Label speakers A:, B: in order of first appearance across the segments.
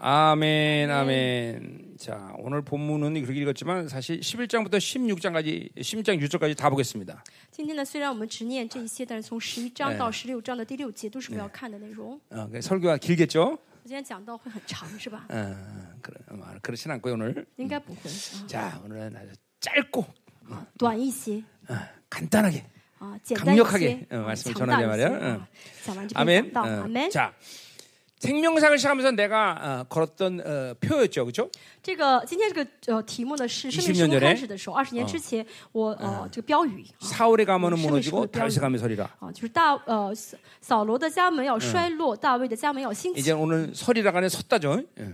A: 아멘, 아멘. 자, 오늘 본문은 그렇게 읽었지만 사실 11장부터 16장까지, 16장 6절까지 다 보겠습니다.
B: 今天呢，虽然我们只念这一些，但是从十一章
A: 哎
B: 到十六章的第六节都是我们要看的内容。
A: 어, 그러니까 설교가 길겠죠?
B: 我今天讲到会很长，是吧？
A: 어, 그러, 어, 그렇진 않고요, 오늘.
B: 应该不会，啊
A: 자, 오늘은 아주 짧고
B: 短一些
A: 어, 간단하게
B: 啊，简单一
A: 강력하게
B: 些，
A: 어
B: 啊
A: 말씀을
B: 强
A: 전하려
B: 大
A: 말
B: 一
A: 이야
B: 些。
A: 응
B: 啊讲完这篇
A: 아멘. 嗯
B: 讲道，
A: 어,
B: 阿门。
A: 자, 생명상을 시작하면서 내가 어, 걸었던 어, 표였죠, 그렇죠?
B: 这个今天这个呃题目呢是生
A: 20
B: 命
A: 年嗯 전에
B: 圣经开始的时候，二十年之前，我呃这个标语啊
A: 사울의 가문은
B: 음,
A: 무너지고
B: 신의
A: 다윗의 가문이 서리라.
B: 啊，就是大呃扫扫罗的家门要
A: 嗯
B: 衰落，大卫的家门要兴
A: 이제
B: 起。
A: 오늘 설이라가 아니라 섰다죠. 예.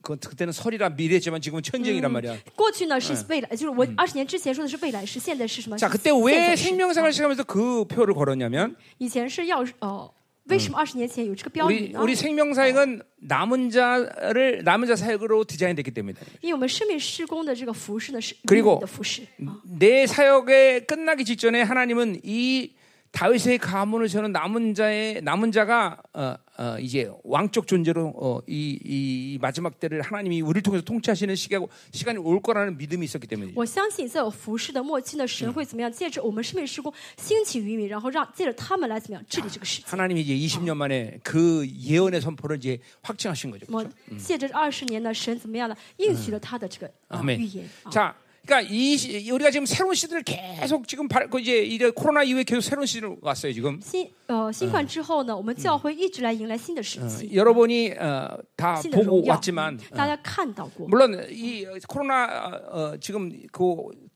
A: 그건 그때는 설이라 미래지만 지금은 천쟁이란 말이야.
B: 过去呢是未来，就是我二十年之前说的是未来式，现在是什么？
A: 嗯 자,
B: 是
A: 그때
B: 现
A: 왜
B: 在是
A: 생명상을 시작하면서 그 표를 걸었냐면
B: 以前是要呃，
A: 嗯
B: 为什么二十年前有这个标语
A: 우리
B: 呢？
A: 우리 생명사역은 남은 자를 남은 자 사역으로 디자인됐기 때문에
B: 因为我们生命施工的这个服饰呢是
A: 그리고嗯
B: 你的服饰啊。
A: 내 사역의 끝나기 직전에 하나님은 이 다윗의 가문을 세는 남은 자의 남은 자가 어, 어, 이제 왕적 존재로 어, 이, 이 마지막 때를 하나님이 우리를 통해서 통치하시는 시기하고 시간이 올 거라는 믿음이 있었기 때문에
B: 我相信在有服饰的末期呢，神会怎么样？借着我们生命施工兴起渔民，然后让借着他们来怎么样治理这个世界。
A: 하나님이 이제 20년 만에 그 예언의 선포를 이제 확증하신 거죠.
B: 我
A: 그렇죠?
B: 借着这二十年呢，神怎么样呢？应许了他的这个啊
A: 아멘
B: 预言啊。
A: 자, 그러니까 이 시- 우리가 지금 새로운 시대를 계속 지금 밟고 이제 이제 코로나 이후에 계속 새로운 시대로 왔어요 지금.
B: 新呃新冠之后呢，我们教会一直来迎来新的时
A: 어,
B: 期，
A: 여러분이 어, 다
B: 新的
A: 보고
B: 荣耀。
A: 왔지만
B: 大家看到过，
A: 물론 이 코로나 어, 어, 지금 그,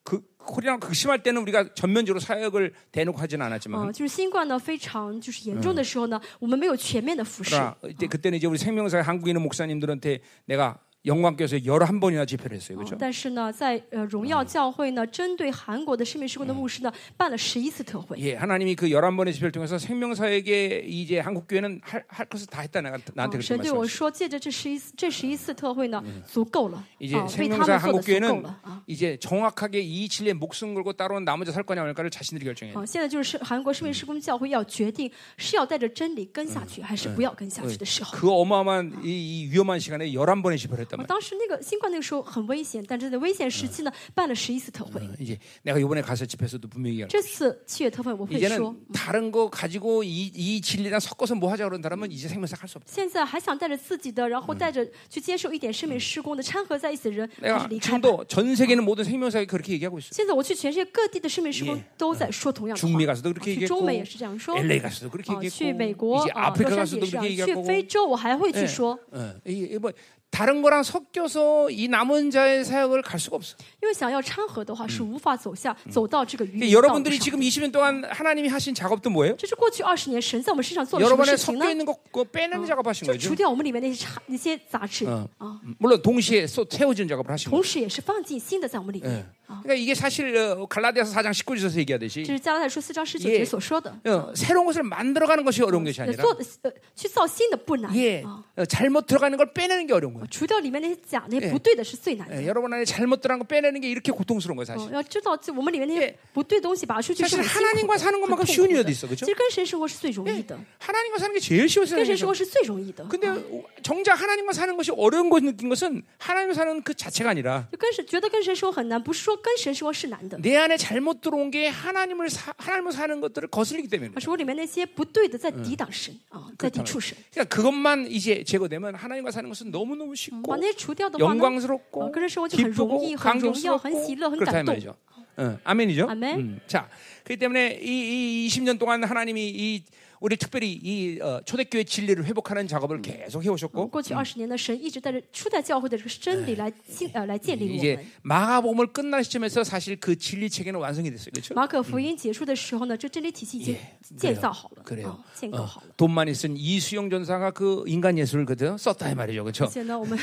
A: 그 코로나 극심할 때는 우리가 전면적으로 사역을 대놓고 하지는
B: 啊、
A: 않았지만
B: 就是新冠呢非常就是
A: 嗯
B: 严重的时候呢，我们没有全面的服侍。
A: 그러나 이때 그때는 이제 우리 생명사 한국에 있는 목사님들한테 내가 영광께서 열한 번이나 집회를 했어요, 그렇죠?
B: 但是呢，在呃荣耀教会呢，针对韩国的生命施工的牧师呢，办了十一次特会。
A: 예, 하나님이 그 11번의 집회를 통해서 생명사에게 이제 한국 교회는 할, 할 것을 다 했다 내가 나한테
B: 啊
A: 그렇게
B: 神对我
A: 말씀하셨어요.
B: 说，借着这十一次这十一次特会呢，足够了，
A: 이제
B: 啊，为他
A: 생명사
B: 们做的
A: 한국
B: 足够
A: 교회는
B: 了啊。
A: 이제 정확하게 이 진리에 목숨 걸고 따라온 나머지 살 거냐 말까를 자신들이 결정해요.
B: 啊，现在就是韩国生命施工教会要决定是要带着真理跟下去，还是不要跟下去的时候。
A: 그 어마어마한 이, 이 위험한 시간에 11번의 집회를 했단
B: 啊
A: 말이에요.
B: 当时那个新冠那个时候很危险，但是在危险时期呢，办了十一次特会。
A: 이제 내가 이번에 가서 집회에서도 분명히 얘기할 거예요.
B: 这次七月特会我会说，
A: 이제는 다른 거 가지고 이, 이 진리랑 섞어서 뭐 하자 그런 사람은 이제 생명사 할 수 없다.
B: 现在还想带着自己的，然后带着去接受一点生命施工的掺合在一起的人，还
A: 내가
B: 是离开吧。
A: 지금도 전 세계는 모든 생명사에 그렇게 얘기하고 있어요.
B: 现在我去全世界各地的生命施工
A: 예
B: 都在说同样的话，
A: 중미 가서도
B: 啊
A: 그렇게
B: 去
A: 얘기했고
B: 中美也是这样说，
A: LA 가서도 그렇게
B: 啊，去美
A: 얘기했고
B: 国
A: 이제
B: 啊，洛
A: 아프리카
B: 杉
A: 가서도
B: 矶也是这
A: 그렇게
B: 样，去
A: 얘기하고
B: 非洲我还会去
A: 예,
B: 说，
A: 어, 이게 뭐 다른 거랑 섞여서 이 남은 자의 사역을 갈 수가 없어.
B: 因为想要掺和的话是无法走下走到这个鱼
A: 그러니까 嗯
B: 鳞道路
A: 哎 여러분들이
B: 上。
A: 지금 20년 동안 하나님이 하신 작업도 뭐예요?
B: 这是过去二十年神在我们身上做了什么
A: 여러분의
B: 事情呢
A: 섞여 ？ 있는 거 그거 빼내는 작업하신
B: 就除
A: 거죠.
B: 掉我们里面那些差那些杂质
A: 嗯
B: 啊，
A: 물론 동시에 쏟- 세워지는 작업을 하신
B: 同
A: 거죠.
B: 时也是放进新的在我们里
A: 예.
B: 面啊。
A: 그러니까 이게 사실 어, 갈라디아서 4장 19절에서
B: 这
A: 얘기하듯이
B: 是加拉太书四章十九
A: 예
B: 节所说的。
A: 어, 새로운 것을 만들어가는 것이 어려운 것이
B: 呃
A: 아니라
B: 做的呃去造新的不难
A: 예,
B: 啊，
A: 어, 잘못 들어가는 걸 빼내는 게 어려운 거예요.
B: 除掉里面那些假那
A: 예
B: 些不对的是最难的
A: 예, 。 여러분 안에 잘못 들어간 거 빼내는 게 이렇게 고통스러운 거예요, 사실.
B: 哦，要知道，就我们里面那
A: 예
B: 些不对东西，把它出去是
A: 사실
B: 很辛苦的
A: 하나님과
B: 很
A: 사는
B: 痛苦
A: 것만큼
B: 的
A: 쉬운 일도 있어,
B: 其
A: 그렇죠?
B: 实跟神生活是最容易的，
A: 하나님과 사는 게 어. 제일 쉬운
B: 跟神生
A: 세상에서.
B: 活是最容易的。
A: 근데 오- 정작 하나님과 사는 것이 어려운 걸 느낀 것은 하나님 사는 그 자체가 아니라
B: 就跟神觉得跟神生活很难，不是说跟神生活是难的，
A: 내 안에 잘못 들어온 게 하나님을 사, 하나님을 사는 것들을 거슬리기 때문에.
B: 而是我里面那些不对的在抵挡神啊，在抵触神。
A: 그러니까 그것만 이제 제거되면 하나님과 사는 것은 너무 너무
B: 把
A: 쉽고
B: 那些除掉的话呢，
A: 영광스럽고
B: 어, 그래서 오직 很容易,
A: 기쁘고
B: 很荣耀,很
A: 감격스럽고
B: 喜乐,很
A: 그렇다 이
B: 감동.
A: 말이죠. 응, 아멘이죠.
B: 아멘.
A: 음, 자, 그렇기 때문에 이, 이 20년 동안 하나님이 이 우리 특별히 이 어, 초대교회 진리를 회복하는 작업을 계속 해오셨고
B: 过去二十年呢，神一直带着初代教会的这个真理来建呃来建立我
A: 음, 이제
B: 们。
A: 마가복음을 끝날 시점에서 사실 그 진리 체계는 완성이 됐어요, 그렇죠?
B: 马可福音结束的时候呢，这真理体系已经建造好了，
A: 그래요.
B: 啊，建构
A: 어,
B: 好了。
A: 돈 많이 쓴 이수영 전사가 그 인간 예술을 그대로 썼다 이 말이죠, 그렇죠?
B: 而且呢，我 们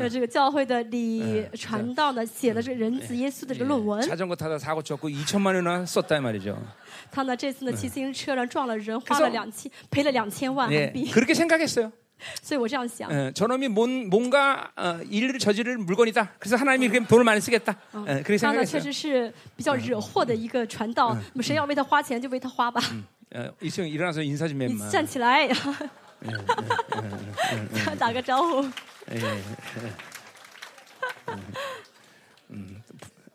B: 呃这个教会的李传道呢，写了这个人子耶稣的这个论文。
A: 자전거 타다 사고 쳤고 2천만 원이나 썼다 이 말이죠.
B: 他呢这次呢骑自行车上撞了人，
A: 래
B: 花
A: 서
B: 了两千，赔了两千万
A: 예,
B: 韩币。
A: 그렇게 생각했어요.
B: 所以我这样想，
A: 예, 저놈이 뭔, 뭔가 어, 일을 저지를 물건이다. 그래서 하나님이 그렇게 돈을 많이 쓰겠다. 예, 그렇게
B: 他呢确
A: 생각했어요.
B: 实是比较惹祸的一个传道。那么谁要为他花钱就为他花吧，
A: 이수영 일어나서 어, 인사 좀 해.
B: 你
A: 인마.
B: 站起来。打个招呼。
A: 예, 음,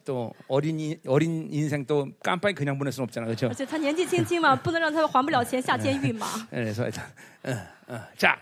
A: 또 어린 이- 어린 인생 또 깜빡이 그냥 보낼 수는 없잖아, 그렇죠?
B: 而且啊他年纪轻轻嘛，不能让他还不了钱下监狱嘛。
A: 그래서 일단 어, 어. 자,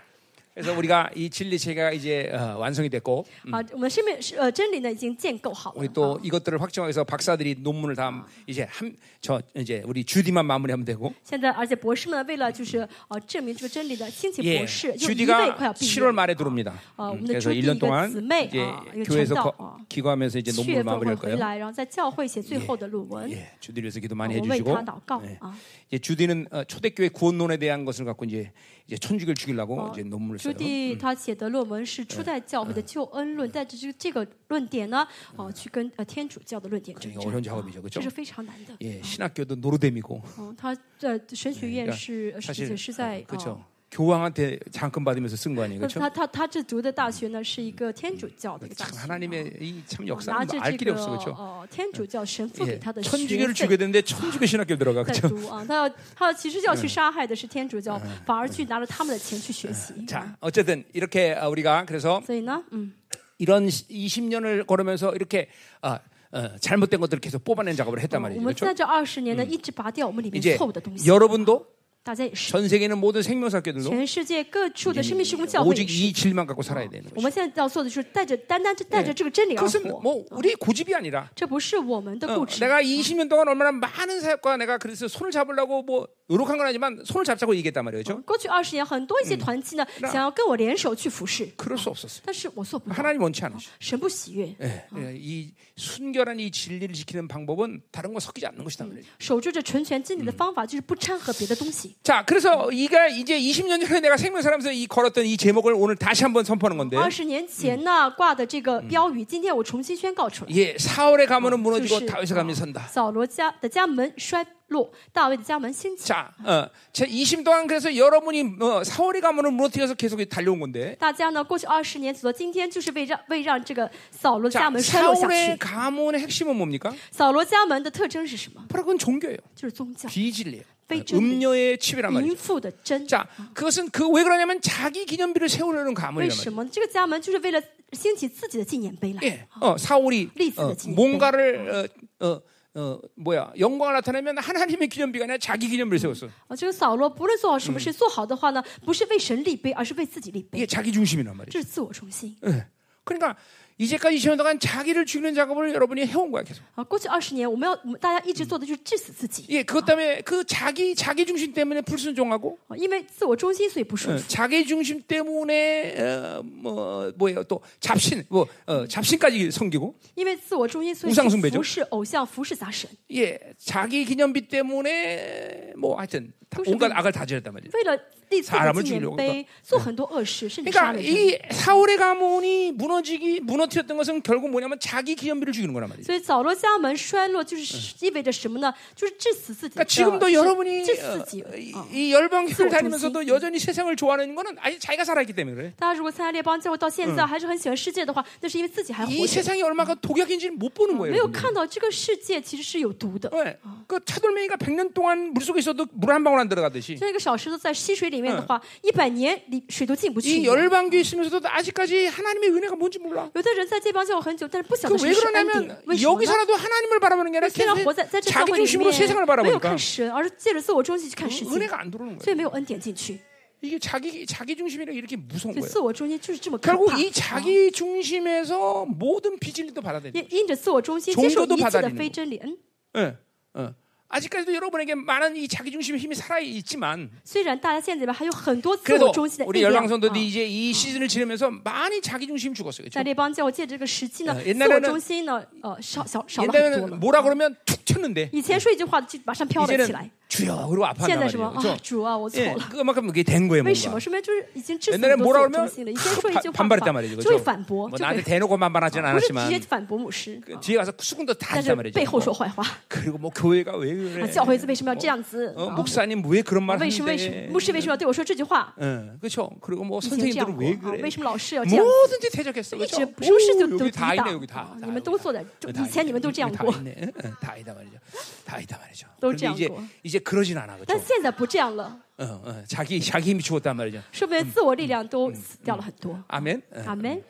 A: 그래서 우리가 이 진리 체계가 이제 어, 완성이 됐고
B: 啊，我们生命是呃真理呢已经建构好了
A: 우리 。또
B: 啊
A: 이것들을 확정하기 위해서 박사들이 논문을 다 이제 한 저 이제 우리 주디만 마무리하면 되고
B: 现在，而且博士们为了就是呃证明这个真理的，兴起博士就一位
A: 예, 주디가
B: 快要毕业
A: 7월
B: 了，
A: 말에 들어옵니다.
B: 어,
A: 음,
B: 오늘
A: 그래서
B: 주디
A: 1년
B: 이거
A: 동안
B: 姊妹,
A: 이제
B: 어, 이거
A: 교회에서
B: 전도,
A: 거-
B: 어. 뭐
A: 기도하면서 이제
B: 七
A: 논문을
B: 月份
A: 마무리할
B: 会回
A: 거예요.
B: 来，然后在教会写最后的论文，
A: 예, 주디를 위해서 기도
B: 啊
A: 많이
B: 我为
A: 해주시고
B: 他祷告
A: 예.
B: 啊。
A: 이제 주디는 어, 초대교회 구원론에 대한 것을 갖고 이제 이제 천주교를 죽이려고
B: 어,
A: 이제 논문을 써요.
B: Judy 他写的嗯哎论文是初代教会的救恩论，但是这这个论点呢，哦，去跟呃天主教的论点
A: 这
B: 争
A: 个어려운작업이죠 그죠
B: 争，这是非常难的。
A: 예, 신학교도 노르뎀이고 그러니까
B: 嗯，他在神学院是呃是
A: 사실
B: 也是在
A: 그렇죠. 교황한테 장금 받으면서 쓴 거 아니에요,
B: 呃
A: 그렇죠?
B: 他他他这读的大学呢是一个天主教的一个大
A: 참
B: 学，
A: 하나님의 이 참
B: 拿
A: 역사는
B: 着
A: 알
B: 这
A: 길이
B: 个
A: 없어, 그렇죠?
B: 哦天主教神父给
A: 예,
B: 他的学
A: 천주교를 죽여야
B: 费
A: 되는데 천주교 신학교 들어가,
B: 在
A: 그렇죠?
B: 读啊，他嗯要他要其实要去杀害的是天主教，反而去拿着他们的钱去学习。啊
A: 자, 어쨌든 이렇게 어, 우리가 그래서
B: 所以呢，嗯，
A: 이런 20년을 걸으면서 이렇게 아, 어, 잘못된 것들을 계속 뽑아낸 작업을 했단
B: 我
A: 말이죠.
B: 们
A: 그렇죠?
B: 在这二十年呢，一直拔掉我们里面
A: 이제
B: 错误的东西。
A: 여러분도
B: 大家也是，
A: 전 세계 있는 모든 생명사학교들도
B: 全世界各处的生命施工教会也
A: 오직
B: 是。
A: 뭐 이 진리만 갖고 살아야 되는
B: 我
A: 거죠.
B: 们现在要做的就是带着单单就带着这个真理而
A: 그것은
B: 活，
A: 뭐 우리 고집이 아니라
B: 这不是我们的
A: 어,
B: 固执。
A: 내가 20년 동안 얼마나 많은 사역과 내가 그래서 손을 잡으려고 뭐 노력한 건 아니지만 손을 잡자고 얘기했단 말이죠.
B: 过去二十年，很多一些团契呢，
A: 那
B: 想要跟我联手去服侍，
A: 그럴 수 없었어요.
B: 但是我做不到，
A: 하나님 원치 않으셔.
B: 神不喜悦。
A: 예, 예, 이 순결한 이 진리를 지키는 방법은 다른 거 섞이지 않는 것이다 말이죠.
B: 守住这纯全真理的方法，就是不掺和别的东西。
A: 자, 그래서 이가 이제 20년 전에 내가 생명사람에서 이 걸었던 이 제목을 오늘 다시 한번 선포하는 건데,
B: 二十年前呢挂的这个标语，今天我重新宣告出来，
A: 예, 사울의 가문은
B: 就是
A: 무너지고 다윗의 가문이
B: 아.
A: 선다.
B: 扫罗家的家门衰落，大卫的家门兴起。
A: 자, 어, 제 20년 동안 그래서 여러분이 어, 사울의 가문을 무너뜨려서 계속 달려온 건데,
B: 大家呢，过去二十年所做，今天就是为让为让这个扫罗
A: 자,
B: 家门衰落下
A: 사울의
B: 去。
A: 가문의 핵심은 뭡니까?
B: 扫罗家门的特征是什么？
A: 바로 그건 종교예요.
B: 就是宗教、
A: 비진리예요.
B: 아, 비진리.
A: 음녀의 칩이란 말이죠.
B: 淫妇的真。
A: 자, 그것은 그 왜 그러냐면 자기 기념비를 세우려는
B: 为
A: 가문이란
B: 什
A: 말이에요.
B: 么这个家门就是为了兴起自己的纪念碑来？
A: 예, 어, 사울이
B: 리스를
A: 어,
B: 지낼
A: 뭔가를 어, 어, 어, 뭐야 영광을 나타내면 하나님의 기념비가 아니라 자기 기념비를 세웠어.
B: 啊，这个扫罗不论做好什么事，做好的话呢，不是为神立碑，而是为自己立
A: 이게
B: 碑，
A: 자기 중심이란 말이죠.
B: 这是自我中心。
A: 예. 그러니까 이제까지 20년 동안 자기를 죽이는 작업을 여러분이 해온 거야 계속.
B: 啊，过去二十年，我们要我们大家一直做的就是致死自己，
A: 예, 그것 때문에 그 자기 자기 중심 때문에 불순종하고
B: 啊因为自我中心所以不顺
A: 어,
B: 服，
A: 자기 중심 때문에 어, 뭐 뭐예요 또 잡신 뭐 어, 잡신까지 섬기고
B: 因为自我中心所以
A: 우상숭배죠
B: 去服侍偶像、服侍杂神，
A: 예, 자기 기념비 때문에 뭐 하여튼 다-
B: 그것이
A: 온갖
B: 뭐-
A: 악을 다 지었단 말이죠.
B: 为了立自己
A: 사람
B: 的
A: 을
B: 纪
A: 죽이려고
B: 念碑，做很多恶事，甚至杀
A: 그러니까
B: 人。
A: 이 사울의 가문이 무너지기 무너뜨렸던 것은 결국 뭐냐면 자기 기념비를 죽이는 거란 말이죠.
B: 所以扫罗家门衰落，就是意味着什么呢？就是致死自己
A: 그러니까
B: 的。
A: 嗯 지금도 여러분이
B: 致死自己
A: 어, 。이,
B: 啊
A: 이 열방 교회를 다니면서도 여전히 세상을 좋아하는 거는 아직 자기가 살아있기 때문에 그래.
B: 大家如果参加列邦教会到现在还是很喜欢世界的话，那是因为自己还活
A: 嗯 이
B: 着，
A: 세상이 얼마나 독약인지는 못 보는 거예요.
B: 没有
A: 여러분들이.
B: 看到这个世界其实是有毒的。
A: 네. 그 차돌멩이가 100년 동안 물 속에 있어도 물 한 방울 안 들어가듯이
B: 像一个小石头在溪水里面的话，一百年里水都进不去
A: 嗯 이
B: 一样。
A: 열방교에 있으면서도 아직까지 하나님의 은혜가 뭔지 몰라.
B: 有的人在这帮教会很久，但是不晓得
A: 아, 그
B: 什
A: 왜
B: 么是恩典
A: 그러냐면 ，
B: 为什么呢？
A: 여기서라도 하나님을 바라보는 게 아니라
B: 虽然活
A: 계속
B: 在在这教
A: 자기 예.
B: 会里
A: 중심으로 세상을
B: 面，没有
A: 바라보니까
B: 看神，而是借着自我中心去看世
A: 은-
B: 界，
A: 은혜가 안 들어오는 거예요.
B: 所以没有恩典进去。
A: 이게 자기 자기 중심이라 이렇게 무서운
B: 所以
A: 거예요.
B: 自我中心就是这么可怕
A: 결국 。이 자기 중심에서 모든 비진리도 받아들이는
B: 因因着自我中心
A: 종교도
B: 接受一切的
A: 받아들이는
B: 非真理。嗯，
A: 거예요. 예, 예. 아직까지도 여러분에게 많은 이 자기 중심의 힘이 살아 있지만
B: 虽然大家现在里面还有很多自我
A: 그래도
B: 中心的力
A: 우리
B: 量。
A: 열방선도들이
B: 啊
A: 이제 이 시즌을 지내면서 많이 자기 중심 죽었어요. 그렇죠?
B: 在列邦教会借着这个时期呢，
A: 呃옛날에는
B: 自我中心呢，呃，少少少了很多
A: 옛날에는
B: 了。
A: 뭐라 그러면 툭 쳤는데
B: 以前说一句话就马上飘了起
A: 이제는
B: 来，
A: 주여 그리고
B: 现
A: 아파한단
B: 在什么
A: 말이에요.
B: 啊
A: 그렇죠? ，
B: 主啊，我错哎
A: 예,
B: 了。
A: 그만큼 그게 된 거예요.
B: 为什么？
A: 뭔가.
B: 是不是就是已经致死
A: 옛날에
B: 很
A: 뭐
B: 多自
A: 뭐라
B: 我中
A: 그러면
B: 心了？以前说一句
A: 바-
B: 话
A: 반발했단 말이죠.
B: 就会
A: 그렇죠?
B: 反驳，
A: 뭐
B: 就会
A: 나한테 대놓고 반발하진
B: 不是直接
A: 않았지만
B: 反驳牧师，
A: 그
B: 啊
A: 뒤에 가서 수군도 다
B: 但是
A: 했단 말이죠. 어.
B: 背后说坏话。
A: 그리고 뭐 교회가 왜
B: 啊，
A: 그래?
B: 教会为什么要这样子？
A: 어,
B: 啊
A: 목사님 왜 그런 말
B: 为什么为什么
A: 하는데?
B: 牧师为什么要对我说这句话？
A: 응, 그렇죠. 그리고 뭐
B: 以前这样
A: 선생님들은
B: 过
A: 왜
B: 啊
A: 그래?
B: 为什么老师要这样子？
A: 뭐든지 대적했어.
B: 一直
A: 그렇죠?
B: 什么事
A: 오,
B: 就都
A: 여기
B: 抵
A: 다 아,
B: 挡
A: 있네, 여기
B: 啊
A: 다. 네,
B: 你们都做的，就以前你们都这样
A: 다
B: 过，
A: 있네. 응, 다 있다 말이죠. 다 있다 말이죠.
B: 또
A: 그런데 이제
B: 짱구.
A: 이제 그러진 않아.
B: 但
A: 그렇죠?
B: 现在不这样了。
A: 어, 어, 자기 자기 힘이 죽었단 말이죠.
B: 说明自我力量都死掉了很多。
A: 아멘. 어,
B: 阿门。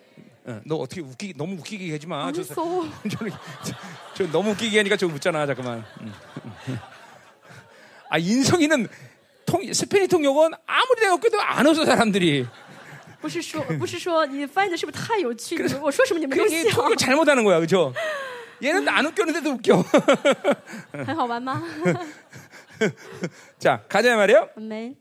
A: 어, 너 어떻게 웃기 너무 아, 웃기게 얘기하지 마. 저, 사-
B: 无
A: 저는 저 너무 웃기게 하니까 좀 웃잖아. 잠깐만. 음. 아 인성이는 통 스페인 통역은 아무리 내가 웃겨도 안 웃어 사람들이.
B: 不是说不是说你翻译的是不是太有趣？你们我说什么你们都
A: 그게
B: 笑，
A: 통역 잘못하는 거야, 그렇죠? 얘는 안 웃겼는데도 웃겨.
B: 很好玩吗？
A: 자 가자 말이요.
B: 阿门。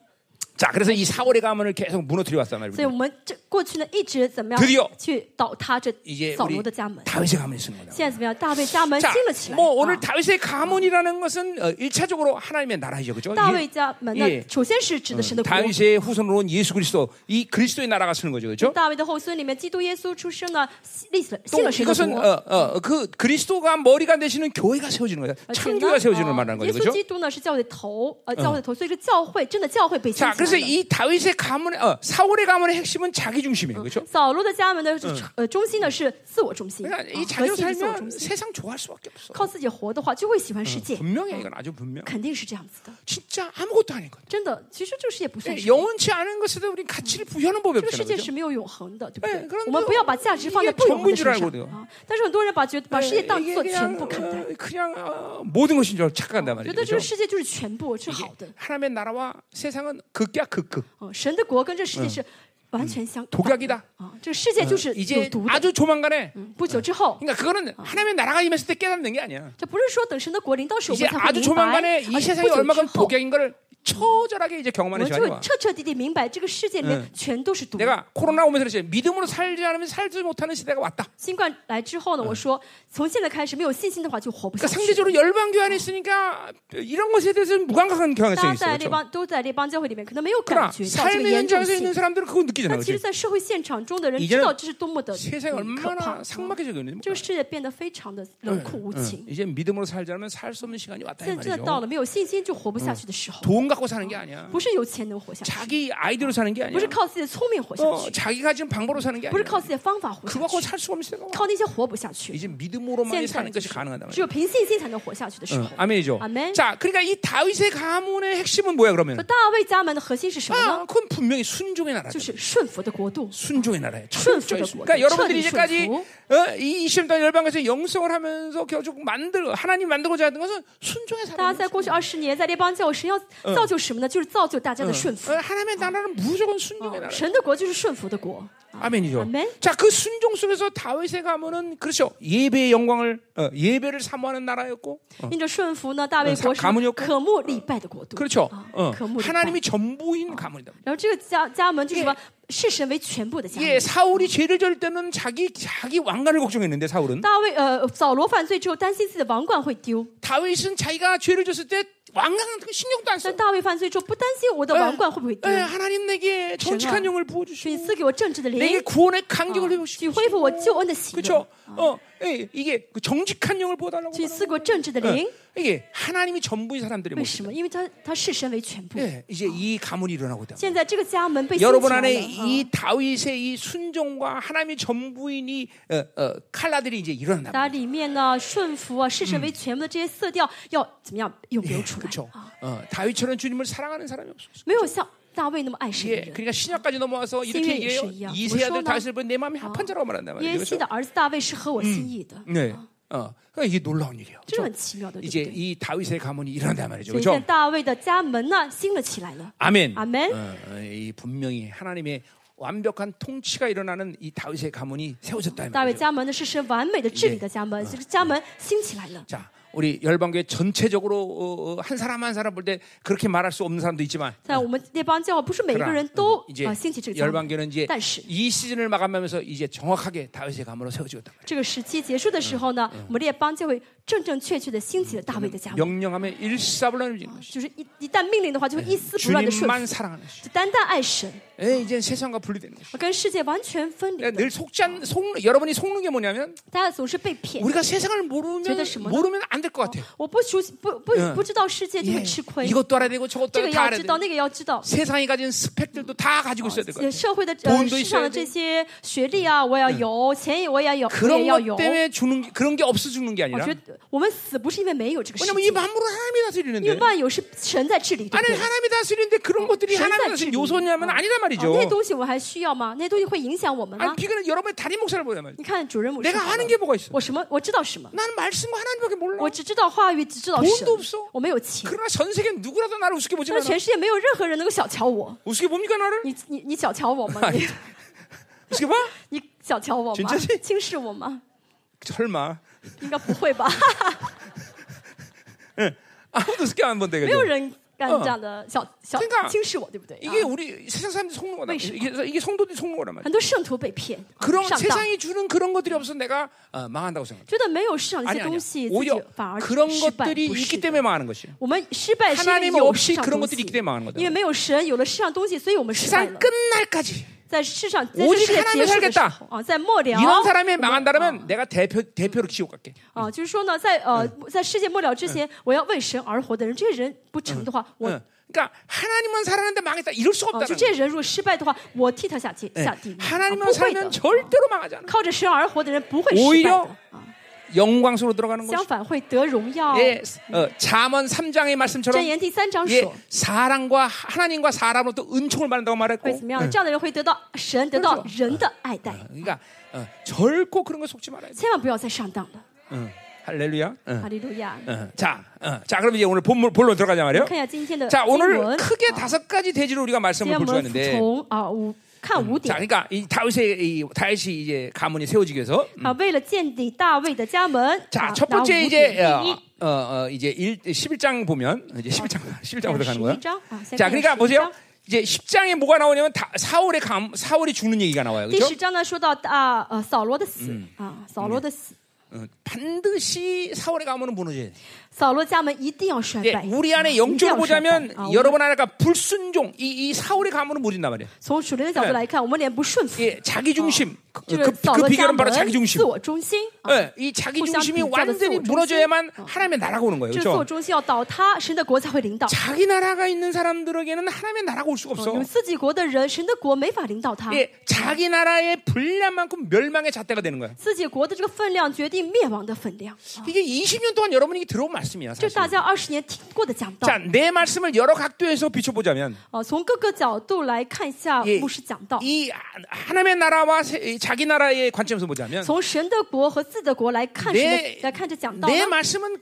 A: 자 그래서 이 사월의 가문을 계속 무너뜨려 왔단
B: 所以
A: 말이에요.
B: 我们这过去呢一直怎么
A: 드디어
B: 样去倒塌这
A: 이제
B: 扫
A: 우리
B: 罗的家门？
A: 다윗의 가문이 쓰는 거다.
B: 现在怎么样？大卫家门兴
A: 자,
B: 了起来。
A: 뭐 오늘
B: 啊
A: 다윗의 가문이라는 것은 어, 일차적으로 하나님의 나라이죠, 그렇죠?
B: 大卫家门呢
A: 예 ，
B: 首先是指的神
A: 嗯
B: 的国。
A: 다윗의 후손으로 온 예수 그리스도 이 그리스도의 나라가 쓰는 거죠, 그렇죠?
B: 大卫的后孙里面，基督耶稣出生呢，立了信
A: 또
B: 了神的
A: 이것은
B: 国。
A: 어, 어, 그 그리스도가 머리가 되시는 교회가 세워지는 거예요.
B: 而且呢
A: 창조가 ， 세워지는 걸
B: 啊
A: 말하는
B: 耶
A: 거죠,
B: 稣
A: 그렇죠?
B: 基督呢是教会的头，呃，教会的头，所以这个教会真的教会被兴
A: 자,
B: 起来
A: 그래서
B: 的。
A: 이 다윗의 가문의 어, 사울의 가문의 핵심은 자기 중심이에요, 그렇죠?
B: 扫罗的家门的呃中心呢是自我中心，啊
A: 그러니까
B: 核
A: 이 자기로
B: 心是自我中
A: 살면
B: 心。
A: 세상 좋아할 수밖에 없어.
B: 靠自己活的话，就会喜欢世界，
A: 분명해 이건 아주 분명.
B: 肯定是这样子的。
A: 진짜 아무것도 아닌 것.
B: 真的，其实这个世界不算
A: 같아요.
B: 什么，
A: 영원치 않은 것에도 우리 가치를 부여하는 법이
B: 这个世
A: 없잖아요.
B: 界是
A: 그렇죠?
B: 没有永恒的，对不
A: 哎
B: 对
A: 그럼？
B: 我们
A: 또
B: 不要把价值放在
A: 이게
B: 不永恒的身
A: 전부인줄
B: 上
A: 알고요
B: 啊！但是很多人把觉把世界当
A: 이게
B: 做全
A: 그냥,
B: 部看待，
A: 어, 그냥 어, 모든 것인 줄 착각한단
B: 觉
A: 말이죠.
B: 得这个
A: 그렇죠?
B: 世界就是全部是好的
A: 이게 。 하나님의 나라와 세상은 극야 극극.
B: 嗯，神的国跟这世界是完全相
A: 독약이다
B: 啊！这个世界就是有
A: 이제
B: 毒的。
A: 아주 조만간에
B: 嗯不久之后，
A: 그러니까 그거는 하나님의 나라가 임했을 때 깨닫는 게 아니야.
B: 这不是说等神的国临到时我
A: 이제
B: 们才会
A: 아주
B: 明白，
A: 조만간에
B: 而
A: 이
B: 是
A: 세상이
B: 不久之
A: 얼마큼
B: 后，
A: 독약인 걸 처절하게 이제
B: 我
A: 경험하는
B: 们就
A: 시간이 와.
B: 会彻彻底底明白这个世界里面全都是毒。
A: 내가 코로나 오면서 그랬지. 믿음으로 살지 않으면 살지 못하는 시대가 왔다. 그러니까
B: 新冠来之后呢，我说从现在开始没有信心的话就活不下
A: 그러니까
B: 去。
A: 상대적으로 열방 교환이 있으니까 이런 것에 대해서는 무감각한
B: 大
A: 경향성이 있어.
B: 家在这
A: 그렇죠?
B: 帮都在这帮教会里面，可能没有感
A: 그러나
B: 觉到这个
A: 삶의
B: 严重
A: 현장에서
B: 性
A: 있는 。 사람들은 그거
B: 但
A: 느끼잖아요. 음,
B: 其实，
A: 그렇지?
B: 在社会现场中的人
A: 이제는
B: 知道这是多么的
A: 세상이
B: 嗯可怕
A: 얼마나 ， 삭막해지고 있는지
B: 这个世界变得非常的冷酷无
A: 응,
B: 情。
A: 이제 믿음으로 살지 않으면 살 수 없는 시간이 왔다 이
B: 现在真的到
A: 말이죠.
B: 了嗯哎没有嗯信心就活不下去的时候，
A: 돈 갖고 사는 게 아니야.
B: 不是有钱能活下去，
A: 자기 아이디로 사는 게
B: 不
A: 아니야.
B: 是靠自己的聪明活下
A: 어,
B: 去，
A: 자기가 지금 방법으로 사는 게
B: 不是
A: 아니야.
B: 靠自己的方法活
A: 그거
B: 下
A: 갖고
B: 去，
A: 살 수 없는 시대가 와.
B: 靠那些活不下去。
A: 이제 믿음으로만
B: 现在
A: 사는 것이 가능하단
B: 只
A: 말이야.
B: 有凭信心才能活下去的时候
A: 어, ， 아멘이죠.
B: 아멘.
A: 자, 그러니까 이 다윗의 가문의 핵심은 뭐야
B: 那
A: 그러면?
B: 大卫家门的核心是什么呢？
A: 아, 그건 분명히 순종의 나라.
B: 就是顺服的国度。
A: 순종의 나라예요.
B: 순수적
A: 철저히 순- 그러니까 여러분들이
B: 철저히
A: 이제까지
B: 순수.
A: 어, 이 20년 열방에서 영성을 하면서 결국 만들 하나님 만들고자 했던 것은 순종의
B: 大家
A: 사람.
B: 在过去二十年在列邦教会，神要造就什么呢？就是造就大家的顺服
A: 어, 。 하나님의 나라는 무조건 순종의 나라.
B: 神的国就是顺服的国。
A: 아멘이죠.
B: 어, 아멘.
A: 자, 그 순종 속에서 다윗의 가문은 그렇죠. 예배의 영광을 어, 예배를 사모하는 나라였고,
B: 因着顺服呢，大卫
A: 嗯
B: 国是
A: 가문이었고
B: 渴慕礼拜的国度。啊
A: 그렇죠.
B: 아,
A: 어,
B: 그 모든
A: 하나님이 전부인 가문이다.
B: 然后这个家家门就是什么？视神为全部的家门。
A: 예, 사울이 죄를 절 때는 자기 자기 왕관을 걱정했는데 사울은
B: 大卫呃，扫罗犯罪之后，担心自己的王冠会丢；
A: 다윗은 자기가 죄를 졌을 때 왕관 그 신경도 안 써.
B: 但大卫犯罪之后，不担心我的王冠会不会丢
A: 예, ， 하나님 내게 정직한 영을
B: 정말. 所以
A: 부어주시고
B: 赐给我正直的灵，
A: 내게 구원의 강직을
B: 去
A: 회복시키고
B: 恢复我救恩的喜乐，
A: 그렇죠. 어, 예, 이게 그 정직한 영을 부어달라고
B: 去
A: 말하는
B: 赐给我正直的
A: 거예요.
B: 灵。
A: 예, 이게 하나님이 전부인 사람들의
B: 为什
A: 모습.
B: 么？因为他他视神为全部。
A: 예, 이제 이 가문이 일어나고 있다.
B: 现在这个家门被兴起
A: 여러분
B: 来
A: 안에
B: 了。啊
A: 이 다윗의 이 순종과 하나님의 전부인이 어, 어, 칼라들이 이제 일어난다.
B: 大家里面呢，顺服啊，视神为全部的这些色调，要怎么样涌流出来？啊
A: 그렇죠. 어, 다윗처럼 주님을 사랑하는 사람이 없어.
B: 没有像大卫那么爱神的
A: 예,
B: 人。
A: 그러니까 신약까지 넘어와서 이렇게
B: 신약이
A: 얘기해요.
B: 있어요.
A: 이세 아들
B: 무서워.
A: 다윗을 보내 마음이 합한 자라고 말한단
B: 耶
A: 어. 말이에요.
B: 西的
A: 그렇죠?
B: 儿子大卫是合我心意的，
A: 네. 어, 그러니까 이게 놀라운 일이에요.
B: 这是很奇妙的，对
A: 이제
B: 不对？
A: 이 다윗의 가문이 일어난단 말이죠.
B: 所以现在
A: 그렇죠?
B: 大卫的家门呢兴了起来了。
A: 아멘.
B: 아멘.
A: 어, 어, 이 분명히 하나님의 완벽한 통치가 일어나는 이 다윗의 가문이 어, 세워졌다는
B: 大卫
A: 말이죠.
B: 家门呢是神完美的治理的家门，这个家门兴起来了。
A: 자, 우리 열방교회 전체적으로 어, 어, 한 사람 한 사람 볼 때 그렇게 말할 수 없는 사람도 있지만
B: 在我们列邦教会，不是每一个
A: 그러나 음,
B: 人都
A: 네, 이제
B: 啊兴起这个家门，
A: 열방교는 이제
B: 但是
A: 이 시즌을 마감하면서 이제 정확하게 다윗의 가문으로 세워지겠다.
B: 这个时期结束的时候呢，我们列邦教会正正确确的兴起了大卫的家门，
A: 명령하면 일사불란 움직이는 것이
B: 就是一一旦命令的话，就会一
A: 그
B: 丝不乱的顺服，
A: 주님만 사랑하는 것이
B: 就单单爱神，
A: 예, 이제 세상과 분리되는 것이
B: 跟世界完全分离
A: 그러니까
B: 的。
A: 늘 속지 않, 속, 여러분이 속는 게 뭐냐면
B: 大家总是被骗。
A: 우리가 세상을 모르면
B: 죄다 심어놔?
A: 모르면 안 될 것 같아요.
B: 我不熟悉，不不
A: 嗯
B: 不知道世界就会
A: 예,
B: 吃亏。
A: 이것도 알아야 되고 저것도
B: 这个
A: 알아야- 다
B: 要
A: 알아야
B: 知
A: 되고
B: 道，那个要知道。
A: 세상이 가진 스펙들도 다 가지고 있어야 될 것 같아요.
B: 呃
A: 예,
B: 社会的
A: 돈도
B: 呃
A: 있어야
B: 市场的这些学历啊，我要有，钱也我也要有，我也
A: 그런
B: 要
A: 것
B: 有。
A: 때문에 주는 게, 그런 게 없어 죽는 게
B: 我
A: 예, 아니라
B: 觉得我们死不是因为没有这个世
A: 왜냐면 이
B: 界，
A: 만물을 하나님이 어,
B: 因为
A: 다스리는데
B: 万有是神在治理，对不
A: 아니
B: 对？
A: 하나님이 다스리는데 그런 것들이
B: 신사
A: 하나님이 다스리는
B: 지리.
A: 요소냐면
B: 어.
A: 아니란
B: 啊那些
A: 말이죠
B: 东西我还需要吗？那些东西会影响我们吗
A: 아니 ？ 비교는 여러분의 다른 목사를 보란 말이죠
B: 你看主人母是
A: 내가
B: 什么
A: 아는 게 뭐가 있어 어,
B: 我什么？我知道什么？
A: 나는 말씀과 하나님밖에 몰라
B: 我只知道话语，只知道神
A: 돈도없어 。
B: 我没有钱，
A: 그러나 전 세계 누구라도 나를 우습게 보지
B: 但
A: 않아
B: 是全世界没有任何人能够小瞧我。
A: 우습게 봅니까 나를?
B: 你你你小 瞧我
A: 哎
B: 吗？你
A: 우습게 봐?
B: 你小瞧我
A: 진짜
B: 吗
A: 지 ？
B: 轻视我吗？
A: 설마
B: 应该不 会吧？
A: 아무도 우습게 안 본대
B: 没有
A: 그죠?
B: 人敢这样的小小
A: 그러니까
B: 轻视我，对不对？
A: 이게
B: 啊
A: 우리 세상 사람들이 속는 거다
B: 아. 왜이십니까?
A: 이게, 이게 성도들이 속는 거란 말이야
B: 很多圣徒被骗，啊
A: 그런
B: 上当，
A: 세상이 주는 그런 것들이 없어서 내가 어, 망한다고 생각해
B: 觉得没有市场这
A: 아니
B: 些
A: 아니야
B: 东西，自己
A: 오히려
B: 反而
A: 그런
B: 失败。
A: 것들이
B: 不是
A: 있기
B: 的，
A: 때문에 망하는 것이야
B: 我们失败是因为
A: 하나님이
B: 有
A: 없이
B: 市场
A: 그런
B: 东
A: 것들이
B: 西
A: 있기 ， 때문에 망하는
B: 因为
A: 거다
B: 没有神，有了市场东西，所以我们失败
A: 세상
B: 了。
A: 끝날까지
B: 在世上，在
A: 오직
B: 这世界
A: 하나님을
B: 结束的时
A: 살겠다
B: 候啊，在末了
A: 이런 사람이
B: 啊
A: 망한다면 내가 대표 대표로 지옥 갈게.
B: 啊，就是说呢，在呃，在世界末了之前，我要为神而活的人，这些人不成的话，我
A: 응. 그러니까 하나님만 살았는데 망했다 이럴 수가
B: 啊，就
A: 없다는
B: 这
A: 거야.
B: 人如果失败的话，我替他下地下地狱，啊不
A: 하나님만
B: 会的
A: 살면 。 절대로 망하지 않아.
B: 靠着神而活的人不会失败
A: 오히려
B: 的，啊
A: 영광으로 들어가는
B: 相
A: 거지.
B: 反会得荣耀。
A: 예, 어, 잠언 3장의
B: 箴
A: 말씀처럼
B: 言第三章
A: 예,
B: 说
A: 사랑과 하나님과 사람으로 또 은총을 받는다고
B: 会
A: 말했고.
B: 怎么样？这样的人会得到神嗯得嗯到人的爱戴，
A: 그러니까 어, 절코 그런 거 속지 말아야 돼.
B: 千万不要再上当了。
A: 응. 할렐루야. 응.
B: 哈利路亚！
A: 응. 자, 어, 자 그럼 이제 오늘 본문 본론 들어가자 말이요.
B: 看一下今天的经
A: 자, 오늘
B: 文，啊
A: 크게 다섯 가지 대지로 우리가
B: 今
A: 말씀을
B: 天我
A: 볼 수가
B: 们
A: 있는데.
B: 从啊五看五
A: 자,
B: 点
A: 그러니까 이 다윗의 이 다윗이 이제 가문이 세워지기 위해서
B: 啊，为了建立大卫的家门。啊
A: 자,
B: 拿
A: 첫
B: 五
A: 번째
B: 点
A: 이제
B: 第一
A: 어, 어, 어, 이제 1 11장 보면 이제 11장 11장부터 가는
B: 十一
A: 거야.
B: 章啊，先
A: 자, 그러니까
B: 看十一章
A: 보세요. 。 이제 10장에 뭐가 나오냐면 다, 사울의 감 사울이 죽는 얘기가 나와요.
B: 第
A: 그렇죠?
B: 十章呢，说到啊呃扫罗的死啊，扫罗的死，
A: 어, 반드시 사울의 가문은 무너져야 돼.
B: 扫罗家门一定要衰
A: 예,
B: 败。
A: 우리 안에
B: 一定
A: 영적으로
B: 要衰败
A: 보자면
B: 啊我们
A: 여러분 안에가 불순종 이, 이 사울의 가문은 무너진단 말이에요.
B: 从属灵的角度来看，我们连不顺服，
A: 예, 자기 중심. 그,
B: 这
A: 그-
B: 个扫
A: 그
B: 罗家
A: 비결은 바로
B: 门
A: 자기
B: 自
A: 중심.
B: 我中心啊，
A: 예, 이 자기
B: 互相
A: 중심이
B: 比较的
A: 완전히
B: 自我中心。
A: 무너져야만 하나님의 나라가 오는 거예요.
B: 这个自我
A: 그렇죠?
B: 中心要倒塌，神的国才会领导。
A: 자기 나라가 있는 사람들에게는 하나님의 나라가 올 수가
B: 有
A: 없어.
B: 自己国的人，神的国没法领导他。
A: 예, 자기 나라의 분량만큼 멸망의 잣대가 되는 거야.
B: 自己国的这个分量决定灭亡的分量，
A: 이게 20년 동안 여러분이 들어온 말씀이야.
B: 这
A: 사실.
B: 大家二十年听过的讲道
A: 자, 내 말씀을 여러 각도에서 비춰보자면
B: 啊，从各个角度来看一下
A: 예
B: 牧师讲道，
A: 이 하- 하나님의 나라와 세- 이 자기 나라의 관점에서 보자면
B: 从神的国和自己的国来看神
A: 내
B: 的来看这讲道呢。
A: 내 말씀은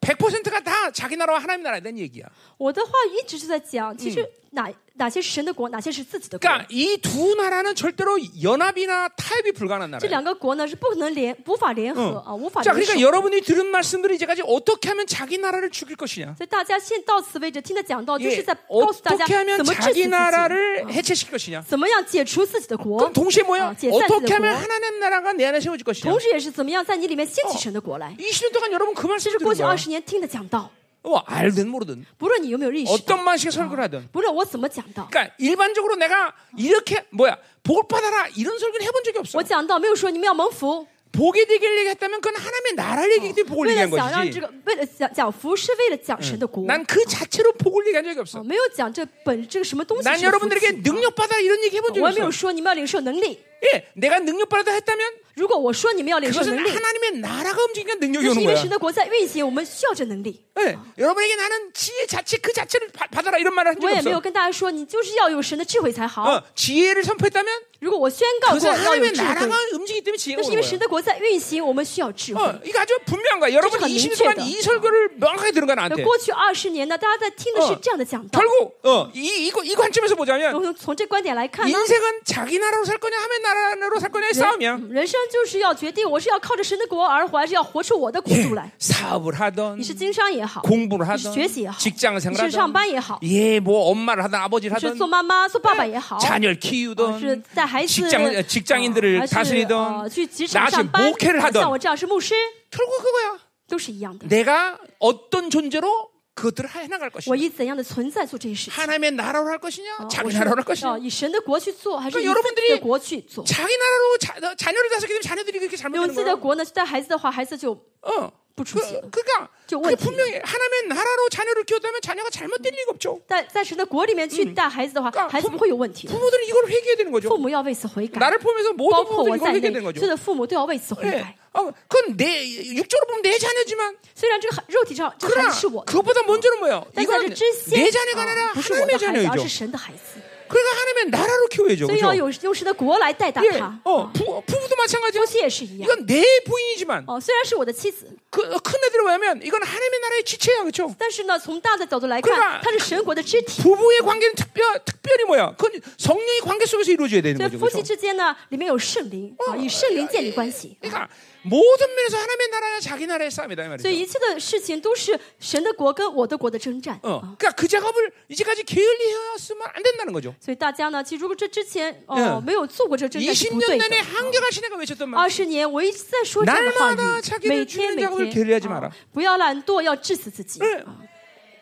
A: 100%가 다 자기 나라와 하나님 나라에 대한 얘기야.
B: 我的话一直就在讲，其实哪哪些是神的国，哪些是自己的国。
A: 그러니까 이 두 나라는 절대로 연합이나 타협이 불가능한
B: 这
A: 나라야.
B: 两个国呢是不可能联，无法联合、
A: 嗯
B: 啊，无法
A: 자,
B: 联
A: 그러니까
B: 手。
A: 여러분이 들은 말씀들이 이제까지 어떻게 하면 자기 나라를 죽일 것이냐.
B: 所以大家现到此为止听的讲道，就
A: 예,
B: 是在告诉大家
A: 어떻게 하면
B: 怎么治死自
A: 자기
B: 己，
A: 나라를
B: 啊
A: 해체시킬 것이냐.
B: 怎么样解除自己的国啊
A: 그럼 ， 동시에 뭐야?
B: 어, 제
A: 어떻게
B: 사이즈도
A: 하면
B: 보고.
A: 하나님 나라가 내 안에 세워질 것이냐.
B: 同时也是怎么样在你里面掀起神的国来。
A: 20년 동안 여러분 그
B: 这
A: 말씀을
B: 是过
A: 들은
B: 去
A: 거야.
B: 二十年听的讲道，
A: 어, 알든 모르든
B: 不论你有没有认识到，
A: 어떤 방식의 설교를 하든.
B: 不论我怎么讲道，
A: 그러니까 일반적으로 내가 이렇게 뭐야 복을 받아라 이런 설교를 해본 적이 없어.
B: 我讲道没有说你们要蒙福，
A: 복이 되길 얘기했다면 그건 하나님의 나라를 얘기기 때문에 복을
B: 为了
A: 얘기한
B: 想让
A: 것이지.
B: 这个，为了讲讲福是为了讲神的国，
A: 난 그 자체로 복을 얘기한 적이
B: 啊
A: 없어.
B: 没有讲这本这个什么东西
A: 난
B: 是福气
A: 여러분들에게 。 능력 받아 이런 얘기 해본 적이
B: 我也没有
A: 없어.
B: 说你们要领受能力。
A: 예, 내가 능력 받아다 했다면
B: 如果我说你们要领受
A: 그것은
B: 能力，
A: 하나님의 나라가 움직이니까
B: 那
A: 능력이
B: 是
A: 오는
B: 因为
A: 거야.
B: 神的国在运行，我们需要这能力。
A: 예, 여러분에게 나는 지혜 자체 그 자체를 받- 받아라 이런 말을 한
B: 我
A: 적이
B: 也没有
A: 없어.
B: 跟大家说，你就是要有神的智慧才好。
A: 어, 지혜를 선포했다면
B: 如果我宣告过
A: 그것은
B: 要有
A: 하나님의
B: 智慧
A: 나라가 ， 움직이기 때문에 지혜가
B: 那是
A: 오는
B: 因为神
A: 거예요.
B: 的国在运行，我们需要智慧。
A: 어, 이거 아주 분명한 거야. 여러분
B: 그러니까
A: 20년 동안
B: 민첩이다.
A: 이 설교를 명확하게 들은 거 나한테.
B: 那过去二十年呢，大家在听的是这样的讲道。
A: 결국 어, 이, 이거, 이 관점에서
B: 那
A: 보자면
B: 我们从这观点来看呢，
A: 인생은 자기 나라로 살 거냐 하면 나라로 살
B: 네.
A: 거냐의 싸움이야.
B: 人生就是要决定我是要靠着神的国而活，还是要活出我的国度 来。
A: 예. 사업을 하던
B: 你是经商也好，
A: 공부를
B: 你
A: 하던
B: 学习也好，
A: 직장
B: 你是上
A: 생활하던
B: 班也好，
A: 예, 뭐 엄마를 하던 아버지를
B: 是
A: 하던
B: 做妈妈、做爸爸也好，
A: 자녀를
B: 是
A: 키우던
B: 带孩子
A: 직장
B: 呃
A: 직장인들을
B: 还是呃
A: 다스리던
B: 去职场
A: 나중에
B: 上班
A: 목회를 ，
B: 啊像
A: 하던
B: 我这样是牧师，
A: 결국 그거야.
B: 都是一样的。
A: 내가 어떤 존재로 그것들을 해나갈
B: 我
A: 것이냐.
B: 以怎样的存在做这些事情？
A: 하나님의 나라로 할 것이냐,
B: 啊
A: 자기
B: 我是
A: 나라로 할 것이냐.
B: 要以神的国去做，还是以
A: 그러니까여러분들이
B: 自己的国去做？
A: 자기 나라로 자, 녀를 다스리게 되면 자녀들이 그렇게
B: 用
A: 잘못되는
B: 自己的
A: 거야.
B: 国呢去带孩子的话，孩子就
A: 어.
B: 不出现
A: 그, 。 그러니까
B: 저
A: 그게
B: 원칙.
A: 분명히 하나님의 나라로 자녀를 키웠다면 자녀가 잘못될 리가 없죠.
B: 但在神的国里面去带孩子的话
A: 嗯，
B: 孩子不会有问题的。
A: 부모들은 이걸 회개해야 되는
B: 父
A: 거죠.
B: 母要为此悔改，
A: 나를 보면서
B: 包
A: 모든
B: 括
A: 부모들이
B: 我在
A: 이걸
B: 内
A: 회개해야 ， 되는
B: 所有
A: 거죠.
B: 的父母都要为此悔
A: 예.
B: 改。
A: 어, 그건 내 육적으로 보면 내 자녀지만
B: 虽然这个肉体上这个孩
A: 그러나
B: 子是我的，
A: 그것보다 먼저는 뭐예요?
B: 但在这
A: 건
B: 之先
A: 내 자녀가
B: 啊
A: 아니라
B: 不是我的
A: 하나님의
B: 孩子，而是
A: 자녀이죠.
B: 神的孩子，
A: 그러니까 하나님의 나라로 키워야죠.
B: 所以要
A: 그렇죠?
B: 有用神的国来带大
A: 예,
B: 他。
A: 어,
B: 啊
A: 부, 부부도 마찬가지예요.
B: 夫妻也是一样。
A: 이건 내 부인이지만
B: 哦，虽然是我的妻子，
A: 그, 큰 애들은 뭐냐면 이건 하나님의 나라의 지체야, 그렇죠?
B: 但是呢，从大的角度来
A: 그러나
B: 看，她是神国的肢体。
A: 부부의 관계는 특별 특별히 뭐야? 그건 성령의 관계 속에서 이루어져야 아, 되는
B: 所
A: 거죠,
B: 以夫妻
A: 그렇죠?
B: 之间呢，里面有圣灵啊，与圣灵建立关系。
A: 그러니까 모든 면에서 하나님의 나라는 자기 나라의 싸움이다 이
B: 所
A: 말이죠.
B: 以一切的事情都是神的国跟我的国的征战。啊
A: 어, 그러니까 그 작업을 이제까지 게을리해왔으면 안 된다는 거죠.
B: 所以大家呢，其实如果这之前哦、
A: 嗯
B: 没有做过这个征战是不
A: 20년
B: 对的
A: 내내 。 한결같이 내가 외쳤던 말.
B: 二十年，我一直在说这样的话
A: 날마다자기를
B: 语，每天
A: 죽이는작업을
B: 每
A: 게을리하지
B: 天、
A: 마라
B: 啊不要懒惰，要致死自己。
A: 예.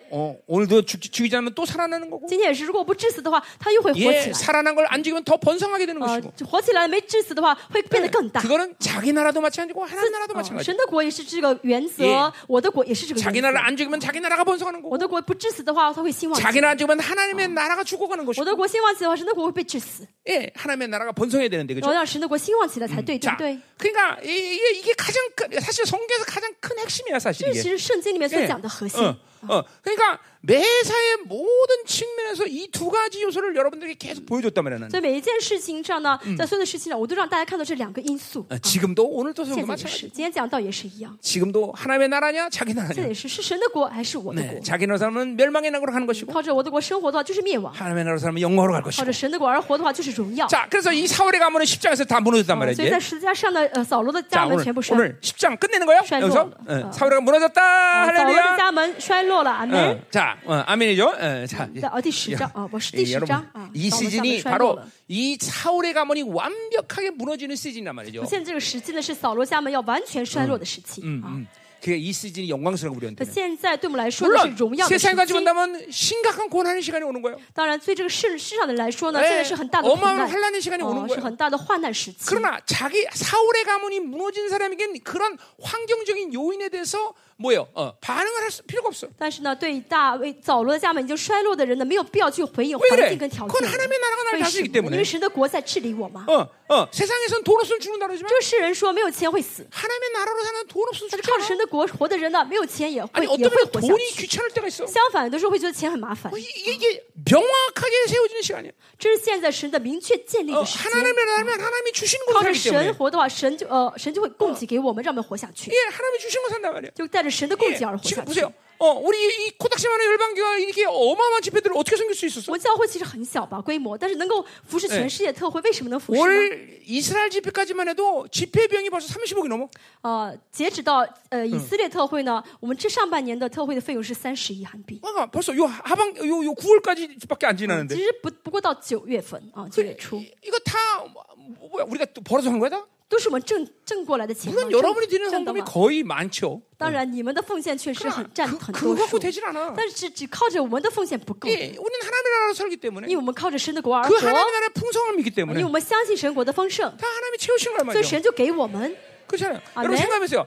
A: 어, 오늘도 죽, 죽이지 않으면 또 살아나는 거고.
B: 今天也是，如果不致死的话，他又会活起
A: 예,
B: 来。
A: 살아난 걸 안 죽이면 더 번성하게 되는
B: 呃
A: 것이고. ，
B: 活起来没致死的话，会变得更大。
A: 어, 그거는 자기 나라도 마찬가지고 하나님 나라도
B: 哦
A: 마찬가지.
B: 神的国也是这个原
A: 예
B: 则，我的国也是这个
A: 자기
B: 原
A: 나라
B: 则。
A: 안 죽이면 자기 나라가 번성하는
B: 我
A: 거고.
B: 的国不致死的话，他会兴旺起来
A: 자기 나라 안 죽으면 하나님의 나라가 죽어가는
B: 我
A: 것이고.
B: 的国兴旺起来的话，神的国会被致死。
A: 예, 하나님의 나라가 번성해야 되는데
B: 然后
A: 그죠?
B: 让神的国兴旺起来才对，对
A: 자,
B: 不对？
A: 그러니까 이- 이게 이게 가장 큰- 사실 성경에서 가장 큰 핵심이야 사실
B: 这其
A: 이게.
B: 实圣经里面所
A: 예.
B: 讲的核心。啊
A: 어, 어, 그러니까 매사의 모든 측면에서 이 두 가지 요소를 여러분들에게 계속 보여줬단 말이야.
B: 所以每一件事情上呢，在所有的事情上，我都让大家看到这两个因素。
A: 어, 지금도 오늘도
B: 现
A: 성경
B: 在也呃是，
A: 마찬가지.
B: 今天讲到也是一样。
A: 지금도 하나님의 나라냐 자기
B: 现
A: 나라냐.
B: 在也是，是神的国还是我的
A: 네,
B: 国？
A: 자기 나라 사람은 멸망의 낙으로 가는 것이고
B: 靠着我的国生活的话，就是灭亡；
A: 하나님의 나라 사람은 영광으로 갈
B: 靠
A: 것이고.
B: 着神的国而活的话，就是荣耀。
A: 자, 그래서 이 사월의 가문은 십장에서 다 무너졌단
B: 嗯
A: 말이야
B: 所以
A: 이제.
B: 在十字架上的呃扫罗的
A: 자,
B: 家门
A: 오늘,
B: 全部摔，
A: 오늘 십장 끝내는 거야?
B: 샬롬.
A: 여기서 네,
B: 어.
A: 사월이가 무너졌다
B: 啊扫罗的
A: 할렐루야.
B: 家门衰落了，阿门
A: 어, 。 자, 어, 아멘이죠. 어, 자, 예.
B: 在哦第十章啊，我是第
A: 예,
B: 十
A: 여러분,
B: 章啊，
A: 이
B: 扫罗家门
A: 시즌이
B: 衰落
A: 바로
B: 了。
A: 이 사울의 가문이 완벽하게 무너지는 시즌이란 말이죠.
B: 现在这个时期呢，是扫罗家门要完全衰落的时期啊。
A: 음, 그게 이 시즌이 영광스러워
B: 可
A: 우리한테는.
B: 现在对我们来说呢是
A: 물론
B: 荣耀的时
A: 세상 가지고
B: 期。
A: 본다면 심각한 고난의 시간이 오는 거예요.
B: 当然，对这个世世上的来说呢，
A: 예,
B: 现在是很大的苦
A: 어마어마한
B: 难，
A: 환란의 시간이 오는
B: 哦，是
A: 거예요.
B: 很大的患难时期。
A: 그러나 자기 사울의 가문이 무너진 사람에겐 그런 환경적인 요인에 대해서 뭐예요? 어, 반응을 할 수- 필요가 없어.
B: 但是呢，对大卫扫罗的家门已经衰落的人呢，没有必要去回应
A: 왜
B: 环
A: 그래?
B: 境跟条件
A: 그건 。 하나님의 나라가 나를
B: 为什
A: 다스리기
B: 么？因
A: 때문에.
B: 为神的国在治理我嘛。
A: 어, 어, 세상에선 돈 없으면 죽는다 그러지만
B: 这个世人说没有钱会死，
A: 하나님의 나라로 사는 돈 없으면
B: 但是靠着
A: 죽잖아.
B: 神的国活的人呢，没有钱也会
A: 아니
B: 也
A: 어떤
B: 会
A: 면
B: 活下
A: 돈이
B: 去。
A: 귀찮을 때가 있어.
B: 相反，有的时候会觉得钱很麻烦
A: 어, 이- 。 이게, 이게 명확하게 세워지는 시간이야.
B: 这是现在神的明确建立
A: 어,
B: 的时间。
A: 하나님을 알면 하나님이 주시는 걸
B: 靠着
A: 살기
B: 神
A: 때문에
B: 活的话，神就呃神就会供给给我们，让我们活下去，
A: 예, 하나님이 주시는 걸 산단 말이야.
B: 就带着神的供给而
A: 예,
B: 活
A: 지금
B: 下去
A: 보세요. 。 어, 우리 이 코딱지만한 열방교가 이렇게 어마어마한 집회들을 어떻게 생길 수
B: 我
A: 있었어?
B: 们教会其实很小吧，规模，但是能够服侍全世界特会，为什么能服侍呢？
A: 올 이스라엘 집회까지만 해도 집회 비용이 벌써 30억이 넘어.
B: 呃，截止到呃以色列特会呢，我们这上半年的特会的费用是三十亿韩币，
A: 그러니까 벌써 요 하반 요, 요 9월까지밖에 안
B: 其
A: 지나는데
B: 实不不过到九月份啊，九月初
A: 이- 이거 다 뭐- 뭐야 우리가 또 벌어서 한 거다?
B: 都是我们挣挣过来的钱嘛，
A: 이건
B: 挣
A: 여러분이 드리는
B: 挣的
A: 헌금이
B: 嘛。
A: 거의 많죠.
B: 当然，你们的奉献确实很
A: 그러나
B: 占
A: 그,
B: 很多
A: 그거 갖고
B: 数，
A: 되질 않아.
B: 但是只只靠着我们的奉献不够，
A: 예, 우리는 하나님의 나라로 살기 때문에
B: 因为我们靠着神的国而
A: 그
B: 活，
A: 하나님의 나라의 풍성함이기
B: 因
A: 때문에
B: 为我们相信神国的丰盛，
A: 다 하나님이 채우시는 걸
B: 所以
A: 말이죠.
B: 神就给我们。
A: 그렇잖아요.
B: 아,
A: 여러분
B: 네?
A: 생각하면서요.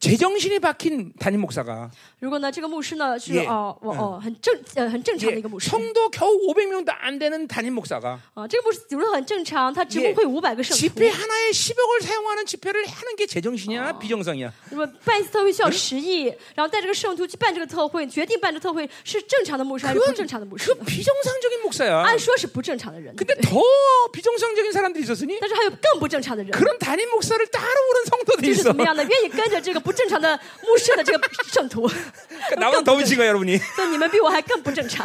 A: 제정신이 박힌 담임 목사가
B: 如果呢，这个牧师呢是
A: 耶嗯
B: 哦我哦很正呃很正常的
A: 예,
B: 一个牧师
A: 성도 겨우 500명도 안 되는 담임 목사가
B: 啊，这个牧师比如说很正常，他只
A: 耶啊
B: 不会五百个圣徒
A: 집회 ， 하나에 10억을 사용하는 집회를 하는 게 제정신이야
B: 아.
A: 비정상이야.
B: 那么办一次特会
A: 嗯
B: 需要十亿，然后带这个圣徒去办这个特会，决定办这个特会是正常的牧师还是不
A: 그건
B: 正常的牧师
A: 그
B: 呢？
A: 비정상적인 목사야.
B: 按说是不正常的人，
A: 근데 더 비정상적인 사람들이 있었으니
B: 但是还有更不正常的人，
A: 그런 담임 목사를 따라오는 성도들이
B: 就是怎
A: 있어.
B: 么样的，愿意跟着这个不正常的牧师的这个圣徒，
A: 그러니까 나보다 더 미친 거야 여러분이.
B: 所以你们比我还更不正常。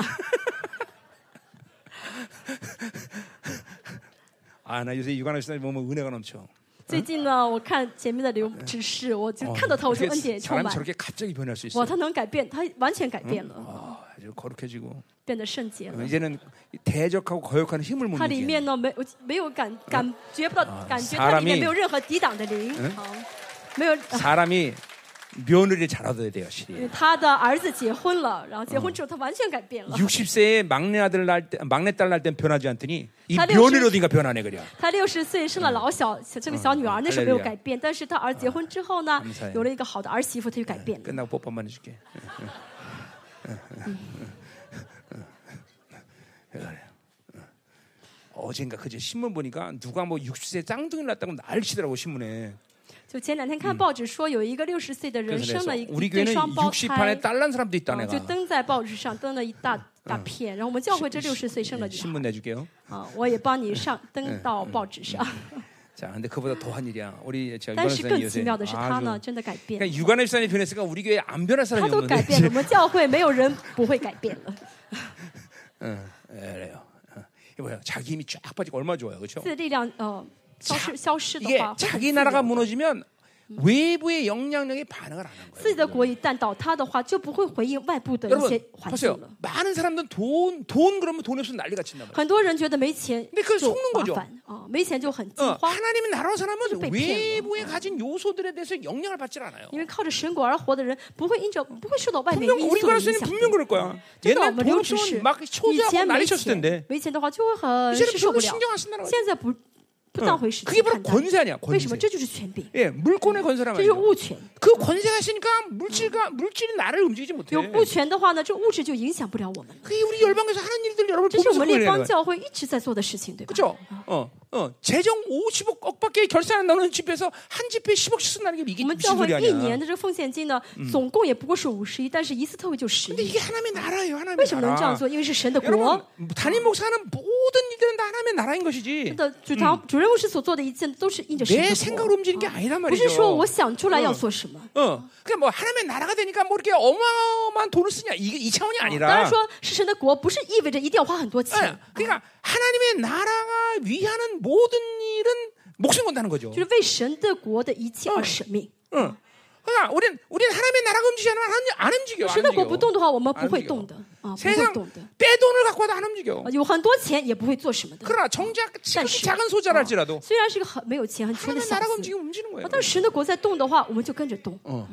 A: 아 나 요새 유관호 씨는 보면 뭐 은혜가 넘쳐.
B: 最近呢，我看前面的刘执事，我就
A: 어,
B: 看到他，我就
A: 어떻게
B: 恩典充
A: 사람이
B: 满，
A: 저렇게 갑자기 변할 수 있어.
B: 哇，他能改变，他完全改变了，
A: 아, 아주 거룩해지고
B: 变得圣洁了。
A: 이제는 대적하고 거역하는 힘을 못
B: 它里
A: 느끼는.
B: 面呢没我没有感感觉不到，感
A: 사람이
B: 觉它里面没有任何抵挡的灵，好，没有、啊
A: 사람이 며느리 잘 얻어야 돼요,
B: 因
A: 시리.
B: 为他的儿子结婚了，然后结婚之后他完全改变
A: 그렇죠.
B: 了。
A: 60세에 막내 아들 낳을 때, 막내 딸 낳을 땐 변하지 않더니 이
B: 다들
A: 며느리
B: 지금-
A: 어딘가 변하네 그래.
B: 他六十岁生了老小小这个小女儿，那时候没有改变，但是他儿子结婚之后呢
A: 嗯嗯，
B: 有了一个好的儿媳妇，他就改变了。
A: 끝나고 뽀뽀 한번 해줄게. 그래. 어젠가 그제 신문 보니까 누가 뭐 60세 쌍둥이 낳았다고 난리치더라고 신문에.
B: 就前两天看报纸说，有一个六十岁的人
A: 그래서
B: 生了
A: 그래서
B: 一
A: 우리
B: 一对
A: 교회는
B: 双胞
A: 60 반에
B: 胎，
A: 딸 낳은 사람도 있다
B: 嗯就
A: 내가.
B: 登在报纸上登了一大大片。然后我们教会这六十岁生的
A: 예,
B: 女孩
A: 신문 내줄게요.
B: 啊，我也帮你上登到报纸上。
A: 자, 근데 그보다 더한 일이야. 우리 저
B: 但
A: 유관의
B: 是
A: 사람이
B: 更奇
A: 요새
B: 妙啊的是，他呢
A: 아주
B: 真的改变了，
A: 그러니까 유관의 사람이 변했으니까 우리 교회 안 변할
B: 他
A: 사람이
B: 都改
A: 없는데
B: 变了。我们教会没有人不会改变了，
A: 응, 그래요. 어, 이거 뭐야? 자기 힘이 쫙 빠지고 얼마나 좋아요, 그렇죠?
B: 自力量呃消失消失的
A: 이게
B: 话，会很
A: 자기
B: 自由
A: 나라가 무너지면 음. 외부의 영향력에 반응을 안 하는
B: 自
A: 거예요.
B: 己的国一旦倒塌的话，就不会回应外部的一些
A: 여러분
B: 环境
A: 보세요.
B: 了。
A: 많은 사람들은 돈, 돈 그러면 돈 없으면 난리가 친단 말이에요.
B: 很多人觉得没钱
A: 那个
B: 就
A: 속는거
B: 麻
A: 죠
B: 烦啊，没钱就很惊
A: 어,
B: 慌，
A: 하나님이 나라는 사람은
B: 또
A: 외부에 가진 요소들에 대해서 영향을 받질 않아요.
B: 因为靠着神果而活的人，不会因着不会受到外面
A: 분명
B: 因
A: 우리 어.
B: 素的
A: 가수
B: 影
A: 는
B: 响
A: 분명
B: 的。
A: 그럴 거야.
B: 真的，我
A: 옛날 돈
B: 们留职是
A: 없으면 막
B: 以
A: 초조하고
B: 前没
A: 난리 쳤을
B: 钱
A: 텐데 ，
B: 没钱的话就会很
A: 이제는
B: 是受不
A: 별로
B: 了。
A: 신경 안 쓴다는 거야.
B: 现在不不当回事
A: 그게
B: 情
A: 바로
B: 看待，
A: 권세 아니야,
B: 为什么？
A: 권세.
B: 这就是权柄，
A: 예, 물권의 권세란
B: 这就是
A: 말이야.
B: 物权。
A: 그 권세가 있으니까 물질과 물질이 나를 움직이지 못해.
B: 有物权的话呢，这物质就影响不了我们了。
A: 그게 우리 열방에서 하는 일들 여러분
B: 这是
A: 보면서
B: 我们列
A: 그걸
B: 邦
A: 해야 돼.
B: 教会一直在做的事情，对吧？
A: 그죠? 어, 어, 재정 50억밖에 결산 안 나오는 집에서 한 집에 10억씩 쓴다는 게 이게
B: 我们
A: 무슨
B: 教会
A: 소리
B: 一年
A: 아니야?
B: 的这个奉献金呢，总共也不过是五十亿，但是一次特嗯惠就十
A: 근데
B: 亿。
A: 이게 하나님의 나라예요, 하나님의
B: 为什么能这样
A: 나라.
B: 做？因为是神的国
A: 여러분, 。 단임 목사는 모든 일들은 다 하나님의 나라인
B: 真
A: 것이지.
B: 的，主堂、主任牧师所做的一切都是印着神
A: 내
B: 的国
A: 생각으로 。 움직이는 게 아니란
B: 不是说
A: 말이죠.
B: 我想出来要做什么，
A: 어, 그러니까 뭐 하나님의 나라가 되니까 뭐 이렇게 어마어마한 돈을 쓰냐 이게 이 차원이
B: 当然
A: 아니라.
B: 说是神的啊哎国，不是意味着一定要花很多
A: 예,
B: 钱，啊
A: 그러니까 하나님의 나라가 위하는 모든 일은 목숨 건다는 거죠.
B: 就是为神的国的一切而舍命。
A: 응. 그러니까 우린 우린 하나님의 나라가 움직이지 않으면 하나님 안 움직여. 안
B: 神的国不
A: 움직여.
B: 动的话，我们
A: 안
B: 不会动的啊，不会
A: 세상
B: 动的。
A: 빼돈을 갖고 와도 안 움직여.
B: 啊有很多钱也不会做什么的。
A: 그러나 정작 지극히
B: 사실.
A: 작은 소자랄지라도
B: 虽然是个很没有钱、很穷的
A: 하나님의
B: 小
A: 나라가
B: 子，
A: 움직이면 움직이는
B: 啊
A: 거예요.
B: 但是神的国在动的话，我们就跟着动。
A: 어.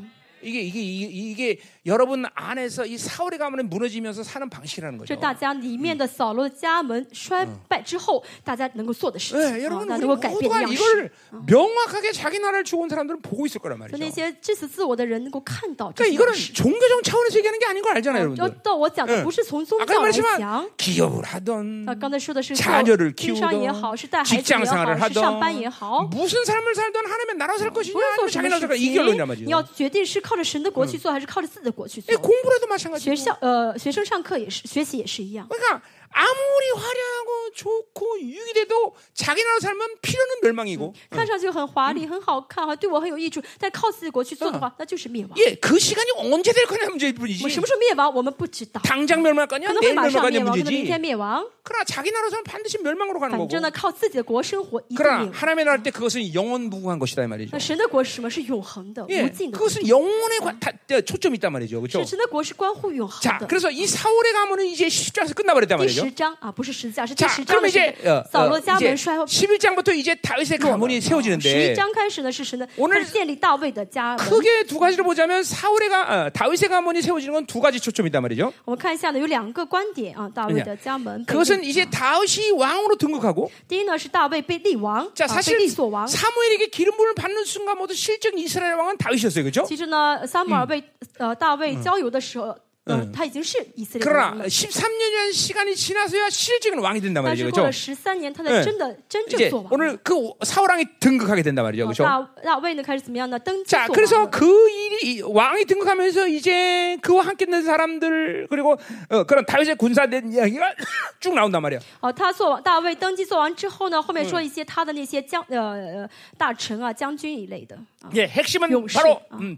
A: 이게 이게 이게, 이게 여러분 안에서 이 사울의 가문이 무너지면서 사는 방식이라는
B: 这
A: 거죠.
B: 大家里面的扫罗的家门衰败之后，大家能够做的事
A: 예,
B: 情，啊
A: 여러분
B: 那
A: 우리
B: 能够改变的
A: 모두가
B: 样式。
A: 이걸 명확하게 자기 나라를 죽은 사람들은 보고 있을 거란
B: 就那
A: 말이죠.
B: 些致死自我的人能够看到
A: 그러니까
B: 这些
A: 이거는
B: 样式。
A: 종교적 차원에서 얘기하는 게 아닌 걸 알잖아요,
B: 要
A: 여러분들.
B: 到我讲的啊
A: 嗯
B: 不是从宗
A: 아까 그
B: 教来讲
A: 말했지만 ， 기업을 하던
B: 那刚才说的是
A: 자녀
B: 做
A: 를
B: 经商
A: 키우던
B: 也好，是带孩
A: 직
B: 子也
A: 장생활을
B: 好，是
A: 하던
B: 上班也好，
A: 무슨 삶을 살던 하나님의 나라 살 것이냐
B: 不是
A: 아니면
B: 做什
A: 자기
B: 么
A: 나라 살
B: 事
A: 것이냐 이 결론이란
B: 情，你
A: 말이죠.
B: 要决定是靠着神的国去做，还是靠着自己的国去做
A: 이 。 공부라도
B: 学
A: 마찬가지고.
B: 校呃，学生上课也是，学习也是一样。
A: 그러니까 아무리 화려하고 좋고 유익이 돼도 자기 나라 살면 필요는 멸망이고
B: 看上去很华丽、很好看，哈，对我很有益处，但靠自己的国去做的话，那就是灭亡。
A: 예, 그 시간이 언제 될 거냐
B: 我们
A: 문제뿐이지.
B: 什么时候灭亡，我们不知道，
A: 당장 멸망할
B: 可
A: 거냐
B: 能会
A: 내
B: 马
A: 멸망할
B: 上灭
A: 거냐
B: 亡，可能明
A: 문제지.
B: 天灭亡。
A: 그러나 자기 나라 살면 반드시 멸망으로 가는
B: 反
A: 거고.
B: 正呢，靠自己的国生活一定灭
A: 그러나
B: 亡。
A: 하나님의 나라 때 그것은 영원 무궁한 것이다 이 말이죠.
B: 那神的国是什么是永恒的、
A: 예,
B: 无尽的国，
A: 그것은 영혼에 관- 다- 다- 초점이 있단 말이죠.
B: 是
A: 그렇죠?
B: 神的国是关乎永恒
A: 자,
B: 的。
A: 그래서 이 사울의 가문은 이제 십장에서 끝나버렸단
B: 第
A: 말이죠.
B: 十章啊，不是十架，是第
A: 자,
B: 十章
A: 그럼
B: 的
A: 이제
B: 这个扫罗家门衰落。
A: 11장부터 이제 다윗의 가문이
B: 十一
A: 세워지는데
B: 章开始呢，是神的
A: 오늘
B: 开始建立大卫的家门。
A: 크게 두 어, 가지로 보자면 사울의 가 어, 다윗의 가문이 세워지는 건 두 가지 초점이 있단 말이죠.
B: 我们看一下呢，有两个观点啊，大卫的家门被立。
A: 그것은 이제 다윗이 왕으로 등극하고
B: 第一呢是大卫被立王，
A: 자
B: 啊，被
A: 사실
B: 立所王。
A: 사무엘에게 기름 부음을 받는 순간 모두 실적 이스라엘 왕은 다윗이었어요. 그죠?
B: 其实呢，撒母耳被呃大卫交由的时候，呃，他已经是以色列的王
A: 그러나
B: 了。
A: 13년이라는 시간이 지나서야 실적인 왕이 된단
B: 但
A: 말이죠.
B: 是过了
A: 그죠?
B: 十三年，他
A: 예
B: 才真的真正
A: 이제
B: 做王了。
A: 오늘 그 사울왕이 등극하게 된단 말이죠.
B: 啊
A: 그죠?
B: 大大卫呢开始怎么样呢？登基做
A: 자,
B: 王
A: 그래서
B: 了。
A: 그 일이 이 왕이 등극하면서 이제 그와 함께 된 사람들 그리고 어, 그런 다윗의 군사된 이야기가 쭉 나온단 말이야.
B: 哦，他做王，大卫登基做王之后呢，后面说一些他的那些将呃呃大臣啊、将军一类的啊，
A: 예, 핵심은
B: 용시.
A: 바로
B: 아.
A: 음,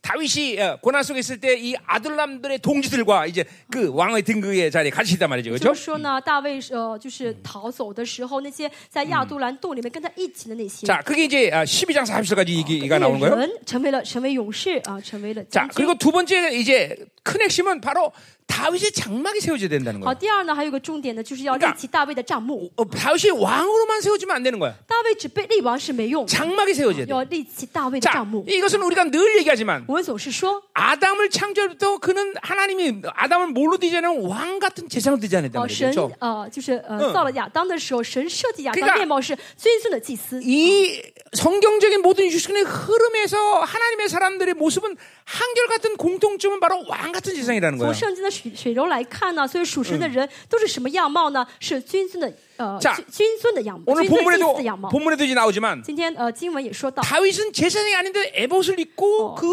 A: 다윗이 어, 고난 속에 있을 때 이 아들남들의 동지들과 이제 그 왕의 등극의 자리에 같이 있단 말이죠.
B: 哎就
A: 그렇죠?
B: 是说呢，大卫呃就是逃走的时候，那些在亚杜兰洞里面跟他一起的那些
A: 자, 그게 이제 아, 12장 40절까지 이게
B: 那些
A: 이가 나오는 아, 거예요.
B: 人，成为了成为勇士啊，成为了将
A: 자,
B: 军。
A: 그리고 두 번째 이제 큰 핵심은 바로 다윗의 장막이 세워져야 된다는
B: 好，
A: 거예요.
B: 第二呢，还有一个重点呢，就是要立
A: 그러니까
B: 起大卫的帐幕。
A: 어, 다윗이 왕으로만 세워지면 안 되는 거야.
B: 大卫只被立王是没用，
A: 장막이 세워져야 돼.
B: 要立起大卫的
A: 자, 뭐.
B: 帐幕。
A: 이것은 우리가 늘 얘기하지만
B: 我们总是说，
A: 아담을 창조부터 그는 하나님이 아담을 뭘로 디자인하면 왕 같은 재상을 그렇죠?
B: 哦、
A: 디자인했다는
B: 神
A: 거죠.
B: 呃，就是呃
A: 嗯，
B: 造了亚当的时候，神设计亚
A: 그러
B: 当
A: 니까
B: 面貌是尊尊的祭司。
A: 이 성경적인 모든 유신의 흐름에서 하나님의 사람들의 모습은 한결같은 공통점은 바로 왕 같은 세상이라는
B: 从
A: 거예요.
B: 圣经的水水流来看呢，所以属神的人都是什么样貌呢？是君尊的呃，
A: 자
B: 君君尊的样貌，
A: 오늘
B: 君尊祭司
A: 본문에도
B: 的样貌。
A: 본문에도 이제 나오지만
B: 今天呃，经文也说到，
A: 다윗은 제사장이 아닌데 에봇을 입고
B: 어.
A: 그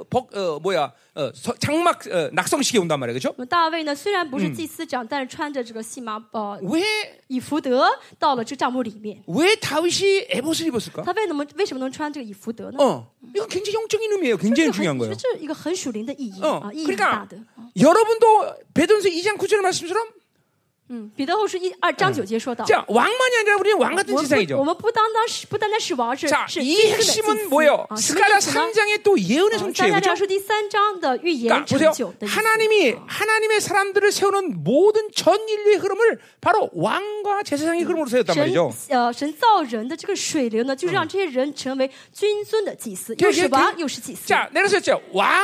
A: 어, 벅, 어, 뭐야 어, 서- 장막 어, 낙성식에 온단 말이에요, 그렇죠?
B: 那么大卫呢，虽然不是祭司长，但是穿着这个细麻呃
A: 왜
B: 以福德到了这帐幕里面。
A: 왜 다윗이 에봇을 입었을까?
B: 他为什么为什么能穿这个以福德呢？
A: 어, 이건 굉장히 영적인 의미예요. 굉장히 그러니까
B: 哦这是
A: 중요한
B: 很
A: 거예요.
B: 这是一个很属灵的意义
A: 어,
B: 啊，意义很大
A: 그러니까
B: 的。
A: 여러분도 베드로서 2장 9절 말씀처럼
B: 嗯，彼得后书一二章九节说到，
A: 자, 왕만이 아니라 우리는 왕
B: 我
A: 같은
B: 们不我
A: 세상이죠.
B: 们不单单是不单单是王，是
A: 자,
B: 是
A: 이
B: 君尊的祭
A: 핵심은
B: 司
A: 뭐예요?
B: 啊，什么
A: 스가랴
B: 意思呢？
A: 3장의 또 예언의
B: 哦
A: 성취예요.
B: 撒
A: 그죠?
B: 加利书第三章的预言
A: 그러니까
B: 成
A: 보세요.
B: 就的意思
A: 하나님이 하나님의 사람들을 세우는 모든 전 인류의 흐름을 바로 왕과 음. 제사장의 흐름으로 세웠단
B: 神
A: 말이죠.
B: 呃，神造人的这个水流呢，就是让这些人成为君尊的祭司，
A: 对
B: 又
A: 也
B: 是
A: 可以
B: 王又是祭司。
A: 자, 내려서 자, 왕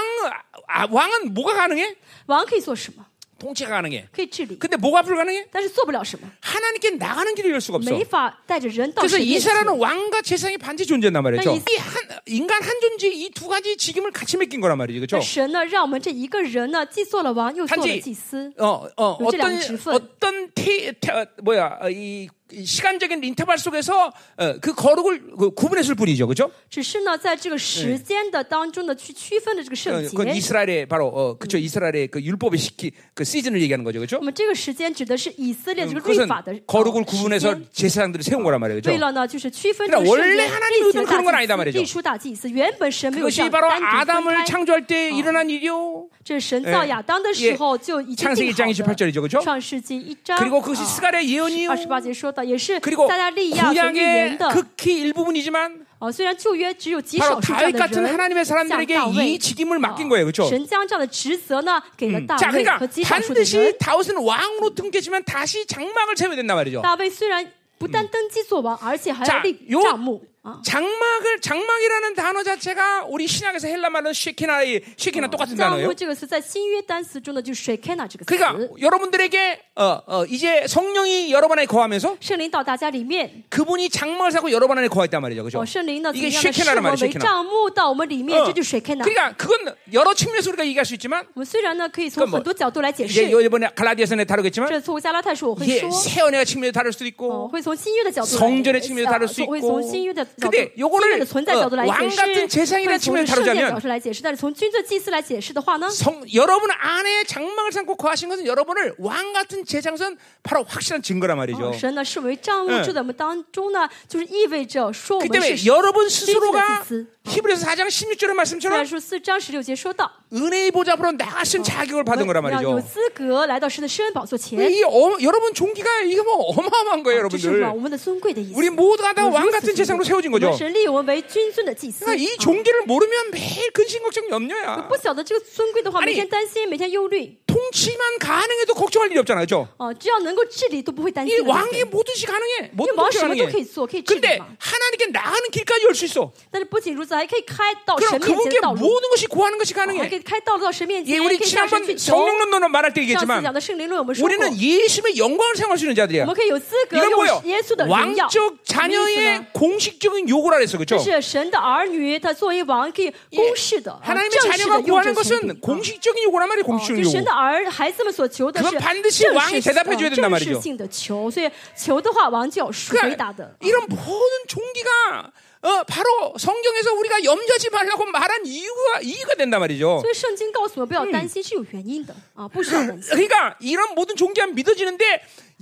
A: 아, 왕은 뭐가 가능해?
B: 王可以做什么？
A: 통치가 가능해.
B: 可以治理，
A: 근데 뭐가 불가능해?
B: 但是做不了什么，
A: 하나님께 나가는 길을 열 수가 없어.
B: 没法带着人到
A: 그래서
B: 神面前。
A: 이스라엘은 왕과 제사장이 반드시 존재한단 말이죠.
B: 그러니까
A: 이 한, 인간 한 존재 이 두 가지 직임을 같이 맡긴 거란 말이죠, 그렇죠?
B: 而神呢，让我们这一个人呢，既做了王，又做了祭司。
A: 어, 어, 어떤
B: 요즘 안 질서.
A: 어떤 테, 테, 어, 뭐야 어, 이, 이 시간적인 인터벌 속에서 어, 그 거룩을 그 구분했을 뿐이죠, 그렇죠?
B: 只是呢，在这个时间的当中呢，去区分的这个
A: 어,
B: 圣洁。
A: 그건 이스라엘의 바로 어, 그렇죠, 이스라엘의 그 율법의 시기 그 시즌을 얘기하는 거죠, 그렇죠?
B: 那么这个时间指的是以色列这个律
A: 그것은
B: 法的呃
A: 거룩을
B: 时间
A: 구분해서 제사장들을 세운 거란 어, 말이에요,
B: 为
A: 그렇죠?
B: 了呢，就是区分这
A: 그러니까
B: 个圣
A: 원래
B: 洁
A: 하나님이
B: 立起
A: 의도는
B: 的
A: 그런 건 아니다
B: 大祭司，
A: 말이죠.
B: 立出大祭司。原本神没有这
A: 그것이
B: 样
A: 바로
B: 单独分
A: 아담을
B: 开，
A: 창조할 때 일어난 일이요.
B: 这是神造
A: 예
B: 亚当的时候就已经
A: 창세기
B: 定好
A: 1장28절이죠그죠
B: 的。创世纪一章，
A: 그리고 그것이 스가랴 예언이요.
B: 二十八节说到，也是
A: 그리고
B: 撒加利亚所预言
A: 구약의
B: 的。
A: 극히 일부분이지만
B: 哦，虽然旧约只有极
A: 바로
B: 少数这
A: 다윗
B: 样的
A: 같은
B: 人
A: 하나님의
B: 像大
A: 사람들에게
B: 卫
A: 이 ， 직임을 맡긴
B: 哦
A: 거예요, 그렇죠?
B: 神将这样的职责呢给了大
A: 자,
B: 卫
A: 그러니까
B: 和极少数的
A: 반드시
B: 人。
A: 다윗은 왕으로 등극했지만 다시 장막을 세워야 된단 말이죠.
B: 大卫虽然不但登基做王，而且还
A: 자
B: 要立
A: 요
B: 帐幕啊。
A: 장막을 장막이라는 단어 자체가 우리 신약에서 헬라 말로 쉐키나의 쉐키나 똑같은
B: 帐幕
A: 단어예요.
B: 这个词在新约单词中呢，就是 shekana 这个
A: 그러니까
B: 词。
A: 여러분들에게 어, 어, 이제 성령이 여러분 안에 거하면서
B: 圣灵到大家里面，
A: 그분이 장막을 사고 여러분 안에 거했단 말이죠. 그죠?
B: 哦，圣灵呢怎
A: 이게
B: 么样的视
A: 쉐키나란
B: 我
A: 말이에요.
B: 为
A: 쉐키나.
B: 帐幕到我们里面，
A: 어.
B: 这就是 shekana。
A: 그러니까 그건 여러 측면에서 우리가 얘기할 수 있지만
B: 我们虽然呢可以从很多角度来解
A: 이제
B: 释，
A: 이번에 갈라디아서 어. 내 다루겠지만
B: 这从加拉太书我会
A: 이게
B: 说，
A: 새 언약의 측면에서 다룰 수도
B: 哦，
A: 있고
B: 会从新约的角度来
A: 성전의
B: 解
A: 측
B: 释呃
A: 면에서다룰수있고
B: 会从新约的角度，
A: 哦 근데
B: 新约的
A: 요거를
B: 存在角度来
A: 왕
B: 解
A: 같은
B: 释，
A: 재상이라는
B: 会从
A: 측면에서다루자면
B: 圣殿角度来解释，但是从君尊祭司来解释的话呢？
A: 성, 여러분 안에 장막을 삼고 거하신 것은 여러분을 왕 같은 제장선 바로 확실한 증거란
B: 哦
A: 말이죠.
B: 神呢，视为帐幕
A: 嗯
B: 住在我们当中呢，就是意味着说我
A: 그렇기
B: 们
A: 때문에
B: 是
A: 여러분 스스로가
B: 그리스도
A: 히브리서 4장 16절의
B: 再
A: 말씀처럼
B: 说四章十六节说到，
A: 은혜의 보좌 앞으로 나가신 자격을
B: 我
A: 받은
B: 们
A: 거란
B: 要有
A: 말이죠.
B: 资格来到神的施恩宝座前，
A: 이게 어, 여러분 종기가 이게 뭐 어마어마한 거예요,
B: 这是我
A: 여러분들.
B: 们的尊贵的意思。
A: 우리 모두가
B: 어,
A: 다 왕 같은 제상으로 세워진
B: 我
A: 거죠.
B: 们神立我们为君尊的祭司。
A: 그러니까 이
B: 啊
A: 종기를 모르면 매일 근심 걱정 염려야.
B: 不晓得这个尊贵的话，
A: 아니
B: 每天担心，每天忧虑
A: 통치만 가능해도 걱정할 일이 없잖아요, 그렇죠?
B: 啊，只要能够治理都不会担
A: 이
B: 心的。
A: 왕이 모든지 가능해.
B: 因为
A: 모든
B: 王
A: 것이
B: 什么都
A: 가능해.
B: 可以做，可以治
A: 근데
B: 理嘛。
A: 하나님께 나가는 길까지 열 수 있어.
B: 但是不仅如此，还可以开到神
A: 그럼
B: 面前
A: 그분께
B: 的道路，
A: 모든 것이 구하는 것이
B: 还可
A: 가능해.
B: 以开道路到神面
A: 예,
B: 前，可
A: 우리
B: 以向神去
A: 지난번
B: 求。
A: 성령론론 말할 때
B: 上次讲
A: 얘기했지만
B: 的圣灵论，我们说过，
A: 우리는 예수의 영광을 생각할 수 있는
B: 我
A: 자들이야.
B: 们可以有资格
A: 이건
B: 用
A: 뭐, 그 뭐예요?
B: 耶稣的荣耀。
A: 왕적
B: 什么意思呢
A: 자녀의 공식적인 요구라 그랬어.
B: 这
A: 그렇죠?
B: 是神的儿女，他作为王可以公式的、啊
A: 하나님의
B: 正式
A: 자녀가 어.
B: 的用
A: 구하는
B: 这权柄
A: 것은 。 공식적인 요구란 말이에요.
B: 哦，就
A: 공식적인
B: 神
A: 요구.
B: 的儿孩子们所求的
A: 그건
B: 是
A: 반드 시
B: 正
A: 왕이대답해줘야
B: 式、
A: 된단
B: 正
A: 말이죠
B: 式性的求，所以求的话，王就要回答
A: 그러니까
B: 的。
A: 이런 모든 종기가 어, 바로 성경에서 우리가 염려하지 말라고 말한 이유가 이유가 된단 말이죠.
B: 啊所以圣经告诉我们不要担心，是有原因的啊，不需要担心。
A: 그러니까 이런 모든 종기가 믿어지는데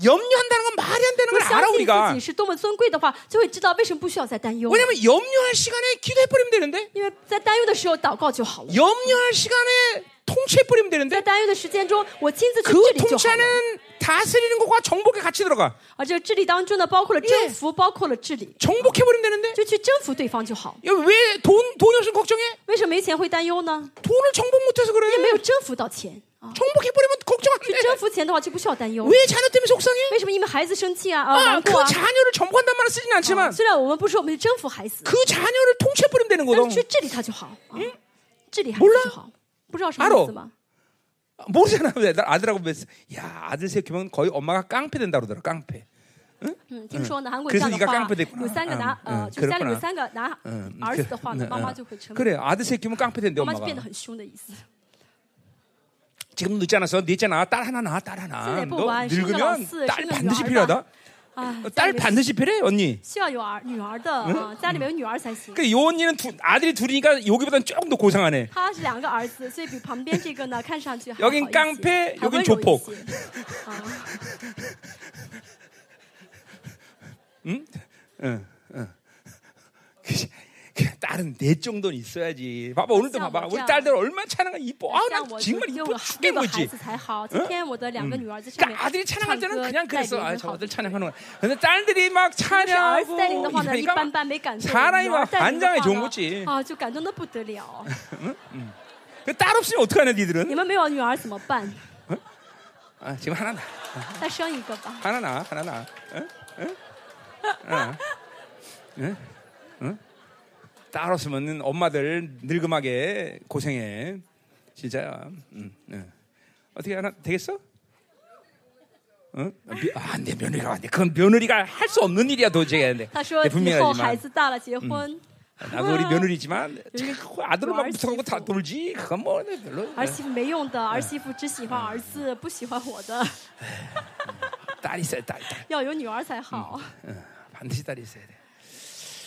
A: 염려한다는 건 말이 안 되는
B: 我
A: 걸
B: 相
A: 알아
B: 信自
A: 우리가.
B: 己是多么尊贵的话，就会知道为什么不需啊要再担忧了，
A: 왜냐면 염려할 시간에 기도해버리면 되는데
B: 因为在担忧的时候祷告就好了。
A: 염려할 시간에 통치해버리면
B: 在
A: 되는데
B: 单月的时间中，我亲自去
A: 그
B: 治理就好了。
A: 통치하는 다스리는 것과 정복에 같이 들어가.
B: 而啊这个治理当中呢，包括了征服，包括了治理，
A: 정복해버리면 되는데
B: 就去征服对方就好。
A: 왜 돈 돈이 없으면 걱정해?
B: 为什么没钱会担忧呢？
A: 돈을 정복 못해서
B: 因为没
A: 그래.
B: 有征服到钱
A: 아.
B: 啊。
A: 정복해버리면 걱정 안
B: 去
A: 돼.
B: 征服钱的话，就不需要担忧。
A: 왜 자녀 때문에 속상해?
B: 为什么因为孩子生气啊啊
A: 아
B: 难
A: 그
B: 过啊？
A: 자녀를 정복한단 말을 쓰진
B: 啊
A: 않지만
B: 虽然我们不是我们去征服孩子，
A: 그 자녀를 통치해버리면 되는
B: 但
A: 거든.
B: 是去治理他就好啊，治理孩
A: 몰
B: 子
A: 라
B: 就好。不啊知道什么意思吗？
A: 모르잖아. 왜? 나 아들하고 뵀어. 야 아들 새끼면 거의 엄마가 깡패 된다 그러더라. 깡패.
B: 嗯，听说呢，韩国
A: 그래서
B: 这样的
A: 네가
B: 话
A: 깡패됐구나，
B: 有三个男
A: 嗯
B: 呃，
A: 嗯
B: 就家里
A: 그렇구나
B: 有三个男
A: 응,
B: 儿
A: 그-
B: 子的话呢
A: 응, ，
B: 妈妈
A: 응.
B: 就会成，
A: 그래 아들 새끼면 깡패 된대
B: 妈妈就
A: 엄마가.
B: 变得很凶的意思。
A: 지금 늦지 않아서 넷째 나와 딸 하나 나와 딸 하나.
B: 선생님,
A: 너
B: 보완,
A: 늙으면
B: 신경 아,
A: 딸
B: 쓰-
A: 반드시
B: 신경
A: 필요하다. 어,
B: 啊，家
A: 딸
B: 里面
A: 반드시 필요해 언니.
B: 需要有儿女儿的啊，家里面有女儿才行。
A: 그 요 언니는 두, 아들이 둘이니까 여기보단 조금 더 고상하네.
B: 他是两个儿子，所以比旁边这个呢，看上去还
A: 여긴
B: 好一些
A: 깡패
B: 还
A: 여긴
B: 温
A: 조
B: 柔一
A: 폭
B: 些啊，
A: 그, 그 딸은 넷 정도는 있어야지. 봐봐 오늘도
B: 진짜
A: 봐봐 우리
B: 멋져.
A: 딸들 얼마나 찬양가 이뻐.
B: 像
A: 아나
B: 我
A: 정말
B: 有
A: 이뻐
B: 个六个孩
A: 죽겠는지.
B: 子才好。今天我的两个女儿在上面
A: 그러니까 아들이 찬양할 때는
B: 唱歌
A: 그냥
B: 带
A: 그랬어.
B: 领
A: 아
B: 也好
A: 저들 찬양하는 거야. 근데 딸들이 막
B: 但是儿
A: 찬양하고
B: 子带领的话呢，一
A: 이러니까
B: 般般，没感动。
A: 사람이
B: 女儿
A: 막
B: 带领的
A: 환장해
B: 话
A: 좋은 거
B: 呢
A: 지
B: 啊，就感动的不得了。
A: 그 딸 없으면 어떡하냐
B: 你
A: 니들은?
B: 们没有女儿怎么办？
A: 아, 지금 하나 나.
B: 再生一个吧。
A: 하나 나. 하나 나. 응? 응? 응? 응? 응? 딸 없으면 엄마들 늙음하게 고생해. 진짜. 응, 응. 어떻게 하나 되겠어? 응? 미- 아, 안돼 며느리가 안돼 그건 며느리가 할 수 없는 일이야 도저히 안돼 네,
B: 他说以后孩子大了结婚，
A: 나도 우리 며느리지만
B: 요즘
A: 자꾸 아들로만
B: 왈스
A: 무서워하고 다
B: 있고.
A: 놀지 그건 뭐 별로
B: 儿媳妇没用的，儿媳妇只喜欢儿子，不喜欢我的，
A: 딸이 있어야 딸, 딸
B: 要有女儿才好。
A: 어, 반드시 딸이 있어야 돼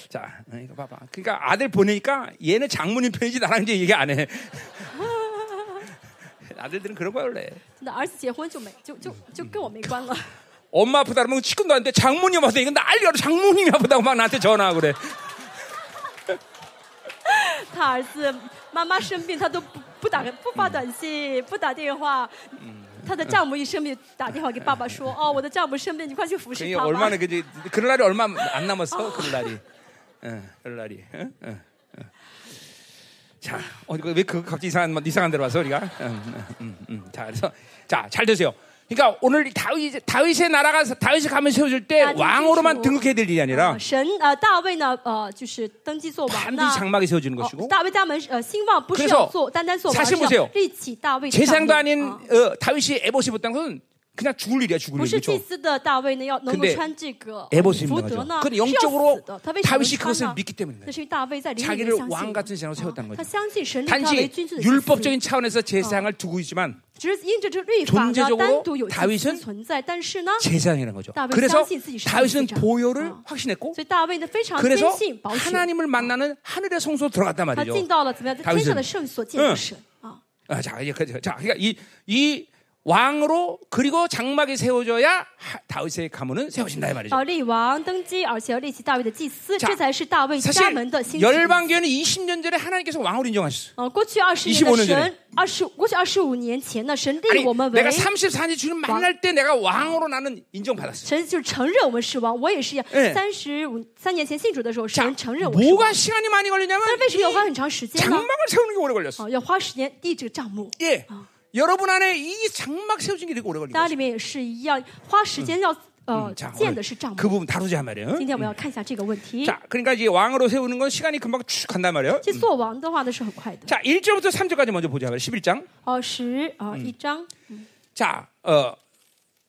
A: 자, 어, 이거 봐봐. 그러니까 아들 보내니까 얘는 장모님 편이지 나랑 이제 얘기 안 해. 아들들은 그런 거야 원래.
B: 真的，儿子结婚就没就就就跟我没关了。
A: 엄마 아프다 그러면 치근도 안 돼. 장모님 아프다. 이건 난리야. 장모님이 아프다고 막 나한테 전화하고 그래.
B: 他儿子妈妈生病，他都不不打不发短信，不打电话。他的丈母一生病，打电话给爸爸说：“哦，我的丈母生病，你快去服侍
A: 그게
B: 他吧。”
A: 얼마나 그지? 그럴 날이 얼마 안 남았어. 그럴 날이. 응, 그럴 날이. 응, 응, 응. 자, 어, 이거 왜 그 갑자기 이상한 말- 이상한 데로 와서 우리가? 음, 응, 응, 응, 응. 음. 자, 그래서 자, 잘 되세요. 그러니까 오늘 다윗 다윗의 나라가 다윗의 가면 세워질 때
B: 아,
A: 왕으로만
B: 진짜죠.
A: 등극해야 될 일이
B: 啊
A: 아니라
B: 神呃，大卫呢呃，就是登基做王
A: 반드시
B: 呢。
A: 장막이 세워지는
B: 哦
A: 것이고
B: 大卫大门呃兴旺不是要做单单做王，
A: 사실
B: 而是
A: 보세요
B: 要立起大卫的帐
A: 제사장도
B: 幕
A: 아닌
B: 啊
A: 어, 다윗이 에봇이 못한 것은 그냥 죽을 일이야, 죽을
B: 不
A: 일.
B: 是祭
A: 그렇죠?
B: 司的大卫呢，要能够
A: 근데
B: 穿这个
A: 에봇이
B: 福
A: 입는거죠
B: 德呢，
A: 그건영
B: 是
A: 적으로
B: 要死的。他为什
A: 다윗
B: 么
A: 이
B: 穿
A: 그것을믿기때문에 그래요 ？
B: 呢那是因为大卫在灵里
A: 자기
B: 面
A: 를
B: 相
A: 왕
B: 信
A: 같은신하로세웠다는거죠
B: 他相信神立他为
A: 단지
B: 君尊的祭司
A: 율법적인
B: 어.
A: 차원에서 제사장을 두고 있지만
B: 只是因着这律法呢
A: 존재적으로，
B: 单独有
A: 다윗은
B: 祭司存在，但是呢，
A: 제사장이라는 거죠.
B: 다윗은
A: 그래서
B: 자신이 있으신
A: 다윗은
B: 제사장.
A: 보혈을
B: 어.
A: 확신했고
B: 所以大卫呢非常坚
A: 그래서
B: 信保守，
A: 하나님을
B: 어.
A: 만나는 하늘의 성소로 들어갔단
B: 他
A: 말이죠.
B: 进到了怎么样，在
A: 다윗은
B: 天上的圣所见到神啊。
A: 아, 자, 이제 그- 자, 그러니까 이, 이 왕으로 그리고 장막이 세워져야 하- 다윗의 가문은 세워진다 이 말이죠.
B: 啊，立王登基，而且要立起大卫的祭司，
A: 자
B: 这才是大卫家
A: 사실
B: 门的兴起。
A: 열방교회는 20년 전에 하나님께서 왕으로 인정하셨어.
B: 呃，过去二十年啊
A: 25년
B: 的
A: 전에
B: 神，二十过去二十五年前呢，神立
A: 아니
B: 我们为
A: 내가 34년 주님 만날 때 내가 왕으로 나는 인정받았어.
B: 神，就是承认我们是王，我也是一样
A: 예 。
B: 三十五三年前信主的时候，
A: 자,
B: 神承认我是王
A: 뭐가 ， 시간이 많이 걸리냐면
B: 但是为什么要花
A: 이
B: 很长时间呢？
A: 장막을 세우는 게 오래 걸렸어.
B: 啊，要花时间立这个账目。
A: 예. 여러분 안에 이 장막 세워진 게 이렇게 오래 걸린
B: 大家
A: 거예요.
B: 里面也是一样，花时间要呃
A: 자,
B: 建
A: 오늘
B: 的是账
A: 그 부분
B: 目。
A: 다루자 한 말이에요.
B: 今天我们要看一嗯下这个问题。
A: 자, 그러니까 이제 왕으로 세우는 건 시간이 금방 쭉 간단 말이에요.
B: 其实做王的话呢是很快的。
A: 자, 1절부터 3절까지 먼저 보자 말이에요. 11장.
B: 哦，十啊一章，
A: 자, 어,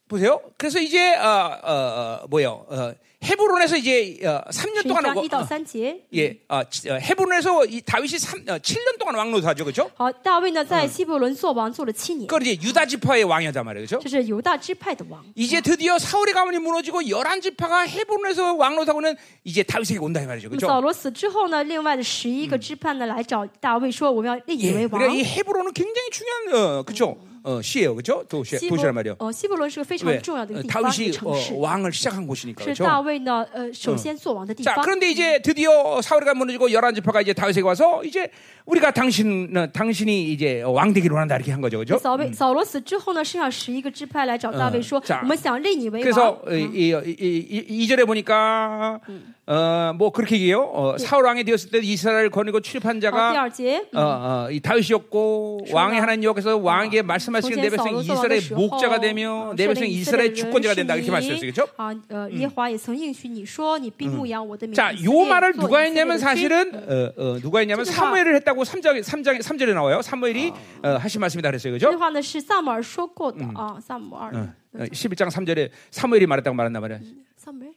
A: 보세요. 그래서 이제 어, 어, 어, 뭐예요? 어, 헤브론에서 이제 어, 3년
B: 十一
A: 동안
B: 章
A: 오고
B: 一到三节。
A: 예, 어, 치- 어, 헤브론에서 이 다윗이 3, 어, 7년 동안 왕노사죠. 그렇죠?
B: 好，大卫呢在西伯伦做王做了七年，
A: 그걸 이제 유다 지파의 왕이었단 말이에요. 그렇죠?
B: 这是犹大支派的王。
A: 이제 드디어 사울의 가문이 무너지고 열한 지파가 헤브론에서 왕노사고는 이제 다윗에게 온다 이 말이죠.
B: 那么扫
A: 그렇죠?
B: 罗死之后呢，另外的十一个支派呢来找大卫说，我们要立你
A: 예,
B: 为王
A: 그러니까 。이 헤브론은 굉장히 중요한 어, 그렇죠? 어, 시예요, 그렇죠? 도시,
B: 希
A: 도시란
B: 伯
A: 말이요.
B: 呃西伯伦是个非常
A: 왜?
B: 重要的一
A: 어,
B: 个地方，一
A: 다윗이
B: 个城市
A: 어, ， 왕을 시작한 곳이니까
B: 是
A: 그렇죠.
B: 大卫呢呃首先做王的地
A: 자,
B: 方。
A: 그런데 이제 드디어 사울이가 무너지고 열한 지파가 이제 다윗에게 와서 이제 우리가 당신 어, 당신이 이제 왕 되기로 한다 이렇게 한 거죠, 그렇죠?
B: 扫罗扫罗死之后呢，剩下十一个支派来找大卫说
A: 嗯：“
B: 我们想立你为
A: 그래서
B: 王。嗯
A: 이절에 보니까 어, 뭐 그렇게 얘기해요. 어, 사울 왕이 되었을 때 이스라엘 거느리고 출입한 ”
B: 好，第
A: 자가
B: 二节，
A: 어, 어, 이 다윗이었고
B: 그래서
A: 왕의 하나님 여호와께서 왕에게
B: 从
A: 말씀하시는 내
B: 前扫
A: 백성
B: 罗做王的
A: 이스라엘의
B: 时候，
A: 목자가
B: 呃
A: 되며
B: 说
A: 내
B: 了
A: 백성
B: 以色列
A: 이스라엘의
B: 人
A: 주권자가 된다
B: 是
A: 그렇게
B: 你
A: 말씀하셨어요. 그렇죠?
B: 啊，呃，耶和华也曾应许你说，你必牧养我的民。
A: 자,
B: 以色
A: 요
B: 列
A: 말을
B: 做
A: 누가
B: 以色列
A: 했냐면
B: 的君
A: 사실은 어, 어, 누가 했냐면
B: 음.
A: 사무엘을 했다고 3장 3장 3절에 나와요. 사무엘이 어, 하신 말씀이다 그랬어요.
B: 这句
A: 그죠?
B: 话呢是萨姆尔说过的啊，萨姆尔，
A: 어, 11장 3절에 사무엘이 말했다고 말했나 말이야.
B: 萨姆尔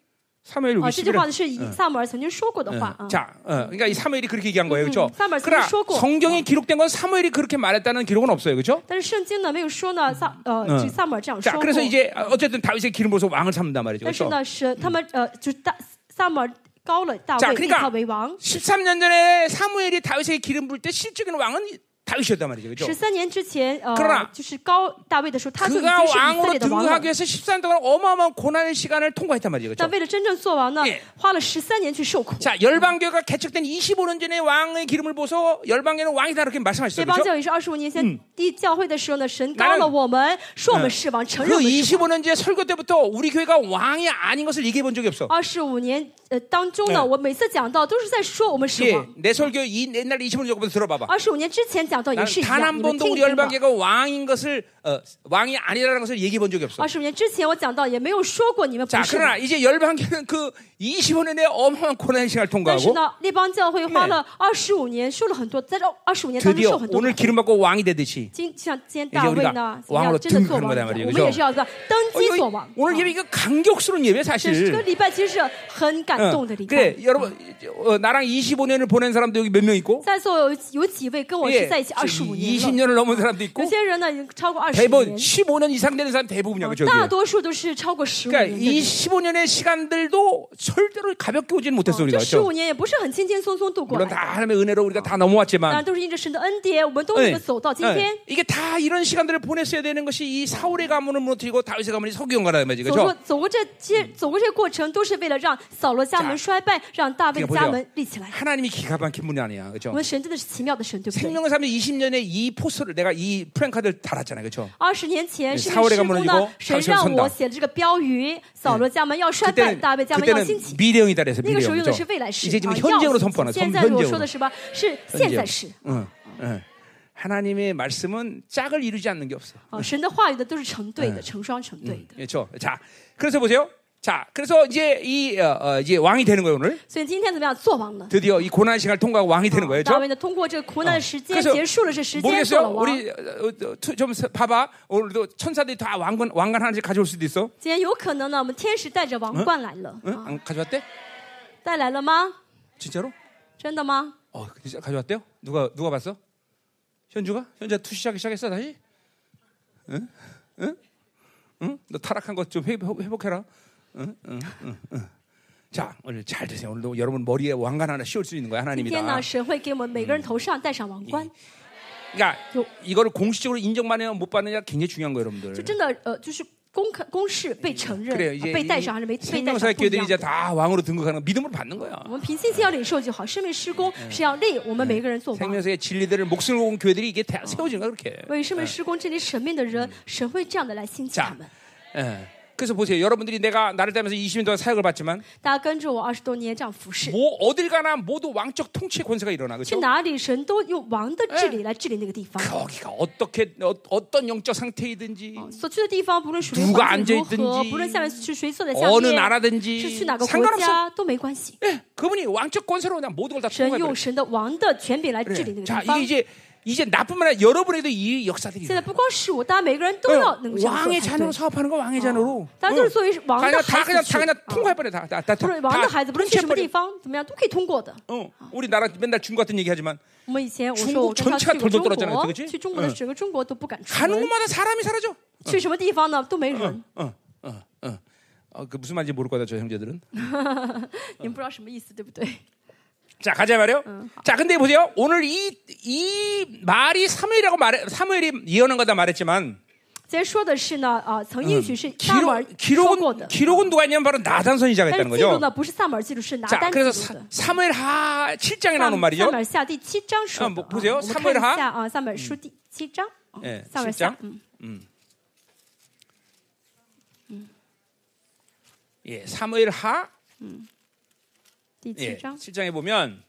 A: 사무엘
B: 啊，这句话
A: 아, 51장
B: 呢是以萨姆尔曾经说过的话啊。
A: 자, 어, 그러니까 이 사무엘이 그렇게 얘기한 거예요. 그죠?
B: 음, 사무엘
A: 그러나
B: 쓰고.
A: 성경에 기록된 건 사무엘이 그렇게 말했다는 기록은 없어요. 그죠?
B: 但是圣经呢没有说呢，萨呃，这萨姆尔这样说
A: 자,
B: 过。
A: 그래서 이제 어쨌든 다윗의 기름 부어서 왕을 삼는단 말이죠.
B: 但是
A: 그렇죠?
B: 呢，是他们呃，就是大萨姆尔高了大
A: 자그러
B: 卫，
A: 니까
B: 立他为王。
A: 13년 전에 사무엘이 다윗의 기름 부을 때 실적인 왕은 다윗이었단 말이죠. 그죠?
B: 十三年之前，呃
A: 그러나 ，
B: 就是高大卫的时候，他就已
A: 그가
B: 经是以色
A: 왕으로
B: 列的王了
A: 등극하기 。 위해서 13년 동안 어마어마한 고난의 시간을 통과했단 말이죠.
B: 但
A: 그렇죠?
B: 为了真正做王呢
A: 예 ，
B: 花了十三年去受苦。
A: 자, 열방교가 개척된 25년 전에 왕의 기름을 부어서 열방교는 왕이다 이렇게 말씀하셨어요.
B: 这帮
A: 그렇죠?
B: 教也是二十五年前立教会的时候呢，神
A: 나는
B: 高了嗯我们，说我们是王，承
A: 그
B: 认我们是
A: 25년 전에 설교 때부터 우리 교회가 왕이 아닌 것을 얘기해 본 적이 없어.
B: 二十五年呃当中
A: 예
B: 呢，我每次讲到都是在说我们是
A: 예,
B: 王。
A: 내 설교 이 옛날 25년 전부터 들어봐봐.
B: 二十五年之前讲到也
A: 나는
B: 是一
A: 단
B: 样，
A: 한
B: 你们
A: 번도
B: 听
A: 우리
B: 一听吧。
A: 열방교가 왕인 것을 어, 왕이 아니라는 것을 얘기해 본 적이 없어.
B: 二十五年之前我讲到也没有说过你们不
A: 자,
B: 是王。
A: 그러나 이제 열방교는 그 25년의 어마어마한 고난의 시간을
B: 但是
A: 통과하고
B: 呢，列邦教会花了二十五年，受了很多，在这二十五年当中
A: 드디어
B: 受很多苦。
A: 오늘 기름 받고 왕이 되듯이
B: 今像今天大卫呢，
A: 이제우리가왕으로
B: 要真的做
A: 등극하는거
B: 王一
A: 단
B: 样，
A: 말이에요
B: 我
A: 그죠
B: 们也是要做登
A: 어, 네,
B: 基
A: 이거
B: 做王。
A: 오늘 예배 이거 강격스러운 예배
B: 这是这嗯个
A: 사실.
B: 礼拜其实是很感
A: 어,
B: 动的礼拜
A: 그래 。 여러분 어, 나랑 25년을 보낸 사람도 여기 몇 명 있고 예.
B: 在座有有几位跟我是在一起二十五年了？
A: 아, 20년을 넘은 네, 사람도
B: 有
A: 있고
B: 些人呢，已经超过二十
A: 대부분
B: 年，
A: 15년 이상 되는 사람 대부분이야 그죠?
B: 大多数都是超过十五
A: 그러니까
B: 年
A: 이
B: 的。
A: 15년의 시간들도 절대로 가볍게 오지는 못했어 우리가
B: 这十
A: 그렇죠?
B: 五年也不是很轻轻松松度过
A: 물론
B: 来的，
A: 다 하나님의 은혜로 우리가 다
B: 当然
A: 넘어왔지만
B: 都是因着神的恩典，我们都
A: 예,
B: 能够走到今
A: 예.
B: 天。
A: 이게 다 이런 시간들을 보냈어야 되는 것이 이 사울의 가문을 무너뜨리고 다윗의 가문이 석유한 거라 말이죠
B: 走过
A: 그렇죠?
B: 走过这些走过这些过程，都是为了让扫罗家门
A: 자
B: 衰败，让大卫
A: 그러니까
B: 家
A: 보세요.
B: 门立起来。
A: 하나님이 기가 막힌 분이 아니야
B: 我
A: 그렇죠?
B: 们神真的是奇妙的神，对不对？
A: 생명의 삶의 20년에 이 포스를 내가 이 프랭카드를 달았잖아요 그렇죠?
B: 二十年前
A: 네
B: 是
A: 사월에가
B: 师傅
A: 무너지고
B: 呢，神
A: 다윗은선다
B: 让我写了这个嗯标语：扫罗家门要衰败，
A: 그때는,
B: 大卫家门要
A: 그때는
B: 兴起。
A: 미래형이다 그래서
B: 那个时候
A: 미래형
B: 用的是未
A: 그렇죠?
B: 来式
A: 이제
B: 啊，
A: 지금
B: 要
A: 현재형으로
B: 兴
A: 선포하는
B: 起现在我说
A: 현재형으로
B: 的是吧？是现在式
A: 응, 응. 하나님의 말씀은 짝을 이루지 않는 게 없어
B: 啊，神的话语的都是成对的，成双成对的。
A: 그렇죠? 자 그래서 보세요 자 그래서 이제 이 어, 어, 이제 왕이 되는 거예요 오늘
B: 所以今天怎么样做王呢？啊
A: 드디어 이 고난 시간을 통과하고 왕이 되는 거예요
B: 大
A: 그렇죠?
B: 卫呢，通过这个苦难的时
A: 그
B: 间
A: 래서
B: 结束了这时间，
A: 모르겠어요
B: 做了王。
A: 우리 어, 어, 투- 좀 서- 봐봐 오늘도 천사들이 다 왕관, 왕관 하나씩 가져올 수도 있어
B: 今天有可能呢，我们天使带着王冠来了，
A: 응?
B: 啊
A: 안 가져왔대?
B: 带来了吗？
A: 진짜로?
B: 真的吗？
A: 어, 진짜 가져왔대요? 누가 누가 봤어? 현주가? 현주가 투시하기 시작했어 다시? 응? 응? 응? 너 타락한 것 좀 회복해라. 응? 응? 응? 응. 자, 오늘 잘 드세요. 오늘도 여러분 머리에 왕관 하나 씌울 수 있는 거야
B: 今天
A: 하나님이다.
B: 呢，神会给我们每个人头上戴上王冠。
A: 그러니까
B: 요-
A: 이거를 공식적으로 인정받느냐 못 받느냐 굉장히 중요한 거예요,
B: 就
A: 여러분들.
B: 真的呃，就是公开公示被承认、
A: 그래요.
B: 啊
A: 아, 이제
B: 被戴上还是没被戴上
A: 생명사의
B: 不一
A: 교회들이
B: 样
A: 이제 다 왕으로 등극하는 거 믿음으로 받는 거야.
B: 我们凭信心要领受就好，生命施工是要立我们每个人做王。
A: 생명사의 진리들을 목숨을 건 교회들이 이게 다 세워지는 거야 그렇게.
B: 为生命施工这里神命的人，神会这样的来兴起他
A: 자,
B: 们。
A: 예. 그래서 보세요. 여러분들이 내가 나를 따면서 20년 동안 사역을 받지만
B: 大家跟着我二十多年这样服侍，
A: 뭐 어딜 가나 모두 왕적 통치의 권세가 일어나
B: 去
A: 그렇죠?
B: 哪里神都用王的治理来治理那个地方。
A: 거기가 어떻게 어, 떤 영적 상태이든지
B: 所去的地方，不论属灵
A: 누가
B: 环境如何，
A: 앉아있든지
B: 不论下面是谁坐在下
A: 어느
B: 面，
A: 나라든지
B: 是去哪个国
A: 상관없어.
B: 家都没关系。
A: 예, 그분이 왕적 권세로 그냥 모든 걸다
B: 神
A: 통과해.
B: 用神的王的权柄来治理那
A: 그래.
B: 个
A: 자
B: 地
A: 이게
B: 方。
A: 이제 이제 나뿐만 아니라 여러분에도 이 역사들이
B: 现
A: 일어나.
B: 在不光是我，大家每个人都
A: 예,
B: 要能够这样做
A: 왕의
B: 才对
A: 자녀로 。 사업하는 거 왕의 자녀로.
B: 어. 다들 소위 왕의
A: 다 그냥 다 그냥 다
B: 하이스트.
A: 그냥
B: 어.
A: 통과해 버려 다다 다.
B: 不论王的孩子，不论去什么
A: 통치해버려.
B: 地方，怎么样都可以通过的。
A: 어, 우리 나라 맨날 중국 같은 얘기하지만
B: 我们以前我
A: 中
B: 说
A: 国
B: 我跟他
A: 전체가
B: 去过
A: 돌돌
B: 中
A: 돌았잖아요
B: 国，
A: 그치
B: 去中国的
A: 응
B: 整个中国都不敢出
A: 가는
B: 门，
A: 곳마다 사람이 사라져.
B: 去什么地方呢都没人，
A: 어, 어, 어. 어, 그 무슨 말인지 모를 거다 저 형제들은.
B: 你们不知道什么意思对不对？
A: 자 가자 말이요.
B: 응.
A: 자 근데 보세요. 오늘 이 이 말이 사무엘이라고 말해 사무엘이 예언한 거다 말했지만
B: 今天说的是呢，啊，曾应许是撒母耳
A: 기록
B: 说过的
A: 기록은 ， 기록은 누가 했냐면 바로 나단 선지자가
B: 但是
A: 했다는
B: 记录
A: 거죠.
B: 呢不是撒母耳记录，是拿
A: 자
B: 单记
A: 그래서
B: 录
A: 사,
B: 的。
A: 사무엘 하 7장에
B: 撒
A: 나오는
B: 母撒
A: 말이죠.
B: 母耳下第七章说
A: 아
B: 的，
A: 뭐
B: 啊
A: 보세요
B: 我们
A: 撒
B: 看
A: 母耳하
B: 一下啊，撒母耳书第七章，啊
A: 음. 예,
B: 撒母耳下
A: 7장. ，
B: 嗯，
A: 예, 사무엘 하
B: 第七
A: 예,
B: 章
A: 7장에 보면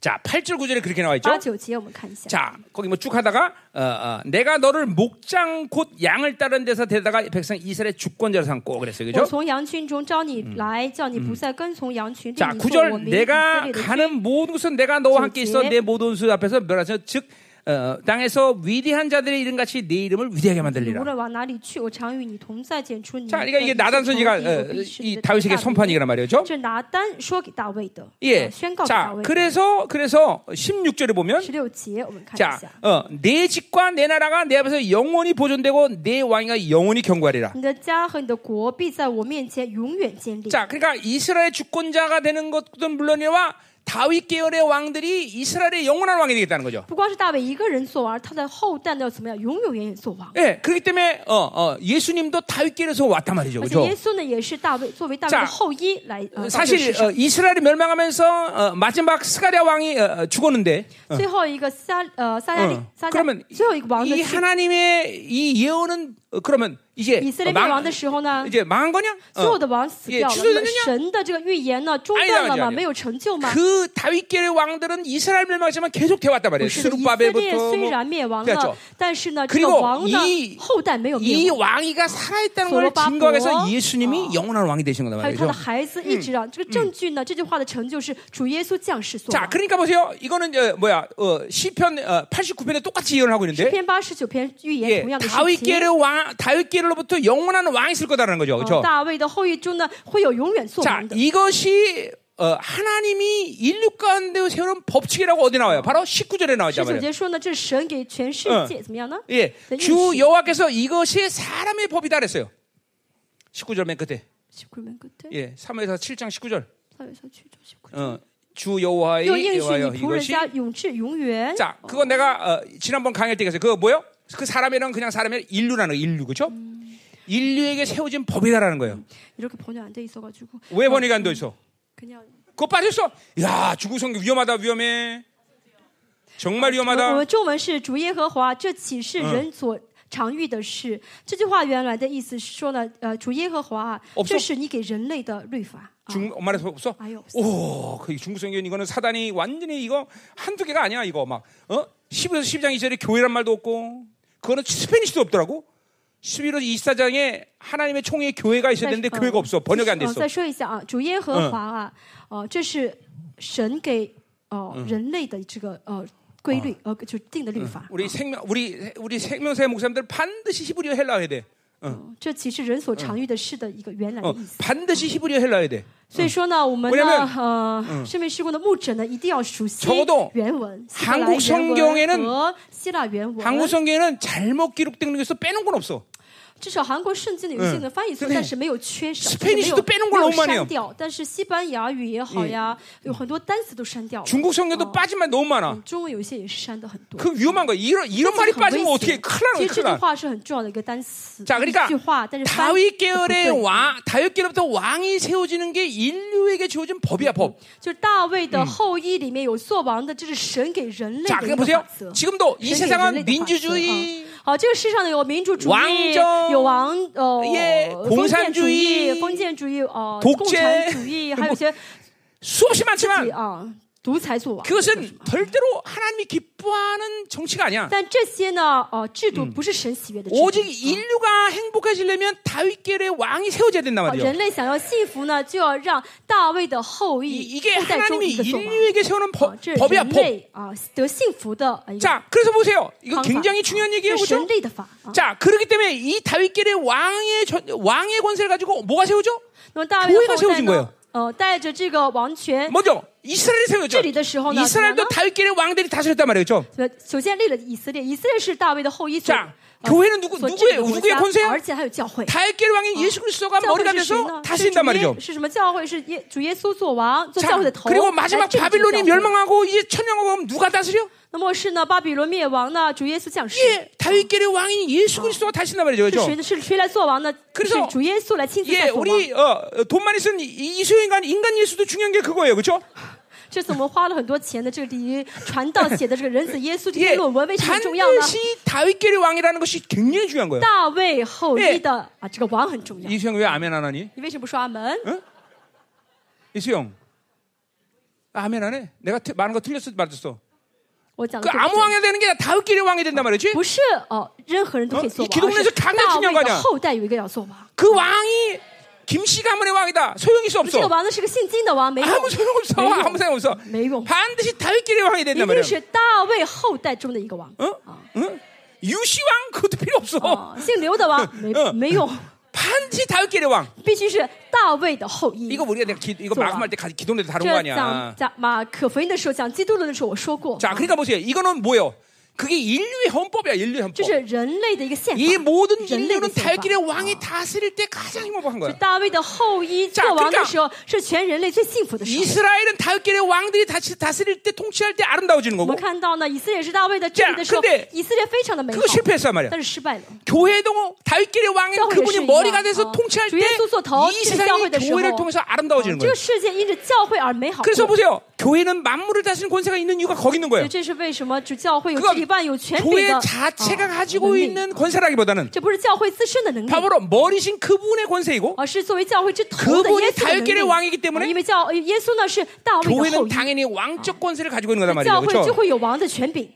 A: 자 8절 9절에 그렇게 나와 있죠.
B: 八九节，我们看一下。
A: 자 거기 뭐 쭉 하다가 어, 어, 내가 너를 목장 곧 양을 따른 데서 데다가 백성 이스라엘 주권자로 삼고 그랬어요, 그죠
B: 我从羊群中招你来，叫你不再跟从羊群，
A: 음. 자
B: 并你做我
A: 구절
B: 民以色
A: 내가
B: 列的君
A: 가는 모든 곳은 내가 너와 함께 있어
B: 주께.
A: 내 모든 수 앞에서 멸하서 즉 어, 땅에서 위대한 자들의 이름 같이 내 이름을 위대하게
B: 无
A: 만들리라.
B: 论往哪里去，我常与你同在，剪除你。
A: 자, 그러니까 이게 나단 선지가 어, 이 그렇죠. 다윗에게 선판이란 말이죠.
B: 这拿单说给大卫的，
A: 예.
B: 啊宣告给大
A: 자,
B: 卫的。
A: 그래서 그래서 16절에 보면
B: 十六节，我们看一
A: 자,
B: 下。
A: 어, 내 집과 내 나라가 내 앞에서 영원히 보존되고 내 왕위가 영원히 경고하리라.
B: 你的家和你的国必在我面前永远建立。
A: 자, 그러니까 이스라엘 주권자가 되는 것도 물론이와 다윗 계열의 왕들이 이스라엘의 영원한 왕이 되겠다는 거죠.
B: 不光是大卫一个人做王，而他的后代要怎么样，永永远远做王。
A: 예, 그렇기 때문에 어, 어, 예수님도 다윗 계열에서 왔단 말이죠.
B: 而且
A: 그렇죠?
B: 耶稣呢，也是大卫作为大卫
A: 자
B: 的后裔来。呃
A: 사실
B: 到这
A: 어, 이스라엘이 멸망하면서 어, 마지막 스가랴 왕이 어, 어, 죽었는데
B: 个世上最后一个撒呃撒加利
A: 어,
B: 撒加
A: 그러면
B: 最后一个王的
A: 이
B: 去
A: 하나님의 이 예언은 어, 그러면 이제
B: 以色列灭
A: 망-
B: 亡的时候呢，
A: 이제 망한 거냐?
B: 所有
A: 어.
B: 的王死
A: 예
B: 掉了，
A: 취소
B: 那哎么
A: 됐느냐
B: 神的这个预言呢中
A: 아니
B: 断
A: 다
B: 了吗？没有成就吗？
A: 그 다윗계의 왕들은 이스라엘 멸망하지만 계속 되왔단
B: 不
A: 말이에요.
B: 是的，以色列
A: 스룹바벨부터
B: 虽
A: 뭐
B: 然灭亡
A: 뭐
B: 了，但是呢，这个
A: 그리고
B: 王的
A: 이
B: 后代没有
A: 이
B: 灭亡，
A: 왕이가 살아있다는 걸
B: 소로바보.
A: 증거해서 예수님이
B: 어.
A: 영원한 왕이 되신 거단
B: 还有
A: 말이죠.
B: 他的孩子一直让这个证据呢，这句话的成就是主耶稣降世所
A: 자,
B: 王。
A: 그러니까 보세요. 이거는 어, 뭐야 어, 시편 어, 89편에 똑같이 예언하고
B: 诗
A: 있는데
B: 篇八十九篇预言
A: 예,
B: 同样的事情。
A: 다윗계를 왕 다윗계로부터 영원한 왕이 있을 거다라는 거죠.
B: 呃
A: 그렇죠?
B: 大卫的后裔中呢，会有永远做
A: 자,
B: 王的。
A: 이것이 어, 하나님이 인류 가운데 세운 법칙이라고 어디 나와요? 바로 19절에
B: 十
A: 나오잖아요.
B: 九
A: 말이에요.
B: 节说呢，这是神给全世界怎么样呢？
A: 예,
B: 네,
A: 주
B: 일시.
A: 여호와께서 이것이 사람의 법이다 그랬어요. 19절 맨 끝에.
B: 19절 끝에
A: 예, 사무엘서 7장 19절.
B: 大卫说去就去快
A: 어, 주 여호와의
B: 又应
A: 여호와여
B: 许你仆人
A: 이것이
B: 家永至永远。
A: 자, 그거 내가 어, 지난번 강의할 때 얘기했어요. 그거 뭐요? 그 사람이랑 그냥 사람이 인류라는 거, 인류 그죠? 인류에게 세워진 법이다라는 거예요.
B: 이렇게 번역 안 돼 있어가지고
A: 왜 번역이 안돼 있어?
B: 그냥
A: 그거 빠졌어. 야, 중국 성경 위험하다, 위험해. 정말
B: 我
A: 위험하다.
B: 们中文是主耶和华，这岂是人所常遇的事？这句话原来的意思是说呢，呃，主耶和华啊
A: 없어 ，
B: 这是你给人类的律法。啊、
A: 중, 엄마네 서 없어?
B: 아예 없어.
A: 오, 그 중국 성경 이거는 사단이 완전히 이거 한두 개가 아니야 이거 막 어? 11에서 12장 2절에 교회란 말도 없고 그거는 스페니시도 없더라고. 11에서 24장에 하나님의 총회에 교회가 있어야
B: 但是
A: 되는데
B: 呃
A: 교회가 없어. 번역이 안
B: 呃
A: 됐어.
B: 再说一下啊，主耶和华啊，哦、这是神给哦、呃人类的这个呃规律，呃，就定的律法。
A: 우리 생명 우리 우리 생명사의 목사님들 반드시 히브리어 헬라어 해야 돼.
B: 嗯这其实人所常遇的事的一个原来的
A: 어,
B: 意思。
A: 반드시 히브리어 헬라어 해야 돼.
B: 所以说呢，嗯哦我们
A: 왜냐면
B: 呢，呃，生命施工的牧者呢，一定要熟悉
A: 적어도
B: 原文、希伯来
A: 한국성경에는
B: 原文和希腊原文。
A: 한국 성경에는 잘못 기록된 것에서 빼놓은 건 없어.
B: 至少韩国圣经的有一些的翻译错，
A: 对
B: 但是没有缺少，
A: 스페니시
B: 没有
A: 도빼놓은걸
B: 没有嗯
A: 너무많아요
B: 删掉。但是西班牙语也好呀，有很多单词都删掉了。
A: 중국 성경도 빠진 말 너무 많아.
B: 中文有一些也是删的很多。
A: 그 위험한 거야. 이런 이런 말이
B: 但是
A: 빠지면
B: 很危
A: 어떻게
B: 险
A: 큰일 나는 거야.
B: 其实这
A: 큰일
B: 句
A: 나.
B: 话是很重要的一个单词，
A: 자그러니까
B: 一句话，但是翻译
A: 다윗
B: 不
A: 계열의
B: 对
A: 왕, 다윗 계열부터 왕이 세워지는 게 인류에게 주어진 법이야 법.
B: 就是大卫的后裔里面有做王的，这是神给人类
A: 자,
B: 的一
A: 그게
B: 个
A: 보세요.
B: 法则。
A: 지금도 이
B: 神给
A: 세상은
B: 人类的法则
A: 민주주의,
B: 嗯好，这个世上呢有民主主义
A: 왕정，
B: 有王哦
A: 예，
B: 封建主
A: 공산주의
B: 义、封建主义哦，
A: 독재
B: 共产主 义，还有一些
A: 수없이
B: 对
A: 많지만
B: 啊，独裁做王。
A: 그것은 절대로 하나님이 기뻐하는 정치가 아니야.
B: 但这些呢，哦、制度不是神喜悦的制度。
A: 오직 인류가 행복해지려면 다윗 계열의 왕이 세워져야 된단
B: 啊
A: 말이야.
B: 人类想要幸福呢，就要让大卫的后
A: 이-
B: 裔
A: 이게
B: 后代中
A: 하나님이
B: 一个做王。
A: 인류에게 세우는
B: 啊
A: 법
B: 这
A: 법이야
B: 人
A: 법.
B: 类啊得幸福的一个
A: 자, 그래서 보세요. 이거
B: 方法，
A: 굉장히 중요한
B: 这
A: 얘기예요,
B: 是
A: 그렇죠?
B: 神立的法啊。
A: 자, 그렇기 때문에 이 다윗 계열의 왕의 전- 왕의 권세를 가지고 뭐가 세워져?
B: 那么大卫的
A: 교회가
B: 后
A: 세워진
B: 代
A: 거예요
B: 呢，呃，带着这个王权，
A: 먼저 이스라엘이 세워졌죠.
B: 찔리다 시호나
A: 이스라엘도
B: 그러나?
A: 다윗길의 왕들이 다스렸단 말이죠.
B: 呃首先立了以色列，以色列是大卫的后裔所
A: 자
B: 呃
A: 교회는 누구
B: 所治
A: 누구의
B: 理的国
A: 누구의
B: 家，
A: 권세야?
B: 而且还有教会。
A: 다윗길 왕인 예수 그리스도가
B: 教会
A: 머리가
B: 是谁
A: 돼서
B: 呢？
A: 다시
B: 是主
A: 한단
B: 耶
A: 말이죠.
B: 是什么教会？是耶主耶稣做王，做
A: 자,
B: 教会的头。
A: 그리고 마지막
B: 来治理这个
A: 바빌론이
B: 教会
A: 멸망하고 이제 천년왕국 하면 누가 다스려?
B: 那末世呢？巴比伦灭亡呢？主耶稣降世。
A: 예, 다윗길의 왕인 예수 그리스도가 다신단 말이죠.
B: 是谁
A: 그렇죠?
B: 呢？是谁来做王呢？
A: 그래서
B: 是主耶稣来亲自
A: 예,
B: 做王。
A: 우리 어, 어, 돈 많이 쓴 이- 이수영 인간 인간 예수도 중요한 게 그거예요. 그렇죠?
B: 这次我们花了很多钱的这个第一传 道写的这个人子耶稣这
A: 예,
B: 篇论文为什么很重要呢？
A: 반드시 다윗길의 왕이라는 것이 굉장히 중요한 거예요.
B: 大卫后裔的啊，这个王很重要。
A: 이수영 왜 아멘 안 하니?
B: 你为什么不说阿门？
A: 이수영 아멘 안 해? 내가 트- 많은 거 틀렸어 맞았어.
B: 我讲
A: 그
B: 的对不
A: 아무
B: 对
A: 왕이 되는 게 다윗길의 왕이 된단 말이지.
B: 不是哦，任何人都可以做
A: 哦기독
B: 王。
A: 론에서
B: 而是大
A: 가장
B: 卫
A: 중요한거아니야
B: 的后代有一个要做王，
A: 그 왕이 김씨 가문의 왕이다. 소용이 있어
B: 这个
A: 없어.
B: 王呢是个信金的王，没用，
A: 아무 소용 그렇죠. 없어.
B: 매용.
A: 아무 소용 없어.
B: 매용.
A: 반드시 다윗길의 왕이
B: 一
A: 된단
B: 定
A: 말이야.
B: 是大卫后代中的一个王。
A: 어? 응? 유시 왕 그것도 필요 없어.
B: 哦，姓刘的 王没
A: 嗯
B: 没用，
A: 반드시 다윗길의 왕.
B: 必须是大卫的后裔。
A: 이거 우리가 내가 기, 이거
B: 좋아.
A: 마음할 때 가- 기도문에서 다룬 거
B: 这讲
A: 아니야.
B: 讲马可福音的时候，讲基督论的时候，我说过，
A: 자, 그러니까 보세요. 이거는 뭐예요? 그게 인류의 헌법이야. 인류의
B: 就
A: 헌법.
B: 是人类的一个宪
A: 이
B: 法。
A: 모든
B: 人类
A: 인류는
B: 的宪
A: 다윗길의
B: 法。
A: 왕이 다스릴 때 가장 행복한 아.
B: 就
A: 거야.
B: 大卫的后裔
A: 자
B: 做王
A: 그러니까
B: 的时候，是全人类最幸福的时候。
A: 이스라엘은 다윗길의 왕들이 다시 다스릴 때 통치할 때 아름다워지는
B: 我
A: 거고
B: 们看到呢，以色列是大卫的治理的时候
A: 자，근데
B: 以色列非常的美好
A: 그거 ， 실패했단 말이야.
B: 但是失败了。
A: 교회도 다윗길의 왕인
B: 저
A: 그분이
B: 예수님이요.
A: 머리가 돼서
B: 어.
A: 통치할
B: 주 예수
A: 때
B: 더 어,
A: 이 세상이
B: 교회를
A: 교회를
B: 통해서-
A: 통해서
B: 哦
A: 아름다워지는
B: 这
A: 거예요.
B: 个世界因着教会而美好。
A: 그래서 보세요. 교회는 만물을 다스리는 권세가 있는 이유가 거기 있는
B: 所
A: 거예요.
B: 以这是为什么主教会有
A: 그건
B: 治理办有权柄
A: 교회
B: 的
A: 자체가
B: 哦
A: 가지고
B: 能力
A: 있는 권세라기보다는
B: 这不是教会自身的能力，
A: 바로 머리신 그분의 권세이고
B: 而是作为教会之头的
A: 그분이
B: 耶稣
A: 다윗길의왕이기
B: 的
A: 때문 에
B: 能啊力。因为教呃耶稣呢是大卫的后
A: 교회는
B: 裔，
A: 당연히 왕적 권세를 가지고 있는 거단
B: 教
A: 말이에요.
B: 会就
A: 그렇죠?
B: 会有王的权柄，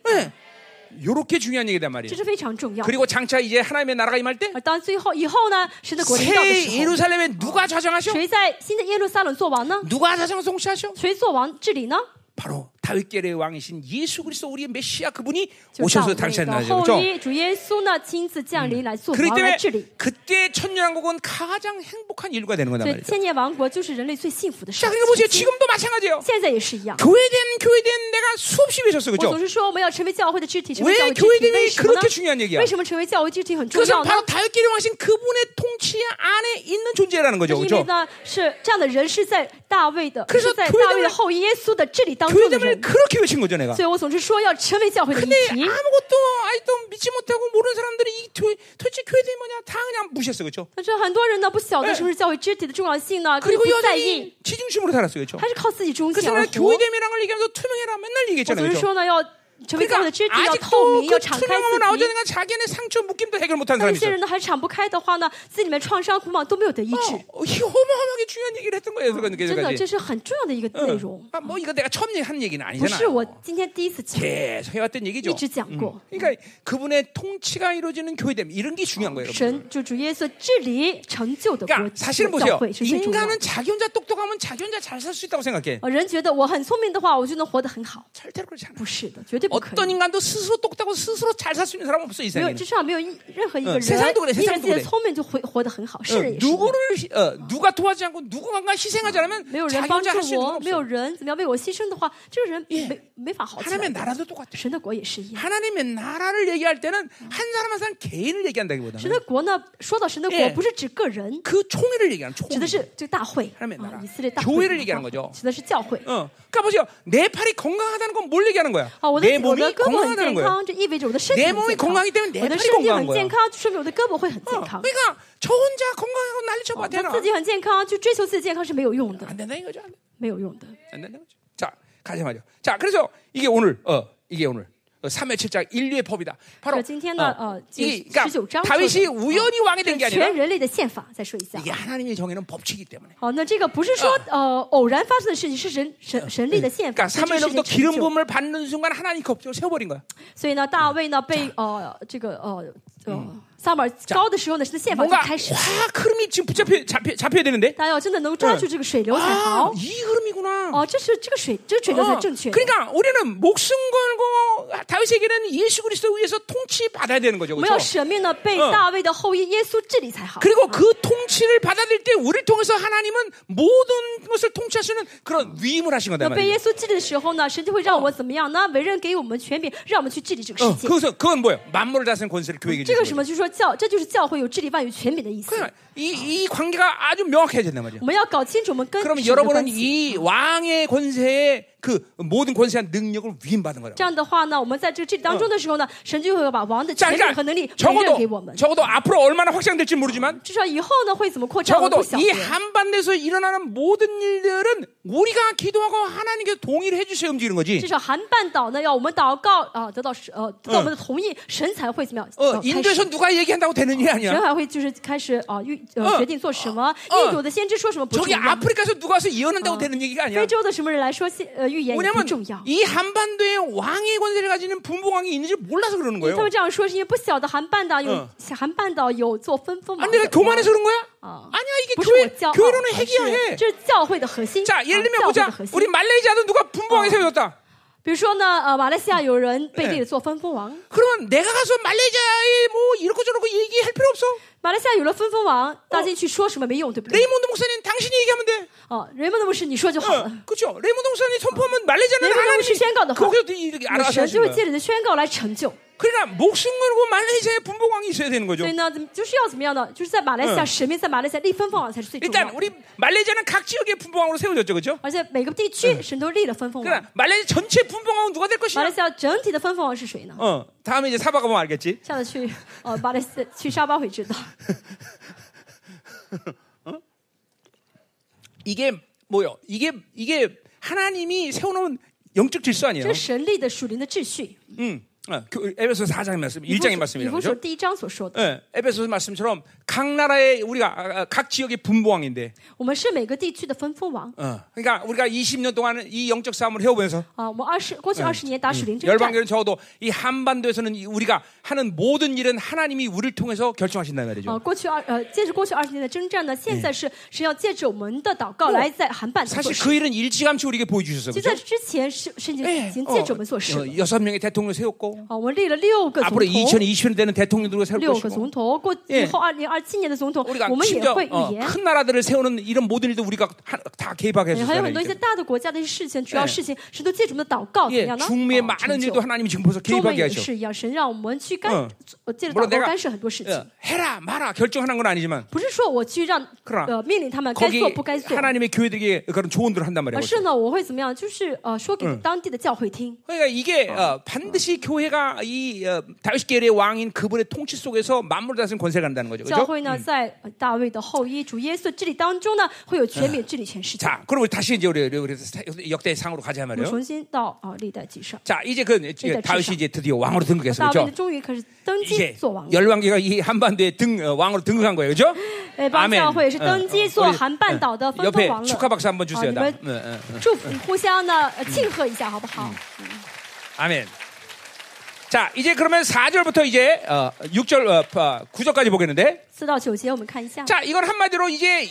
A: 이렇게 중요한 얘기단
B: 这
A: 말이에요.
B: 是非常重要。
A: 그리고 장차 이제 하나님의 나라가 임할 때
B: 而当最后以后呢，神的国临到的
A: 새
B: 时候，
A: 예루살렘에 누가 좌정하셔?
B: 谁在新的耶路撒冷做王呢？
A: 누가 좌정을 통치하셔?
B: 谁做王治理呢？
A: 바로 다윗계의 왕이신 예수 그리스도 우리의 메시아 그분이
B: 就嗯大
A: 오셔서
B: 卫
A: 당신을
B: 的
A: 나죠.
B: 后
A: 그렇죠?
B: 裔主耶稣呢亲自降临来做
A: 그렇기
B: 王
A: 때문에
B: 来治理。
A: 그때 천년왕국은 가장 행복한 인류가 되는 거단
B: 所以
A: 말이죠.
B: 千年王国就是人类最幸福的事
A: 자, 그러니까 보세요.
B: 情。
A: 지금도 마찬가지예요.
B: 现在也是一样。
A: 교회된 교회된 내가 수없이 외쳤어.
B: 我总
A: 그죠?
B: 是说我们要成为教会的肢体，成
A: 왜
B: 为教会肢
A: 교회들이
B: 体，为什么呢
A: 그렇게？중요한얘기야
B: 为什么成为教会肢体很重
A: 그것은
B: 要呢？
A: 바로 다윗계의 왕이신 그분의 통치 안에 있는 존재라는
B: 就
A: 거죠.
B: 是因为
A: 그죠?
B: 呢，是这样的人是在大卫的，
A: 그래서
B: 是在
A: 교회들을
B: 大卫的后裔耶稣的治理当中
A: 교회
B: 的
A: 때문에
B: 人。
A: 그렇게 외친 거죠, 내가.
B: 所以我总是说要成为教会的一
A: 근데
B: 体。
A: 아무것도 아직도 믿지 못하고 모르는 사람들이 이 교회, 도대체 교회들이 뭐냐 다 그냥 무시했어. 그죠?
B: 但是很多人呢不晓
A: 哎
B: 得什么是教会肢体的重要性呢，根本
A: 그리고
B: 不在意，
A: 여전히 지중심으로 살았어요. 그죠?
B: 还是靠自己中心
A: 그
B: 而
A: 내가
B: 活。我
A: 교회됨이라는 걸 얘기하면서 투명해라 맨날 얘기했잖아요.
B: 总是
A: 그죠?
B: 说呢，要成为教
A: 어,
B: 会
A: 그러니까
B: 的肢体，要透
A: 아직도
B: 明，
A: 그
B: 要敞开
A: 투명함으로
B: 自己。
A: 나오자니까 자기네 상처 묶임도 해결 못한
B: 但
A: 사람이
B: 有些
A: 있어.
B: 人呢还敞不开的话呢，自己里面创伤、捆绑都没有得医治。
A: 어, 이 어마어마하게 중요한 얘기를 했던 거예요. 그건
B: 真的，
A: 그까지
B: 哦这是很重要的一个内容，
A: 아, 뭐 이거 내가 처음 얘기한 얘기는
B: 不是
A: 아니잖아요.
B: 我今天第一次讲，
A: 계속 해왔던
B: 一
A: 얘기죠.
B: 直讲过。
A: 그러니까 그분의 통치가 이루어지는 교회됨 이런 게 중요한 거예요. 여러분.
B: 神就主耶稣治理成就的国
A: 어, 그렇죠. 그러니까
B: 家
A: 사실은
B: 教
A: 보세요.
B: 会是最重要的
A: 인간은 。 자기 혼자 똑똑하면 자기 혼자 잘 살 수 있다고 생각해.
B: 呃，人觉得我很聪明的话，我就能活得很好，
A: 절대로 그렇지 않아.
B: 不是的，绝对不可
A: 어떤
B: 以。
A: 인간도 스스로 똑똑하고 스스로 잘 살 수 있는 사람은 없어 이
B: 没有
A: 세상에.
B: 世上没有一任何一个
A: 嗯세상도 그
B: 人
A: 래
B: 因
A: 세상도
B: 为
A: 그래
B: 自己的嗯聪明就活活得很好，世人也是一样。
A: 어, 누구를 희- 어, 누가 도와주지 않고 누군가 희생하지 않으면
B: 没有人
A: 자기
B: 帮
A: 혼자
B: 助
A: 할 수 있는 건
B: 我，没有
A: 없어.
B: 人怎么样为我牺牲的话，这个人没没法好起
A: 하나님의
B: 来。
A: 나라도 똑같아.
B: 神的国也是一样。
A: 하나님의 나라를 얘기할 때는 한 사람 한 사람 개인을
B: 神
A: 얘기한다기보다는
B: 的国呢，说到神的国
A: 예 ，
B: 不是指嗯哎个人，
A: 그 총회를 얘기하는
B: 指的
A: 총회.
B: 是这个大会
A: 하나님의나라
B: 啊，以色列大
A: 교회
B: 会
A: 를
B: 的
A: 얘기하는
B: 大
A: 거죠
B: 会，指的是教会
A: 어, 그러니까 보세요. 내 팔이 건강하다는 건 뭘 얘기하는 거야?
B: 啊。我的
A: 내
B: 我的
A: 몸이
B: 胳膊很
A: 건강하다는
B: 健
A: 거야.
B: 康，这意味着我的身体
A: 내
B: 很
A: 몸이
B: 健康
A: 건강하기 。 때문에 내
B: 我的
A: 팔이
B: 身体很
A: 건강한 거야.
B: 健康，就说明我的胳膊会很健
A: 어,
B: 康。
A: 그러니까 저 혼자 건강하고 난리 쳐봐
B: 那
A: 어, 되나?
B: 自己很健康，就追求自己健康是没有用的，
A: 안 된다 이거죠. 안 된다.
B: 没有用的。
A: 안 된다 이거죠. 자, 가자 말이요. 자, 그래서 이게 오늘 어, 이게 오늘 어, 3회 7장 인류의 법이다. 바로
B: 그래서 今天呢, 어,
A: 이,
B: 지금19
A: 그러니까
B: 장
A: 다윗이
B: 어, 그렇죠. 네.
A: 우연히 왕이 된
B: 这
A: 게
B: 是
A: 아니라
B: 全人类的宪法，再说一下
A: 이게 。 하나님이 정해놓은 법칙이기 때문에.
B: 好，那这个不是说呃偶然发生的事情，是神神神力的宪
A: 그러니까
B: 法，是这个事
A: 사무엘로부터
B: 情成
A: 기름
B: 就。
A: 부음을 받는 순간 하나님 법칙을 세워버린 거야.
B: 所以呢，大卫呢被呃这个呃呃撒母耳高的时候呢，神的宪法就
A: 뭔가
B: 开始了。
A: 확 흐름이 지금 붙잡혀 잡혀, 잡혀야 되는데.
B: 大家要真的能抓住这个水流才
A: 아,
B: 好。
A: 이 흐름이구나.
B: 哦，这是这个水，啊这个水流才
A: 어,
B: 正确的。
A: 그러니까 우리는 목숨 걸고 다윗에게는 예수 그리스도 위해서 통치 받아야 되는 거죠.
B: 我们要
A: 그렇죠?
B: 舍命呢，被
A: 嗯
B: 大卫的后裔耶稣治理才好。
A: 그리고 그 통치를 받아들일 때 우리를 통해서 하나님은 모든 것을 통치하시는 그런 위임을 하신
B: 那
A: 거다
B: 被耶
A: 말이에요.
B: 稣治理的时候呢，神就会让我怎么样呢？为人给我们权柄，让我们去治理这个
A: 어,
B: 世界。
A: 그것은 그건 뭐예요? 만물을 다스리는 권세를 교회에게
B: 这
A: 주는
B: 个什
A: 거죠.
B: 么？就是说教，这就是教会有治理万有权柄的意思。
A: 그러니까 이, 이 관계가 아주 명확해야 된단 말이에요.
B: 我们要搞清楚我们跟神
A: 그러면 뭐
B: 的关
A: 여러분은
B: 系。
A: 이 왕의 권세의 그 모든 권세한 능력을 위임받은 거라고.
B: 这样的话呢，我们在这个治理当中的时候呢，神就会把王的
A: 자,
B: 权柄和能力
A: 그러니까
B: 委任给我
A: 적어도
B: 们。
A: 적어도 앞으로 얼마나 확장될지 모르지만
B: 至少以后呢，会怎么扩张我们
A: 적어도
B: 不晓
A: 이
B: 得。
A: 한반도에서 일어나는 모든 일들은 우리가 기도하고 하나님께 동의를 해주셔야 움직이는
B: 至
A: 거지.
B: 少韩半岛呢，要我们祷告啊，得到神呃得到我们的同意，神才会怎么样？
A: 어,
B: 呃开始
A: 인도에서 누가 얘기한다고 되는 일이
B: 神
A: 아니야.
B: 还会就是开始啊预
A: 嗯
B: 啊呃决定做什么，
A: 嗯
B: 印度的先知说什么不重
A: 저기
B: 要，
A: 아프리카에서 누가 와서 예언한다고
B: 어.
A: 되는 얘기가
B: 非
A: 아니야.
B: 洲的什么人来说信呃预言也不
A: 왜냐면
B: 重要。
A: 이 한반도에 왕의 권세를 가지는 분봉왕이 있는지 몰라서 네, 그러는
B: 他们
A: 거예요.
B: 这样说是因为不晓得韩半岛有
A: 嗯
B: 韩半岛有做分封王
A: 안
B: 的
A: 아, 내가 ， 교만해서 그런 거야?
B: 어.
A: 아니야 이게
B: 啊不是我
A: 교회
B: 骄傲，
A: 교회로는
B: 而
A: 해기야 해.
B: 是这是教会的核心。
A: 자
B: 啊
A: 예를
B: 教
A: 들면
B: 会的
A: 보자.
B: 核心
A: 우리 말레이시아도 누가 분봉왕이
B: 어.
A: 세워졌다.
B: 比如说呢，呃，马来西亚有人被
A: 네
B: 立了做分封王，
A: 그러면 내가 가서 말레이시아에 뭐 이렇고 저렇고 얘기할 필요 없어.
B: 马来西亚有了分封王，大家去说什么没用，对不对？
A: 레이몬드 목사님 당신이 얘기하면 돼.
B: 哦，人们的牧师你说就好了，
A: 그렇죠. 레몬 동산이 선포하면 말레이시아는
B: 레몬
A: 하나님이
B: 동산이宣告的话,
A: 거기서 뭐 이렇게
B: 那
A: 알아서
B: 神就会
A: 하시는 거야.
B: 借着你的宣告来成就。
A: 그러니까 목숨 걸고 말레이시아의 분봉왕이 있어야 되는 거죠.
B: 所以呢，怎么就是要怎么样呢？就是在马来西亚，
A: 嗯
B: 神明在马来西亚立分封王才是最重
A: 일단
B: 要的。
A: 우리 말레이시아는 각 지역의 분봉왕으로 세워졌죠, 그렇죠?
B: 而且每个地区神都立了分封王。
A: 그러니까 말레이시아 전체 분봉왕은 누가 될
B: 马
A: 것이냐?
B: 来西亚整体的分封王是谁呢？
A: 어, 다음에 이제 사바 가보면 알겠지.
B: 下次 去呃马来西亚去沙巴会知道。
A: 이게 뭐요? 이게 이게 하나님이 세워놓은 영적 질서
B: 这
A: 아니에요?
B: 是神立的属灵的秩序。
A: 음, 어, 그 에베소 4장의 말씀,
B: 以弗所
A: 1장의
B: 以
A: 말씀이라고
B: 弗所
A: 그죠?
B: 第一章所说嗯的，
A: 예, 에베소 말씀처럼 각 나라의 우리가 아, 아, 각 지역의 분봉왕인데,
B: 我们是每个地区的分封王
A: 어, 그러니까 우리가 20년 동안 이 영적 싸움을 해오면서
B: 啊。我们二十过去二十年打属灵征战，
A: 열방교는 적어도 이 한반도에서는 이 우리가 하는 모든 일은 하나님이 우리를 통해서 결정하신단
B: 啊，
A: 말이죠.
B: 过去二呃，借着过去二十年的征战呢，现在是神要借着我们的祷告
A: 哦
B: 来在韩半岛做
A: 사실
B: 事。
A: 그 일은 일찌감치 우리에게 보여주셨어요.
B: 其实
A: 그죠?
B: 在之前是神已经
A: 예,
B: 已经
A: 어,
B: 借着我们做事了。
A: 어, 여섯 명의 대통령 세웠고
B: 啊，我们立了六个总
A: 앞으로
B: 统。
A: 2020년 되는 대통령들을 세울
B: 六个
A: 것이고
B: 总统，过
A: 예
B: 以后二零二七年的总统，
A: 우리가
B: 我们也
A: 심지어
B: 会
A: 어,
B: 预言。
A: 큰 나라들을 세우는 이런 모든 일도 우리가 하- 다 네,
B: 对
A: 개입하겠어요.
B: 还有很多一哎些大的国家的一些事情，主要事情，神都借着我们的祷告，怎么
A: 예,
B: 样呢？
A: 중미의
B: 哦
A: 많은
B: 成就
A: 일도 하나님이 지금 벌써
B: 中文
A: 개입하게
B: 也
A: 하죠.
B: 是一样，神让我们去
A: 嗯
B: 干，呃借着祷
A: 물론
B: 告
A: 내가
B: 干涉很多事
A: 어,
B: 情，
A: 해라 마라 결정하는 건 아니지만
B: 不是说我去让
A: 그러나
B: 呃命令他们该
A: 거기
B: 做不该做，
A: 하나님의 교회들에게 그런 조언들을 한단
B: 而
A: 말이에요.
B: 是呢，我会怎么样？就是呃说给当地的教会听。
A: 그러니까 이게 어, 반드시 교회가 이 어, 다윗 계열의 왕인 그분의 통치 속에서 만물을 다스린 권세를 한다는 거죠.
B: 教
A: 그렇죠?
B: 会嗯呢，在呃大卫的后裔主耶稣治理当中呢，会有全面治理全世界。
A: 자, 그럼 우리 다시 이제 우리, 우리 역대 상으로 가자
B: 我们
A: 말이에요.
B: 重新到啊历代记上，
A: 자, 이제 그 이제
B: 뭐 일단
A: 다윗이
B: 시작.
A: 이제 드디어 왕으로 등극했어요.
B: 大卫呢
A: 그렇죠?
B: 终于开始登基
A: 이제
B: 做王了。
A: 열왕기가 이 한반도에 등 어, 왕으로 등극한 거예요. 그렇죠?
B: 哎，邦教会是
A: 응,
B: 登
A: 어,
B: 基做
A: 우리
B: 韩半岛的分封
A: 옆에
B: 王了
A: 축하 。 박수 한번 주세요.
B: 아,
A: 나. 어,
B: 이번-
A: 응, 응, 응.
B: 祝福互相呢呃庆贺一下，好不好？
A: 아멘. 자, 이제 그러면 4절부터 이제 어, 6절 어, 어, 9절까지 보겠는데
B: 四到九节我们看一下。
A: 자, 이건 한마디로 이제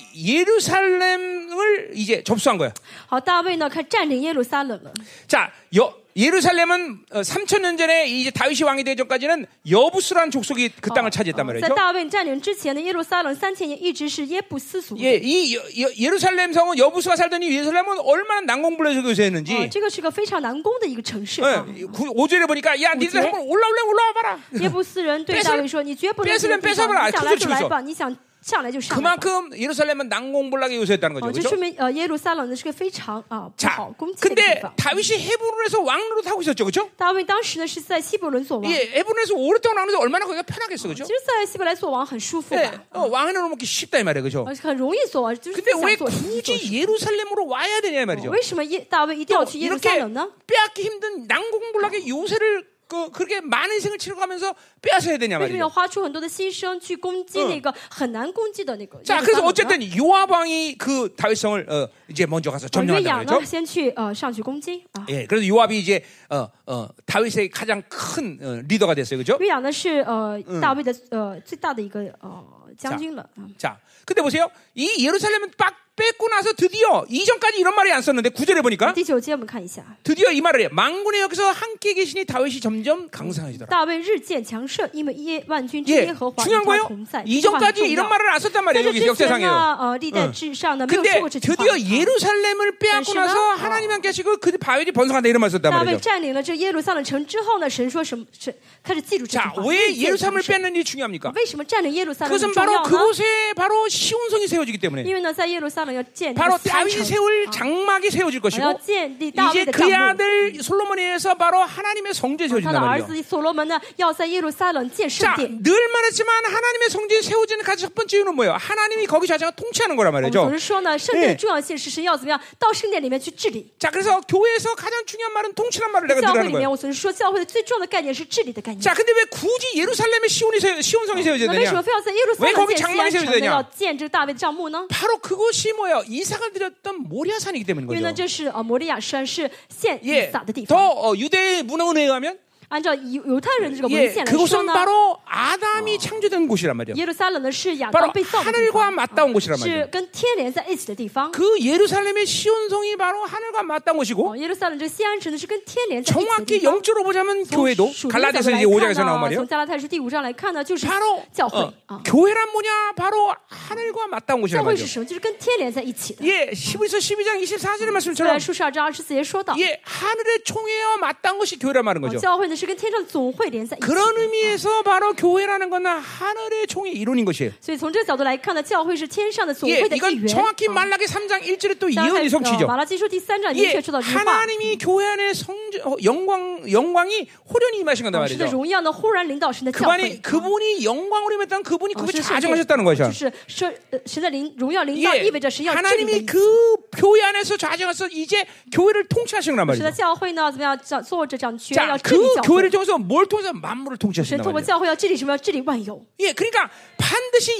A: 예루살렘을 이제 접수한 거야.
B: 好，大卫呢开始占领耶路撒冷了。
A: 자, 여, 예루살렘은 어, 3천년 전에 이제 다윗이 왕이 되기 전까지는 여부스라는 족속이 그
B: 아,
A: 땅을 차지했단
B: 在
A: 말이죠.
B: 大卫占领之前的耶路撒冷三千年一直是耶布斯族。
A: 예, 이 여, 여, 예루살렘 성은 여부스가 살더니 예루살렘은 얼마나 난공불락에서
B: 哦
A: 교세했는지. ，
B: 这个是个非常难攻的一个城市。啊
A: 예, 5절에 아, 보니까 야,
B: 뭐지?
A: 니들 한번 올라올래 올라와 봐라.
B: 耶布斯人对大卫说：“你绝不能
A: 别是人
B: 进
A: 别
B: 入
A: 上不来
B: 你想来
A: 出去
B: 就
A: 出去
B: 来吧，你想上来就上来吧。
A: 그만큼 예루살렘은 난공불락에 요새했다는 ” 거죠.
B: 哦，这
A: 그렇죠?
B: 说明呃耶路撒冷呢是个非常啊不
A: 자,
B: 好攻击的地
A: 근데
B: 方。
A: 다윗이 헤브론에서 왕으로 타고 있었죠. 그렇죠?
B: 大卫当时呢是在希伯伦做王，
A: 예,
B: 其
A: 헤브론에서 오랫동안 왕으로 얼마나 거기가 편하겠어. 그렇죠?
B: 实，在希伯来做王很舒服
A: 네,
B: 吧。
A: 어, 왕으로 먹기 쉽다 이 말이에요, 그죠?
B: 而且很容易做完，就是
A: 근데
B: 想
A: 왜
B: 做什么就做什
A: 굳이 예루살렘으로 와야 되냐 이
B: 么。
A: 말이죠.
B: 为什么耶大卫一定要
A: 또
B: 去耶路
A: 이렇게
B: 撒冷呢？
A: 빼앗기 힘든 난공불락의 요새를 그, 그렇게 많은 생을 치러가면서 빼앗아야 되냐
B: 为什么要
A: 말이죠.
B: 花出很多的牺牲去攻
A: 嗯
B: 击那个很难攻击的那个耶
A: 자,
B: 路撒
A: 그래서
B: 冷呢？
A: 어쨌든 요압왕이 그 다윗성을 어, 이제 먼저 가서
B: 呃约雅
A: 점령한다
B: 呢
A: 그랬죠.
B: 先去呃上去攻击啊。
A: 예, 그래서 요압이 이제 어, 어, 다윗의 가장 큰 어, 리더가 됐어요, 그죠?
B: 约雅呢是呃
A: 嗯
B: 大卫的呃最大的一个呃将军了啊。
A: 자, 근데 보세요. 이 예루살렘은 빡 뺏고 나서 드디어 이전까지 이런 말이 안 썼는데 구절에 보니까
B: 第九节我们看一下，
A: 드디어 이 말을 해. 망군의 역에서 함께 계시니 다윗이 점점 강성해지더라.
B: 大卫日渐强盛，因为耶万军之
A: 예,
B: 耶和华与
A: 중요한
B: 他
A: 거예요.
B: 同在。这句话很
A: 이전까지
B: 重
A: 이런
B: 要
A: 말을 안 썼단
B: 在
A: 말이에요.
B: 这
A: 여기
B: 之前
A: 역사상에요.
B: 呢，呃，历代志上呢没有说
A: 근데
B: 过这句话。
A: 드디어 예루살렘을 빼앗고
B: 잠시만.
A: 나서 하나님 함께 하시고 그 바위들이 번성한다 이런 말 썼단
B: 大卫
A: 말이죠.
B: 占领了这耶路撒冷城之后呢，神说什么？神开始记住这句
A: 자,
B: 话。
A: 왜
B: 日渐强
A: 예루살렘을
B: 盛
A: 빼앗는 일이 중요합니까?
B: 为什么占领耶路撒冷很
A: 그것은
B: 重
A: 바로
B: 要呢？
A: 그곳에 바로 시온성이 세워지기
B: 因
A: 때문에
B: 为呢，在耶路撒冷要建立
A: 바로
B: 西安
A: 다윗이
B: 城
A: 세울
B: 啊
A: 장막이 세워질
B: 要
A: 것이고
B: 建立大
A: 이제
B: 卫的
A: 그
B: 帐幕。
A: 아들 솔로몬에 의해서 바로 하나님의 성전이
B: 他的
A: 세워진단
B: 儿
A: 말이에요.
B: 子所罗门呢，要在耶路撒冷建圣
A: 자,
B: 殿。
A: 늘 말했지만 하나님의 성전이 세워지는 가장 첫 번째 이유는 뭐예요? 하나님이 거기 자체가 통치하는 거란
B: 我们总
A: 말이죠.
B: 是说呢，圣殿的重要性是神要怎么样到圣殿里面去治理。
A: 자, 그래서 교회에서 가장 중요한 말은 통치란 말을 내가
B: 教
A: 늘
B: 会
A: 하는
B: 里面，
A: 거예요.
B: 我总是说教会的最重要的概念是治理的概念。
A: 자, 근데 왜 굳이 예루살렘에 시온이 세, 시온성이 뭐 세워져야
B: 那为什
A: 되냐?
B: 么非要在耶路撒
A: 왜
B: 冷
A: 거기
B: 建西安
A: 장막이세워져
B: 城
A: 야되냐
B: 呢？要建这个大卫的帐幕呢？
A: 바로 그곳이 뭐예요? 이삭을 드렸던 모리아산이기
B: 因为
A: 때문인
B: 呢，
A: 거죠.
B: 这是呃摩利亚山是献以
A: 예,
B: 撒的地
A: 더
B: 方。
A: 어, 유대의 문헌에 의하면
B: 按照犹犹太人的这个
A: 예,
B: 文献来说
A: 그곳은
B: 呢，
A: 바로 아담이 창조된 곳이란 말이에요.
B: 耶路撒冷呢是亚当
A: 바로
B: 被造的地
A: 하늘과
B: 方，
A: 맞닿은 곳이란
B: 是
A: 말이에요.
B: 跟天连在一起的地方。
A: 그 예루살렘의 시온성이 바로 하늘과 맞닿은 어, 곳이고
B: 哦，耶路撒冷这西安城呢是跟天连在一起的啊地
A: 정확히
B: 方。
A: 영적으로 보자면
B: 从
A: 교회도
B: 属灵的角度
A: 갈라디아서
B: 来
A: 이제 5장에서
B: 看
A: 나온
B: 呢
A: 말이에요.
B: 从加拉太书第五章来看呢，就是
A: 바로
B: 教会
A: 어,
B: 啊，
A: 교회란 뭐냐? 바로 하늘과 맞닿은 곳이란
B: 教会是
A: 말이죠.
B: 什么？就是跟天连在一起的。
A: 예, 11서 12장 24절의
B: 在
A: 말씀처럼
B: 书十二章二十四节说到，
A: 예, 하늘의 총회와 맞닿은 것이 교회란 말인
B: 哦
A: 거죠.
B: 教会呢是跟天上总会连在一起。
A: 그런 의미에서 바로 교회라는 건 하늘의 총의 이론인 것이에요.
B: 所以从这个角度来看呢，教会是天上的总
A: 예,
B: 会的一
A: 이건
B: 员。
A: 정확히
B: 啊
A: 말라기 3장 1절에 또
B: 当然
A: 예언이
B: 在
A: 성취죠.
B: 呃马拉基书第三章明
A: 예,
B: 确说到这句话。
A: 하나님이 교회 안에 성전 어, 영광 영광이 호련히 임하신 건다
B: 神的
A: 말이죠.
B: 荣耀呢，忽然领导神的教会
A: 그분이 。 그분이 영광으로 임했다는 그분이
B: 啊
A: 그걸
B: 神是
A: 좌정하셨다는 거죠.
B: 就是神呃神的灵荣耀领导，意
A: 예,
B: 味着神要治理
A: 하나님이
B: 的意思。
A: 그 교회 안에서 좌정해서 이제 교회를 통치하신 거란
B: 神的
A: 말이죠.
B: 教会呢，怎么样掌做着掌权，要
A: 자
B: 治理
A: 그
B: 教
A: 교회를
B: 会。
A: 통해서 뭘 통해서 만물을
B: 神
A: 통치하신단
B: 通过
A: 말이죠.
B: 教会要治理什么？要治理万有。
A: 예, 그러니까 반드시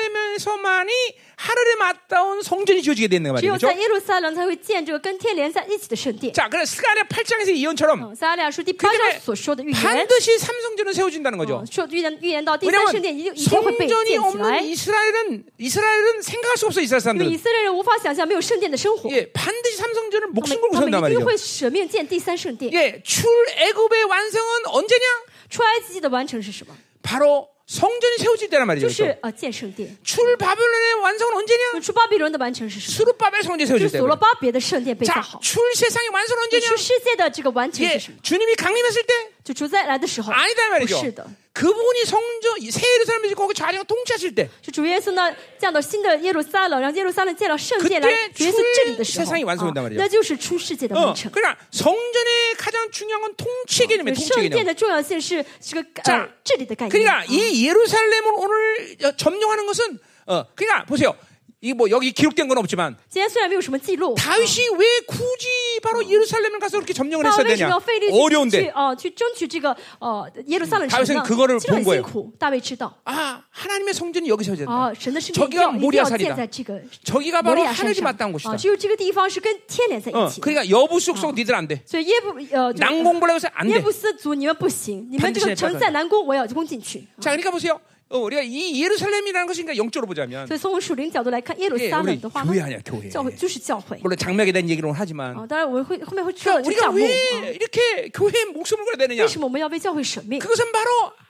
A: 예루살렘에서만이 하늘에 맞닿은 성전이 지어지게 되는
B: 只有
A: 말이죠.
B: 在耶路撒冷才会建这个跟天连在一起的圣殿。
A: 자, 그래서 스가랴 8장에서 이 예언처럼
B: 嗯，撒拉利亚书第八
A: 그
B: 章
A: 때문에
B: 所说的预言，
A: 반드시 어, 삼성전은 세워진다는 거죠.
B: 嗯说预言预言到第三圣殿一
A: 왜냐하면
B: 定一定会被
A: 성전이
B: 建起
A: 없는
B: 来，
A: 이스라엘은 이스라엘은 생각할 수 없어 그 이스라엘
B: 因为
A: 사람들은
B: 以色列人无法想象没有圣殿的生活，
A: 예, 반드시 삼성전을
B: 他们
A: 목숨 걸고
B: 他
A: 세운단
B: 们一定
A: 말이죠.
B: 会舍命建第三圣殿。
A: 예, 출애굽의 완성은 언제냐?
B: 出埃及记的完成是什么？
A: 바로 성전이 세워질 때란 말이죠.
B: 就
A: 그렇죠?
B: 是呃建圣殿。
A: 출 바벨론의 완성은 언제냐?
B: 出巴比伦的完成是什么？
A: 수르바벨 성전이
B: 就
A: 세워질
B: 是
A: 때.
B: 所罗巴别的圣殿被造
A: 자,
B: 好。
A: 출 세상의 완성은
B: 就
A: 언제냐?
B: 出世界的这个完成
A: 예,
B: 是什么？
A: 주님이 강림했을 때
B: 就主再来的时候，
A: 아니다 이
B: 不
A: 말이죠.
B: 是的，
A: 그분이 성전 이 새 예루살렘에서 거기 좌정 통치하실 때
B: 就主耶稣呢降到新的耶路撒冷，让耶路撒冷建了圣殿
A: 그때
B: 来主耶稣治理的时
A: 출세상이완성된
B: 候，啊
A: 단말이죠
B: 那就是出世界的
A: 어,
B: 完成。
A: 그러니까 어, 성전의 가장 중요한 건 통치의 개념이에요.
B: 对
A: 통치의
B: 圣殿
A: 개념.
B: 的重要性是这个
A: 자
B: 呃治理的概念。
A: 그러니까 이 예루살렘을 오늘 어, 점령하는 것은 어, 그러니까 보세요. 이 뭐 여기 기록된 건 없지만
B: 今天虽然没有什么记录，
A: 다윗이 왜 굳이 바로 예루살렘을 가서 그렇게 점령을
B: 大卫
A: 어. 했어야
B: 为什么
A: 되냐?
B: 要费力去去
A: 어려운데
B: 哦、去争取这个呃耶路撒冷城
A: 다윗은
B: 呢？
A: 그거를본
B: 其实很
A: 거예요
B: 辛苦，大卫知道
A: 아 하나님의 성전이 여기서 이제
B: 啊，神的圣
A: 저기가
B: 殿一定要
A: 모리아산이다
B: 建在这个
A: 저기가
B: 摩利
A: 바로
B: 亚山
A: 하늘이
B: 上
A: 맞닿은 곳이다.
B: 啊，只有这个地方是跟天连在一
A: 어,
B: 起
A: 아,
B: 的。
A: 그러니까 여부 숙성 니들 안 돼.
B: 所以耶布呃就是
A: 난공불락에서 안
B: 耶
A: 돼.
B: 布斯族你们不行，你们这
A: 반드시
B: 个城在南宫，我要攻进去。
A: 자, 그러니까 보세요. 어, 우리가 이 예루살렘이라는 것이 그러니까 영적으로 보자면
B: 所以从属灵角度来看，耶路
A: 예,
B: 撒
A: 우리
B: 冷的话呢
A: 교회 ， 아니야, 교회.
B: 教会就是教会
A: 물론 장막에 대한 얘기는 오늘 하지만
B: 啊。当然我们会后面会说到
A: 그러니까
B: 这个
A: 우리가
B: 帐幕，
A: 왜
B: 啊
A: 이렇게 교회에 목숨을 걸어야 되느냐?
B: 为什么我们要为教会舍命？
A: 그것은 바로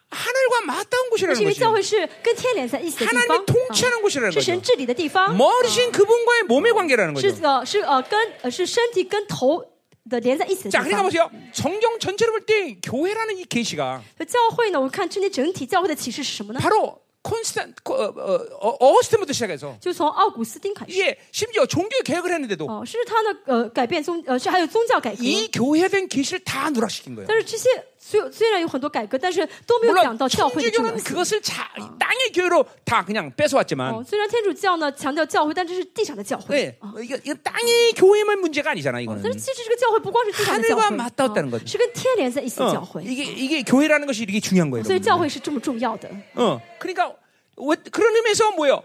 A: 하늘과 맞닿은
B: 是
A: 곳이라는
B: 因为教
A: 것이에요.
B: 会是跟天连在一起的地方
A: 하나님이 ， 통치하는 곳이라는
B: 啊是神
A: 거죠.
B: 治理的地方，
A: 머리신 그분과의 몸의 관계라는
B: 是
A: 거죠.
B: 呃是呃跟呃是身体跟头的连在一起的
A: 자,
B: 地
A: 그러니까
B: 方。
A: 보세요. 성경 전체를 볼 때 교회라는 이 계시가
B: 呃教会呢，我们看今天整体教会的启示是什么呢？
A: 바로 콘스탄 어, 어, 어, 어스트부터 시작해서
B: 就从奥古斯丁开始，
A: 이게 심지어 종교 개혁을 했는데도
B: 哦，是他呢呃改变宗呃是还有宗教改革。
A: 이 교회에 대한 계시를 다 누락시킨 거예요.
B: 但是这些虽虽然有很多改革，但是都没有讲
A: 물론
B: 到教会的重要
A: 천주교는
B: 性。
A: 그것을 자, 땅의 교회로 다 그냥 어. 뺏어왔지만
B: 哦，虽然天主教呢强调教会，但这是地上的教会。
A: 네, 이거, 이거 땅의 교회만 문제가 아니잖아
B: 但
A: 이거는.
B: 是其实这个教会不光是地上的教
A: 하늘과맞닿았다는
B: 会，
A: 거죠
B: 是跟天连在一起的教
A: 어,
B: 会，
A: 이게 이게 교회라는 것이 이렇게 중요한 거예요.
B: 所以
A: 여러분.
B: 教会是这么重要的。
A: 어, 그러니까 왜- 그런 의미에서 뭐요?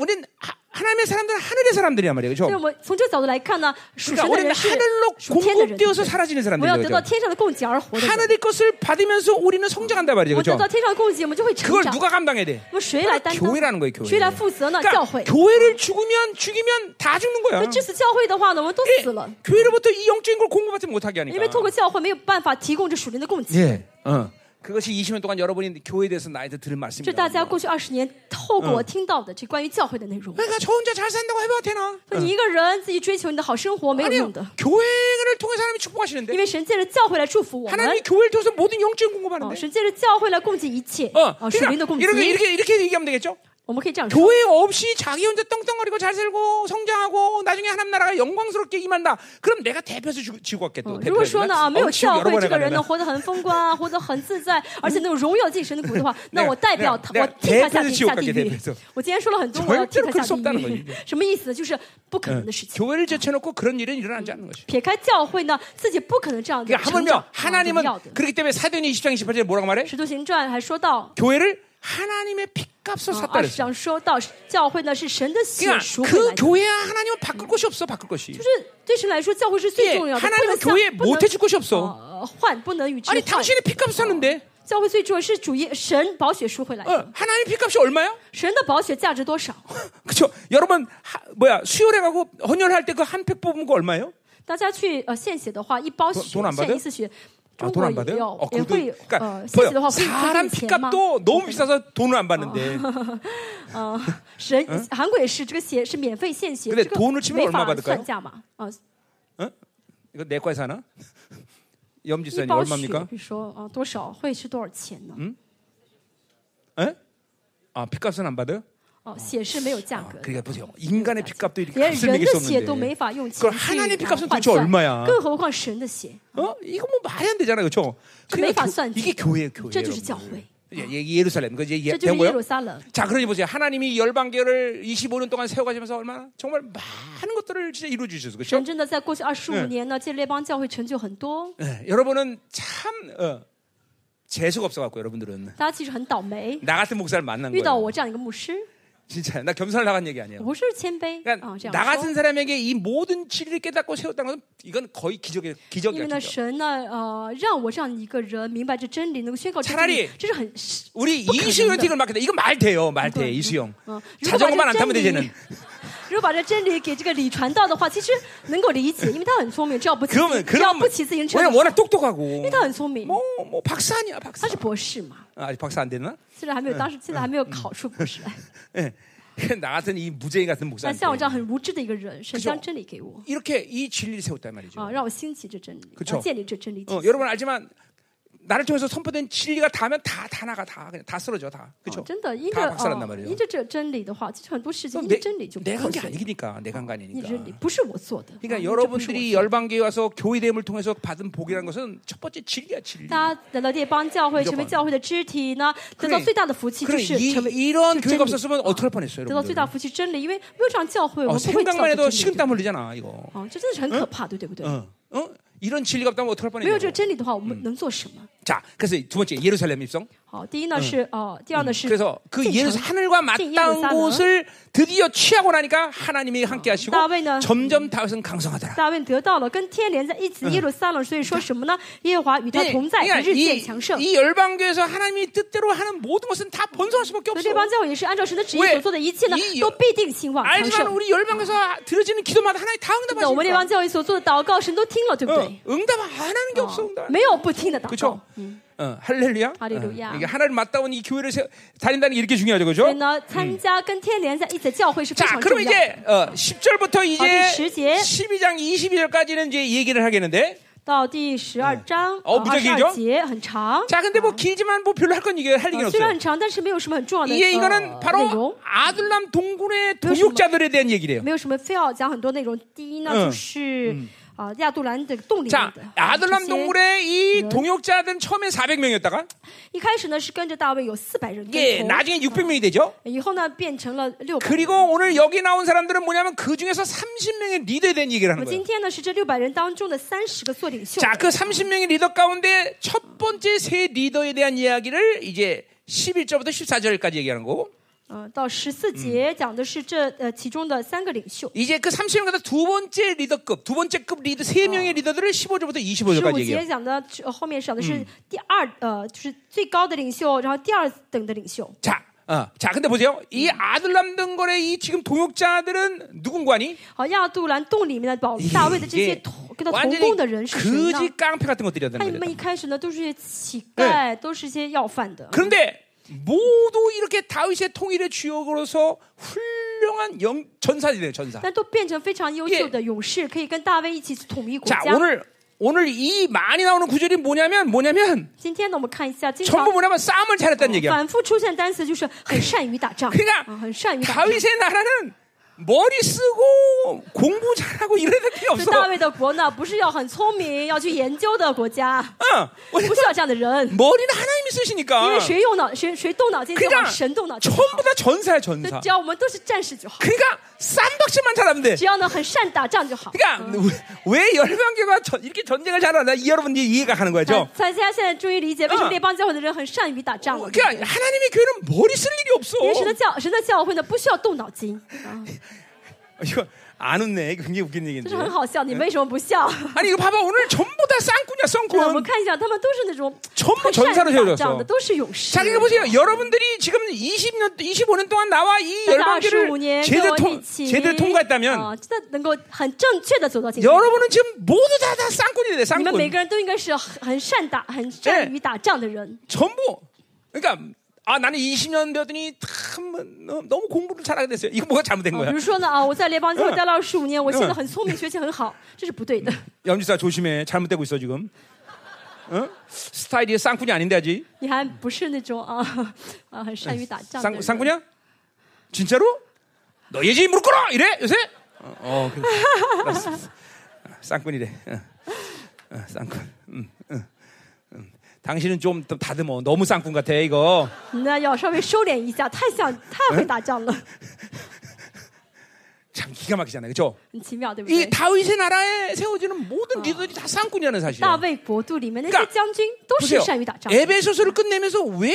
A: 우리는 하- 하나님의 사람들은 하늘의 사람들이란 말이에요,
B: 所以我
A: 그렇죠?
B: 们从这角度来看呢，属
A: 그러니까
B: 神的
A: 우리는
B: 人是
A: 하늘로
B: 属天的人，
A: 공급되어서 사라지는
B: 我要
A: 사람들이에요,
B: 得到
A: 그렇죠?
B: 天上的供给而活的人。
A: 하늘의 것을 받으면서 우리는 성장한다 말이죠,
B: 我得
A: 그렇죠?
B: 到天上的供给，我们就会成
A: 그걸
B: 长。
A: 누가 감당해야 돼?
B: 那么谁来担当？
A: 교회라는 거예요, 교회.
B: 谁来负责呢？教
A: 그러니까
B: 会。
A: 교회를 죽으면 죽이면 다 죽는 거야.
B: 那致死教会的话呢，我们都死了，
A: 교회로부터 이 영적인 걸 공급받지 못하게
B: 因为
A: 하니까.
B: 透过教会没有办法提供这属灵的供给。
A: 예. 어. 그것이 20년 동안 여러분이 교회에 대해서 나한테 들은
B: 这
A: 말씀입니다.
B: 大家过去二十年透过我听到的这关于教会的内容。
A: 그러니까 저 혼자 잘 산다고 해봐야 되나?
B: 说你一个人自己追求你的好生活没有
A: 아니요.
B: 用的，
A: 교회를 통해 하나님이
B: 因
A: 축복하시는데
B: 为神借着教会来祝福我们
A: 하나님이 ， 교회를 통해서 모든 영적인
B: 哦，
A: 공급하는데.
B: 神借着教会来供给一切，
A: 어,
B: 哦，属灵
A: 그러니까
B: 的供给。
A: 이렇게 이렇게 이렇게 얘기하면 되겠죠?
B: 我们可以这样说：
A: 교회 없이 자기 혼자 떵떵거리고 잘 살고 성장하고 나중에 하나님 나라가 영광스럽게 임한다. 그럼 내가 대표해서 주- 지고 갔겠다.
B: 哦如果说呢啊，没有教会，这个人呢
A: 내가
B: 活得很风光啊，活得很自 在，而且能荣耀自己神的国的话，那我代表他，
A: 那
B: 我替他下
A: 那
B: 地下地
A: 那那
B: 狱。我今天说了很多，
A: 那
B: 我要替他
A: 那
B: 下
A: 那
B: 地
A: 那
B: 狱，什么意思呢？就是不可能的事情。
A: 교회를 제쳐놓고 그런 일은 일어나지 않는 것이.
B: 撇开教会呢，自己不可能这样的
A: 그러니까
B: 成
A: 하물며
B: 长啊，荣
A: 하나님은
B: 耀的。
A: 그렇기 때문에 사도니 20장 28절에 뭐라고 말해?
B: 使徒行传还说到，
A: 교회를 하나님의 핏값으로
B: 啊
A: 샀다
B: 二十
A: 그랬어.
B: 章说到教会呢是神的血
A: 그러니까
B: 赎回
A: 그
B: 来的。
A: 교회야 하나님은 바꿀 것이 없어. 바꿀 것이.
B: 就是对神来说，教会是
A: 예,
B: 最重要的，不
A: 하나님은
B: 能像
A: 교회에
B: 不能
A: 못 해줄 것이 없어.
B: 呃换，不能与之
A: 아니
B: 换。
A: 당신이 핏값 샀는데
B: 教会最重要是主耶神宝血赎回来
A: 어,
B: 的，
A: 하나님 핏값이 얼마야?
B: 神的宝血价值多少？
A: 그렇죠. 여러분 하- 뭐야 수요일에 가고 헌혈할 때 그 한 팩 뽑은 거 얼마예요?
B: 大家去呃献血的话，一包血
A: 돈안받아요
B: 献一次血，中
A: 돈
B: 国
A: 안
B: 也
A: 받아요?
B: 有
A: 어,
B: 也
A: 그것도-
B: 会
A: 그러니까
B: 呃献血的话
A: 보여.
B: 会会
A: 사람
B: 给钱吗？
A: 핏값도 너무 비싸서 돈을 안 받는데.
B: 呃， 神韩国也是这个血是免费献血，
A: 근데
B: 这个
A: 돈을치면
B: 没
A: 얼마받
B: 法
A: 을까요
B: 算价嘛？啊，
A: 이거 내과에서 하나?
B: 一
A: 염지사님
B: 包血
A: 얼마입니까?
B: 你说啊多少会是多少钱呢？
A: 에? 아 핏값은 안 받아요?
B: 哦，血是没有价
A: 아,
B: 格啊的。
A: 그러니까 보세요. 인간의 핏값도 이렇게
B: 连
A: 값을
B: 人
A: 매길
B: 的
A: 수
B: 血都
A: 없는데.
B: 没法用钱
A: 그걸
B: 去
A: 하나님의
B: 来
A: 값은
B: 换
A: 도대체
B: 算，
A: 얼마야?
B: 更何况神的血，
A: 어? 이거 뭐 말이 안 되잖아요, 그렇죠?
B: 매일
A: 교-
B: 봤어요,
A: 이게 교회예요, 교회.
B: 这就是教
A: 여러분.
B: 会，
A: 예, 예, 예루살렘, 그 이제 예,
B: 这就是
A: 된
B: 耶
A: 거요.
B: 路撒冷。
A: 자, 그러니 보세요. 하나님이 열방계를 25년 동안 세워가시면서 얼마나 정말 많은 것들을 진짜 이루어 주셨어요, 그렇죠?
B: 神真的在过去二十五年呢，这列邦教会成就很多，哦
A: 예, 여러분은 참 어, 재수가 없어갖고 여러분들은
B: 大家其实很倒霉，
A: 나 같은 목사를 만난
B: 遇到
A: 거예요.
B: 我这样一个牧师，
A: 진짜 나 겸손을 나간 얘기
B: 我
A: 아니에요.
B: 不是谦卑啊，
A: 그러니까
B: 这
A: 나
B: 样说
A: 같은 。 사람에게 이 모든 진리를 깨닫고 세웠다는 것은 이건 거의 기적이
B: 因为
A: 기적이야.
B: 呢，
A: 기적.
B: 神呢，呃，让我这样一个人明白这真理，能够宣告这真
A: 차라리
B: 理，这是很，
A: 우리
B: 똑똑하게
A: 이수영
B: 한다.
A: 팀을 맡겠다. 이거 말 돼요, 말 돼, 어, 이수영.
B: 嗯，如果把
A: 자전거만 안
B: 这
A: 타면
B: 真
A: 되지는.
B: 理，如果把这真理给这个李传道的话，其实能够理解，因为他很聪明，只要不骑，
A: 그러면
B: 只要
A: 그럼
B: 不骑自行车，
A: 왜냐
B: 因
A: 워낙 똑똑하고
B: 为他很聪明，
A: 뭐 뭐 박사 아니야
B: 他
A: 박사
B: 是博士嘛，
A: 아, 아직 박사 안 됐나?
B: 虽然还没有，当时现在还没有考出博 士来，
A: 나 같은 이 무죄인 같은
B: 但像我
A: 목사한테
B: 这样很无知的一个人，神将真理给我
A: 이렇게 이 진리를 세웠단 말이죠.
B: 啊，让我兴起这真理，
A: 그쵸
B: 要建立这真理体
A: 어,
B: 系。
A: 여러분 알지만 나를 통해서 선포된 진리가 다면 다 다 나가 다 그냥 다 쓰러져 다 그렇죠?
B: 哦真的，因
A: 다
B: 着
A: 박살났단말이에요 어,
B: 因着这真理的话，其实很多事情因着真理就
A: 내가
B: 破
A: 한 게
B: 碎了。
A: 아니니까 내가 한 게
B: 因着真理
A: 아니니까.
B: 不是我做的，啊
A: 그러니까 어,
B: 因为这不是我
A: 여러분들이 열방교회 와서 교회됨을 통해서 받은 복이라는 것은 첫 번째 진리야 진리.
B: 大家来到列邦教会，
A: 믿어봐
B: 成为教会的肢体呢，得到最大的福气就
A: 그래
B: 是成为
A: 이, 런
B: 就真
A: 교회가
B: 理，
A: 없었으면 어떻게 할 뻔했어요,
B: 得到最大
A: 여러분.
B: 福气真理，因为没有这样教会，
A: 어,
B: 我们不会知道
A: 생각만
B: 这
A: 해도
B: 真理
A: 식은땀 흘리잖아 이거.
B: 哦，这真的是很可怕的，对不对？
A: 어, 어? 이런 진리가 없다면 어떻게 할
B: 嗯没有这
A: 뻔했냐고.
B: 嗯个真理的话，我们能做什么？
A: 자, 그래서 두 번째 예루살렘 입성.
B: 好，第一呢是哦，第二呢是
A: 그래서 그
B: 进
A: 예루
B: 城
A: 하늘과 맞닿은
B: 찐 예루살렘.
A: 곳을 드디어 취하고 나니까 하나님이 함께 하시고
B: 다윗은-
A: 점점 다윗은 강성하더라.
B: 大卫得到了跟天连在一起的耶路撒冷，所以说什么呢？耶和华与他
A: 예,
B: 同在，
A: 그러니까
B: 日渐
A: 이,
B: 强盛。
A: 이 열방교에서 하나님이 뜻대로 하는 모든 것은 다 번성할 수밖에
B: 所以
A: 없어.
B: 这帮教会也是按照神的旨意所做的一切呢
A: 왜 이 ，
B: 都必定兴旺强
A: 알지만
B: 盛。
A: 우리 열방교에서 드려지는 기도마다 하나님 다
B: 那我们这
A: 응답하시니까.
B: 帮教会所做的祷告，神都听了，对不
A: 어,
B: 对？
A: 응답 안 하는 게 없어. 응답.
B: 哦没有不听的祷
A: 그렇죠?
B: 告。嗯。
A: 어, 할렐루야.
B: 할렐루야.
A: 어, 이게 하나님 맞다운 이 교회를 세, 다닌다는 게 이렇게 중요하죠,
B: 所以
A: 그렇죠?
B: 呢，参加跟天连在一起的教会是非
A: 자,
B: 常
A: 그럼
B: 重要的。
A: 이제 어, 10절부터
B: 아,
A: 이제
B: 그10절.
A: 12장 22절까지는 이제 얘기를 하겠는데.
B: 到第十二章，
A: 哦
B: 呃
A: 比较
B: 二十
A: 길죠
B: 二节很长，
A: 자, 근데 뭐 길지만 뭐 별로 할 건 이게 할 아, 얘기는
B: 呃虽然
A: 없어요.
B: 很长，但是没有什么很重要的
A: 이게
B: 呃
A: 이거는
B: 内容
A: 바로 ， 아들남 동굴의
B: 그래서
A: 동역자들에 대한 얘기래요.
B: 没有什么非要讲很多内容。第一呢，
A: 嗯
B: 就是啊亚杜兰的洞里面
A: 자,
B: 的这
A: 아들남
B: 些
A: 동굴의 이 동역자들은 처음에 400명이었다가
B: 一开始呢是跟着大卫有四百人
A: 이게
B: 跟从，
A: 나중에 600명이 되죠.
B: 以后呢变成了六百。
A: 그리고 오늘 여기 나온 사람들은 뭐냐면 그 중에서 30명의 리더에 대한 얘기를
B: 那
A: 하는
B: 么今
A: 거예요.
B: 天呢是这六百人当中的三十个做领袖。
A: 자, 그 30명의 리더 가운데 첫 번째 세 리더에 대한 이야기를 이제 11절부터 14절까지 얘기하는 거고.
B: 嗯，到十四节
A: 嗯
B: 讲的是这呃其中的三个领袖。
A: 이제 그 30명에서 두 번째 리더급, 두 번째 급 리더 세 명의 리더들을 15절부터
B: 十五
A: 25절까지
B: 节
A: 얘기해요.
B: 讲的呃后面讲的是第二呃就是最高的领袖，然后第二等的领袖。
A: 자, 어, 자, 근데 보세요. 이 아들람 등거의 이 지금 동역자들은 누군가니?
B: 好，亚杜兰洞里面的保大卫的这些同跟他同
A: 완전히
B: 工的人是谁呢？
A: 거지 깡패 같은 뭐 것들이었다는
B: 他
A: 거죠.
B: 们一开始呢都是些乞丐，都是些要饭的。
A: 그런데 모두 이렇게 다윗의 통일의 주역으로서 훌륭한 영, 전사들이에요, 전사.
B: 但都变成非常优秀的勇士，可以跟大卫一起统一国
A: 자,
B: 家。
A: 오늘 오늘 이 많이 나오는 구절이 뭐냐면 뭐냐면
B: 今天呢，我们看一下，经常
A: 전부 뭐냐면 어, 싸움을 잘했다는 얘기야.
B: 反复出现单词就是很善于打仗，
A: 그러니까
B: 啊，很善于打仗。
A: 다윗의 나라는 머리 쓰고 공부 잘하고 이래야 될 필요
B: 所以
A: 없어.
B: 大卫的国呢，不是要很聪明、要去研究的国家，
A: 어,
B: 不需要这样的人，
A: 머리는 하나님이
B: 因
A: 쓰시니까.
B: 为谁用脑，谁谁动脑筋就好，
A: 그러니까
B: 神动脑筋就好
A: 전부 。다 전사야
B: 所
A: 전사.
B: 以只要我们都是战士就好，
A: 그러니까 쌈박질만 잘하면 돼.
B: 只要呢很善打仗就好。哎
A: 그러니까 왜, 왜 열방교가 저- 이렇게 전쟁을 잘하나 이 여러분이 이해가 가는 거죠.
B: 大家现在终于理解为什
A: 嗯
B: 么列邦教会的人很善于打仗了。
A: 그러니까 하나님의 교회는 머리 쓸 일이 없어.
B: 因为神的教神的教会呢，不需要动脑筋，啊
A: 아, 이거 안 웃네. 이거 굉장히 웃긴
B: 这
A: 얘기인데.
B: 是很好笑。你为什么不 笑？
A: 아니 이거 봐봐 오늘 전부 다 쌍꾼이야 뭐그
B: 真的，我
A: 쌍꾼.
B: 们看一下，他们都是那种
A: 전부
B: 很
A: 전사로
B: 善于
A: 세워졌어
B: 打仗的，都是勇士。
A: 자, 그러니까 보세요. 여러분들이 지금 20년, 25년 동안 그 나와 아, 이
B: 在二十五
A: 열방기를
B: 年
A: 제대로,
B: 跟我
A: 통,
B: 一起，
A: 제대로 통과했다면
B: 啊，真的能够很正确的走到今天。
A: 여러분은 지금 모두 다, 다 네. 쌍꾼이 돼,
B: 你们每
A: 쌍꾼.
B: 个人都应该是很很善打、很善于打仗的人。
A: 전부. 그러니까, 아, 나는 20년 되었더니 참, 너- 너무 공부를 잘하게 됐어요. 이거 뭐가 잘못된
B: 啊
A: 거야?
B: 比如说呢，啊，我在联邦教会待了二十五年，我现在
A: 嗯
B: 很聪明，学习很好，这是不对的。
A: 염지사 조심해. 잘못되고 있어, 지금. 어? 스타일이 쌍꾼이 아닌데, 아직.
B: 你还不是那种啊啊很善于打仗的
A: 쌍,
B: 人。
A: 쌍꾼이야? 진짜로? 너 예지 무릎 꿇어! 이래? 요새? 어, 어 그래. 알았어. 아, 쌍꾼이래. 어. 어, 쌍꾼. 음, 음, 음. 당신은 좀 더 다듬어. 너무 쌍꾼 같아, 이거.
B: 你呢嗯要稍微收敛一下，太像太会打仗了，
A: 참 기가 막히잖아요. 그죠?
B: 很奇妙，对不
A: 이
B: 对？
A: 다윗의 나라에 세워지는 모든 리더들이 다 쌍꾼이라는
B: 大
A: 사실이에요.
B: 卫国度里面那
A: 그러니
B: 些
A: 까
B: 将军都是
A: 보세요.
B: 善于打仗的。
A: 에베소서를 끝내면서 왜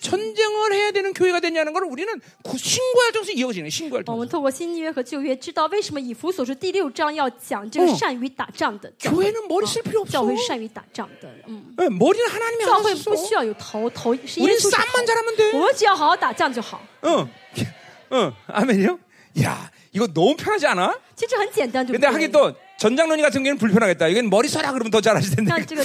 A: 전쟁을 해야 되는 교회가 됐냐는 걸 우리는 그 신고할 정서 이어지는 거예요. 신고할
B: 我
A: 정서.
B: 们透过新约和旧约知道为什么以弗所书第六章要讲这个
A: 嗯
B: 善于打仗的教会，
A: 교회는 머리 쓸 필요
B: 教
A: 없어.
B: 会是善于打仗的，嗯，
A: 예, 머리는 하나님이
B: 教会
A: 알아서
B: 不
A: 써.
B: 需要有头，头是耶
A: 우린
B: 稣是
A: 싸움만 잘하면 돼.
B: 头，我们只要好好打仗就好。
A: 응. 응. 어. 아멘이요? 야, 이거 너무 편하지 않아?
B: 其实很简单，对
A: 근데
B: 不
A: 하긴
B: 对？
A: 또 전장론이 같은 경우는 불편하겠다. 이건 머리 써라 그러면 더 잘하실 텐데.
B: 让这个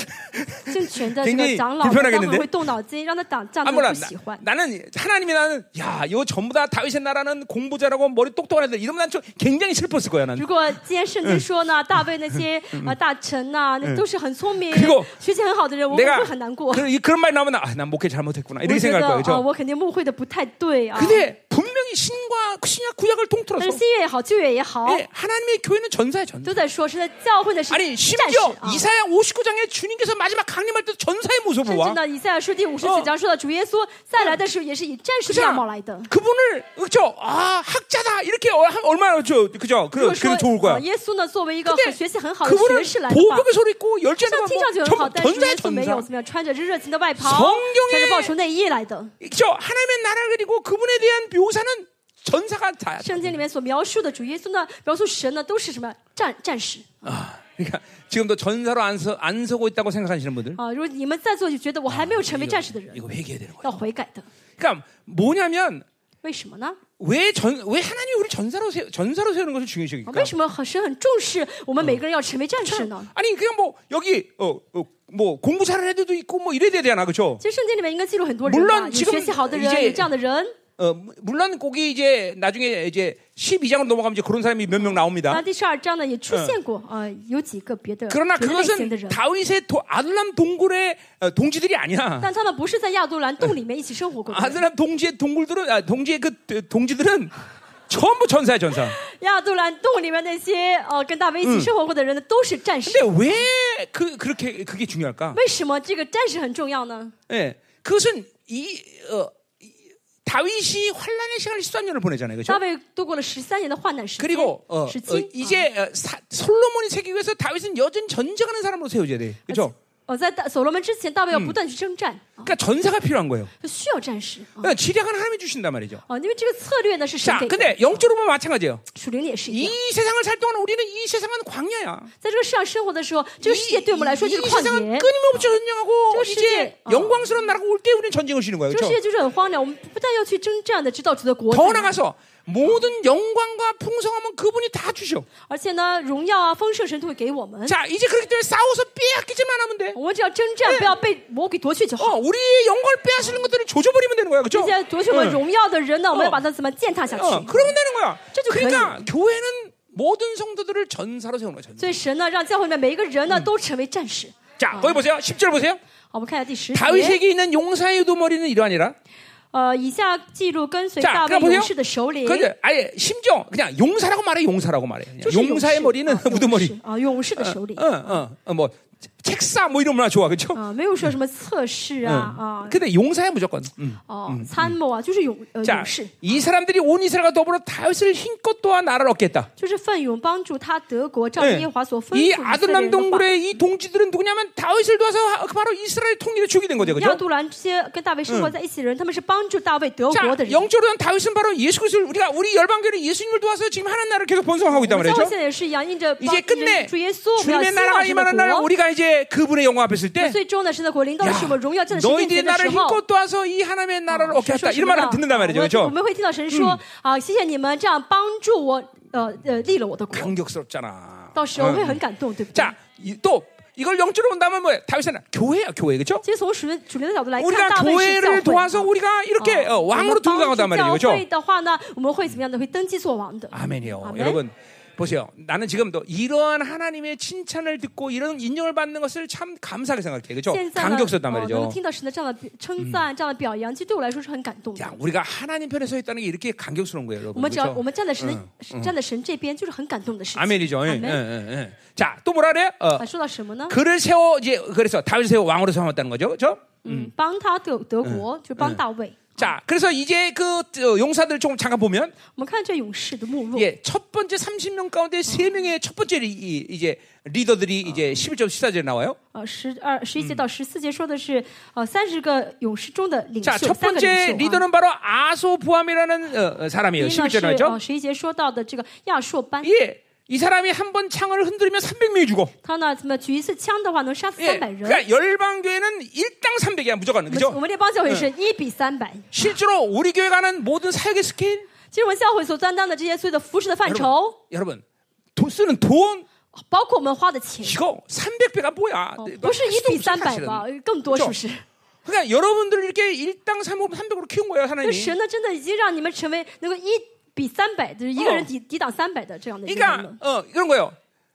B: 政权的这
A: 굉장히
B: 个长老
A: 불편하겠는데
B: 们他们会动脑筋，让他打仗，
A: 아
B: 他
A: 몰라
B: 们不喜欢。
A: 나, 는 하나님이 나는 야 이거 전부 다 다윗의 나라는 공부 잘하고 머리 똑똑한 애들 이러면 난좀 굉장히 슬펐을 거야 나는
B: 如果今天圣经说呢，大卫那些啊大臣呐，那嗯都是很聪明
A: 그리고 、
B: 学习很好的人，我们
A: 내가
B: 会很难过。
A: 그, 이- 그런 말 나오면 아, 난 목회 잘못했구나
B: 我
A: 이렇게
B: 觉
A: 생각할
B: 得
A: 거야
B: 啊，
A: 그죠
B: 我肯定误会的不太对啊。
A: 근데 분명히 신과 신약 구약을
B: 但
A: 통틀어서
B: 是新月也好，旧月也好，
A: 예, 하나님의 교회는 전사야 전사
B: 都在说是在教会的是
A: 아니
B: 战士
A: 심지어
B: 啊。
A: 이사야 59장에 주님께서 마지막 강림할 때 전사의
B: 甚
A: 모습을
B: 至
A: 와
B: 呢，以赛亚书第五十
A: 哦
B: 九章说到主耶稣再来的时候，也嗯是以啊战士的样貌来的。
A: 그분을 그죠? 아 학자다 이렇게 어- 하면 얼마나 저 아, 예. 그죠?
B: 如
A: 그래
B: 果说
A: 그래 좋을 거야.
B: 呃耶稣呢，作为一个
A: 근데
B: 很学习很好的
A: 그분은
B: 学士来的话，
A: 보복의 소리 있고 열쇠
B: 像听上去
A: 안고
B: 很好，
A: 전
B: 但是耶
A: 전자의
B: 稣没有
A: 전사.
B: 怎么样，穿着这热情的外袍，
A: 성경에
B: 穿着暴出内衣来的。
A: 그죠? 하나님의 나라 그리고 그분에 대한 묘사는 전사가 다.
B: 圣经里面所描述的主耶稣呢，描述神呢，都是什么战战士
A: 아, 그러니까 지금도 전사로 안, 서, 안 서고 있다고 생각하시는 분들
B: 啊！如果你们在座就觉得我还没有成为
A: 이거,
B: 战士的人，
A: 이거 회개해야 되는 거야.
B: 要悔改的，
A: 그러니까 뭐냐면
B: 为什么呢？
A: 왜 전 왜 하나님 이 우리 전사로 세, 전사로 세우는 것을 중요시
B: 啊
A: 여기니까?
B: 为什么很神很重视我们每个人要成为战士呢？
A: 아니 그냥 뭐 여기 어뭐 공부 잘하는 애들도 있고 뭐 이래야 되잖아, 그렇죠?
B: 其实圣经里面应该记录很多人
A: 물론
B: 吧，有
A: 지금
B: 学习好的
A: 이제
B: 人，有这样的人。
A: 어, 무- 물론 거기 이제 나중에 이제 12장으로 넘어가면 이제 그런 사람이 몇 명
B: 那
A: 나옵니다.
B: 第十二章呢，也出现过啊、呃有几个别的
A: 그러나
B: 别的类型的
A: 그것은
B: 人，
A: 다윗의 도- 아들람 동굴의 어, 동지들이 아니야.
B: 但他们不是在亚杜兰洞里面一起生活过的人。
A: 아들람 동지의 동굴들은 아, 동지의 그 어, 동지들은 전부 전사야 전사.
B: 亚杜兰洞里面那些呃跟大卫一起生活过的人呢，都是战士。
A: 근데 왜 그 그렇게 그게 중요할까?
B: 为什么这个战士很重要呢？
A: 예, 그것은 이, 어, 이 다윗이 환란의 시간을 13년을 보내잖아요, 그렇죠?
B: 大卫度过了十三年的患难时期
A: 그리고 어, 어, ，
B: 时期、
A: 이제 어, 사- 솔로몬이 세기 위해서 다윗은 여전 전쟁하는 사람으로 세워져야 돼, 그렇죠?
B: 啊我在大所罗门之前，大卫要不断去征战，啊
A: 그러니까 전사가 필요한 거예요.
B: 他需要战士啊。
A: 그러니까 지략은 하나님이 주신단 말이죠.
B: 哦，因为这个策略呢是神
A: 자,
B: 给的，
A: 근데 그 그렇죠. 영적으로 보면 마찬가지예요.
B: 属灵的也是
A: 이
B: 一样。
A: 세상을 살 동안 우리는 이 세상은 광야야.
B: 在这个世上生活的时候，这
A: 이,
B: 个世界对我们来说就是
A: 이
B: 旷
A: 세상은
B: 野，
A: 끊임없이 전쟁하고
B: 저
A: 이제
B: 시대, 어.
A: 영광스러운 나라가 올 때 우리는 전쟁을 쉬는 거예요.
B: 这个世
A: 그렇죠?
B: 界就是很荒凉。我们不但要去征战的，直到主的国
A: 더
B: 度，
A: 나가서 모든 영광과 풍성함은 그분이 다 주셔.
B: 而且呢，荣耀啊、丰盛，神都会给我们。
A: 자, 이제 그렇기 때문에 싸워서 빼앗기지만 하면 돼.
B: 我们只要征战，不要被魔鬼夺去就
A: 어,
B: 好。
A: 우리의 영광을 빼앗으는 것들을 조져버리면 되는 거야. 그렇죠?
B: 现在夺取我们荣耀的人呢，我们
A: 哦
B: 要把他怎么践踏下
A: 어,
B: 去？
A: 그러면 되는 거야.
B: 저도
A: 그러니까 교회는 모든 성도들을 전사로 세우는 거야. 전사.
B: 所以神呢，让教会里面每一个人呢都成为战士。
A: 자, 거기 보세요. 10절 보세요.
B: 好，我们看一下第十节。
A: 다윗에게 있는 용사의 우두머리는 이러하니라.
B: 呃，以下记录跟随
A: 자
B: 大卫
A: 그럼보세요
B: 勇士的首领，
A: 그런데 아예 심지어 그냥 용사라고 말해 용사라고 말해. 그냥
B: 就是勇士
A: 용사의 머리는
B: 啊勇士
A: 우두머리.
B: 啊，勇士的首领
A: 어, 어, 어, 뭐 책사 뭐 이런 문화 좋아, 아. 그렇죠?
B: 啊，没有说什么测试啊
A: 근데 용사야 무조건. 음.
B: 啊哦，参谋啊，就是勇呃
A: 자,
B: 勇士，
A: 이 사람들이 온 이스라엘과 더불어 다윗을 힘껏 도와 나라를 얻겠다.
B: 就是奋勇帮助他德国照
A: 예.
B: 耶和华所吩咐
A: 이
B: 嗯以色列
A: 아들람
B: 人的话。
A: 동굴의 이 동지들은 누구냐면 다윗을 도와서 하- 바로 이스라엘 통일을 주게 된 거죠,
B: 亚
A: 그렇죠?
B: 杜兰这些跟大卫生活在一起的人，他们是帮助大卫德
A: 자,
B: 国的人。
A: 영적으로는 다윗은 바로 예수 그리스도를 우리가 우리 열방교는 예수님을 도와서 지금 하나님 나라를 계속 번성하고
B: 我
A: 있단
B: 们教会
A: 말이죠.
B: 现在也是一样，因着帮
A: 이제
B: 因
A: 끝내
B: 着主耶稣，我们要
A: 주님의
B: 兴
A: 나라가
B: 旺神
A: 임하는
B: 的
A: 날
B: 国。
A: 우리가 이제 그분의 영광 앞에 있을 때
B: 最终呢，神的国临到，是我们荣耀站在神面
A: 너희들이
B: 前的时
A: 나를
B: 候。
A: 힘껏 도와서 이 하나님의 나라를
B: 啊
A: 얻게
B: 神
A: 했다.
B: 说什
A: 이런
B: 么呢
A: 말을 듣는단
B: 我
A: 말이죠.
B: 我
A: 아, 그렇죠?
B: 们会听到神说啊，谢谢你们这样帮助我，呃呃，立了我的国。
A: 감격스럽잖아. 어.
B: 到时候会很感动，对不对？
A: 자, 이- 또 이걸 영적으로 본다면 뭐예요? 다윗은 교회야, 교회. 그렇죠?
B: 其实从属灵主灵的角度来看，
A: 우리가
B: 大卫是教
A: 교회를
B: 会
A: 도와서 。 우리가
B: 哦
A: 이렇게 어,
B: 我们
A: 왕으로
B: 帮助
A: 등극하단 말이에요. 그렇죠?
B: 教会的话呢，我们会怎么样的？会登基做王的。
A: 아멘이요.
B: 아멘.
A: 여러분 보세요. 나는 지금도 이러한 하나님의 칭찬을 듣고 이런 인정을 받는 것을 참 감사하게 생각해. 그렇죠?
B: 现在呢，哦
A: 감격스럽단
B: 能
A: 말이죠.
B: 够听到神的这样的称赞、这样的表扬，其实对我来说是很感动的。
A: 야, 우리가 하나님 편에 서 있다는 게 이렇게 감격스러운 거예요,
B: 我
A: 여러분.
B: 们只要
A: 그렇죠?
B: 我们嗯站在神的站在神这边，就是很感动的事情。
A: 아멘이죠. 예,
B: 아멘.
A: 예, 예, 예. 자, 또 뭐라 그래? 어,
B: 啊，说到什么呢？
A: 그를 세워 이제 그래서 다윗을 세워 왕으로 삼았다는 거죠. 그렇죠?
B: 嗯，帮他德德国，就是帮大卫。
A: 자, 그래서 이제 그 어, 용사들 조금 잠깐 보면
B: 我们看这勇士的目录，
A: 예, 첫 번째 30명 가운데 세명의첫 번째 리, 이, 이제 리더들이 이제 11절 14절에 나와요.
B: 呃，十二十一节到十四节说的是，呃，三十个勇士中的领
A: 자,
B: 袖，
A: 첫
B: 三个领
A: 번째
B: 袖啊。
A: 리더는 바로 아소부함이라는 어, 어,
B: 第
A: 사람이에요.
B: 一呢是
A: 11절 나오죠?
B: 呃十一节说到的这个亚硕班，
A: 예. 이 사람이 한 번 창을 흔들면 300명이 죽어.
B: 他呢怎么举一次枪的话能杀死
A: 예.
B: 三百人。
A: 그러니까 열방교회는 일당 300이야, 무조건.
B: 我们
A: 그죠?
B: 我们这帮教会是一比三百。
A: 실제로 우리 교회 가는 모든 사역의 스케일
B: 其实我们教会所担当的这些所有的服饰的范畴，
A: 여러분, 돈 쓰는 돈
B: 包括我们花的钱，
A: 이거 300배가 뭐야?
B: 哦不是一比三百
A: 사실은.
B: 吧？更多是不是？
A: 그러니까 여러분들 이렇게 일당 300, 300으로 키운 거예요,
B: 就
A: 하나님이.
B: 神呢，真的已经让你们成为能够一比三百，就是一个人抵抵挡三百的这样的一个人了
A: 그러니까 。어 이런 거예요.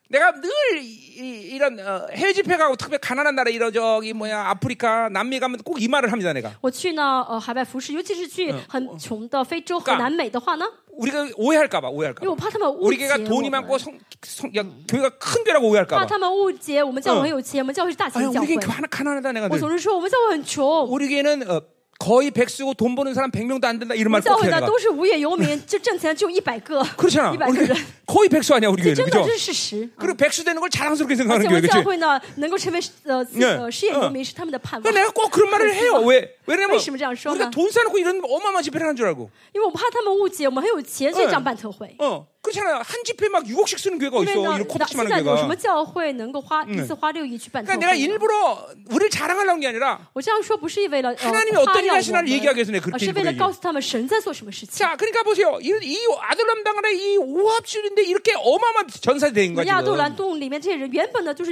A: 내가 늘 이, 런 어, 해외 집회 가고 특히 가난한 나라 이런 저기 뭐야 아프리카 남미 가면 꼭 이 말을 합니다 내가.
B: 我去呢，呃，海外服饰，尤其是去很穷的非洲和
A: 干
B: 南美的话呢，
A: 우리가 오해할까 봐 오해할까.
B: 因为我
A: 봐
B: 怕他们误
A: 우리
B: 解
A: 교회가
B: 我
A: 돈이
B: 们，
A: 많고 성, 성 야, 교회가 큰 교회라고 오해할까
B: 怕
A: 봐.
B: 他们误解我们教会很有嗯哎钱，我们教会是大
A: 아니
B: 型教
A: 우리
B: 会
A: 교회 。 하나 가난하다 내가
B: 我
A: 늘.
B: 总是说我们教会很穷，我
A: 우리 교회는 어, 거의 백수고 돈 버는 사람 100명도 안 된다 이런
B: 们
A: 말
B: 教
A: 꼭
B: 会
A: 해.
B: 呢
A: 내가.
B: 都是无业游民，就挣钱就一百 个，
A: 그렇잖아.
B: 一百
A: 우리
B: 个
A: 교회
B: 人，
A: 거의 백수 아니야 우리
B: 这
A: 교회는
B: 真的
A: 그죠?
B: 这是事实。啊
A: 그리고 백수 되는 걸 자랑스럽게
B: 而
A: 생각하는
B: 且
A: 교회
B: 我们教
A: 그렇지?
B: 会呢，能够成为呃
A: 예
B: 呃事业游民是他们的盼
A: 그러니까
B: 望，
A: 내가 꼭 그런 말을 해요. 왜? 왜냐면
B: 왜 심지어 안 써나?
A: 우리가 돈 쌓아놓고 이런 어마어마한 집회를 하는 줄 알고.
B: 因为我怕他们误解我们很有钱，所以
A: 嗯
B: 这样办特会。
A: 어, 그렇잖아요. 한 집회 막 6억씩 쓰는 교회가
B: 因
A: 어딨어.
B: 为呢，
A: 이런
B: 那
A: 코딱지만한
B: 现在有什么
A: 교회가.
B: 教会能够花一次花六亿去办特
A: 그러니까
B: 会
A: 내가
B: 呢？
A: 일부러 우리를 자랑하려는 게 아니라
B: 我这样说不是因为了呃
A: 하나님이어떤
B: 夸
A: 일을
B: 耀
A: 하시나를얘기하기위해서내가
B: 我
A: 그렇
B: 们，而
A: 게
B: 是为
A: 이
B: 了
A: 걸
B: 告诉他们神在做什么事情。
A: 자, 그러니까 보세요. 이, 이 아들람당의 이 오합실인데 이렇게 어마어마한 전사이 된
B: 那
A: 거지.
B: 亚杜兰洞里面这些人原本呢就是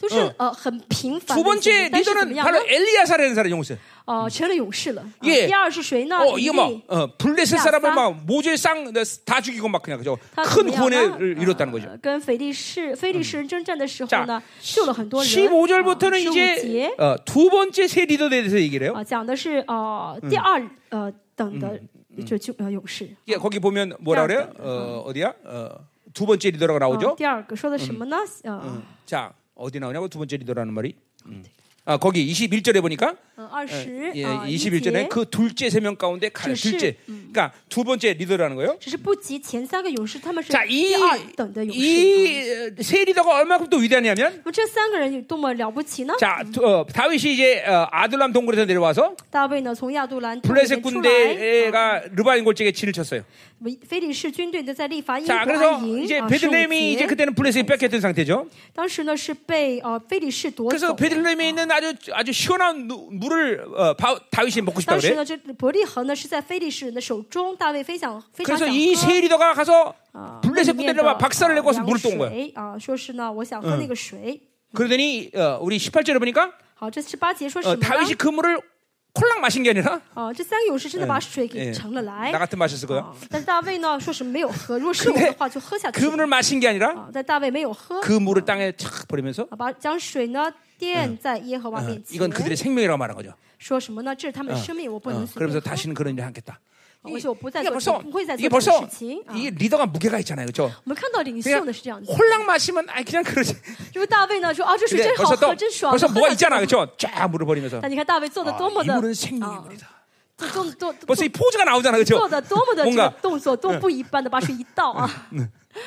B: 都是
A: 嗯
B: 呃很平凡
A: 두
B: 的一些
A: 번째
B: 人，但是怎
A: 리더는
B: 么样呢
A: 바로 ？ 엘리야사라는 사람이 용서.
B: 呃，成了勇士了。啊
A: 예
B: 第二是谁呢？
A: 어,
B: 以
A: 이거
B: 利
A: 막 어, 블레셋 사람을
B: 야사.
A: 막 모조의 쌍다 죽이고 막 그냥 아, 그죠.
B: 他怎
A: 큰
B: 么样呢
A: 구원을 이뤘다는 거죠.
B: 呃跟腓力士腓力士人征战的时
A: 자
B: 候呢，救了很多人。啊
A: 15절부터는
B: 15节
A: 이제 어, 두 번째 세 리더에 대해서 얘기를 해요.
B: 啊，讲的是呃
A: 嗯
B: 第二呃等的就就呃勇士。
A: 예, 거기 보면 뭐라 그래요? 어, 어디야? 어, 두 번째 리더라고
B: 啊
A: 나오죠? 嗯
B: 第二个说的什么呢？呃，
A: 자 어디 나오냐고 두 번째 리더라는 말이. 음. 아, 거기 21절에 보니까
B: 嗯，二
A: 呃
B: 十
A: 예,
B: 啊，一
A: 21절에
B: 节。
A: 그 둘째 세 명 가운데 가장
B: 글씨.
A: 둘째. 그러니까 두 번째 리더라는 거예요.
B: 只是不及前三个勇士，他们是
A: 자,
B: 第二等的勇士。
A: 이 세 리더가 얼마큼 또 위대하냐면
B: 那么这三个人有多么了不起呢？
A: 자, 어, 다윗이 이제 어, 아둘람 동굴에서 아. 내려와서
B: 大卫呢，从亚杜兰城里
A: 블레셋
B: 面出来，啊
A: 군대가 르바인 골짜기에 진을 쳤어요.
B: 非利士军队呢在利伐因国
A: 자, 그래서 아,
B: 安营
A: 이제
B: 啊，十五
A: 베들레헴이 이제
B: 节。
A: 그때는 블레셋이 뺏겼던 상태죠.
B: 当时呢是被呃非利士夺
A: 그래서
B: 走。
A: 베들레헴에 있는 아주 아주 시원한 누- 물을 어, 바- 다윗이 먹고 싶다
B: 当时
A: 그래.
B: 呢，这伯利恒呢是在非利士人的手中，大卫非常非常
A: 그래서 어. 그러니까
B: 想
A: 이
B: 喝
A: 세 리더가 가서
B: 啊那
A: 블레셋
B: 里面的
A: 군대를 막 박살을 내고 와서
B: 아
A: 물을 또 온 거야. 嗯
B: 水啊，说是呢，我想喝那个水。
A: 그러더니 어, 우리 18절에 보니까
B: 好，这十八节说什
A: 어,
B: 么呢
A: 다윗이 그 물을 콜랑 마신 게 아니라
B: 啊，这三个勇士真
A: 嗯
B: 的把水给
A: 예
B: 盛了来
A: 나 。 같은 마셨을 거야.
B: 啊但是大卫呢，说是没有 喝，如果是我的话，就喝下去
A: 그 。 물을 마신 게 아니라
B: 啊，但大卫没有喝，
A: 그 물을 땅에 착 버리면서
B: 啊，把将水呢垫在耶和华
A: 어,
B: 面前，
A: 이건 그들의 생명이라고 말한 거죠.
B: 说什么呢？这是他们的生命，我嗯不
A: 어,
B: 能随
A: 그러면서
B: 便喝。
A: 다시는 그런 일을 않겠다. 이-
B: 그래서 못
A: 이게
B: 해서
A: 벌써
B: 못 해서
A: 이게
B: 그런
A: 벌써
B: 짓이. 아.
A: 이 리더가 무게가 있잖아요, 그렇죠?
B: 啊我们看到领袖
A: 냥
B: 呢是这样子，
A: 홀랑 마시면 아 그냥 그러지.
B: 就是大卫呢说啊，这水
A: 근데
B: 真好
A: 벌써 또
B: 喝，真爽。
A: 벌써
B: 喝
A: 뭐가
B: 下去
A: 있잖아,
B: 吧
A: 그렇죠? 쫙 물을 버리면서
B: 但你看大卫做的
A: 아,
B: 多么
A: 이
B: 的
A: 물은 생명의
B: 啊，
A: 물이다.
B: 做做做做
A: 벌써 이 포즈가 나오잖아, 그렇죠?
B: 做的多么的这
A: 뭔
B: 个
A: 가
B: 动作多不一般的把水一倒啊，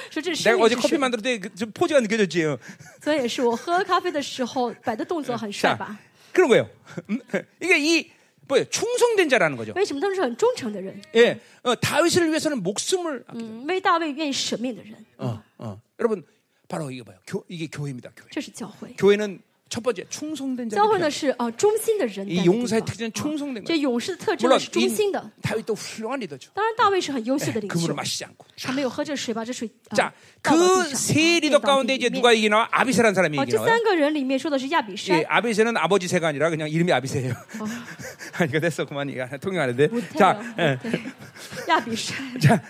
B: 说这是生
A: 내가
B: 命
A: 어제
B: 之
A: 커피
B: 水。
A: 만들 때좀 포즈가 느껴졌지. 요
B: 所以也是我喝咖啡的时候摆的动作很帅吧
A: 자, ？ 그런 거예요. 음, 이게 이 뭐예요? 충성된 자라는 거죠.
B: 为什么他们是很忠诚的人？
A: 예, 어, 다윗을 위해서는 목숨을 아,
B: 嗯，为大卫愿意舍命的人，
A: 어, 어. 여러분 바로 이거 봐요. 교, 이게 교회입니다. 교회.
B: 这是教会。
A: 교회는 첫 번째 충성된 자.
B: 教会呢是啊、呃忠心的人待的
A: 이
B: 地方。
A: 용사의 특징은 충성된
B: 这
A: 거예요.
B: 勇士的特质
A: 물론
B: 呢是忠心
A: 이
B: 的。
A: 다윗도 훌륭한 리더죠.
B: 当然，大哎卫是很优秀的领
A: 그
B: 袖
A: 물을 ， 마시지 않고.
B: 他没有喝这水，把这水啊
A: 자
B: 倒到地
A: 그
B: 上
A: 세
B: 啊
A: 리더
B: 倒到
A: 가운데
B: 地
A: 이제
B: 里面
A: 누가 얘기 나와? 아비세라는 사람이
B: 啊，
A: 얘기
B: 这
A: 나와요.
B: 三个人里面说的是亚比山
A: 예, ， 아비세는 아버지 세가 아니라 그냥 이름이 아비세예요. 아니, 이거 됐어. 그만 이거 통역 안 해도 돼.
B: 못해요.
A: 자, 예.
B: 对，亚比山。
A: 자,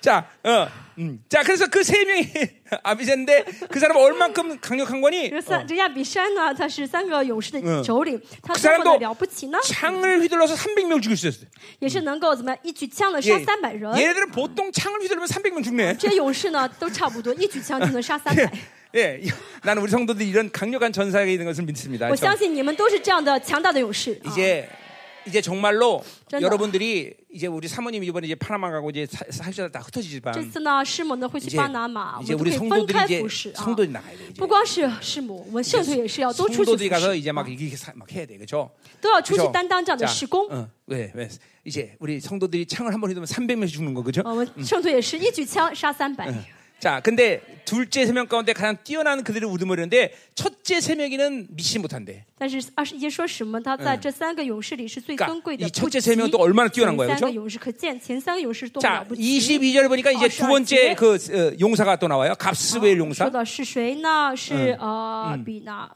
A: 자, 어, 음. 자, 그래서 그 세 명이 아비세인데 그 사람 얼만큼 강력한 거니?
B: 这
A: 어,
B: 三这亚比山呢，他是三个勇士
A: 嗯
B: 的首领，他
A: 그
B: 多么的
A: 사람도
B: 了不起呢？
A: 창을 휘둘러서 300명 죽일 수 있었어요. 예.
B: 也是能够怎么样，一举枪呢杀三百人。
A: 얘네들은 보통 창을 휘둘르면 300명 죽네.
B: 这些勇士呢，都差不多，一举枪就能杀三 百。
A: 예, 이- 나는 우리 성도들이 이런 강력한 전사가 있는 것을 믿습니다.
B: 我
A: 그래서
B: 相信你们都是这样的强大的勇士。啊
A: 이제 이제 정말로
B: 쩐다.
A: 여러분들이 이제 우리 사모님 이번에 이제 파나마 가고 이제 사- 사실 다 흩어지지만
B: 啊这次呢，师母呢会去
A: 이제,
B: 巴拿马，我
A: 이제
B: 们都
A: 우리
B: 可以
A: 성도들이 이제 아.
B: 分开服侍啊。
A: 성도들이 나가야 돼. 이제.
B: 不光是师母，我们圣徒也是要都出去服
A: 성도들이 가서
B: 侍，
A: 이제 아. 막 이렇게 사- 막 해야 돼, 그렇죠?
B: 都要出去
A: 그죠?
B: 担当这样的
A: 자,
B: 施工。
A: 어, 왜, 왜? 이제 우리 성도들이 창을 한번 휘두면 300명씩 죽는 거, 그죠?
B: 啊我们圣徒也是一举枪杀三
A: 嗯
B: 百。
A: 자, 근데 둘째 세 명 가운데 가장 뛰어난 그들을 우두머리는데 첫째 세 명이는 믿지 못한대.
B: 但是二十一节说什么？他
A: 嗯
B: 在这三个勇士里是最
A: 그러니까
B: 尊贵的
A: 이，
B: 不
A: 첫째
B: 及
A: 세명도얼마나뛰어난거예요그죠
B: 前三个勇士可见，前三个勇士多么
A: 자,
B: 了不起。
A: 22절에 보니까 이제
B: 어,
A: 두 번째
B: 시작하시네.
A: 그 어, 용사가 또 나와요. 갑스웰
B: 说
A: 용사.
B: 的是谁呢？
A: 嗯
B: 是呃，比拿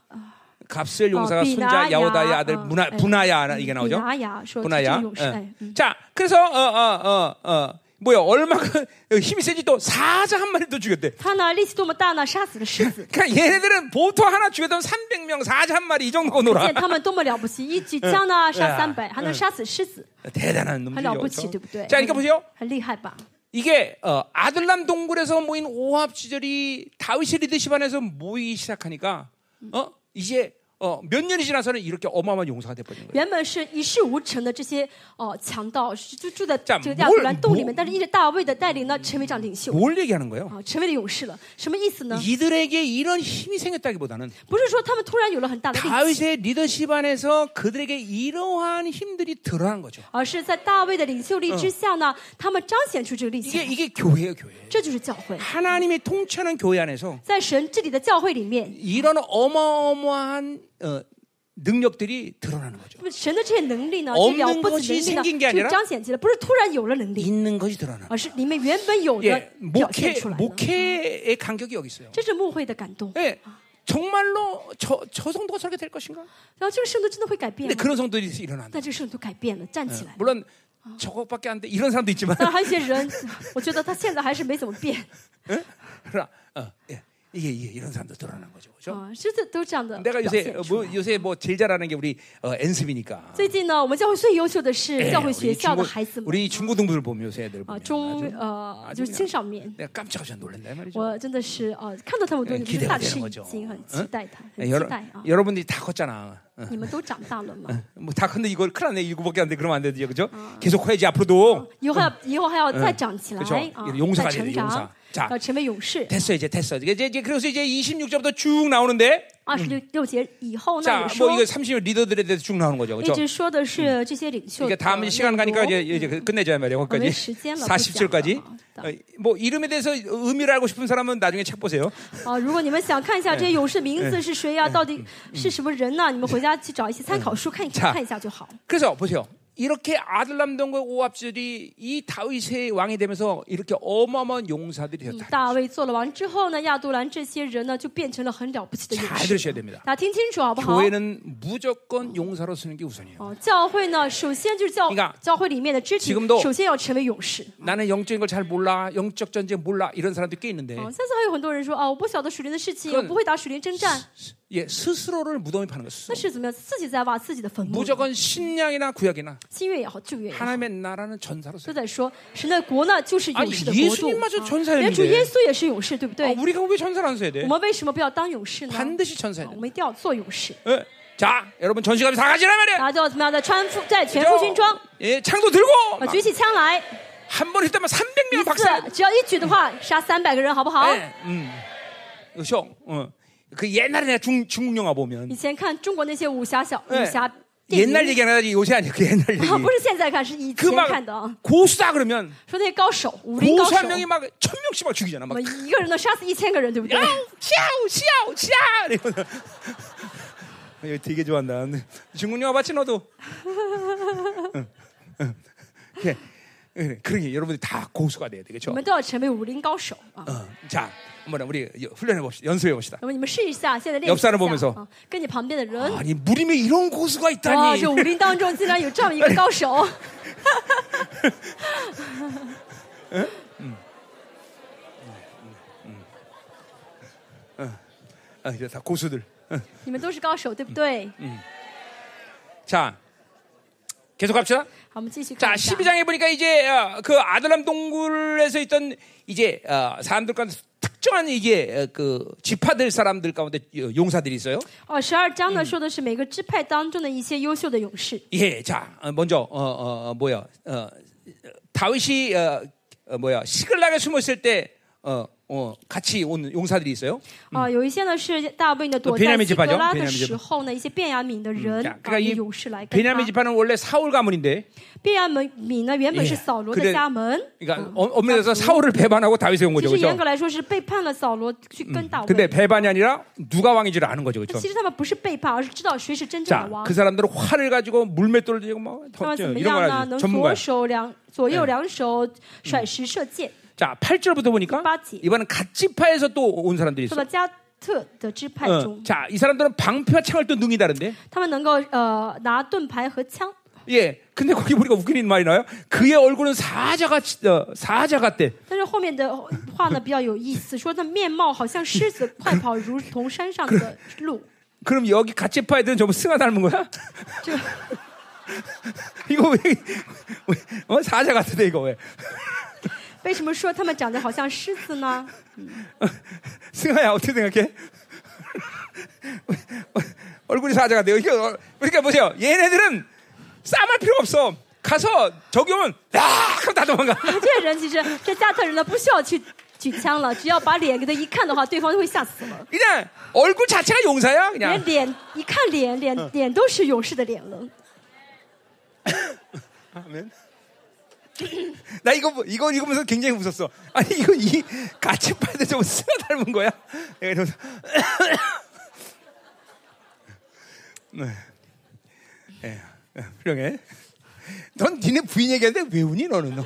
A: 갑스웰 용사가
B: 어,
A: 손자
B: 비나야.
A: 야오다의 아들
B: 어,
A: 문하,
B: 네.
A: 분하야 이게
B: 比
A: 나오죠.
B: 拿雅说这些
A: 분하야.
B: 勇士。
A: 예.
B: 哎，嗯
A: 자, 그래서 어어어 어, 어, 뭐야 얼마큼 그, 힘이 세지 또 사자 한 마리도 죽였대.
B: 他呢力气多么大呢？杀死了狮子。
A: 그러니까 얘네들은 보통 하나 죽였던 300명 사자 한 마리 이 정도
B: 见
A: 놀아.
B: 他们多么了不起，一举枪呢杀三百，还能杀死狮子，
A: 대단한
B: 很
A: 놈들이죠.
B: 了不起，
A: 그렇죠?
B: 对不对？
A: 자, 그러니까 보세요.
B: 很厉害吧？
A: 이게 어, 아들람 동굴에서 모인 오합 시절이 다윗의 리더십 안에서 모이기 시작하니까 어? 이제 어, 몇 년이 지나서는 이렇게 어마어마한 용사가 돼버린 거예요.
B: 原本是一事无成的这些哦、呃强盗，是就住在
A: 这
B: 这
A: 样
B: 个亚伯兰洞里
A: 我
B: 面，但是依着大卫的带领呢，成为这样领袖
A: 뭘 얘기하는 거예요?
B: 啊、成为了勇士了。什么意思
A: 아.
B: 呢？
A: 이들에게 이런 힘이 생겼다기보다는
B: 不是说他们突然有了很大的力气，
A: 다윗의 리더십 안에서 그들에게 이러한 힘들이 드러난 거죠.
B: 而是在大卫的领袖力之下呢，他们彰显出这个力
A: 이게
B: 气。
A: 이게 교회예요, 교회.
B: 这就是教会，
A: 하나님이 통치하는 교회 안에서
B: 在神治理的教会里面，
A: 이런 어마어마한 어, 능력들이 드러나는 거죠.
B: 神的这些能力呢，
A: 없는
B: 这了不起
A: 것이
B: 的能
A: 생긴
B: 力
A: 게
B: 呢，
A: 아니라
B: 就彰显起来，不是突然有了能力，
A: 있는 것이 드러나는. 거죠.
B: 而是里面原本有的
A: 예,
B: 表
A: 목회
B: 现出来了。
A: 목회의 간격이 여기 있어요.
B: 这是牧会的感动。
A: 예, 정말로 저, 저 성도가 저렇게 될 것인가?
B: 然后这个圣徒真的会改变
A: 근데
B: 吗？
A: 그런 성도들이 일어난다.
B: 但这个圣徒改变了，站起来了。
A: 물론 저것밖에 안 돼. 이런 사람도 있지만
B: 当然还有一些人，我觉得他现在还是没怎么变。
A: 그러나 어, 예. 이게 이게 이런 사람도 드러난 거죠. 그죠?
B: 啊，是这都这样的
A: 내가
B: 表
A: 요새
B: 现出
A: 뭐
B: 来。
A: 요새 뭐 제일 잘하는 게 우리 어, 엔습이니까.
B: 最近呢，我们教会最优秀的是
A: 예,
B: 教会
A: 우리
B: 学校哎的
A: 중고-
B: 孩子们
A: 우리 중고 등부를 보면 요새 애들
B: 啊，
A: 보면
B: 中
A: 아주
B: 啊呃
A: 아주
B: 就是
A: 그냥
B: 青少年，
A: 내가 깜짝깜짝 놀란다 이 말이죠.
B: 我真的是呃看到他们都
A: 예
B: 是
A: 기대가
B: 大
A: 되는
B: 吃
A: 거
B: 一
A: 죠
B: 惊，很
A: 응
B: 期待他，很
A: 예,
B: 期
A: 여러,
B: 待啊！
A: 여러분들이 다 컸잖아. 어,
B: 你们都长大了吗？
A: 뭐 다 컸는데 이걸 큰일 났네 일곱밖에 안 돼 그러면 안 되죠 그죠?
B: 어.
A: 계속 커야지 앞으로도
B: 以后要以后还要再长起来
A: 그렇죠
B: 啊
A: 이용사가，
B: 再
A: 돼야돼
B: 成
A: 용사
B: 长
A: 자 ，
B: 要成为勇士。
A: 됐어 이제 됐어 이제, 이제 그래서 이제 26절부터 쭉 나오는데
B: 二十六六节以后呢，有
A: 자 뭐 이거
B: 说
A: 30일 리더들에 대해서 쭉 나오는 거죠
B: 一
A: 그죠?
B: 直说的是这些领袖
A: 그러니까
B: 的内
A: 다음 시간 가니까
B: 容
A: 이제, 이제 그 끝내자 이 말이에요 거기까지
B: 오늘 시간 없겠지.
A: 40절까지
B: 아,
A: 뭐 이름에 대해서 의미를 알고 싶은 사람은 나중에 책 보세요
B: 啊，如果你们想看一下这些勇士名字是谁呀、到底是什么人呢、你们回家去找一些参考书看一
A: 자
B: 看，看一下就好。
A: 그래서 보세요 이렇게 아들람동과 오합절이 이 다윗의 왕이 되면서 이렇게 어마어마한 용사들이
B: 嗯
A: 되었다
B: 大卫做了王之后呢，亚杜兰这些人呢就变成了很了不起的勇
A: 잘
B: 士。
A: 들으셔야 됩니다
B: 大家听清楚好不好？
A: 교회는 무조건 용사로 쓰는 게 우선이에요
B: 哦，教会呢，首先就是教
A: 그러니까
B: 教会里面的肢体
A: 지금도 ，
B: 首先要成为勇士。
A: 나는 영적인 걸 잘 몰라 영적 전쟁 몰라 이런 사람도 꽤 있는데
B: 哦，相信还有很多人说，哦，我不晓得属灵的事情，
A: 그
B: 我不会打属灵征战，
A: 예, 스스로를 무덤에 파는 거
B: 那
A: 스스로.
B: 是怎么样？自己在挖自己的坟墓。
A: 무조건 신약이나 구약이나
B: 新月也好，旧月也好，
A: 하나님의 나라는 전사로
B: 都
A: 써요
B: 在说神的国呢就是
A: 啊
B: 勇士的国度。
A: 예수님마저
B: 啊
A: 전사였는데.
B: 连主耶稣也是勇士，对不
A: 아,
B: 对？
A: 우리가 왜 전사를 안 써야 돼?
B: 我们为什么不要当勇士呢？
A: 반드시
B: 啊
A: 전사해야
B: 我
A: 돼
B: 们一定要做勇士，
A: 예. 자 여러분 전시감이 다 가지란
B: 大
A: 말이야
B: 家就要怎么样的穿副在全副军
A: 그죠?
B: 装，
A: 예, 창도 들고
B: 啊，举起枪来，
A: 한번 했다면 300명
B: 一
A: 박살
B: 次只要一举的话，杀三百个人，好不好？
A: 예, 음. 그죠? 어. 그 옛날에 내가 중, 중국 영화
B: 以
A: 보면
B: 前看中国那些武侠小
A: 哎
B: 武侠电影，
A: 옛날 얘기 안 하지 요새 아니야 그 옛날 얘기
B: 啊，不是现在看，是以前看的啊
A: 그 막 。 고수다 그러면
B: 说那些高手，武林高
A: 고수
B: 手
A: 한 ， 명이 막 천 명씩 막 죽이잖아
B: 我
A: 막
B: 们一个人能杀死一千个人，对不对？
A: 야우 치아우 치아우 치아 이러면서 이거 되게 좋아한다 근데 중국 영화 봤지 너도 응, 응. 그래, 그래. 그러니 여러분들이 다 고수가 돼야 되겠죠
B: 我们都要成为武林高手啊！
A: 어, 자 한번 우리 여- 훈련해 봅시다 연습해 봅시다
B: 那么你们试一下，现在练习
A: 옆사람보면
B: 一下
A: 서
B: 啊，跟你旁边的人，
A: 아니 무림에 이런 고수가
B: 哇，这
A: 있다니
B: 武林当中竟然有这样一个高 手，
A: 아, 이제 다 고수들
B: 你们都是高手，对不对？
A: 자 계속 갑시다
B: 好，我们继续看
A: 자
B: 一下。
A: 12장에 보니까 이제 어, 그 아들람 동굴에서 있던 이제 어, 사람들 가운데 특정한 이게 어, 그 지파들 사람들 가운데 어, 용사들이 있어요
B: 哦，十二章呢说的是每个支派当中的一些优秀的勇士。
A: 예, 자 어, 먼저 어, 어, 어, 뭐야 어, 다윗이 어, 어, 뭐야 시글락에 숨어 있을 때 어, 어, 같이 온 용사들이 있어요.
B: 啊，有一些呢是大卫呢躲
A: 베냐민
B: 在希格
A: 지파죠
B: 拉
A: 베냐민
B: 的
A: 지파
B: 时候呢，一些便雅敏的人
A: 자,
B: 啊，
A: 그러니까
B: 以
A: 이
B: 勇士来跟
A: 베냐민
B: 他。
A: 지파는 원래 사울 가문인데,
B: 便雅敏敏呢原本哎是
A: 예
B: 扫罗
A: 그래
B: 的家门，
A: 그러니까 어, 엄밀히 해서 사울을 배반하고 다윗에 온 거죠,
B: 其实严
A: 그렇죠?
B: 格来说是背叛了扫罗去跟大
A: 근데
B: 卫。
A: 배반이 아니라 누가 왕인지를 아는 거죠, 그렇죠?
B: 其实他们不是背叛，而是知道谁是真正的
A: 자,
B: 王
A: 그 。 사람들은 활을 가지고 물맷돌을 들고 막
B: 那么
A: 던져,
B: 怎么
A: 이런
B: 样
A: 걸
B: 呢？
A: 하죠,
B: 能嗯
A: 전문가야.
B: 左手两左右两手甩石射箭。
A: 자, 8절부터 보니까
B: 빠지.
A: 이번엔 갓지파에서 또 온 사람들이
B: 说
A: 있어.
B: 到
A: 요
B: 加特的支派中，
A: 자, 이 사람들은 방패와 창을 또 능이 다른데.
B: 他们能够呃拿盾牌和枪。
A: 예. 근데 거기 보니까 웃기는 말이 나요. 그의 얼굴은 사자가 어, 사자 같대.
B: 但是后面的话呢比较有意思，说他面貌好像狮子，快跑如同山上的鹿。
A: 그럼 여기 같이 파야 되는 전부 승아 닮은 거야?
B: 저-
A: 이거 왜, 왜 어? 사자 같은데 이거 왜?
B: 为什么说他们长得好像狮子呢？
A: 승아야 어떻게 생각해? 얼굴이 사자 같아. 이거 어- 그러니까 보세요. 얘네들은 싸움할 필요 없어. 가서 저기 오면 야 그럼 다 도망가.
B: 这些人其实这加特人呢不需要去举枪了，只要把脸给他一看的话，对方就会吓死了。
A: 그냥 얼굴 자체가 용사야
B: 连
A: 그냥.
B: 脸一看脸脸脸都是勇士的脸了。
A: 아멘. 나 이거 뭐- 이거 읽으면서 굉장히 웃었어. 아니 이거 이 같이 파는데 저거 쓰 닮은 거야? 예, 내가 이러면서 네. 예, 예, 훌륭해. 넌 니네 부인 얘기하는데 왜 우니 너는 너?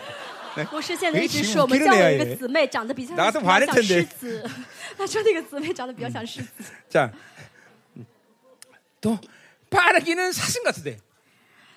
B: 牧师现在一直
A: 哎
B: 说，我们
A: 其实
B: 教
A: 我
B: 会
A: 们
B: 有一
A: 这
B: 个
A: 个
B: 姊妹长得比较
A: 拿着
B: 比
A: 盘
B: 较
A: 子真
B: 像
A: 的
B: 狮子，他说那个姊妹长得比较像狮子。
A: 자, 또 빠르기는 사슴 같은데.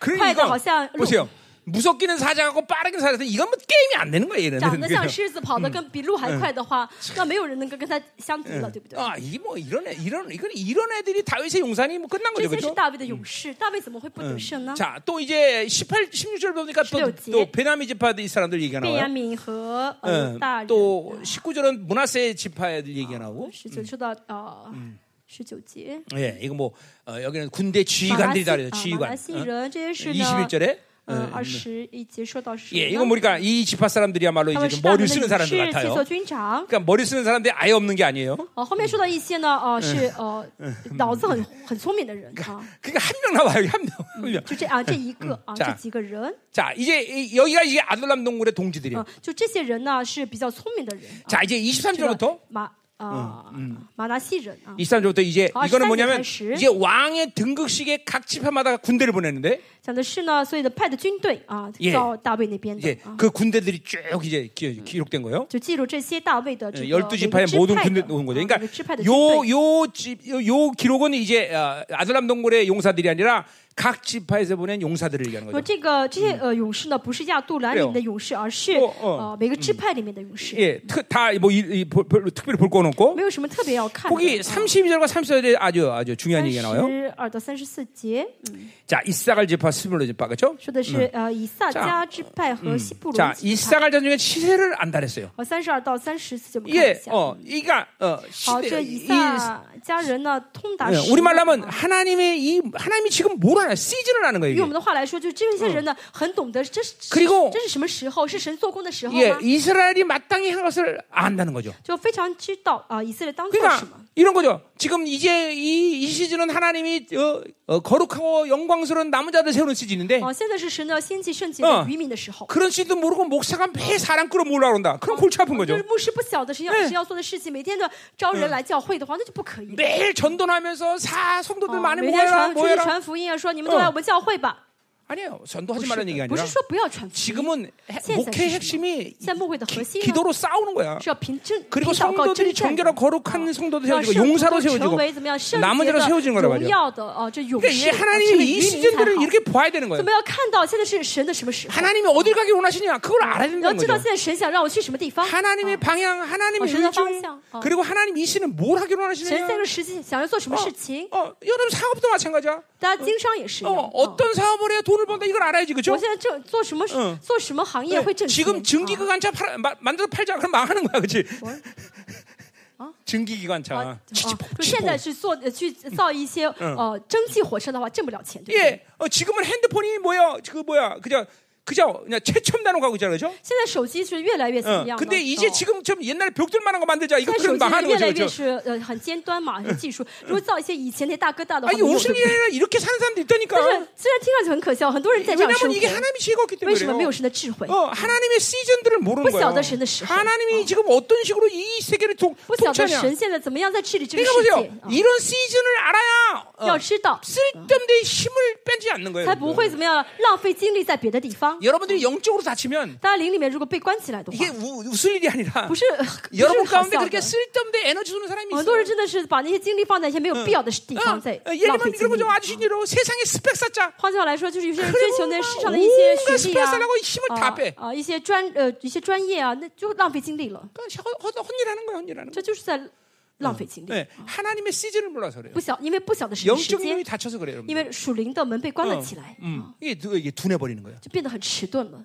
A: 그러니
B: 화이자,
A: 이거
B: 허세한 룩.
A: 보세요. 무섭기는 사자하고 빠르기는 사자. 이건 뭐 게임이 안 되는 거야
B: 长
A: 얘네들은.
B: 得
A: 그죠?
B: 像狮子，嗯跑得跟比鹿还快的话，那没有人能够跟他相敌了，对不对？
A: 아, 이 뭐 이런 애, 이런 이건 이런 애들이 다윗의 용산이 뭐 끝난
B: 这嗯
A: 거죠,
B: 些是
A: 그렇죠?
B: 大卫的勇士，大卫怎么会不得胜呢？
A: 자, 또 이제 18, 16절 보니까 또,
B: 16 지.
A: 또 베냐민 지파들 이 사람들 얘기가
B: 便雅
A: 나와요.
B: 敏和
A: 응,
B: 呃大人
A: 또 19절은 문하세 지파들 얘기가 나오고.
B: 十九说到啊十九节，
A: 예, 이거 뭐 어, 여기는 군대
B: 马拉西
A: 아, 지휘관들이다 그래요.
B: 啊马
A: 지휘관. 어?
B: 来西人这些是呢，
A: 21절에
B: 嗯，二十一节说到是
A: 예,
B: 什
A: 이건
B: 么呢？
A: 보니까 이 지파 사람들이야말로 이제
B: 他们是
A: 좀
B: 大卫
A: 머리
B: 的勇士，
A: 쓰는 사람들
B: 去
A: 같아요.
B: 做军长。
A: 그러니까 머리 쓰는 사람들이 아예 없는 게 아니에요.
B: 哦，后面说到一些呢，哦，是呃，脑子很很聪明的人啊，
A: 그러니까 한 명 나와요, 한 명. 한 명.
B: 就这啊，这一个啊，
A: 자
B: 这几个人，
A: 자, 이제 이- 여기가 이제 어, 아들람 동굴의
B: 嗯
A: 동지들이에요. ，
B: 就这些人呢是比较聪明的人啊。
A: 자, 이제
B: 这个
A: 23절부터
B: 马啊，
A: 嗯
B: 马拉西人啊，
A: 23절부터 이제
B: 아,
A: 이거는 뭐냐면
B: 13
A: 이제 왕의 등극식에 각 지파마다 군대를 보내는데
B: 讲的是呢，所有的派的军队啊
A: 예 ，
B: 到大卫那边的
A: 이제
B: 啊，
A: 그 군대들이 쭉 이제 기- 기록된 거예요. 예,
B: 就记录这些大卫的这个
A: 열두
B: 每个支
A: 지파의
B: 派
A: 모든
B: 的
A: 군대 놓은 거죠.
B: 啊每
A: 그러니까
B: 个支派的军队
A: 요요 요, 요 기록은 이제 어, 아들람 동굴의 용사들이 아니라 각 지파에서 보낸 용사들을 얘기하는
B: 那么
A: 거죠.
B: 这个这些呃勇士呢，不是亚杜兰里面的勇士，而是
A: 嗯哦哦
B: 呃每个支派里面的勇士，
A: 예, 다뭐 별로 특별히 볼 건 없고
B: 没有什么特别要看的。
A: 거기 32절과 34절에 아주 아주 중요한 얘기가 나와요.
B: 十二到三十四节，嗯，
A: 자, 이사갈 지파 스물로 지파 그렇죠?
B: 说的是呃以撒加支派和西布伦
A: 자,
B: 支派。
A: 이사갈 전 중에 시세를 안 달했어요.
B: 好，三十二到三十四节我们看一
A: 이게
B: 下。
A: 어, 이가 어,
B: 好，这
A: 시대
B: 以
A: 이
B: 撒家人呢，通达
A: 예, 嗯
B: 十
A: 우리말로 하면
B: 啊
A: 하나님의 이 하나님이 지금 뭘 하나 시즌을 하는 거예요.
B: 用我
A: 이게.
B: 们的话来说，就这些人呢，很懂得这是
A: 그리고
B: 这是什么时候？是神做工的时候
A: 예,
B: 吗？
A: 이스라엘이 마땅히 한 것을 안다는 거죠.
B: 就非常知道啊，以色列当做什
A: 그러니까
B: 么？
A: 이런 거죠. 지금 이제 이, 이 시즌은 하나님이 어, 어, 거룩하고 영광스러운 남은 자들 세우는 시즌인데
B: 哦，现在是神呢兴起圣洁
A: 嗯
B: 的渔民的时候。
A: 그런 시즌도 모르고 목사가 매 사람 끌어 몰아온다. 그럼 골치 아픈
B: 就嗯
A: 거죠.
B: 是牧师不晓得神要神要做的事情，每天的招人来教会的话，那就不可以。
A: 매일 전도하면서 사 성도들
B: 哦
A: 많이
B: 每天
A: 모여라
B: 传出去
A: 모여라.
B: 传福音啊，说你们都来
A: 嗯
B: 我们教会吧。
A: 아니에요.
B: 不
A: 전도하지
B: 是
A: 말라는 얘기가
B: 的，不
A: 아니라
B: 是说不要传福音，
A: 지금은 해-
B: 세상에
A: 목회
B: 주시는
A: 핵심이
B: 现在牧会的核心呢
A: 기도로 싸우는 거야.
B: 是要凭真，
A: 그리고
B: 凭祷告
A: 성도들이
B: 真战的
A: 정결하고 。 거룩한 성도도
B: 让
A: 세워지고
B: 圣徒
A: 용사로
B: 都成
A: 세워지고
B: 为怎么样圣
A: 남은
B: 洁
A: 자로
B: 的
A: 세워지는 거란
B: 荣
A: 말이야.
B: 耀的哦，这勇
A: 그러니까
B: 士
A: 이
B: 啊成
A: 하나님이
B: 为
A: 이
B: 渔民才
A: 시즌들을
B: 好。
A: 이렇게 봐야 되는
B: 怎
A: 거예요.
B: 么要看到现在是神的什么时候？
A: 하나님이 어딜 가길 원하시냐 그걸 알아야
B: 你
A: 된다는
B: 要知道
A: 거죠.
B: 现在神想让我去什么地方？
A: 하나님의 방향,
B: 어,
A: 하나님의
B: 주는
A: 의중,
B: 방향. 어.
A: 그리고 하나님 이 시는 뭘 하길
B: 神在这
A: 원하시느냐.
B: 个时期想要做什么
A: 어,
B: 事情？
A: 어, 여러분 사업도 마찬가지야.
B: 大家经商也是一
A: 어,
B: 样。哦
A: 어떤 사업을 해야 돈을 번다 이걸 알아야지 그죠?
B: 我现在正做什么
A: 嗯
B: 做什么行业会挣
A: 네,
B: 钱？
A: 지금
B: 啊
A: 증기기관차 팔- 마- 만들어 팔자 그럼 망하는 거야 그치?
B: 뭘?
A: 어? 증기기관차
B: 啊，就
A: 치폭,
B: 现
A: 치폭.
B: 在是做呃去造一些呃蒸汽火车的话，挣不了钱，对不对？
A: 예, 어, 지금은 핸드폰이 뭐야? 그 뭐야? 그냥 그죠? 그냥 최첨단으로 가고 있잖아요, 그죠?
B: 现在手机是越来越怎么
A: 어,
B: 样呢？
A: 근데 이제
B: 哦
A: 지금 좀 옛날에 벽돌만한 거 만들자. 이거
B: 但手
A: 그럼
B: 机
A: 망하는
B: 越
A: 거죠,
B: 来越
A: 그죠?
B: 是呃很尖端嘛，很技术。如果造一些以前那大哥大的话，
A: 아니
B: 没有对
A: 옷을
B: 不对
A: 이래 이렇게 사는 사람도
B: 但是
A: 있다니까.
B: 虽然听上去很可笑，很多人在这样生
A: 왜냐면 이게
B: 活，
A: 하나님이 지혜가 없기
B: 为什么没
A: 때문에
B: 有
A: 그래요.
B: 神的智慧？
A: 어, 하나님의 시즌들을 모르는 거예요.
B: 不晓得神的时候。
A: 하나님이 지금 어떤 식으로 이 세계를 통,
B: 不晓得
A: 통치하냐.
B: 神现在怎么样在治理这个
A: 그러니까
B: 世界
A: 보세요.
B: 啊！
A: 이런 시즌을 알아야
B: 要
A: 어,
B: 知道，
A: 쓸데없는 힘을 빼지 않는 거예요.
B: 才不会怎么样浪费精力在别的地方。
A: 여러분들이 영적으로 다치면
B: 大家灵里面如果被关起来的
A: 이게
B: 话，
A: 우, 웃을 일이 아니라
B: 不是不是
A: 여러분
B: 很好
A: 가운데
B: 笑的
A: 그렇게 。 쓸데없는 에너지 쏘는 사람이
B: 很多人
A: 있어요.
B: 真的是把那些精力放在一些没有必要的地
A: 어,
B: 方，在
A: 어, 예를
B: 浪费
A: 들면
B: 精
A: 이런
B: 力
A: 거죠. 。 아주 신의로 세상에 스펙 쌓자.
B: 换句话来说，就是有些人追求那世上的一些
A: 온갖
B: 学历
A: 스펙
B: 啊，
A: 쌓으려고 힘을 다
B: 啊
A: 빼.
B: 啊，一些专呃一些专业啊，那就浪费精力了。
A: 그러니까 헌- 헌- 헌일하는 거야, 헌일하는 거.
B: 这就是在浪费精力。
A: 네, 하나님의 시즌을 몰라서 그래요.
B: 不晓因为不晓得什么时
A: 영적
B: 间
A: 눈이 ， 다쳐서 그래요,
B: 因
A: 여러분.
B: 为属灵的门被关了起来，
A: 음, 이게 누- 이게 둔해 버리는 거야.
B: 就变得很迟钝了。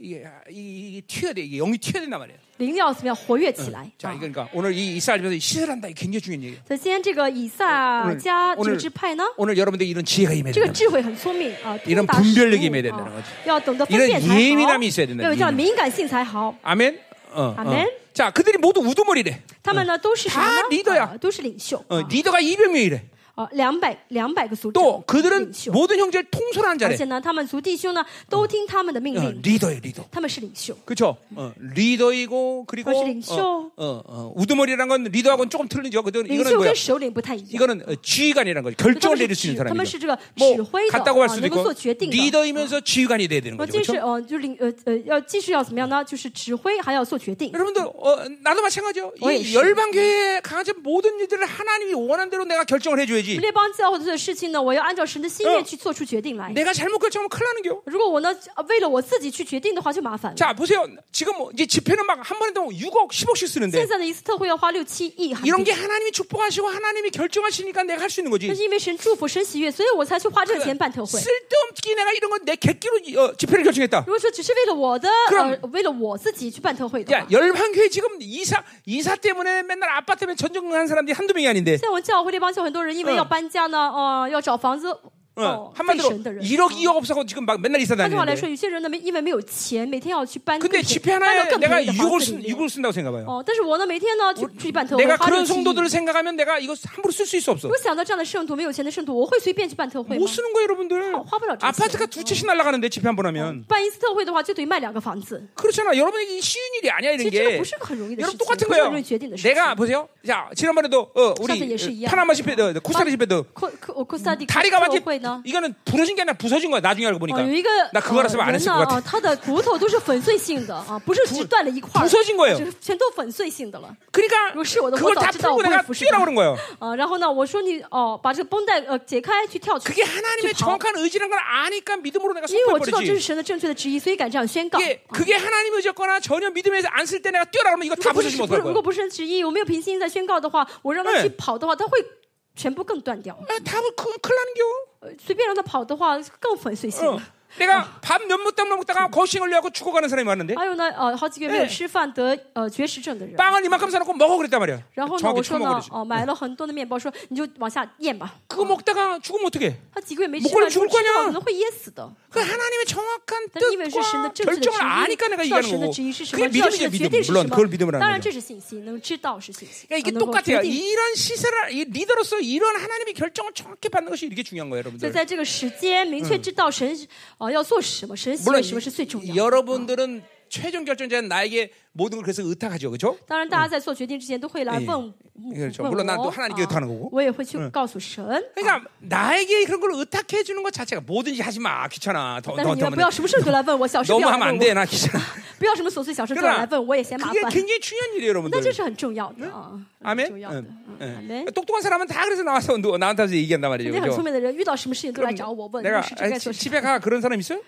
A: 이게 이- 이게 튀어야 돼. 이게 영이 튀어야 된단 말이야.
B: 灵要怎么样活跃起来？
A: 자,
B: 啊
A: 이거 그러니까 오늘 이 이스라엘에서 시설한다. 이게 굉장히 중요한 얘기예요.
B: 所以今天这个以撒
A: 오늘
B: 加这
A: 오늘
B: 个支派呢，
A: 오늘 여러분들 이런 지혜가 임해야
B: 这个
A: 된다.
B: 智慧很聪明啊，
A: 이런
B: 通达识
A: 분별력이임해야된다는거
B: 物
A: 지
B: 啊，要懂得分
A: 이런
B: 辨才好，
A: 예민함이 있어야 된다.
B: 要有这样的
A: 예민함.
B: 敏感性才好。
A: 아멘. 어, 어.
B: 아멘.
A: 자, 그들이 모두 우두머리래.
B: 嗯他们呢都是什么
A: 다
B: 呢？
A: leader야
B: 啊都是领袖
A: 어, 리더가 200명이래.
B: 啊，两百两百个族
A: 또
B: 长都是
A: 그들은
B: 领袖，
A: 모든 형제를 통솔하는
B: 而
A: 자래.
B: 且呢，他们族弟兄呢都听他们的命
A: 어,
B: 令，
A: 리더예요, 리더.
B: 他们是领袖。
A: 그렇죠. 어, 리더이고 그리고
B: 그것이 링쇼.
A: 어, 어, 어, 우두머리란 건 리더하고는 조금 틀리죠. 그건
B: 领
A: 이거는
B: 袖
A: 뭐야?
B: 跟首领不太一样。
A: 이거는 어, 지휘관이라는 거죠. 결정을
B: 他们是
A: 내릴 수 있는
B: 指-他们
A: 사람이죠.
B: 是这个指
A: 뭐
B: 挥的
A: 갔다고 할
B: 啊
A: 수도
B: 能够
A: 있고
B: 做决定的 어.
A: 리더이면서 지휘관이 돼야 되는
B: 我嗯
A: 거죠.
B: 既是
A: 그렇죠?
B: 呃，就是领呃呃，要既是要怎么样呢？就是指挥，还要做决定。
A: 여러분들 예. 어, 나도 마찬가지요.
B: 어,
A: 이
B: 역시.
A: 열방교회 강한 모든 일들을 하나님이 원한 대로 내가 결정을 되지.
B: 列邦教会的事情呢，我要按照神的心愿去做出决定来。
A: 내가 잘못 결정하면 큰일 나는 겨.
B: 如果我呢呃为了我自己去决定的话，就麻烦了。
A: 자, 보세요. 지금 뭐 이제 집회는 막 한 번에 도 6억, 10억씩
B: 现
A: 쓰는데
B: 在的一次特会要花六七亿韩
A: 이런 게
B: 币，
A: 하나님이 축복하시고 하나님이 결정하시니까 내가 할 수 있는
B: 但是
A: 거지.
B: 因为神祝福、神喜悦，所以我才去花这个钱办特会。
A: 쓸데없게 내가 이런 건 내 객기로 이- 어, 집회를 결정했다.
B: 如果说只是为了我的
A: 그럼
B: 呃为了我自己去办特会的
A: 야,
B: 话，
A: 열방교회 지금 이사 이사 때문에 맨날 아빠 때문에 전전한 사람들이 한두 명이 아닌데.
B: 像我们教会列邦教很多人因为要搬家呢，哦要找房子，
A: 어,
B: 哦费
A: 한마디로
B: 神的人。嗯
A: 1억 2억 없어서 지금 막 맨날 이사
B: 换句话来说，
A: 다니는데.
B: 有些人呢，没因为没有钱，每天要去搬，
A: 근데
B: 更便
A: 집회
B: 搬
A: 하나에
B: 到更
A: 내가
B: 便宜的房
A: 6억을
B: 子里
A: 쓴,
B: 面
A: 6억을 쓴다고 생각해봐요.
B: 哦，但是我呢，每天呢去去办特会，
A: 내가
B: 花六
A: 그런
B: 七亿。
A: 성도들을 생각하면 내가 이거 함부로 쓸 수 있어 없어.
B: 我想到这样的圣徒，没有钱的圣徒，我会随便去办特会吗
A: 못 ？ 쓰는 거예요, 어. 여러분들.
B: 어, 화불하죠,
A: 아파트가
B: 진짜.
A: 두 채씩 날아가는데 집회 한 번 하면.
B: 办一次特会的话，就等于卖两个房子。
A: 그렇잖아. 여러분에게 쉬운 일이 아니야 이런
B: 其实这
A: 게
B: 个不是个很容易的事
A: 여러분
B: 情，
A: 똑같은
B: 不是很容
A: 거예요.
B: 易决定的事
A: 내가
B: 情。
A: 보세요. 자, 지난번에도 어,
B: 사실 예시
A: 우리
B: 이해하고.
A: 파나마 집회도 어, 코스타리카 집회도
B: 科科我科斯达黎加
A: 다리가
B: 特
A: 마치
B: 会呢？
A: 어, 이거는 부러진 게 아니라 부서진 거야. 나중에 알고
B: 哦，
A: 보니까.
B: 有一个
A: 나 그거 알았으면 안
B: 呃人
A: 했을
B: 呢，
A: 것 같아. ，
B: 啊他的骨头都是粉碎性的啊，不是只断了一块儿，
A: 부서진 거예요.
B: 就是全都粉碎性的了
A: 그러니까
B: 역시 얻어
A: 그걸 다
B: 먹었다.
A: 풀고
B: 어찌다
A: 내가
B: 오늘 부시다.
A: 뛰어라 그런 거예요.
B: 啊。然后呢，我说你哦，把这个绷带呃解开去跳去，
A: 그게 하나님의
B: 去跑。
A: 정확한 의지란 걸 아니까 믿음으로 내가
B: 因为我知道这是
A: 선포해버리지.
B: 神的正确的旨意，所以敢这样宣告。啊
A: 이게 그게 하나님의 의지였거나 전혀 믿음에서 안 쓸 때 내가 뛰어라 그러면 이거
B: 如
A: 다
B: 果不是
A: 부서지면
B: 如
A: 어떡할
B: 果如
A: 거야?
B: 果不是神旨意，我没有凭信心在宣告的话，我让他
A: 네
B: 去跑的话，他会全部更断掉。
A: 아, 다 부- 큰- 큰일 나는 겨.
B: 呃随便让他跑的话，更粉碎性
A: 어.
B: 了。
A: 내가 밥몇 먹다 먹다가 거신 걸려갖고 죽어가는 사람이 많은데
B: 还有呢，呃，好几个月没有
A: 네
B: 吃饭得呃绝食症的人。
A: 빵을 이만큼 사놓고 먹어 그랬단 말이야.
B: 然后呢，
A: 정확히
B: 我说呢
A: 처먹어버리지. ，
B: 哦，买了很多的面包，说你就往下咽吧。
A: 그거 먹다가 죽으면 어떡해?
B: 他几个月没
A: 먹
B: 吃
A: 고는
B: 饭，
A: 죽을
B: 说
A: 거냐
B: 吃饭可能会噎死的。
A: 그 하나님의 정확한
B: 但是因为是神的
A: 뜻과
B: 正啊
A: 결정을
B: 确的旨意，
A: 아니까 내가
B: 知道
A: 얘기하는
B: 神的
A: 거고
B: 旨意是什
A: 그게
B: 么，知道
A: 믿음이죠
B: 神的决定
A: 믿음
B: 是什
A: 물론
B: 么
A: 그걸 。 믿음을
B: 当
A: 하는
B: 然
A: 거죠
B: 这是信心，能知道是信心。
A: 그러니까
B: 啊
A: 이게
B: 能够决
A: 똑같아요
B: 定
A: 이런 시세라 이 리더로서 이런 하나님의 결정을 정확히 받는 것이 이렇게 중요한 거예요
B: 所以
A: 여러분들
B: 在这个时间，明确知道神哦、呃要做什么，神喜悦
A: 물론
B: 什么是最重要的。
A: 여러분들은 최종 결정자는 나에게 모든 걸 그래서 의탁하죠 그렇죠?
B: 当然，大家在做决定之前都会来
A: 예
B: 问问
A: 그렇죠
B: 问
A: 물론난
B: 我啊
A: 또하나님께의탁하는거고
B: 我也会去告诉神。
A: 그러니까 나에게 그런 걸 의탁해 주는 것 자체가 뭐든지 하지 마 귀찮아 더,
B: 但是
A: 더,
B: 你
A: 더
B: 们不要什么事都来问我，小事不
A: 너무
B: 要
A: 하면 안
B: 来问我，
A: 돼나 귀찮아
B: 不要什么琐碎小事都
A: 그러나
B: 来问我也嫌麻
A: 그게
B: 烦。
A: 굉장히 중요한 일이에요
B: 那
A: 여러분들
B: 这是很重要的啊，很
A: 아멘.
B: 重要的
A: 응, 。
B: 嗯
A: 응.
B: 阿门。
A: 똑똑한 사람은 다 그래서 나와서 누- 나한테 와서 얘기한단
B: 那
A: 말이죠.
B: 些很聪
A: 그죠?
B: 明的人，遇到什么事情都来找我问，
A: 내가
B: 律师这
A: 아이,
B: 该
A: 지-
B: 做什么。
A: 집에 가 그런 사람 있어요?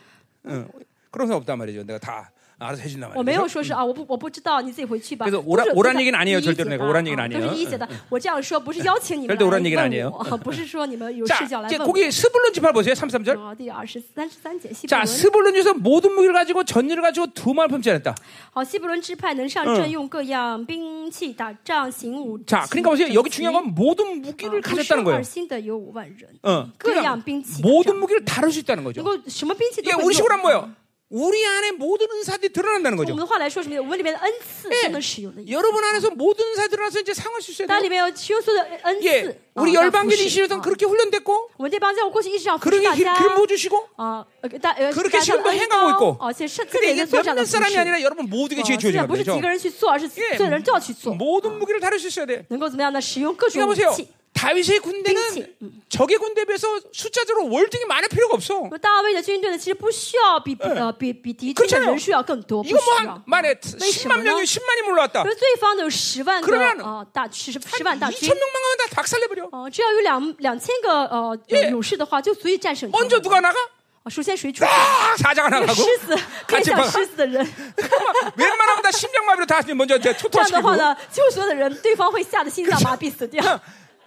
A: 응. 그런 사람 없단 말이죠. 내가 다 알아서 해준단
B: 我没
A: 말이죠.
B: 有说是啊，我不我不知道，你自己回去吧。
A: 그래서
B: 都是
A: 오란오란얘기는아니에요
B: 都是
A: 절대로내가
B: 理解的啊
A: 오란얘기는아니에요
B: 都是理解的。我这样说嗯不是邀请你们
A: 절대오란얘기는아니에
B: 来
A: 요
B: 问我，啊不是说你们有
A: 자,
B: 视角来
A: 이제
B: 问
A: 거기
B: 我。
A: 스불론 집합 보세요. 33절.
B: 啊，第二十三十三节，希伯
A: 자,
B: 伦。
A: 어, 스불론 중에서 모든 무기를 가지고 전율을 가지고 두 마을 품지 않았다.
B: 好，希伯伦支派能上阵，用各样兵器打仗，行武。
A: 자, 그러니까 보세요. 여기
B: 整齐
A: 중요한 건 모든
B: 啊
A: 어, 무기를
B: 不
A: 가졌다는
B: 生
A: 거예요.
B: 二心的有五万人，
A: 어,
B: 各
A: 그러니까
B: 样兵器打仗，
A: 모든 무기를 다룰 수 있다는
B: 能
A: 거죠.
B: 够什么兵器都
A: 이게
B: 会
A: 우리 식으로
B: 用。嗯
A: 하 뭐예요? 우리 안에 모든 은사들이 드러난다는
B: 我
A: 거죠.
B: 们的话来说什么？我们里面的恩赐都能使用的。
A: 여러분 안에서 모든 은사들이 드러나서 이제 상할 수 있어야
B: 大家
A: 돼요.
B: 里面有使用所有的恩赐
A: 예, 。 우리
B: 啊
A: 열방교리
B: 来服侍
A: 이시로선
B: 啊
A: 그렇게 훈련됐고
B: 我们这帮教会过去一直要扶持
A: 그렇게
B: 大
A: 길,
B: 家。
A: 길 모주시고
B: 啊，呃给大呃，
A: 그렇게
B: 大家的
A: 지금도
B: 恩
A: 행하고
B: 高
A: 있고
B: 而且是自
A: 근데
B: 己人
A: 이게
B: 做这样的
A: 몇몇
B: 扶持。
A: 사람이 아니라 여러분 모두게
B: 哦
A: 주의
B: 现
A: 주어진
B: 在不是几
A: 거죠
B: 个人去做，而是所有人都要去做，
A: 모든 무기를 다룰 수 있어야 돼
B: 能够怎么样呢？使用各
A: 그러니까
B: 种武
A: 보세요
B: 器。
A: 다윗의
B: 빙치.
A: 군대는 적의 군대에 비해서 숫자적으로 월등히 많을 필요가 음. 없어
B: 那么大卫的军队呢，其实不需要比呃比比敌军的人数要更多，不
A: 이거
B: 需
A: 뭐
B: 要
A: 한, 。 만에
B: 为什么
A: 10만
B: 呢？
A: 명이 그렇죠. 10만이 몰려왔다
B: 因为对方呢有十万
A: 그러
B: 个
A: 면
B: 啊、大十十万大军
A: 2천 ， 명만 하면 다 박살내버려
B: 哦、只要有两两千个呃
A: 예
B: 勇士的话，就足以战胜他们。
A: 먼저 누가 나가?
B: 哦首先谁出？
A: 아, 사자가
B: 那个
A: 나가고
B: 狮 子
A: 看
B: 面
A: 见
B: 向
A: 吗
B: 狮子的人，
A: 웬만하면 다 심장마비로 다 먼저
B: 这样的
A: 초토화시키고
B: 话呢，几乎所有的人，对方会吓得心脏麻痹死掉。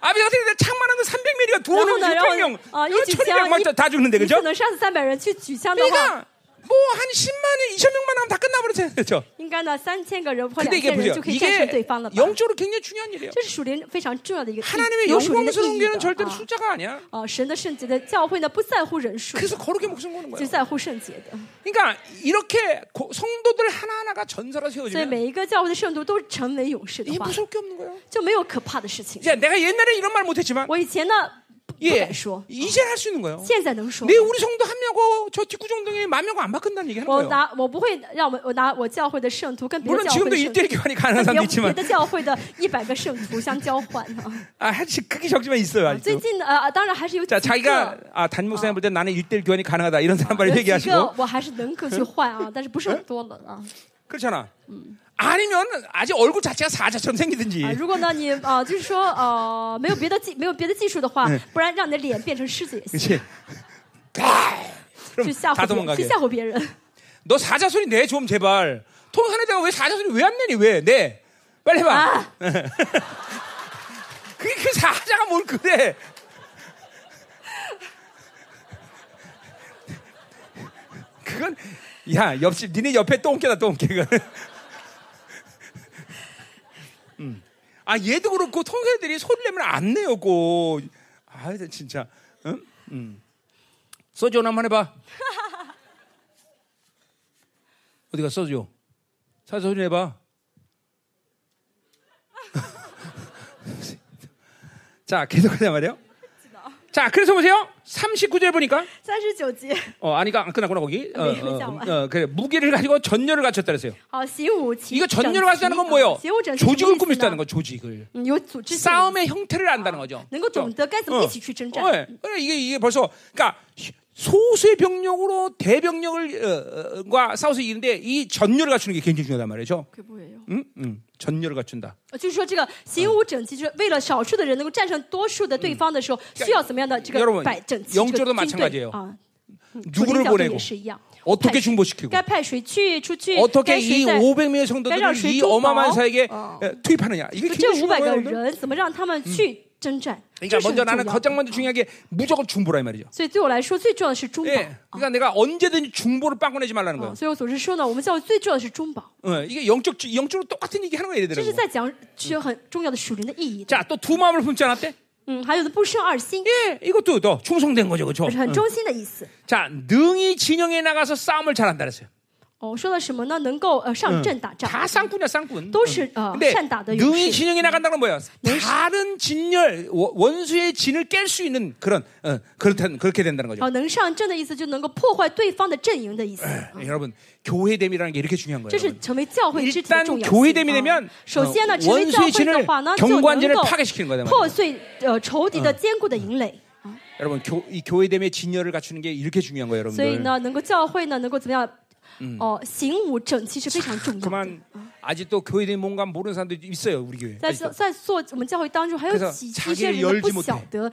A: 아버지 같은 데 창만한 거 300mm가
B: 然
A: 들어오는
B: 后呢，然后
A: 600명
B: 啊、一举枪，
A: 1200명 다 죽는데
B: 一一
A: 그죠?
B: 次能杀死三百人，去举枪的话，
A: 그러니까 뭐 한 10만에 2천명만 하면 다 끝나버렸어요. 그렇죠?
B: 应该呢三千个人或
A: 근데
B: 两
A: 이게
B: 千
A: 보세요.
B: 人就可以战胜对
A: 이게
B: 方了吧？
A: 영적으로 굉장히 중요한 일이에요.
B: 这是属灵非常重要的一个意
A: 하나님의
B: 有属灵的
A: 영광스러운
B: 意义
A: 교회는
B: 的
A: 절대로
B: 啊。
A: 숫자가 아니야.
B: 哦、神的圣洁的教会呢，不在乎人数，
A: 그래서 거룩의 목숨 거는
B: 就
A: 거예요.
B: 在乎圣洁的。
A: 그러니까 이렇게 고- 성도들 하나하나가 전사라
B: 所以
A: 세워지면
B: 每一个教会的圣徒都成为勇士的
A: 이게
B: 话，
A: 무서울 게 없는 거예요.
B: 就没有可怕的事情。
A: 이제 내가 옛날에 이런 말 못했지만
B: 我以前呢不不
A: 예,
B: 敢说，
A: 이제 할 수 있는 거예요.
B: 现在能说
A: 내 。 우리 성도 한 명하고 저 뒷구정동에 만 명하고 안 바꾼다는 얘기 하는
B: 我
A: 거예요.
B: 拿我不会让我我拿我教会的圣徒跟别的
A: 물론
B: 教会
A: 지금도
B: 的圣徒
A: 일대일 뭐, 교환이 가능한
B: 跟别
A: 사람도
B: 别
A: 있지만
B: 的教会的一百个圣徒相交换 啊。
A: 아 사실 그게 적지만 있어요
B: 最
A: 아직도.
B: 近呢，呃，当然还是有几
A: 자
B: 个。
A: 자기가 아, 담임 목사님 볼 때 나는 일대일 교환이 가능하다 이런 사람 말을
B: 有几
A: 얘기하시고
B: 个我还是能够去换啊，但是不是很多了啊。
A: 그렇잖아. 아니면 아직 얼굴 자체가 사자처럼 생기든지.
B: 啊，如果呢你啊、就是说呃没有别的技没有别的技术的话，不然让嗯你的脸变成狮子也行，
A: 그렇지. 아!
B: 去
A: 그럼
B: 吓
A: 다
B: 唬别人，
A: 도망가게.
B: 去吓唬别人。
A: 너 사자 소리 내 좀 제발. 통한에다가 왜 사자 소리 왜 안 내니 왜 내? 빨리 해봐.
B: 啊，
A: 그게 그 사자가 뭘 그래? 그건 야 옆집 니네 옆에 똥개다 똥개 그. 음. 아 얘도 그렇고 통개들이 소리 내면 안 내요 고. 아 진짜. 응? 음. 소주 하나 한번 해봐. 어디 갔어 소주? 사자 소리 내봐. 자 계속하자 말이요. 자 그래서 보세요. 39절 보니까
B: 三十九集，
A: 어 아니까 안 끝났구나 거기. 어,
B: 네,
A: 어,
B: 잠깐만.
A: 어, 그래 무기를 가지고 전열을 갖췄다 그랬어요.
B: 好，习武齐
A: 이거
B: 整
A: 전열을 갖췄다는 건 뭐예요?
B: 齐习武整齐
A: 조직을
B: 什么意思
A: 꾸밀다는
B: 呢
A: 거 조직을.
B: 嗯有组织性，
A: 싸움의 형태를 안다는 거죠.
B: 能够懂
A: 그렇죠?
B: 得该怎么
A: 어.
B: 一起去征战。
A: 어, 예. 그래, 이게 이게 벌써 그러니까 소수의 병력으로 대병력을 어, 어, 과 싸워서 이기는데 이 전열을 갖추는 게 굉장히 중요하단 말이죠.
B: 会不会有？
A: 음, 음, 전열을 갖춘다.
B: 呃就是说，这个行武整齐，就是为了少数的人能够战胜多数的对方的时候，需要怎么样嗯的这
A: 여러분
B: 个摆整齐这
A: 영적으로도
B: 个
A: 마찬
B: 军
A: 가지예요
B: 队啊？
A: 누구를
B: 角度也
A: 보내고
B: 是一样，
A: 어떻게
B: 팔-
A: 중보시키고
B: 该派谁去出去？
A: 어떻게
B: 该谁
A: 이
B: 在？
A: 500명의
B: 빼라,
A: 성도들을 이
B: 실종
A: 어마어마한
B: 뭐?
A: 사에게
B: 어.
A: 에, 투입하느냐 이게
B: 就这
A: 굉장히
B: 五百
A: 중요한
B: 个
A: 거예요.
B: 人，怎么让他们去征战？这
A: 그러니까
B: 是很
A: 먼저
B: 重
A: 나는
B: 要的。
A: 가장 먼저 중요한 게 무조건 중보라 이 말이죠.
B: 所以对我来说，最重要的是中保
A: 예,
B: 啊
A: 그러니까 내가 언제든지 중보를 빵꾸 내지 말라는
B: 啊！
A: 거예요.
B: 所以我总是说呢，我们教会最重要的是中保，
A: 어, 이게 영적 영적으로 똑같은 얘기 하는 거예요,
B: 这是
A: 얘들하고.
B: 在讲具有很重要的属灵的意义的。
A: 자, 또 두 마음을 품지 않았대?
B: 嗯，还有的不生二心，
A: 예, 이것도 또 충성된 거죠, 그렇죠?
B: 就是很忠心的意思。
A: 자, 능히 진영에 나가서 싸움을 잘한다 그랬어요.
B: 哦，说了什么呢？能够呃上阵打仗，
A: 다 쌍꾼이야, 쌍꾼.
B: 都是呃
A: 근데
B: 善打的勇
A: 능히
B: 士。
A: 진영에 나간다는 건 뭐야? 다른 진열 원- 원수의 진을 깰 수 있는 그런 어, 그렇다 그렇게 된다는 거죠.
B: 哦，能上阵的意思就能够破坏对方的阵营的意思。
A: 아. 여러분 교회됨이라는 게 이렇게 중요한
B: 这
A: 거예요.
B: 是
A: 여러분.
B: 成为教会肢体的
A: 일단
B: 重要
A: 교회됨이 되면
B: 性。
A: 어,
B: 啊首先呢，成为教
A: 원수의
B: 会的
A: 진을
B: 话呢，就能
A: 경관지를
B: 够
A: 파괴시키는 거다
B: 破
A: 말이에요.
B: 碎呃仇敌的坚固的营垒。
A: 여러분 교, 이 교회됨의 진열을 갖추는 게 이렇게 중요한 거예요,
B: 所以
A: 여러분들.
B: 呢，能够教会呢，能够怎么样？哦、行武整齐是非常重要的。
A: 그만 아직도 교회됨 뭔가 모르는 사람도 있어요, 우리 교회.
B: 在
A: 아직도.
B: 在做我们教会当中，还
A: 그래서
B: 有几
A: 자기를
B: 一些人呢
A: 열지
B: 不
A: 못해
B: 晓得教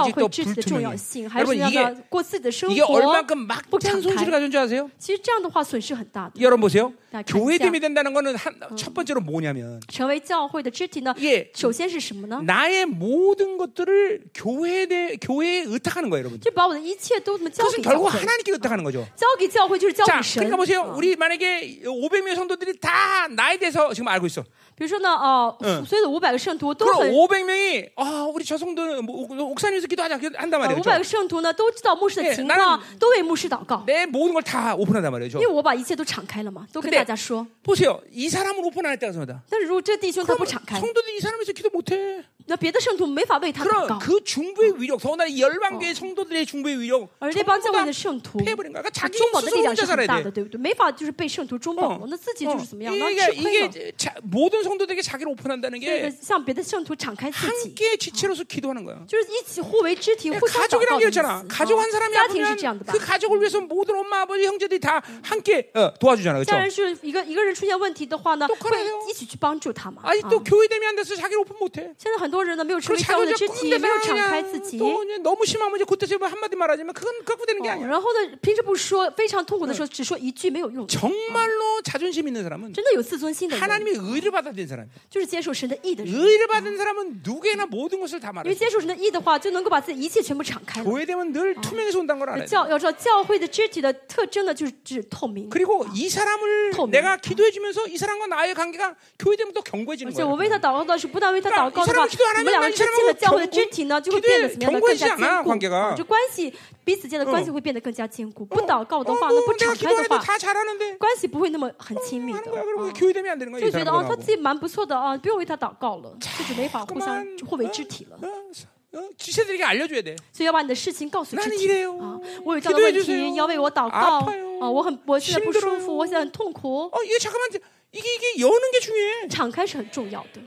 A: 아직도
B: 会肢体的重要
A: 불투명해
B: 性，还有
A: 여러분
B: 怎么样
A: 이게
B: 的过自己的生
A: 이게
B: 活
A: 얼만큼
B: 不
A: 막대한
B: 敞
A: 손실을
B: 开。
A: 가진 줄 아세요?
B: 其实这样的话，损失很大的。
A: 여러분 보세요.
B: 나
A: 교회됨이 된다는 거는 한, 첫 번째로 뭐냐면
B: 成为教会的肢体呢，
A: 이게
B: 首先是什么呢？
A: 나의 모든 것들을 교회에 교회에 의탁하는 거예요, 여러분.
B: 就把我的一切都怎么交
A: 그것은
B: 给教
A: 결국
B: 会？
A: 하나님께 의탁하는 거죠.
B: 交给教会就是交
A: 자,
B: 给神。
A: 그러니까 보세요.
B: 啊
A: 우리 만약에 500명의 성도들이 다 나에 대해서 지금 알고 있어.
B: 比如说呢，哦、
A: 嗯
B: 所有的五百个圣徒都
A: 그럼
B: 很呃
A: 500명이 아, 우리 저 성도는 뭐, 옥- 옥상에서 기도하자 그래서 한단
B: 呃
A: 말이에요.
B: 五
A: 그렇죠?
B: 百个圣徒呢都知道牧师
A: 예
B: 的情
A: 나는
B: 况，都为牧师祷告。
A: 내 모든 걸 다 오픈한단 말이에요. 그렇죠?
B: 因为我把一切都敞开了嘛，都跟
A: 근데
B: 大家说。
A: 보세요. 이 사람을 오픈 안 했다고 생각하다.
B: 但是如果这弟兄
A: 뭐
B: 他不敞开，
A: 성도들이 이 사람에서 기도 못 해.
B: 那别的圣徒没法为他祷
A: 그럼
B: 告，
A: 그 중부의 위력, 더구나 열방교의 성도들의 중부의 위력
B: 而这
A: 전부
B: 帮教会
A: 다
B: 的圣徒，
A: 패버린 거야. 그러니까 자기
B: 中保的力
A: 스스로
B: 量是
A: 혼자
B: 很
A: 살아야
B: 大
A: 돼.
B: 的，对不对？没法就是被圣徒中保了，那自己
A: 어.
B: 就是怎么样，那
A: 이게,
B: 吃亏了。
A: 이게 자- 모든 성도들에게 자기를 오픈한다는
B: 所以
A: 게
B: 向别的圣徒敞开自己，
A: 함께 지체로서 기도하는 거야.
B: 就是一起互为肢体，
A: 예,
B: 互相祷
A: 가족이란
B: 告
A: 게
B: 的意
A: 있잖아.
B: 思。
A: 가족 한 사람이
B: 啊家庭是这样
A: 아프면
B: 的吧
A: 그 ？ 가족을 위해서 모든 엄마, 아버지, 형제들이 다 함께 어, 도와주잖아, 그렇죠?
B: 家人是一个一个人出现问题的话呢，
A: 똑같아요
B: 会一起去帮助他嘛。
A: 아직도
B: 啊
A: 교회 되면 안 돼서 자기를 오픈 못 해.
B: 现在很多人呢没有成
A: 그리고
B: 为教会
A: 자기
B: 的肢
A: 자
B: 体，
A: 꼰대
B: 没有敞开自己。
A: 또 이제 너무 심하면 이제 그때 제가 한마디 말하지만 그건 갖고 되는 게
B: 哦
A: 아니야.
B: 然后呢，平时不说，非常痛苦的时候，只说一句没有用的。
A: 정말로 자존심 있는 사람은
B: 真的有自尊心的人，
A: 하나님의 의를 받아들인 사람.
B: 就是接受神的意的人。
A: 의를 받은 사람은 누구에나 모든 것을 다
B: 因为
A: 말해.
B: 接受神的意的话，就能够把自己一切全部敞开了。
A: 교회 되면 늘 투명해서 온다는 걸 알아야 돼.
B: 教要知道教会的肢体的特征呢，就是指透明。
A: 그리고 이 사람을
B: 더미.
A: 내가 기도해 주면서 이 사람과 나의 관계가 교회 되면 더 견고해지는
B: 而且
A: 거예요.
B: 我为他祷告的是，不但为他祷告的话，
A: 그러니까이사람이기도안 하면
B: 我们两个之间的教会的肢体呢，
A: 이
B: 就
A: 사람하고
B: 会变得怎么
A: 경
B: 样呢？更
A: 경고하지
B: 加
A: 않아
B: 坚固
A: 관계가
B: 啊这关系彼此间的关系会变得更加坚固。不祷告的话呢，不
A: 뭐, 내가
B: 敞开的
A: 기도해도
B: 话，
A: 다 잘하는데
B: 关系不会那么很亲密的
A: 하는 거야. 。 어. 그리고
B: 啊
A: 교회 되면 안 되는 거야.
B: 就
A: 이
B: 觉得哦，
A: 사람하고
B: 他自
A: 나하고.
B: 己蛮不错的啊，不用为他祷告了，就只没法互相
A: 그만.
B: 互为肢体了。
A: 어, 어, 지체들에게 알려줘야 돼.
B: 所以要把你的事情告诉肢
A: 나는
B: 体
A: 이래요
B: 啊，我有这样的问
A: 기도해주세요
B: 题，要为我祷告
A: 아파요
B: 啊，我很我现在不舒
A: 힘들어요
B: 服，我现在很痛苦，
A: 어, 이게 잠깐만 이게 이게 여는 게 중요해.
B: 敞开是很重要的。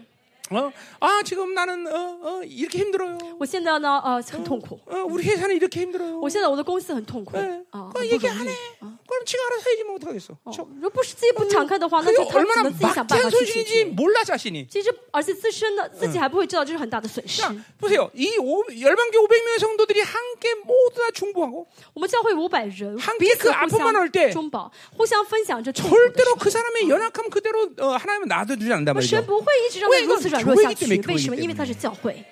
A: 어, 아 지금 나는 어, 어, 이렇게 힘들어요.
B: 我现在呢，呃，很痛苦，
A: 어, 우리 회사는 이렇게 힘들어요.
B: 我现在我的公司很痛苦
A: 예
B: 啊，
A: 그거
B: 很不
A: 얘기 안
B: 容易
A: 해.
B: 啊，
A: 그럼 지가 알아서 해야지 뭐 어떡하겠어.
B: 哦
A: 저-
B: 如果不是自己不敞开的话，那
A: 그게
B: 就他只
A: 얼마나
B: 能自己想办法
A: 막대한
B: 去嗯解
A: 소식인지
B: 决。
A: 몰라 자신이.
B: 其实，而且自身的自己还不会知道，这是很大的损失。
A: 자, 보세요. 이 오- 열방교 500명의 성도들이 함께 모두 다 중보하고
B: 我们教会五百人，
A: 함께
B: 彼
A: 그
B: 此
A: 아픔
B: 互
A: 만올
B: 相
A: 때
B: 中保，互相分享着痛苦的
A: 절대로
B: 事
A: 그 사람의 연약함 그대로 어, 하나님은 놔두지 않는단
B: 情。神
A: 말이죠.
B: 不会一直让
A: 为
B: 他
A: 一个
B: 如此软弱
A: 교회이기
B: 下去
A: 때문에，
B: 为什么？
A: 교회이기
B: 因为他是教会。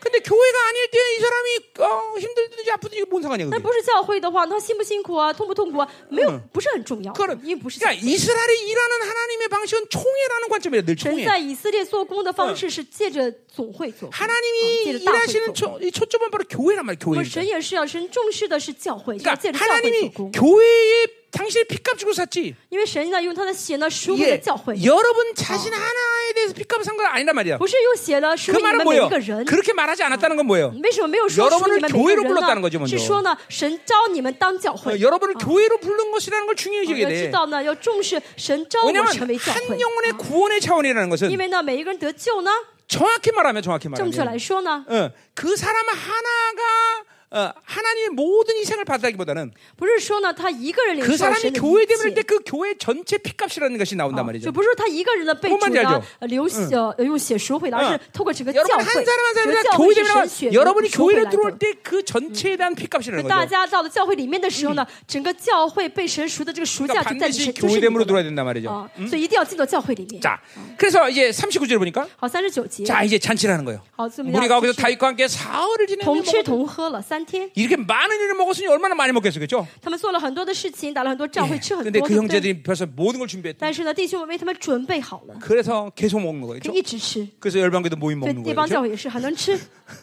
A: 근데 교회가 아닐 때 이 사람이 어, 힘들든지 아프든지 뭔 상관이야
B: 但
A: 그게.
B: 不是教会的话，那他辛不辛苦啊，痛不痛苦啊，没有不是很重要
A: 그거는 ，
B: 因为不是教
A: 그러니까
B: 会。
A: 이스라엘이 일하는 하나님의 방식은 총회라는 관점이라 늘
B: 神
A: 총회.
B: 在以色列做工的方式是借着总会做工，啊
A: 하나님이
B: 借着大会
A: 일하시는
B: 做工。
A: 초, 이 초점은 바로 교회란 말이에요.
B: 我
A: 교회.
B: 们神也是要神重视的是教会，就是
A: 그러니까
B: 借着教会做
A: 하나님이
B: 工。
A: 교회에 당신의 피값 주고 샀지.
B: 因为神呢用他的血呢赎回了
A: 예,
B: 教会，
A: 여러분 자신 하나에 대해서 피값 산건 아니란 말이야.
B: 不是用血呢赎
A: 그
B: 回你
A: 말은
B: 们每
A: 뭐예요?
B: 一个人。
A: 그렇게 말하지 않았다는 건 뭐예요?
B: 为什么没有说
A: 여러분을
B: 赎你们每一
A: 교회로
B: 个
A: 불렀다는
B: 人
A: 거죠
B: 呢？
A: 먼저
B: 是说呢，神招你们当教
A: 어,
B: 会，
A: 여러분을 교회로 부른 것이라는 걸 중요히
B: 要
A: 여겨야
B: 知
A: 돼.
B: 道呢，要重视神招我
A: 왜냐하면
B: 成为教会
A: 한 。 영혼의 구원의 어. 차원이라는
B: 因
A: 것은
B: 为呢，每一个人得救呢，
A: 정확히 말하면 정확히
B: 正确
A: 말하면
B: 来说呢，
A: 어, 그 사람 하나가 어, 하나님의 모든 희생을 받다기보다는
B: 不是说呢他一个人领
A: 그
B: 受
A: 사람이
B: 神的
A: 교회
B: 一
A: 되면
B: 切。
A: 때 그 교회 전체 피값이라는 것이 나온단
B: 就
A: 말이죠.
B: 不是说他一个人的被
A: 뭔
B: 主
A: 말인지알
B: 呢
A: 죠
B: 呃流血呃用血赎回来，
A: 嗯
B: 而是透过整个教
A: 여러분 한
B: 会，
A: 사람 한
B: 整
A: 사람이
B: 个
A: 다
B: 教
A: 교회
B: 会是神
A: 되면
B: 血
A: 여러분이
B: 赎回
A: 교회로 음.
B: 来的。
A: 들어올 때 그 전체에 대한 피값이라는
B: 哎大
A: 거죠.
B: 家到了教会里面的时候呢，整个教会被神赎的这个赎
A: 그러니까
B: 价就在你
A: 반드시
B: 身，就是你
A: 교회됨으로
B: 的
A: 들어야 된단 말이죠.
B: 啊，所以一定要进到教会里面。
A: 자, 그래서 이제 39절 보니까
B: 好，三十九节，
A: 자 이제 잔치를 하는 거예요.
B: 好，怎么
A: 우리가
B: 样？
A: 거기서 다윗과 함께 사흘을 지내며
B: 同吃
A: 먹었-
B: 同喝了三天，
A: 이렇게 많은 일을 먹었으니 얼마나 많이 먹겠어, 그렇죠?
B: 他们做了很多的事情，打了很多仗，会吃很
A: 근데
B: 多。
A: 그
B: 对不对
A: 형제들이 벌써 모든 걸 준비했대.
B: 但是呢，弟兄们为他们准备好了，
A: 그래서 계속 먹는 거예요,
B: 可
A: 그렇죠?
B: 以一直吃。
A: 그래서 열방교도 모임
B: 对，
A: 먹는
B: 这
A: 거예요.
B: 帮教
A: 그렇죠?
B: 会也是很能吃，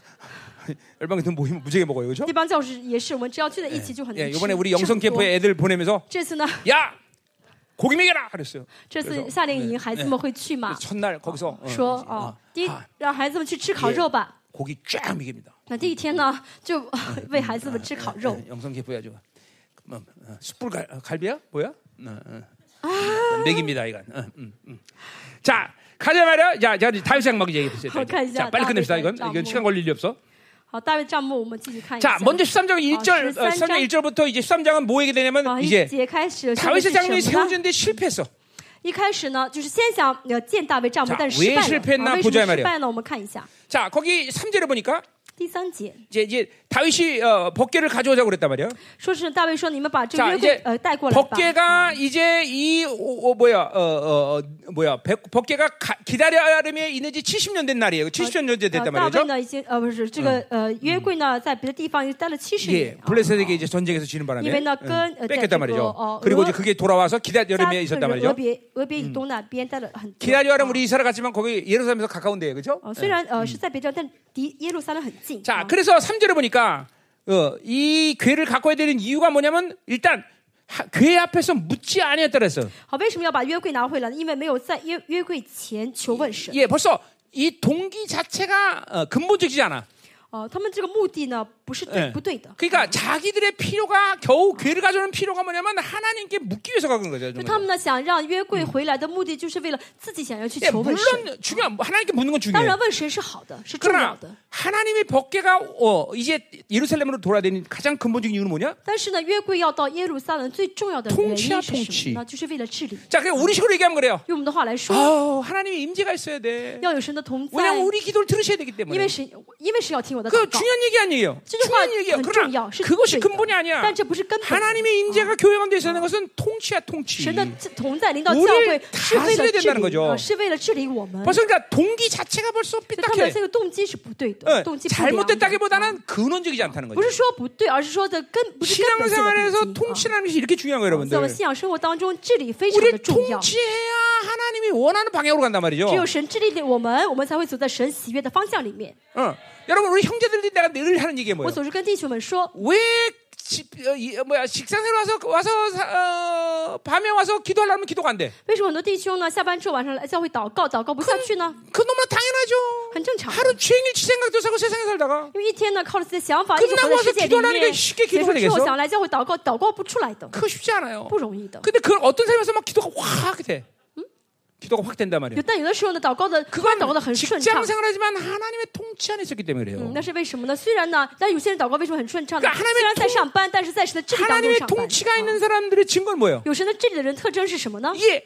A: 열방교도 모임 무지하게 먹어요, 그렇죠?
B: 这帮教师也是，我们只要聚在一起就很能
A: 예,
B: 吃。
A: 이번에 우리
B: 吃很
A: 영성
B: 多
A: 캠프에 애들 보내면서
B: 这 次呢，
A: 야 고기 먹여라 그랬어요.
B: 这次夏令营孩子们会去嘛？
A: 첫날 거기서 어,
B: 说
A: 어,
B: 哦
A: 어, ，
B: 第一让孩子们去吃烤肉吧。
A: 고기 쫙 먹입니다.
B: 那第一天呢，就 喂孩子们吃烤肉
A: 예, 。 영성 캠프에 아주 뭐, 어, 숯불 갈, 어, 갈비야? 뭐야? 어, 어. 먹입니다 이건. 어, 음, 음. 자 가자 말이야. 자, 자 다윗 장막 얘기해 보세요.
B: 어, 가자.
A: 자 아, 빨리 끝냅시다 이건
B: 다윗
A: 이건
B: 장막.
A: 시간 걸릴 일이 없어.
B: 好，大卫账目我们继续看一下
A: 자 。 먼저 13장 1절
B: 어, 13
A: 13장 1절부터 이제 13장은 뭐 얘기 되냐면
B: 好，一
A: 이제
B: 节开始，上面是
A: 다윗의
B: 什么
A: 장로이
B: 呢？
A: 세워주는데 실패했어.
B: 一开始呢，就是先想呃见大卫帐幕
A: 자，
B: 但是失败
A: 왜
B: 了。
A: 실패했나
B: 啊为
A: 보자이
B: 什
A: 말 이야
B: 么失败呢？我们看一下
A: 자 거기 3절에 보니까
B: 第三节，
A: 이제 이제 다윗이 어, 벗개를 가져오자고 그랬단 말이야.
B: 说是大卫说：“你们把这
A: 자
B: 个约柜
A: 이제
B: 呃带过来吧。”
A: 벗개가 이제 이 어, 어, 뭐야 어, 어, 어, 뭐야 배- 벗개가 가- 기다림에 있는 지 70년 된 날이에요. 70년 전제
B: 呃
A: 됐단
B: 大卫
A: 말이죠.
B: 呢，已经呃不是这个
A: 嗯
B: 呃约柜呢，在别的地方已经待了七十
A: 예,
B: 年。啊啊
A: 블레셋에게 이제 전쟁에서 지는 바람에
B: 어, 이베나 끈,
A: 응, 뺏겼단
B: 어,
A: 말이죠.
B: 어,
A: 그리고
B: 어,
A: 이제 그게 돌아와서
B: 加
A: 기다림에 嗯 있었단
B: 俄
A: 말이죠.
B: 别俄别以东那边待了很久。
A: 기다림은 우리 이사를 갔지만 거기 예루살렘에서 가까운 데예요, 그죠
B: 啊，虽然
A: 嗯
B: 呃是在别地，但离耶路撒冷很近。
A: 자,
B: 啊
A: 그래서 3절에 보니까 어, 이 괴를 갖고 야 되는 이유가 뭐냐면 일단 하- 괴 앞에서 묻지 아니었다 그랬어.
B: 好，为什么要把约柜拿回来呢？因为没有在约约柜前求问神。
A: 예, 벌써 이 동기 자체가 어, 근본적이지 않아.
B: 哦、他们这个目的呢，不哎是对、
A: 嗯
B: 不对的。
A: 그러니까 자기들의 필요가 겨우 괴를 가져오는 필요가 뭐냐면 하나님께 묻기 위해서 가는 거죠.
B: 就
A: 정말.
B: 他们呢，想让约柜回来的目的，就是为了自己想要去
A: 예,
B: 求问神。
A: 물론 중요한 뭐 하나님께 묻는 건
B: 当
A: 중요해요.
B: 然，问神是好的，是啊重要
A: 그러나
B: 的。
A: 하나님의 법궤가 어, 이제 예루살렘으로 돌아다니는 가장 근본적인 이유는 뭐냐?
B: 但是呢，约柜要到耶路撒冷，最重要的
A: 通
B: 原因
A: 气啊
B: 是
A: 通
B: 什
A: 气
B: 么呢？就是为了治理。
A: 자, 그냥 우리 식으로 얘기하면 그래요.
B: 用我们的话来说，
A: 아, 하나님의 임재가 있어야 돼.
B: 要有神的同在，
A: 왜냐면 우리 기도를 들으셔야 되기
B: 因
A: 때문에.
B: 为神，因为神要听我的祷
A: 그
B: 告。
A: 중요한 얘기 아니에요.
B: 这句话
A: 중요한 얘기야.
B: 很重
A: 그러나
B: 要，是
A: 그것이
B: 对的
A: 근본이 아니야.
B: 但这不是根本。
A: 하나님의 임재가 교회 가운데 있어야 하는 것은 통치야
B: 神
A: 통치.
B: 的同在领导教
A: 우리를
B: 会是为
A: 다스려야
B: 了治
A: 된다는거
B: 理，
A: 죠
B: 呃是为了治理我们。
A: 벌써 그러니까 동기 자체가 벌써
B: 所以他们
A: 삐딱해.
B: 的这个动机是不呃对的，
A: 어,
B: 动机不良的。啊
A: 잘못됐다기보다는 그렇죠. 근원적이지 않다는
B: 不
A: 거죠.
B: 是说不对，而是说的根不是根本性的动机
A: 신앙생활에서
B: 啊
A: 통치라는 것이 이렇게 중요한 거예요,
B: 在我
A: 여러분들.
B: 信仰生活当中，治理非常的
A: 우리를
B: 重要。
A: 통치해야 하나님이 원하는 방향으로 간단
B: 只
A: 말이죠.
B: 有神治理的我们，我们才会走在神喜悦的方向里面。
A: 어. 여러분 우리 형제들이 내가 늘 하는 얘기
B: 我
A: 뭐예요?
B: 总是跟弟兄们说，
A: 왜 지, 어, 이, 어, 뭐야 식상새로 와서 와서 사- 어, 밤에 와서 기도하려면 기도가 안 돼.
B: 为什么很多弟兄呢下班之后晚上来教会祷告，祷告不下去呢？
A: 그 너무나 당연하죠.
B: 很正常。
A: 하루 종일 지 생각도 사고 세상에 살다가
B: 因为一天呢靠着自己的想法
A: 끝
B: 一
A: 나고
B: 直活在世界里
A: 와서기도하려니까
B: 面，
A: 쉽게기
B: 所
A: 도가
B: 以说之后
A: 되겠어
B: 想来教会祷告，祷告不出来的，
A: 그거 쉽지 않아요.
B: 不容易的。
A: 근데 그걸 어떤 사람에서 막 기도가 확 돼. 기도가 확 된단
B: 有
A: 말이에요.
B: 但有的时候呢，祷告的突然
A: 그건
B: 祷告的很顺
A: 직장 ，
B: 畅
A: 생활하지만 하나님의 통치 안에 있었기 때문에
B: 嗯，
A: 그래요.
B: 那是为什么呢？虽然呢，但有些人祷告为什么很顺畅呢
A: 그러니까하나님의？
B: 虽然在
A: 통
B: 上班，但是在神的治理当中
A: 하나님의
B: 上班。
A: 통치가
B: 啊
A: 있는 사람들의 증거는 뭐예요?
B: 有神的治理的人特征是什么呢？
A: 이게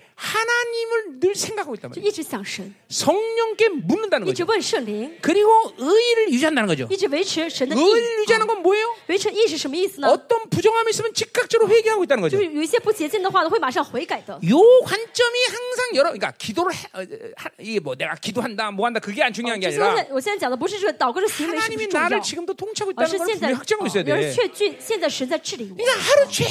A: 하나님을 늘 생각하고 있단
B: 就
A: 말이에요.
B: 一直想神，
A: 성령께 묻는다는
B: 一直
A: 거죠.
B: 问圣灵，
A: 그리고 의의를 유지한다는 거죠.
B: 一直维持神的意。哦
A: 의의를
B: 啊
A: 유지하는 건 뭐예요?
B: 维持意是什么意思呢？
A: 어떤 어. 부정함이 있으면 즉각적으로 회개하고 있다는 거죠.
B: 就是有一些不洁净的话呢，会马上悔改的。
A: 요 관점이 항상 여러 그러니까 기도를 해, 어, 하, 이게 뭐 내가 기도한다 뭐 한다 그게 안 중요한 게
B: 哦就是
A: 아니라
B: 现在我现在讲的不是这个祷告的行为是不
A: 하나님이
B: 是重要，
A: 나를 지금도 통치하고
B: 而
A: 있다는
B: 是
A: 걸
B: 现在
A: 분명히 확정하고 어, 있어야
B: 而是
A: 돼.
B: 确据现在神在治理我，
A: 그러니까 하루 종일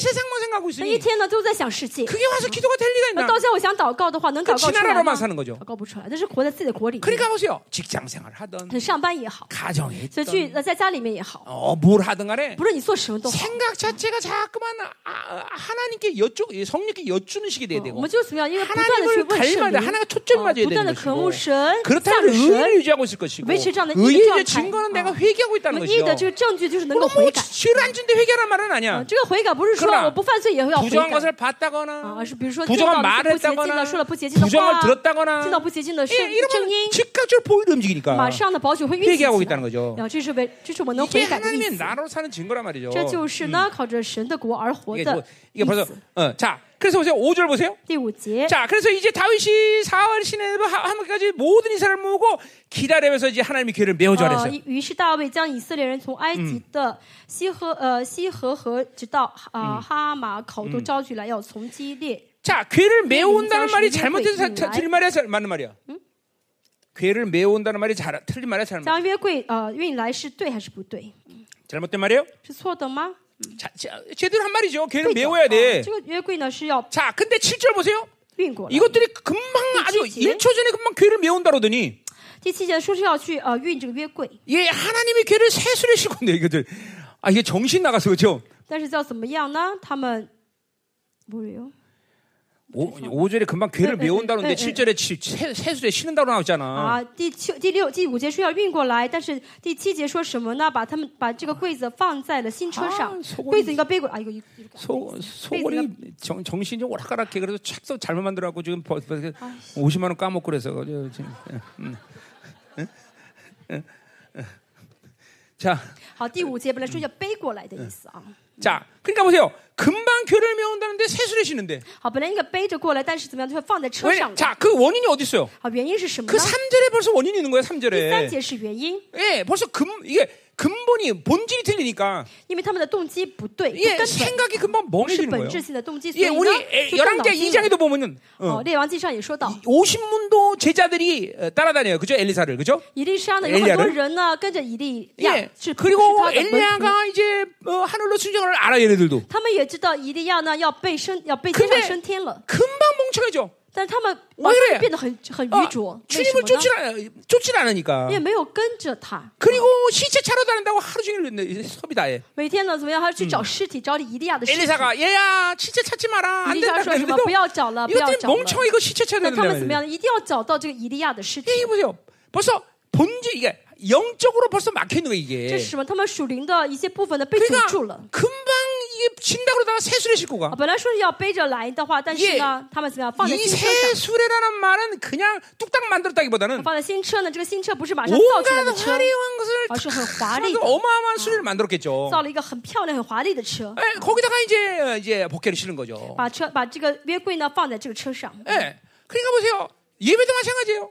A: 세상만 생각하고
B: 那一
A: 있으니
B: 天呢都在想世界。
A: 그게 와서 기도가 될 리가
B: 那
A: 있나?
B: 到现在我想祷告的话，能祷告出
A: 그
B: 来
A: 지나라로만
B: 吗？
A: 사는거죠
B: 祷告不出来，但是活在自己的国里面。
A: 그러니까 보세요. 직장 생활 하던
B: 上班也好，
A: 가정에
B: 所以去
A: 있던
B: 呃在家里面也好，
A: 어, 뭘 하든 간에
B: 不论你做什么都好，
A: 생각 자체가 자꾸만 아, 아, 하나님께 여쭈 성령께 여쭈는 식이 돼야
B: 我
A: 되고
B: 们就怎么样？因为不断的去
A: 하나님을
B: 问圣
A: 갈망해야 돼.
B: 灵，
A: 하나가
B: 啊
A: 초점이 맞아야
B: 不断
A: 되는
B: 的渴慕
A: 것이고
B: 神，
A: 그렇다면
B: 向
A: 의를
B: 神。
A: 유지하고 있을 것이고
B: 왜 지장은
A: 의의
B: 일정한
A: 유지의 증거는
B: 타임.
A: 내가 회개하고
B: 我
A: 있다는
B: 们义
A: 어. 것이죠
B: 的这个证据就是能够
A: 그럼
B: 悔
A: 뭐
B: 改。
A: 죄를 안 준데 회개란 말은
B: 啊
A: 아니야
B: 这个悔改不是说
A: 그러나
B: 我不犯罪也要悔
A: 부정한
B: 改
A: 것을
B: 啊，
A: 봤다거나
B: 而是比如说听到
A: 부정한
B: 一些
A: 말을
B: 不洁净的，啊
A: 했다거나
B: 说了不洁净的
A: 부정을
B: 话，听到
A: 들었다거나
B: 不洁净的
A: 예,
B: 声声
A: 이러면
B: 音，
A: 즉각적으로 보이를 움직이니까
B: 马上的保酒会运起
A: 회개하고있
B: 来
A: 다는거죠 。
B: 然后这是为这是我能
A: 이게
B: 悔改的意
A: 하나님의
B: 思。
A: 나로 사는 증거란 말이죠 음.
B: 这就是呢，靠着神的国而活
A: 이게,
B: 的
A: 뭐-
B: 意
A: 이게 벌써
B: 思。
A: 어, 자 그래서 보세요 5절 보세요
B: 第五节，
A: 자, 그래서 이제 다윗이 사흘 시내 하마까지 모든 이스라엘 모으고 기다리면서 이제 하나님의 기회를 메워줘
B: 呃，
A: 그랬어요.
B: 于于是大卫将以色列人从埃及的西河呃西河河直到呃哈马口都招聚来，要从基列。
A: 자, 괴를 메온다는
B: 음,
A: 말이
B: 음,
A: 잘못된 사,
B: 음,
A: 자,
B: 음,
A: 틀린 말이야, 잘- 맞는 말이야. 괴를 메온다는 말이 잘, 틀린 말이야, 잘못.
B: 将约柜呃运来是对还是不对？
A: 잘못된 말이에요?
B: 是错的吗？
A: 자, 자, 제대로 한 말이죠. 괴를
B: 对的。
A: 메워야
B: 啊
A: 돼.
B: 这个约柜呢是要
A: 자, 근데 7절 보세요.
B: 运过来。
A: 이것들이 금방 아주
B: 그치, 그치.
A: 1초 전에 금방 괴를 메온다 그러더니
B: 第七节说是要去呃运这个约柜，
A: 얘 하나님의 괴를 세수레 싣고 온대 이것들. 아, 이게 정신 나가서 그렇죠?
B: 但是要怎么样呢？他们不是有
A: 오, 5절에 금방 괴를
B: 에, 에, 에,
A: 메온다는데
B: 에.
A: 7절에 세수레 신는다고 네, 나오잖아.
B: 啊，第七、第六、第五节说要运过来，但是第七节说什么呢？把他们把这个柜子放在了新车上
A: 啊，속을
B: 柜子应该背过来。啊，有有有。
A: 소, 소골이 정, 정신이 오락가락해 그래서 착석 잘못 만들어갖고 지금 벌, 벌, 50만 원 까먹고 그래서 그래서 지금 예, 음. 응, 응, 응, 응, 응. 예? 자,
B: 好，第五节本来说要背过来的意思啊。
A: 자, 그러니까 보세요. 금방 교를 메운다는데 세수를 쉬는데
B: 好，本来应该背着过来，但是怎么样，就会放在车
A: 왜?
B: 上了。
A: 자, 그 원인이 어디 있어요?
B: 好，原因是什么
A: 그
B: 呢？
A: 삼절에 벌써 원인이 있는 거예요.
B: 三
A: 3절에
B: 节是原因，
A: 예, 벌써 금 이게 근본이 본질이 틀리니까
B: 因为他们的动机不对，不
A: 예,
B: 根本，
A: 생각이 금방
B: 不是
A: 멍해지는
B: 本
A: 거예요.
B: 质性的动机。所
A: 예,
B: 以
A: 우리
B: 呢，就动脑
A: 열왕기하
B: 筋了
A: 2장에도 보면은
B: 哦，列王记上也说到，
A: 50문도 제자들이 어, 따라다녀요. 그죠? 엘리사를. 그죠?
B: 以利沙呢
A: 엘리야를
B: 有很多人呢跟着以利亚
A: 예. ，
B: 是不是
A: 그리고
B: 他的门徒？
A: 엘리야가 이제 어, 하늘로 순정을 알아 얘네들도.
B: 他们也知道以利亚呢要被升，要被接
A: 근데
B: 上升天了。
A: 금방 멍청해져.
B: 但是他们
A: 왜
B: 完
A: 그래
B: 全变得很很愚
A: 아, 예.
B: 拙，为什
A: 주님을
B: 么呢？
A: 쫓질, 않, 쫓질 않으니까.
B: 也没有跟着他，
A: 그리고 시체 차로 다닌다고 하루 종일 섭이다 해.
B: 每天呢怎么样？还要去找尸体，找以利亚的尸体。
A: 엘리사가 얘야 시체 찾지 마라.
B: 以
A: 안
B: 利亚
A: 된다
B: 说什么？不
A: 그랬는데도
B: 要找了，不要
A: 이것들이
B: 找了。
A: 멍청해 이거 시체 찾아야
B: 那他们怎
A: 된다.
B: 么样？一定要找到这个以利亚的尸体。
A: 예, 이게 보세요. 벌써 본질 이게 영적으로 벌써 막혀 있는 거 이게.
B: 这是什么？他们属灵的一些部分呢被堵
A: 그러니까
B: 住了。
A: 금방 이게 진다 그러다가 세수레 싣고 가.
B: 啊，本来说是要背着来的话，但是呢，他们怎么样？放在
A: 이
B: 新车上，
A: 세수레라는 말은 그냥 뚝딱 만들었다기보다는
B: 放在新车呢？这个新车不是马上造出来
A: 온갖
B: 的车，
A: 화려한 것을
B: 아, 진짜
A: 다 아.
B: 화려해.
A: 어마어마한 수리를 만들었겠죠.
B: 造了一个很漂亮、很华丽的车，
A: 예, 거기다가 이제 이제 복개를 실은 거죠.
B: 把车把这个约柜呢放在这个车上，
A: 예. 그러니까 보세요. 예배도 마찬가지예요.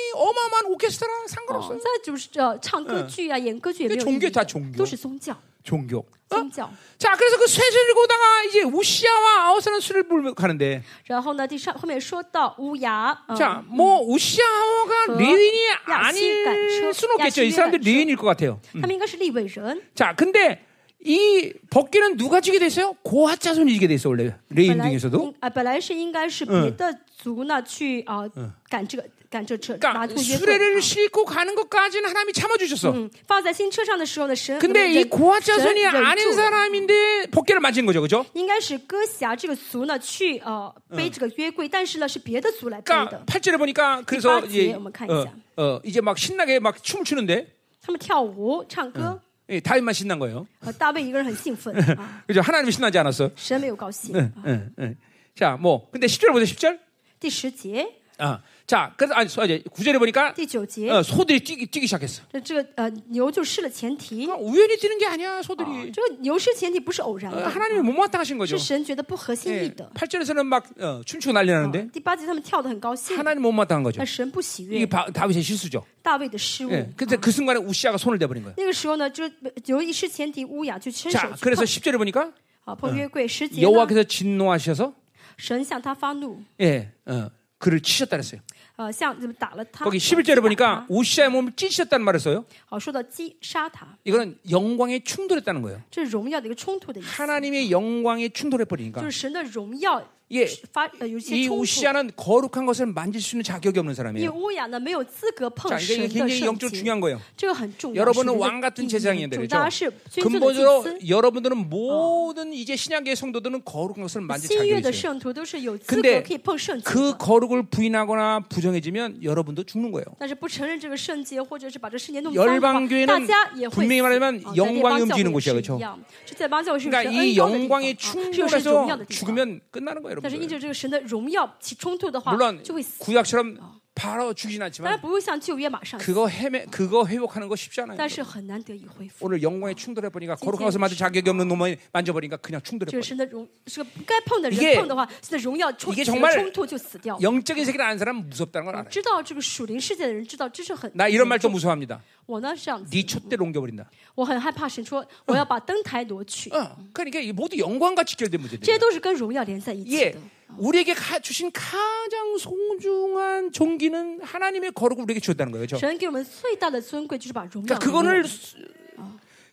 A: 어마어마한 오케스트라 상관없어.
B: 再就是呃唱歌剧啊、演歌剧也没有意义
A: 这종교다
B: 的
A: 종교 ，
B: 都是宗教，
A: 종교. 어?
B: 宗教。
A: 자, 그래서 그 쇠쇠를 들고 오다가 이제 우시아와 아우사는 술을 불며 가는데.
B: 然后呢，第上后面说到乌鸦，嗯
A: 자, 뭐 우시아가
B: 그
A: 레인이
B: 야시
A: 아닐
B: 간첩,
A: 순 없겠죠.
B: 야시
A: 이 사람들
B: 간첩.
A: 레인일 것 같아요.
B: 他们应该是立伟人，
A: 자, 근데 이 벗기는 누가 지게 됐어요? 고핫 자손이 지게 됐어 원래 레인
B: 本来
A: 중에서도.
B: 呃应啊本来是应该是别的族呢去啊赶这个赶这车马
A: 그러니까
B: 兔约柜
A: 수레를 싣고 가는 것까지는 하나님이 참아주셨어.
B: 嗯，放在新车上的时候呢，神
A: 근데 이
B: 忍
A: 고아자손이
B: 神忍
A: 아닌
B: 住了
A: 사람인데 복개를 맞은 거죠, 그죠?
B: 应该是哥侠这个族呢去呃背这个约柜，但是呢是别的族来背
A: 그러니까
B: 的，
A: 팔찌를 보니까 그래서
B: 뒷바지에
A: 이제
B: 한번
A: 어,
B: 가자.
A: 어, 이제 막 신나게 막 춤을 추는데
B: 他们跳舞唱歌，
A: 예, 다윗만 신난 거예요.
B: 呃大卫一个人很兴奋啊，
A: 그죠? 하나님이 신나지 않았어.
B: 神没有高兴
A: 응,
B: 啊。
A: 응, 응. 자, 뭐 근데 10절 보세요. 10절.
B: 第十节、
A: 아, 자, 그래서 아니, 소- 이제 9절에 보니까
B: 第九节，
A: 어, 소들이 뛰기, 뛰기 시작했어.
B: 这这个呃牛就失了前蹄，
A: 그러니까 우연히 뛰는 게 아니야,
B: 啊
A: 소들이.
B: 这个牛失前蹄不是偶然
A: 어,
B: 的，
A: 하나님이 못 마땅하신 거죠.
B: 是神觉得不合心
A: 예,
B: 意的。
A: 8절에서는 막 어, 춤추고 난리
B: 啊
A: 나는데
B: 第八节他们跳得很高兴，
A: 하나님 못 마땅한 거죠.
B: 但神不喜
A: 이게
B: 悦
A: 바- 다윗의 실수죠.
B: 大卫的失误。
A: 예. 근데 그 순간에 우시아가 손을 대버린 거예요.
B: 那个时候呢，就呃由一失前蹄乌雅就伸手
A: 자,
B: 去
A: 그래서
B: 碰
A: 10절에 보니까
B: 啊
A: 嗯
B: 碰约柜，十
A: 예.
B: 节呢，
A: 여호와께서 진노하셔서
B: 神向他发怒，
A: 예, 어, 그를 치셨다 그랬어요.
B: 呃，向怎么打了他？
A: 거기
B: 击
A: 11절에
B: 打
A: 보니까
B: 他
A: 아, 우시아의 몸을 찢으셨다는 말을 써요.
B: 啊好说到击杀他，
A: 이거는 영광에 충돌했다는 거예요.
B: 这是荣耀的一个冲突的意思，
A: 하나님의 영광에 충돌해
B: 就
A: 버리니까
B: 是神的荣耀
A: 예,
B: 发呃有一些
A: 이
B: 冲突。
A: 우시아는 거룩한 것을 만질 수 있는 자격이 없는
B: 因为
A: 사람이에요.
B: 乌雅呢没有资格碰
A: 자,
B: 神
A: 이게
B: 的
A: 굉장히
B: 圣
A: 영적으로
B: 洁，
A: 중요한 거예요.
B: 这个很重要。
A: 여러분은
B: 神的
A: 왕 같은
B: 意义
A: 제사장인데
B: 很
A: 그렇죠?
B: 重大家是君尊的祭
A: 근본적으로
B: 司，
A: 여러분들은 모든 이제 신약의 성도들은 거룩한 것을 만질
B: 新约
A: 자격이
B: 的
A: 있어요.
B: 圣徒都是有资
A: 근데
B: 格可以碰圣洁
A: 그
B: 的，
A: 거룩을 부인하거나 부정해지면 여러분도 죽는 거예요.
B: 但是不承认这个圣洁，或者是把这圣洁弄脏的话，大
A: 열방교회는
B: 家也会死。
A: 분명히
B: 啊
A: 말하면
B: 在列邦
A: 영광이
B: 教会
A: 움직이는
B: 也
A: 곳이야,
B: 是一
A: 그렇죠?
B: 样。这在邦教会是神
A: 그러니까
B: 恩
A: 이
B: 高的地方，
A: 영광에
B: 啊是有神荣
A: 충돌해서
B: 耀的地方。
A: 죽으면 끝나는 거예요,
B: 但是因
A: 여러분들.
B: 着这个神的荣耀起冲突的话
A: 물론 ，
B: 就会死。
A: 구약처럼 바로 죽이진
B: 当
A: 않지만
B: 然不会像旧约马上死，
A: 그거 헤매 그거 회복하는 거 쉽지 않아요.
B: 但是很难得以恢复。
A: 오늘 영광에 충돌해 보니까
B: 진짜
A: 거룩한 것을 만질 자격이 없는 놈을 만져버리니까 그냥 충돌해
B: 这个
A: 버려.
B: 神的荣，这个不该碰的
A: 이게
B: 人碰的话，神的荣耀冲
A: 이게
B: 起了
A: 정말
B: 冲突就死
A: 어.
B: 掉。
A: 영적인 세계를 아는 사람은 무섭다는 걸 알아요.
B: 知道这个属灵世界的人知道这是很
A: 나 이런 말
B: 严
A: 또
B: 重
A: 무서워합니다.
B: 我呢是这样子，
A: 네 촛대를 옮겨버린다.
B: 我很害怕神说我要把灯台挪去，
A: 어, 그러니까 이 모두 영광과 직결된
B: 这些
A: 문제들.
B: 都是跟荣耀连在一起
A: 예,
B: 的。
A: 우리에게 가- 주신 가장 소중한 종기는 하나님의 거룩을 우리에게 주었다는 거예요. 그렇죠?
B: 神给我们最大的尊贵就是把荣耀
A: 그러니까
B: 给我们
A: 그거를 수-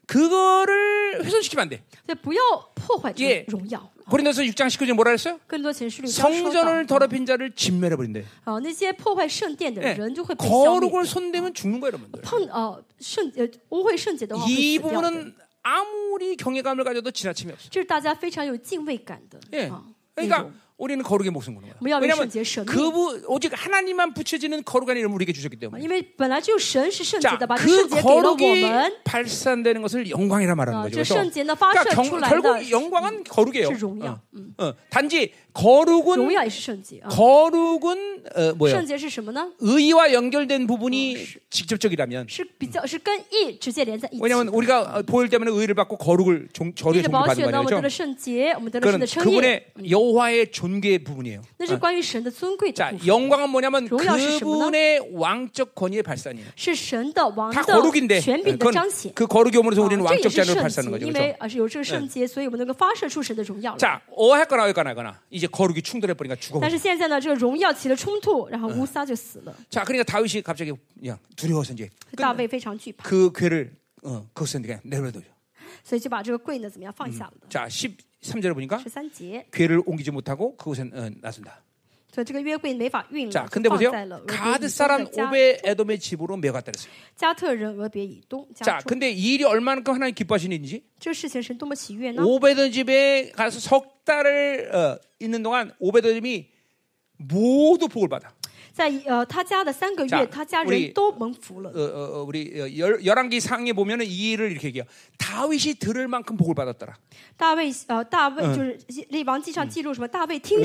A: 그거를 훼손시키면 안 돼.
B: 所以不要破坏这
A: 예
B: 个荣耀。
A: 고린도서 6장 19절 뭐라 했어요?
B: 更多前书里章说到嗯
A: 성전을 ， 더럽힌 자를 진멸해 버린대.
B: 啊，那些破坏圣殿的
A: 예.
B: 人就会被消灭。
A: 거룩을 손대면 죽는 거예요, 여러분들.
B: 碰呃圣呃污秽圣洁的话会
A: 이
B: 死掉的，
A: 부분은 아무리 경외감을 가져도 지나침이 없어요.
B: 这是大家非常有敬畏感的
A: 예.
B: 啊。内
A: 그러니까
B: 容
A: 우리는 거룩에 목숨 거는 거예요.
B: 뭐야,
A: 왜냐하면
B: 왜圣洁,
A: 그부 오직 하나님만 붙여지는 거룩한 이름을 우리에게 주셨기
B: 啊
A: 때문에.
B: 因为本来只有神是圣洁
A: 자,
B: 的，把这
A: 그
B: 圣洁给了我
A: 거룩이
B: 们。
A: 발산되는 것을 영광이라 말하는
B: 啊，
A: 거죠.
B: 这
A: 그렇죠?
B: 圣洁呢发
A: 그러니까
B: 射
A: 경-
B: 出来的
A: 결국 영광은 거룩이에요.
B: 是荣耀
A: 어, ， 어, 단지 거룩은
B: 荣耀也是圣洁啊。
A: 거룩은 어, 뭐야?
B: 圣洁是什么呢？
A: 의와 연결된 부분이 직접적이라면
B: 是比较是跟义直接连在一起。
A: 왜냐하면 우리가 어, 보혈 때문에 의를 받고 거룩을 종,
B: 义
A: 저의 음.
B: 的
A: 종을
B: 保险
A: 받은
B: 呢，我们得
A: 거죠. 그렇죠?
B: 了圣洁，我们得了神
A: 그건
B: 的称义，
A: 그분의 여호와의 존귀의 부분이에요.
B: 那是关于神的尊贵的
A: 자,
B: 部分，
A: 영광은 뭐냐면
B: 종이하실
A: 그분의 왕적 권위의 발산이에요.
B: 是神的王
A: 다
B: 的呃
A: 거룩인데
B: 权柄的
A: 그건
B: 彰显。
A: 그 거룩이 오면서
B: 啊
A: 우리는
B: 这也
A: 왕적
B: 是
A: 자녀를
B: 圣
A: 발산하는
B: 洁，
A: 거죠.
B: 因为
A: 그렇죠?
B: 啊是有这个圣洁，所以我们能够发射出神的荣耀来。
A: 자, 어할거나 할거나 하거나 이제 거룩이 충돌해버리니까 죽어.
B: 但是现在呢，这个荣耀起了冲突，然后乌撒就死了，
A: 자, 그러니까 다윗이 갑자기 그냥 두려워서 이제
B: 大卫非常惧怕，
A: 그 괴를 어, 그것을 그냥 내버려둬요.
B: 所以就把这个柜呢怎么样放下了的。
A: 자, 13절에 보니까
B: 十三节，
A: 괴를 옮기지 못하고 그곳엔 어, 놔둔다.
B: 所以这个约柜没法运
A: 자,
B: 了，就
A: 근데
B: 放
A: 보세요.
B: 在了俄别以
A: 가드
B: 东的
A: 사람
B: 家
A: 오베 에돔의 집으로 메갔다 그랬어요.
B: 加特人俄别以东家
A: 자,
B: 中。
A: 근데 이 일이 얼마만큼 하나님 기뻐하시는지
B: 这事情神多么喜悦
A: 어?
B: 呢？
A: 오베돈 집에 가서 석 달을 어, 있는 동안 오베돈 집이 모두 복을 받아.
B: 在呃他家的三个
A: 자
B: 月，他家
A: 우리
B: 人都蒙福了
A: 어,。어, 어, 우리 어, 열- 열왕기 상에 보면은 이 일을 이렇게 얘기해요. 다윗이 들을 만큼 복을 받았더라.
B: 大卫呃大卫就是列王记上记录什么？大卫听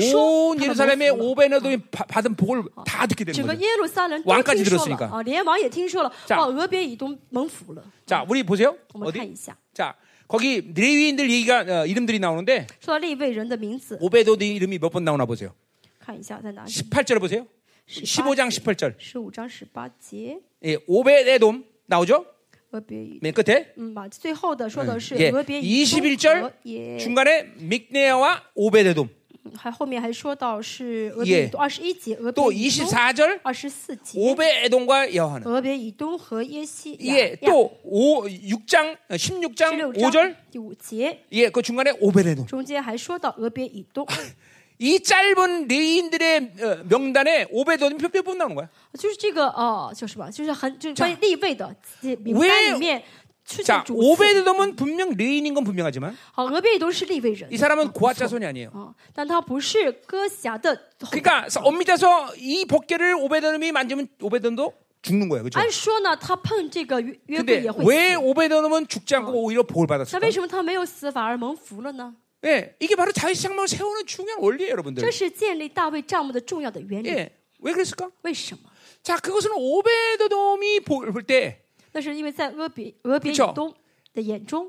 A: 온
B: 说他们
A: 예루살렘에
B: 蒙福了
A: 오베네돔이 바- 받은 복을 다 듣게
B: 整
A: 되는
B: 个
A: 거죠.
B: 耶路撒冷
A: 왕
B: 都
A: 까지
B: 听
A: 들었으
B: 说
A: 니까
B: 了啊，连王也听说了，
A: 자
B: 哇，俄别以东蒙福了。
A: 자, 우리 보세요.
B: 我们
A: 어디?
B: 看一下，
A: 자, 거기 레위인들 얘기가 어, 이름들이 나오는데
B: 说到立位人的名字，
A: 오베돈 이름이 몇 번 나오나 보세요.
B: 看一下在哪里？
A: 18절을 보세요. 15장 18절.
B: 十五章十八节，
A: 예, 오베네돔 나오죠?
B: 俄别以
A: 맨 끝에
B: 嗯嘛，最后的说的是
A: 예,
B: 俄别以东
A: 21절
B: 俄
A: 예.
B: 耶
A: 중간에 믹네아와 오베데돔
B: 嗯还后面还说到是俄别以东二十一节，俄
A: 또
B: 别以东
A: 24절
B: 二十四节，
A: 오베에돔과 여하는
B: 俄别以东和耶西亚
A: 예,
B: 亚
A: 또 5, 6장 어, 16장
B: 16
A: 5절
B: 第五节，
A: 예, 그 중간에 오베데돔
B: 中间还说到俄别以东，
A: 이 짧은 레인들의 어, 명단에 오베더는 몇번 나오는 거야?
B: 就是这个哦，就是什么，就是很就是关于立位的这名
A: 为
B: 单里面出现
A: 자,
B: 主次。
A: 오베더는 분명 레인인 건 분명하지만
B: 好，俄贝都是立位人
A: 이 사람은 고아 자손이 아니에요.
B: 啊，但他不是哥侠的后代。
A: 그러니까 엄밀히 따서 이 벗개를 오베더놈이 만지면 오베더놈도 죽는 거예요. 그렇죠?
B: 按说呢，他碰这个约约柜
A: 근데
B: 也会
A: 왜
B: 死，
A: 오베더놈은 죽지 않고 오히려 복을
B: 那
A: 받았을까?
B: 为什么他没有死，反而蒙福了呢？
A: 예, 이게 바로 자기 생명을 세우는 중요한 원리예요,
B: 这
A: 여러분들.
B: 是建立大卫帐幕的重要的原理。
A: 예, 왜 그랬을까?
B: 为什么？
A: 자, 그것은 오베더놈이 복을 볼때
B: 那是因为在俄比俄别以
A: 그쵸
B: 东的眼中，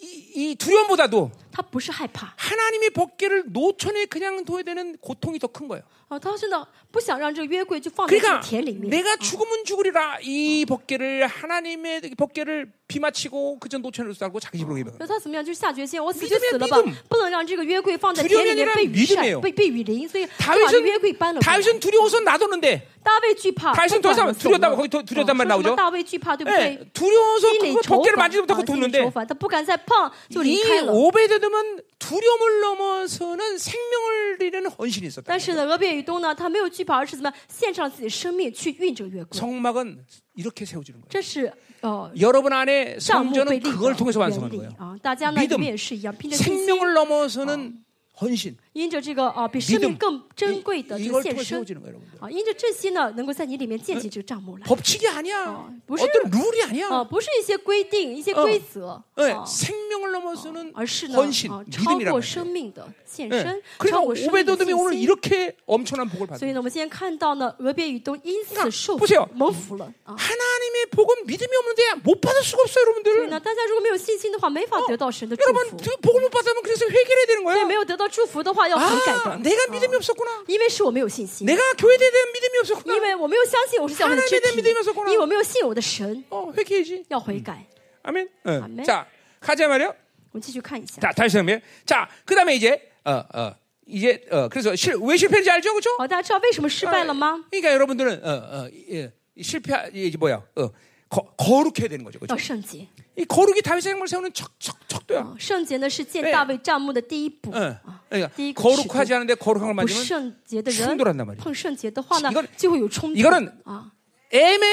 A: 이, 이 두려움보다도
B: 他不是害怕
A: 하나님의 벗개를 노천에 그냥 둬야 되는 고통이 더 큰 거예요.
B: 啊，他是呢不想让这个约柜就放在这个
A: 그러니까
B: 田里面。
A: 내가 죽으면 죽으리라 이 벗개를 하나님의 벗개를 비맞히고 그전 노천으로 싸고 자기 집으로 입어.
B: 那他怎么样？就下决心，我死
A: 믿
B: 就
A: 음이야
B: 死了
A: 믿
B: 吧
A: 음 ，
B: 不能让这个约柜放在田里面被
A: 두려움이아니라
B: 雨晒
A: 믿음이에요 、
B: 被被雨淋，所以他把这
A: 다윗은
B: 约柜搬了回来。
A: 다윗은 두려워서 놔뒀는데
B: 大卫惧怕，
A: 다윗은더
B: 不管
A: 이상두려웠다고거기더두려웠단말
B: 哦说什么
A: 나오죠
B: 大卫哎惧怕，对不
A: 예,
B: 对？
A: 두려워서
B: 心里
A: 그
B: 愁
A: 벗개를
B: 烦，
A: 만지지 못하고
B: 啊心里愁
A: 뒀는데
B: 烦，他不敢再碰，就离
A: 이
B: 开了。
A: 오베데드는 두려움을 넘어서는 생명을 잃는 헌신이 있었다.
B: 但是呢，俄别以东呢，他没有惧怕，而是怎么样献上自己的生命去运这个约
A: 네.
B: 柜？
A: 성막은 이렇게 세워지는 거예요.
B: 这是呃，
A: 여러분 안에
B: 帐幕被
A: 성전은
B: 立的
A: 그걸 통해서
B: 原
A: 완성하는
B: 理
A: 거예요.
B: 啊！大家呢，
A: 믿음
B: 你们也是一样，凭着信心，
A: 생명을 네. 넘어서는 헌신.
B: 因着这个啊，比生
A: 믿
B: 命
A: 음
B: 更珍贵
A: 이-
B: 的这个
A: 이걸
B: 献
A: 통해서
B: 身
A: 세워지는 거예요, 여러분들.
B: 啊，因着这些呢，能够在你里面建起这个帐幕来。
A: 법칙이 아니야.
B: 어, 무슨-
A: 어떤 룰이 아니야.
B: 啊，不是一些规定、一些
A: 嗯
B: 规则，
A: 예,
B: 啊
A: 생명을 넘어서는
B: 而是呢，
A: 헌신,
B: 啊，超
A: 믿음이라는
B: 过
A: 거예요.
B: 生命的献
A: 예.
B: 身，
A: 그러니까
B: 超过生命的
A: 오베도듬이 오늘
B: 信心。
A: 이렇게 엄청난 복을 받아요.
B: 所以呢，我们今天看到呢，俄别以东因
A: 그러니까
B: 此受
A: 보세요
B: 蒙福了
A: 아.
B: 啊。
A: 하나님의 복은 믿음이 없는데 못 받을 수가 없어요,
B: 所以
A: 여러분들.
B: 呢，大家如果没有信心的话，没法得到神的祝
A: 여러분
B: 福。
A: 네, 그 복을 못 받으면 그래서 회개해야 되는
B: 所以
A: 거야.
B: 没有得到祝福的话，要很感
A: 아,
B: 动，
A: 내가 믿음이 없었구나.
B: 因为是我没有信心，
A: 내가 교회에 대한 믿음이
B: 因
A: 없었구나.
B: 为我没有相信我是教会的肢
A: 하나님의믿음이었었
B: 体
A: 구나 ，
B: 因为我没有信我的神，
A: 어, 회개해야지.
B: 要悔改。
A: 아멘. 어.
B: 아멘.
A: 자, 가자 말이요.
B: 我们继续看一下。
A: 자, 다시 정리해. 자, 그다음에 이제 어, 어. 이제 어, 그래서 실, 왜 실패인지 알죠? 그렇죠?
B: 好，大家知道为什么失
A: 哎
B: 败了吗？
A: 그러니까 여러분들은 어, 어, 예, 이 실패 이게 뭐야? 어. 거, 거룩해야 되는 거죠. 그렇죠?
B: 要圣洁
A: 이 거룩이 다윗의 생명을 세우는 척척 척도야.
B: 啊，圣洁呢是建
A: 哎
B: 大卫帐幕的第一步
A: 어.
B: 啊。
A: 그러니까
B: 第一个尺度
A: 거룩하지 않은데 거룩한 걸
B: 哦不
A: 만지면
B: 圣洁的
A: 충
B: 人
A: 돌한단말이야
B: 碰圣洁的话
A: 이
B: 呢
A: 건 ，
B: 就会有冲突
A: 이거는
B: 啊。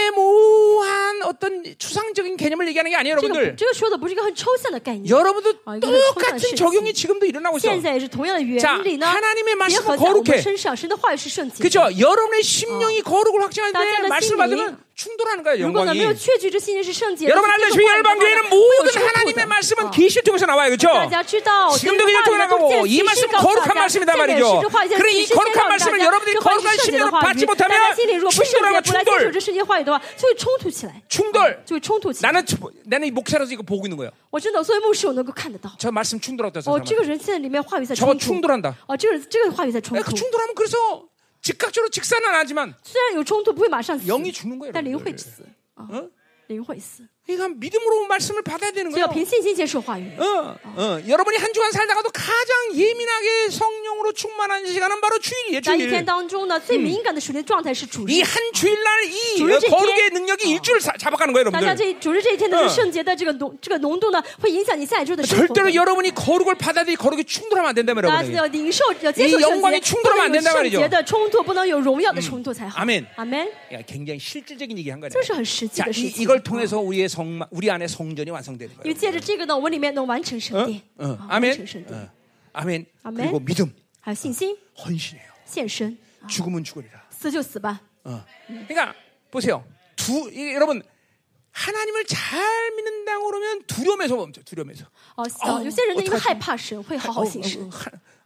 A: 애매모호한 어떤 추상적인 개념을 얘기하는 게 아니에요,
B: 这个
A: 여러분들.
B: 这个说的不是一个很抽象的概念，
A: 여러분도
B: 아, 이거는
A: 똑같은
B: 청소년
A: 적용이 지금도 일어나고 있어.
B: 现在也是同样的
A: 자
B: 原理呢，
A: 하나님의
B: 结
A: 말씀은
B: 合在我们
A: 거룩해.
B: 身上，神的话语是圣洁的。
A: 그죠? 그렇죠? 여러분의 심령이 거룩을 확증하는데
B: 나자는
A: 말씀을
B: 어. 심령이-
A: 받으면 충돌하는 거예요,
B: 如果呢
A: 영광이.
B: 没有确据这信念是圣洁的，
A: 여러분
B: 这
A: 알다시피
B: 个话语的话呢
A: 열방교회는
B: 会有
A: 모든
B: 冲突的
A: 하나님의 말씀은
B: 啊
A: 계시를 통해서 나와요, 어. 그죠?
B: 大家知道，
A: 지금도 그냥
B: 는
A: 통해가고 이 말씀 거룩한 말씀이다 말이죠. 그래 이 거룩한 말씀을 여러분들이 거룩한 심령으로 받지 못하면 충돌하고
B: 不来接受
A: 충돌,
B: 这圣洁话语的话，就会冲突起来，
A: 충돌.
B: 就会冲突起来。
A: 나는 주- 나는 이 목사로서 이거 보고 있는 거예요.
B: 我真的，作为牧师，我能够看得到。
A: 저 말씀 충돌하다 저거
B: 哦，这个人现在里面话语在冲
A: 저거
B: 突。
A: 충돌한다.
B: 哦，这个人这个话语在冲
A: 에,
B: 突
A: 그 。 충돌하면 그래서 즉각적으로 직사는 안 하지만
B: 虽然有冲突，不会马上死，
A: 영이 죽는 거예요.
B: 但灵会
A: 여러분들.
B: 死啊，灵会死。
A: 그러니까 믿음으로 말씀을 받아야 되는
B: 就要
A: 거예요.
B: 凭信心接受话语。
A: 어, 어. 여러분이 한 주간 살다가도 가장 예민하게 성령으로 충만한 시간은 바로 주일이에요.
B: 在一天
A: 주일.
B: 当中呢，最敏感的属灵状态是主日。
A: 이 한 주일날 이
B: 주일 제
A: 거룩의
B: 일.
A: 능력이 일주일 사- 잡아가는 거예요,
B: 大家
A: 여러분들.
B: 这主日这一天的
A: 嗯
B: 这圣洁的这个浓这个浓度呢，会影响你下一周的生活的。
A: 절대로 여러분이 거룩을 받아들이 거룩이 충돌하면 안 어. 된다면
B: 大家要
A: 여러분.
B: 领受要接受
A: 이
B: 圣
A: 영광이
B: 洁，
A: 충돌
B: 不
A: 하면안
B: 能有
A: 된단말이죠
B: 圣洁的冲突，不能有荣耀的冲突才好。
A: 아멘
B: 嗯阿门。
A: 야, 굉장히 실질적인 얘기 한 거네.
B: 这是很实际
A: 자,
B: 的
A: 이,
B: 事情。
A: 이걸 통해서 우리의 성 우리 안에 성전이 완성되는
B: 因为
A: 거예요.
B: 借着这个呢，我们里面能完成圣殿，
A: 어?
B: 啊完
A: 아멘.
B: 成圣殿，
A: 어. 아멘.
B: 아멘.
A: 그리고 믿음,
B: 还有信心、
A: 헌신이에요.
B: 献身，
A: 죽으면 죽으리라.
B: 死就死吧。
A: 어. 그러니까 보세요. 두 이- 여러분 하나님을 잘 믿는 당으로면 두려움에서 멈춰. 두려움에서.
B: 哦，
A: 哦
B: 哦有些人呢，因为
A: 我操
B: 害怕神，会好好行事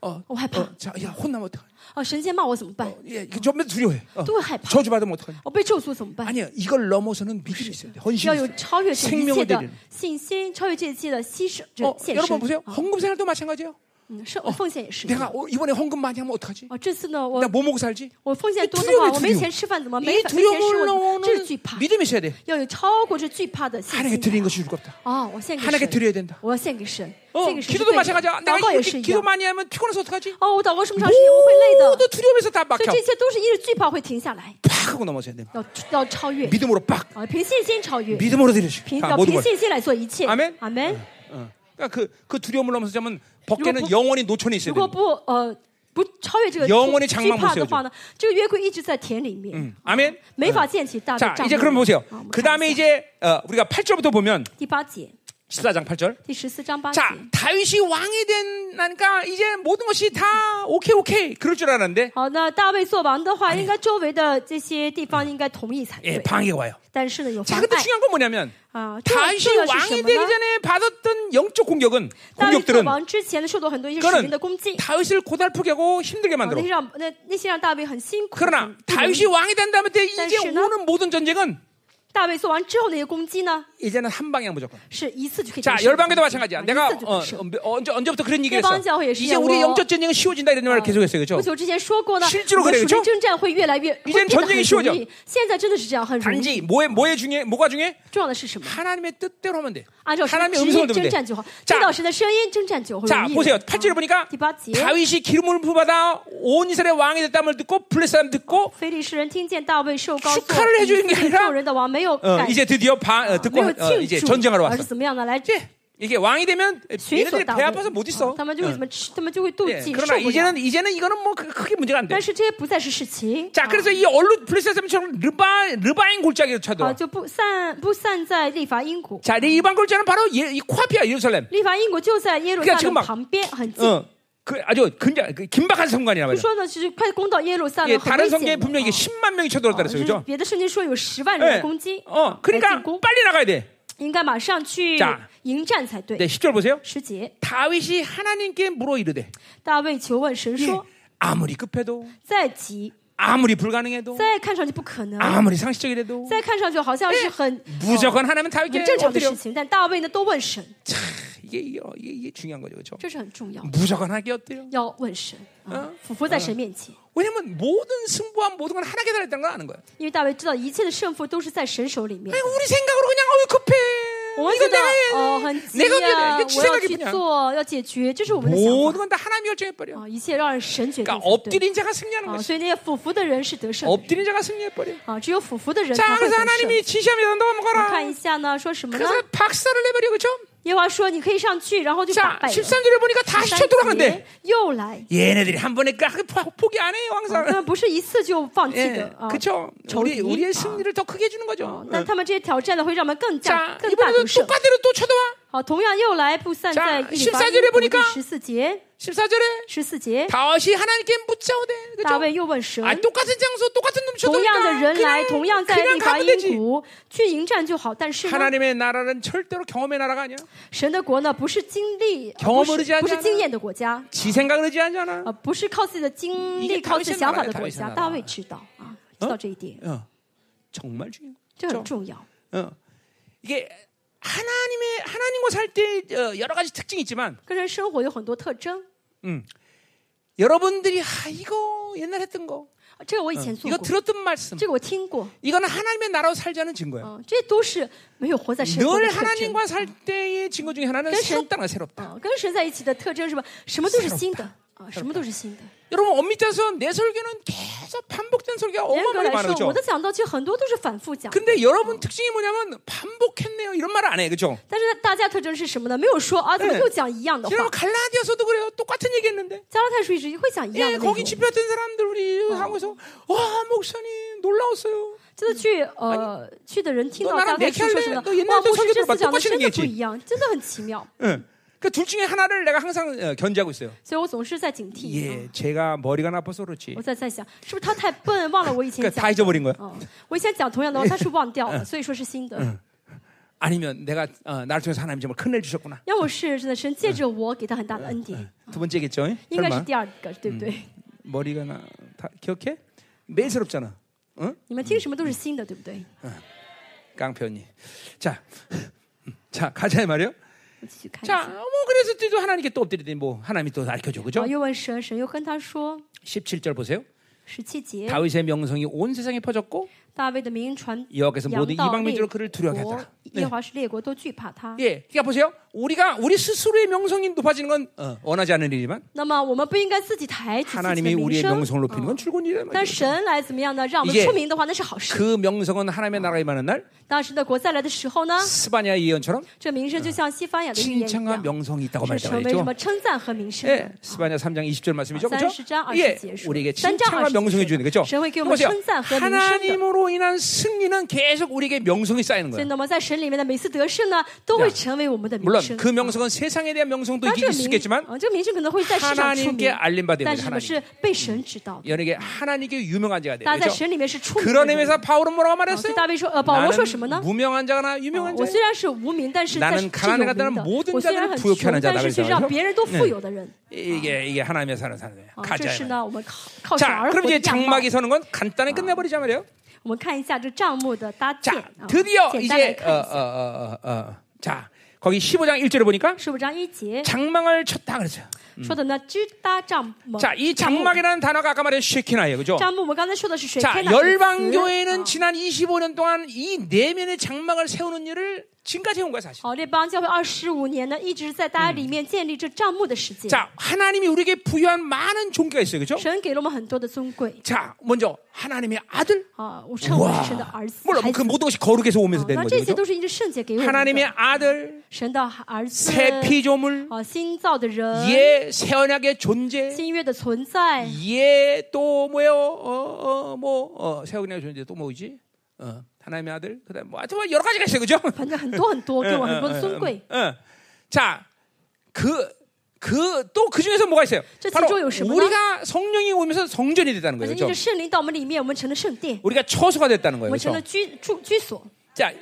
A: 어, 。 어, 어, 어,
B: 어,害怕.
A: 어, 자, 야, 혼나면 어떡해?
B: 哦，神仙骂我怎么办？
A: 예, 이거 전부 두려워해. 어.
B: 또害怕.
A: 저주받으면 어떡하냐?
B: 我被咒诅怎么办？
A: 아니야. 이걸 넘어서는 믿음이 있어야 돼. 헌신이
B: 要有
A: 있어야 돼.
B: 超越这一
A: 생명을
B: 切的
A: 드리는.
B: 信心，超越这一切的牺牲，这
A: 어,
B: 献
A: 여러분 보세요.
B: 身。啊
A: 헌금 생활도 마찬가지예요.
B: 嗯，是奉献也是一样。
A: 내가 어, 이번에 헌금 많이 하면 어떡하지? 아,
B: 哦，这次呢，
A: 나
B: 我
A: 뭐 먹고 살지?
B: 我奉献多的
A: 이
B: 话，
A: 두려움이
B: 我没
A: 두려움
B: 钱吃饭怎么？没
A: 이
B: 饭没钱吃，我
A: 두려움으로는
B: 这是惧怕。
A: 믿음이 있어야 돼.
B: 要有超过这惧怕的信
A: 하나님께
B: 心。
A: 드리는 것이 즐겁다.
B: 哦，我献给
A: 하나님께
B: 神，
A: 드려야된다
B: 我要献给神，
A: 어,
B: 献给神是
A: 기도도
B: 对的。
A: 마찬가지야.
B: 祷
A: 내가
B: 告也
A: 이렇게
B: 是一
A: 기도
B: 样。
A: 많이 하면 피곤해서 어떡하지?
B: 哦，我祷告这么长时间，我会累的。
A: 모두 두려움에서 다
B: 所
A: 막혀.
B: 以这些都是因为惧怕会停下来，
A: 팍 하고 넘어져야 돼.
B: 要要超越
A: 믿음으로 빡.
B: 啊，凭信心超越，
A: 믿음으로 드려지.
B: 凭
A: 다
B: 要
A: 모든
B: 凭
A: 걸.
B: 信心来做一切。
A: 阿门嗯
B: 阿门。
A: 어. 그러니까 그, 그 두려움을 넘어서자면 벗개는
B: 이거 보-
A: 영원히 노천에 있어야
B: 如
A: 돼.
B: 果不呃不不超越这个
A: 영원히
B: 惧
A: 장막못
B: 怕
A: 세워줘
B: 的话呢，这个约柜一直在田里面，
A: 음, 아멘.
B: 没法建起大的
A: 자,
B: 帐
A: 이제
B: 幕哦
A: 그럼 。 보세요.
B: 好我们
A: 그
B: 看
A: 다음에
B: 一下
A: 이제 어, 우리가 8절부터 보면
B: 第八节，
A: 14장 8절.
B: 第十四章八节。
A: 자, 다윗이 왕이 된나니까 이제 모든 것이 다 오케이 오케이 그럴 줄 알았는데
B: 好，那大卫做王的话，应该周围的这些地方应该同意才
A: 예,
B: 对。
A: 방해가 와요.
B: 但是呢，有妨
A: 자, 근데
B: 碍
A: 중요한 건 뭐냐면
B: 啊。重要
A: 다윗이
B: 重要是什
A: 왕이
B: 么呢
A: 되기 ？ 전에 받았던 영적 공격은
B: 大卫做
A: 공격들은
B: 王之前呢，受到很多一些属灵
A: 그거는
B: 的攻击，啊
A: 다윗을 고달프게 하고 힘들게
B: 那些
A: 만들어.
B: 让那那些让大卫很辛苦。
A: 그러나
B: 不容易
A: 다윗이 왕이 된 다음에 이제
B: 당신은-
A: 오는 모든 전쟁은
B: 大卫做完之后那些攻击呢，
A: 이제는 한 방향 무조건.
B: 是一次就可以
A: 자
B: 战胜的。
A: 열방교도 마찬가지야.
B: 啊
A: 내가
B: 一次就可
A: 어,
B: 以胜
A: 어, 언제 언제부터 그런 얘기를 했어?
B: 열방교회
A: 이제 우리
B: 시행하고-
A: 영적 전쟁은 쉬워진다 이런 말을 계속했어요, 그렇죠?
B: 不久之前说过呢，
A: 실제로그래요
B: 我们
A: 그죠
B: 属于征战会越来越
A: 이제는
B: 会变得
A: 전쟁이
B: 很
A: 쉬워져
B: 容易。现在真的是这样，很容易。
A: 단지 뭐에 뭐에 중에 뭐가 중에
B: 重要的是什么？
A: 하나님의 뜻대로 하면 돼.
B: 按照神的
A: 하나님의
B: 旨
A: 음성을
B: 意
A: 들으면
B: 征
A: 돼.
B: 战就好，
A: 자
B: 听到神的声音征战就会
A: 자
B: 容易的。
A: 보세요. 어,
B: 啊
A: 8절을 보니까
B: 第八节，
A: 다윗이 기름을 부받아 온 이스라엘 왕이 됐다는 걸 듣고 블레셋 듣고 어,
B: 菲利士人听见大卫受高
A: 축
B: 座
A: 하를해주는게
B: 以色
A: 아니
B: 列
A: 라
B: 众人的王没有
A: 어,
B: 感呃
A: 이제 드디어 바, 어,
B: 没
A: 듣고
B: 有
A: 어, 이제
B: 庆祝，
A: 전쟁하러
B: 而是
A: 왔어.
B: 怎么样呢？来
A: 이제 이게 왕이 되면
B: 寻索
A: 얘네들이
B: 大
A: 배
B: 卫。
A: 아파서 못
B: 啊
A: 있어.
B: 他们就会怎么吃？他们就会妒
A: 예,
B: 忌，受
A: 그러나
B: 不了。
A: 이제는 이제는 이거는 뭐 크- 크게 문제가 안 돼.
B: 但是这些不再是事情。
A: 자,
B: 啊
A: 그래서 이 얼룩 블레셋처럼 르바 르바인 골짜기로
B: 啊，
A: 쳐들어.
B: 就不散不散在利伐因谷。
A: 자, 이 이방 골짜기는 바로 예, 이 코앞이야 예루살렘.
B: 利伐因谷就在耶路撒
A: 그러니까지금
B: 冷
A: 막
B: 旁边，很近。
A: 어, 그 아주 굉장히 그 긴박한 성관이라
B: 就
A: 말이야.
B: 说呢，其实快攻到耶路撒
A: 예,
B: 冷，很
A: 다른
B: 危险的
A: 성경에 분명히 이게
B: 啊
A: 10만 명이 쳐들었다
B: 啊就
A: 그랬어요.
B: 是
A: 그죠?
B: 别的哎圣经说有十万人
A: 예.
B: 的攻击，啊
A: 어,
B: 来
A: 그러니까
B: 进攻，
A: 빨리 나가야 돼.
B: 应该马上去
A: 자
B: 迎战才
A: 네,
B: 对。
A: 10절 보세요.
B: 十节，
A: 다윗이 하나님께 물어 이르되
B: 大卫求问神
A: 예,
B: 说：“
A: 아무리 급해도
B: 再急，
A: 아무리 불가능해도
B: 再看上去不可能，
A: 아무리 상식적이라도
B: 再看上去好啊哎像是很
A: 무조건 하나면
B: 很
A: 다윗께
B: 正常的
A: 엎드려.
B: 事情，但大卫呢都问神，
A: 자, 이게, 이게 이게- 이게 중요한 거죠. 그렇죠?
B: 这是很重要，
A: 무조건 하게 엎드려.
B: 要问神啊，俯伏在神面前，
A: 왜냐면 모든 승부와 모든 건 하나게 달렸다는 걸 아는 거야.
B: 因为大卫知道一切的胜负都是在神手里面
A: 아니, 。 우리 생각으로 그냥 어유 급해.
B: 我们
A: 이거
B: 觉得
A: 내가 해.
B: 哦很急
A: 내가
B: 啊，
A: 그냥 이게
B: 我
A: 지
B: 要
A: 생각이
B: 去
A: 그냥
B: 做，要解决，这是我们的想法
A: 모든 。건 다 하나님이 결정해 버려.
B: 啊，一切让神决定
A: 그러니까
B: 哦才对。
A: 엎드린 자가 승리하는
B: 啊，
A: 거지.
B: 所以那些俯伏的人是得胜的
A: 엎드린 자가 승리해 버려.
B: 啊，只有俯伏的人
A: 자,
B: 才会得
A: 그래서
B: 胜。
A: 하나님이 지시하면 너
B: 我们看
A: 먹어라.
B: 一下呢，说什么呢？
A: 그래서 박살을 내버려 그죠?
B: 耶和华说：“你可以上去，然后就
A: 자
B: 打败人。”
A: (13절에) 보니까 다시
B: 13
A: 쳐들어가는데
B: 节又来，
A: 얘네들이 한 번에 그 포기 안 해요
B: 啊他
A: 항상
B: 们不是一次就放弃
A: 예,
B: 的啊。
A: 그쵸 우리,
B: 저기,
A: 우리의
B: 아.
A: 승리를 더 크게 해주는 거죠 네.
B: 但他们这些挑战呢，会让我们更加
A: 어, 자
B: 更大
A: 이번에도
B: 得胜。
A: 똑같대로 또 쳐들어와
B: 好，同样又来布散在
A: 자
B: 以利法
A: 14절에보니까
B: 十四节，
A: (14절에)
B: 十四节，
A: 다시 하나님께 묻자오되
B: 大
A: 그죠
B: 卫又问神：“
A: 아 똑같은 장소 똑같은 놈
B: 同样的
A: 쳐들으니까
B: 人来，同样
A: 그냥,
B: 在利
A: 그냥
B: 伐
A: 가면
B: 因
A: 되지
B: 谷去迎战就好，但是呢，
A: 하나님의 나라는 절대로 경험의 나라가 아니야
B: 神的国呢，不是经历，
A: 경험을
B: 不是
A: 의지하지
B: 不是
A: 않아
B: 经验的国家，
A: 지 생각을 의지하지 않아
B: 啊，不是靠自己的经
A: 이게
B: 历、靠自己
A: 다윗의
B: 想法
A: 나라야
B: 的国
A: 다윗의
B: 家。
A: 나라
B: 大卫知道啊，知道这一点，
A: 어, 정말 중요해
B: 这很重要。
A: 어. 이게 하나님의 하나님과 살 때 어, 여러 가지 특징이 있지만
B: 跟人生活有很多特征，
A: 여러분들이 아 이거 옛날 했던 거
B: 啊这个我以前做
A: 이거
B: 过，
A: 들었던 말씀
B: 这个我听过，
A: 이거는 하나님의 나라로 살자는 증거예요.
B: 啊，这些都是没有活在生活的
A: 늘
B: 特征。
A: 하나님과 살 때의 증거 중에 하나는
B: 그래서-
A: 새롭다는 거야, 새롭다.
B: 啊，跟神在一起的特征是吧？什么都是新的啊，什么都是新的。
A: 여러분 엄밀해서 내 설교는 계속 반복된 설교가
B: 严格
A: 어마어마하게
B: 来
A: 많아요.
B: 说，我的
A: 그
B: 讲道其实很多都是反复讲的。
A: 근데 여러분 특징이 뭐냐면 반복했네요. 그렇죠? 이런 말을 안 해. 그죠?
B: 但是大家特征是什么呢？没有说啊，怎么
A: 네
B: 又讲一样的话？
A: 여러분 갈라디아서도 그래요. 똑같은 얘기 했는데.
B: 加拉太书一直会讲一样的
A: 예,
B: 内容。
A: 거기 집회했던 사람들 우리 한국에서 와, 목사님 놀라웠어요.
B: 真的去呃去的人听
A: 너
B: 到
A: 나랑
B: 大家说
A: 내
B: 说
A: 켤레
B: 什么
A: 너옛날에
B: 的，哇，牧师
A: 설교
B: 这
A: 들어봐
B: 次讲的
A: 똑같이는
B: 真的
A: 얘기
B: 不一样，真的很奇妙，
A: 예. 그둘 중에 하나를 내가 항상 어, 견제하고 있어요.
B: 所以我总是在警惕。嗯
A: 예, 제가 머리가 나빠서 그렇지.
B: 我在在想，是不是他太笨，忘了我以前
A: 그러니까 다
B: 讲？
A: 어, 잊어버린 거야.
B: 嗯，我以前讲同样 的话，他是忘掉了，所以说是新的。
A: 아니면 내가 어, 나를 통해서 하나님 정말 큰일 주셨구나.
B: 要么是真的神借着我给他很大的恩典，
A: 두 번째겠죠?
B: 应嗯该是嗯
A: 설마
B: 第二个，对不对？
A: 머리가 나 다 기억해? 매일스럽잖아. 응?
B: 你们听什么都是新的，对不对？
A: 깡패 언니. 자, 자 가자 이 말이요.
B: 我继续看一
A: 자,
B: 下。
A: 뭐 그래서 또 하나님께 또 엎드리더니 뭐 하나님이 또 가르쳐줘,
B: 啊，
A: 그죠?
B: 又问神，神又跟他说，
A: 17절 보세요.
B: 十七节，
A: 네. 다윗의 명성이 온 세상에 퍼졌고
B: 大卫的名传
A: 여호와께서 모든
B: 扬到
A: 이방
B: 列
A: 민족을 그를 두려워하게
B: 国
A: 하더라. ，
B: 耶和华使列国都惧怕他。
A: 예, 그러니까 보세요. 우리가 우리 스스로의 명성이 높아지는 건 어, 원하지 않은 일이지만
B: 那么我们不应该自己
A: 그
B: 抬举自己的
A: 하나님이 어.
B: 名
A: 우리의
B: 声，
A: 명성을 높이는 건 출근이란
B: 但
A: 말이에요.
B: 神来怎么样呢？让我
A: 이제
B: 们出名的话，那是好事。
A: 그 명성은 하나님의 나라에 많은 날
B: 当时的国再来的时候呢，
A: 스바냐 예언처럼
B: 这名声就像西班牙
A: 네.
B: 的预言一
A: 칭찬과
B: 样，
A: 명성이 있다고
B: 是
A: 말했죠. 뭐
B: 成为什么称赞和名哎声的。
A: 예, 스바냐 3장 20절 말씀이죠. 그렇죠?
B: 30장
A: 예,
B: 20절.
A: 우리에게
B: 3장
A: 칭찬과
B: 20절.
A: 명성이 주는 거죠. 뭐
B: 신은 우리에게
A: 보세요.
B: 칭찬과 명성을
A: 하나님으로 인한 승리는 계속 우리에게 명성이 쌓이는
B: 所以，
A: 거예요.
B: 那么在神里面的每次得胜呢，都会成为我们的名
A: 물론
B: 声。
A: 그 명성은 세상에 대한 명성도
B: 当然，这
A: 이길
B: 个
A: 수
B: 名
A: 있겠지만
B: 啊，这个名声可能会在世上出
A: 하나님께
B: 名，
A: 알림 받은
B: 但
A: 거죠.
B: 是我们
A: 하나님.
B: 是被神知道的。
A: 연예계 하나님께 유명한 자가 돼야
B: 大家在
A: 되죠.
B: 神里面是出名的
A: 그런
B: 人。
A: 의미에서 바울은 뭐라고
B: 啊所
A: 말했어요?
B: 以大卫说，呃，保罗说什么
A: 나는 어,
B: 呢？
A: 무명한 자거나 유명한
B: 我
A: 자.
B: 虽然是无名，但是
A: 나는
B: 在是是
A: 가난해갔
B: 有
A: 다는
B: 名的
A: 모든。
B: 我虽然很
A: 자들을부욕해하는
B: 穷，
A: 자
B: 但
A: 다위
B: 是却
A: 다
B: 让
A: 그죠
B: 别人都富有的人。
A: 이게 이게 하나님의 사는 사람이에요.
B: 啊，这
A: 가자.
B: 是呢，我们靠靠神
A: 자,
B: 而活
A: 그럼 이제
B: 的样貌。
A: 장막이 서는 건 간단히 끝내버리자 말이에요.
B: 我们看一下这账目的搭建
A: 자, 예,
B: 啊，
A: 드디어
B: 简单来
A: 이제
B: 看
A: 어,
B: 一下
A: 어, 어, 어, 어. 자, 거기 15장 1절에 보니까
B: 十五章一节
A: 장막을 쳤다 그랬어요.
B: 说的呢，支搭帐幕。
A: 嗯 자, 이 장막이라는 단어가 아까 말한 쉐키나예요. 그죠?
B: 帐幕，我们刚才说的是水
A: 자,
B: 天的意思
A: 열방교회는
B: 啊
A: 지난 25년 동안 이 내면의 장막을 세우는 일을 지금까지 해온 거야, 사실.
B: 好，列邦教会二十五年呢，一直在大家里面建立这账目的实践。
A: 자, 하나님이 우리에게 부여한 많은 종교가 있어요. 그죠?
B: 神给了我们很多的尊贵
A: 자, 먼저 하나님의 아들.
B: 啊，我称我是神的儿子。
A: 물론
B: 孩
A: 그
B: 子
A: 모든 것이 거룩에서 오면서
B: 啊
A: 되는
B: 那这
A: 거죠.
B: 些
A: 그죠?
B: 都是因着圣洁给我们
A: 하나님의
B: 的。
A: 아들,
B: 神的儿子，
A: 새 피조물,
B: 啊，新造的人，
A: 예, 새 언약의 존재,
B: 新约的存在，
A: 예, 또 뭐요? 어, 어, 뭐, 어, 새 언약의 존재 또 뭐지? 어, 하나님의 아들. 그다음 뭐 하여튼 뭐 여러 가지가 있어요. 그죠? 예,
B: 反正很多很 多，
A: 嗯
B: 给我很多的尊贵。
A: 어. 자, 그, 그, 또 그 중에서 뭐가 있어요?
B: 저
A: 바로
B: 지조요什么呢?
A: 우리가 성령이 오면서 성전이 됐다는
B: 而
A: 거예요.
B: 且
A: 그죠?
B: 因着圣灵到我们里面，我们成了圣殿，
A: 우리가 처소가 됐다는
B: 我
A: 거예요.
B: 们成
A: 그죠?
B: 了居住居所。
A: 자,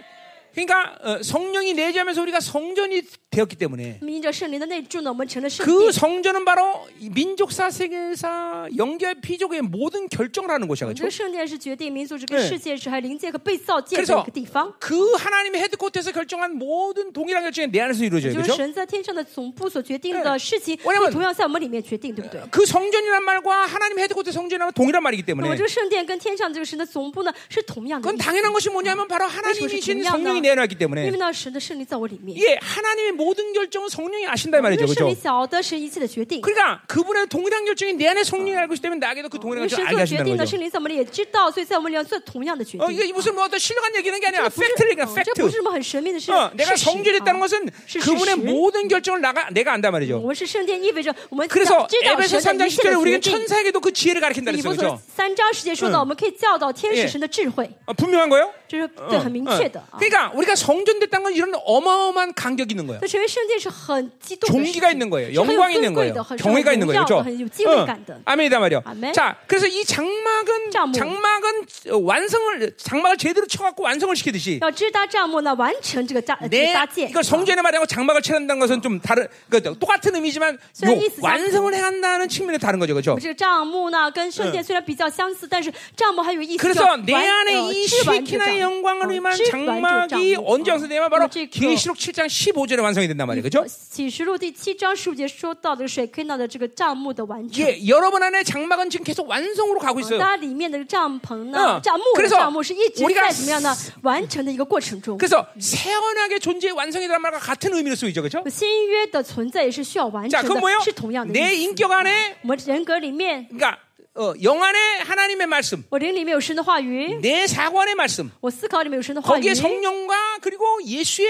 A: 그러니까 어, 성령이 내주하면서 우리가 성전이 되었기 때문에
B: 那么因着圣灵的内住呢，我们成了圣
A: 그
B: 殿。
A: 성전은 바로 이 민족사, 세계사, 영계, 피조계의 모든 결정을 하는 곳이야, 그렇죠?
B: 这个圣殿是决定民族这个
A: 네
B: 世界史还有灵界和被造界的
A: 그래서
B: 一个地方。
A: 그 하나님의 헤드코트에서 결정한 모든 동일한 결정이 내 안에서 이루어져요,
B: 就是
A: 그렇죠?
B: 神在天上的总部所决定
A: 네
B: 的事情，
A: 왜냐면
B: 会同样在我们里面决定，对不对？
A: 그 성전이란 말과 하나님의 헤드코트 성전이란 말 동일한 말이기
B: 那么
A: 때문에
B: 这个圣殿跟天上这个神的总部呢是同样的
A: 그건
B: 意思，
A: 당연한 것이 뭐냐면 바로 하나님이신 성령이 내려놨기
B: 因
A: 때문에
B: 为呢神的圣灵在我里面，
A: 예, 하나님의 모든 결정은 성령이 아신다 이
B: 因
A: 말이죠,
B: 为圣灵
A: 그렇죠?
B: 晓得神一切的决定，
A: 그러니까 그분의 동일한 결정이 내 안에 성령이 알고 있기 때문에 나에게도 그
B: 因
A: 동일한
B: 为神
A: 결정을 알게
B: 所
A: 하신다는
B: 决定的
A: 거죠.
B: 圣灵在我们里也知道，所以在我们里面做同样的决定。
A: 어, 이게 무슨 뭐 어떤 실력한 얘기는 게
B: 这
A: 아니라
B: 不是
A: 팩트를
B: 哦
A: 얘기하는
B: 这不
A: 팩트.
B: 是什么很神秘的事
A: 어, ， 내가
B: 事实
A: 성전했다는
B: 啊
A: 것은
B: 是事
A: 그분의
B: 实。
A: 모든 결정을 나가, 내가 안다
B: 我
A: 말이죠.
B: 们是圣殿，意味着我们知
A: 그래서
B: 道知道
A: 에베소
B: 神
A: 3장
B: 的一
A: 10절에
B: 切的决
A: 우리는
B: 定。
A: 천사에게도 그 지혜를 가르친다
B: 以
A: 그랬어요.
B: 弗所
A: 그렇죠?
B: 三章十节说
A: 嗯
B: 到，我们可以教导天
A: 예嗯
B: 使神的智慧，
A: 어, 분명한 거예요?
B: 这是
A: 어,
B: 对很明
A: 어.
B: 确的啊。
A: 그러니까 우리가 성전됐다는 건 이런 어마어마한 간격이 있는 거예요.
B: 那成为圣殿是很激动的事情，
A: 종기가 있는 거예요.
B: 是很有
A: 영광이 있는
B: 尊贵
A: 거예요.
B: 的，很
A: 경외가 있는
B: 很
A: 거예요.
B: 荣耀的
A: 그렇죠?
B: 很有嗯敬畏感的
A: 어, 。 아멘이다 뭐. 말이요.
B: 아멘.
A: 자, 그래서 이 장막은
B: 장모.
A: 장막은 어, 완성을 장막을 제대로 쳐 갖고 완성을 시키듯이
B: 要支搭帐幕呢，完成这个搭呃这
A: 내
B: 个搭建。
A: 이걸 성전에 말하고 장막을 채운다는 것은 좀 다른 그 똑같은 의미지만 요
B: 소위 이스라엘-
A: 완성을 해야 한다는 측면이 다른 거죠, 그렇죠?
B: 我们这个帐幕呢，跟圣殿虽然比较相似，嗯但是帐幕还有意思。
A: 그래서 내
B: 完
A: 안에
B: 呃
A: 이
B: 织完这个
A: 시키나의
B: 帐
A: 영광을
B: 呃
A: 위한
B: 织完这个
A: 장막이 어,
B: 帐幕
A: 언제 완성되냐면 바로
B: 嗯这个
A: 계시록 7장 15절에 완성이 된단 말이에요, 그렇죠?
B: 启示录第七章十五节说到的水可以闹的这个帐幕的完成。
A: 예, 여러분 안에 장막은 지금 계속 완성으로 가고
B: 大
A: 있어요.
B: 家里面的帐篷
A: 嗯
B: 呢，帐幕
A: 그래서
B: 帐幕是一直
A: 우리가
B: 在怎么样呢？完成的一个过程中，
A: 그래서 세원하게 존재의 완성이라는 말과 같은 의미로 쓰이죠, 그렇죠?
B: 新约的存在也是需要完
A: 자,
B: 成
A: 그 뭐요?
B: 的，是同样的
A: 내
B: 意思。
A: 인격 안에
B: 我们人格里面，
A: 그러니까 어, 영 안에 하나님의 말씀,
B: 我灵里面有神的话语，
A: 내 사고 안의 말씀,
B: 我思考里面有神的话语
A: 거기에 ， 성령과 그리고 예수의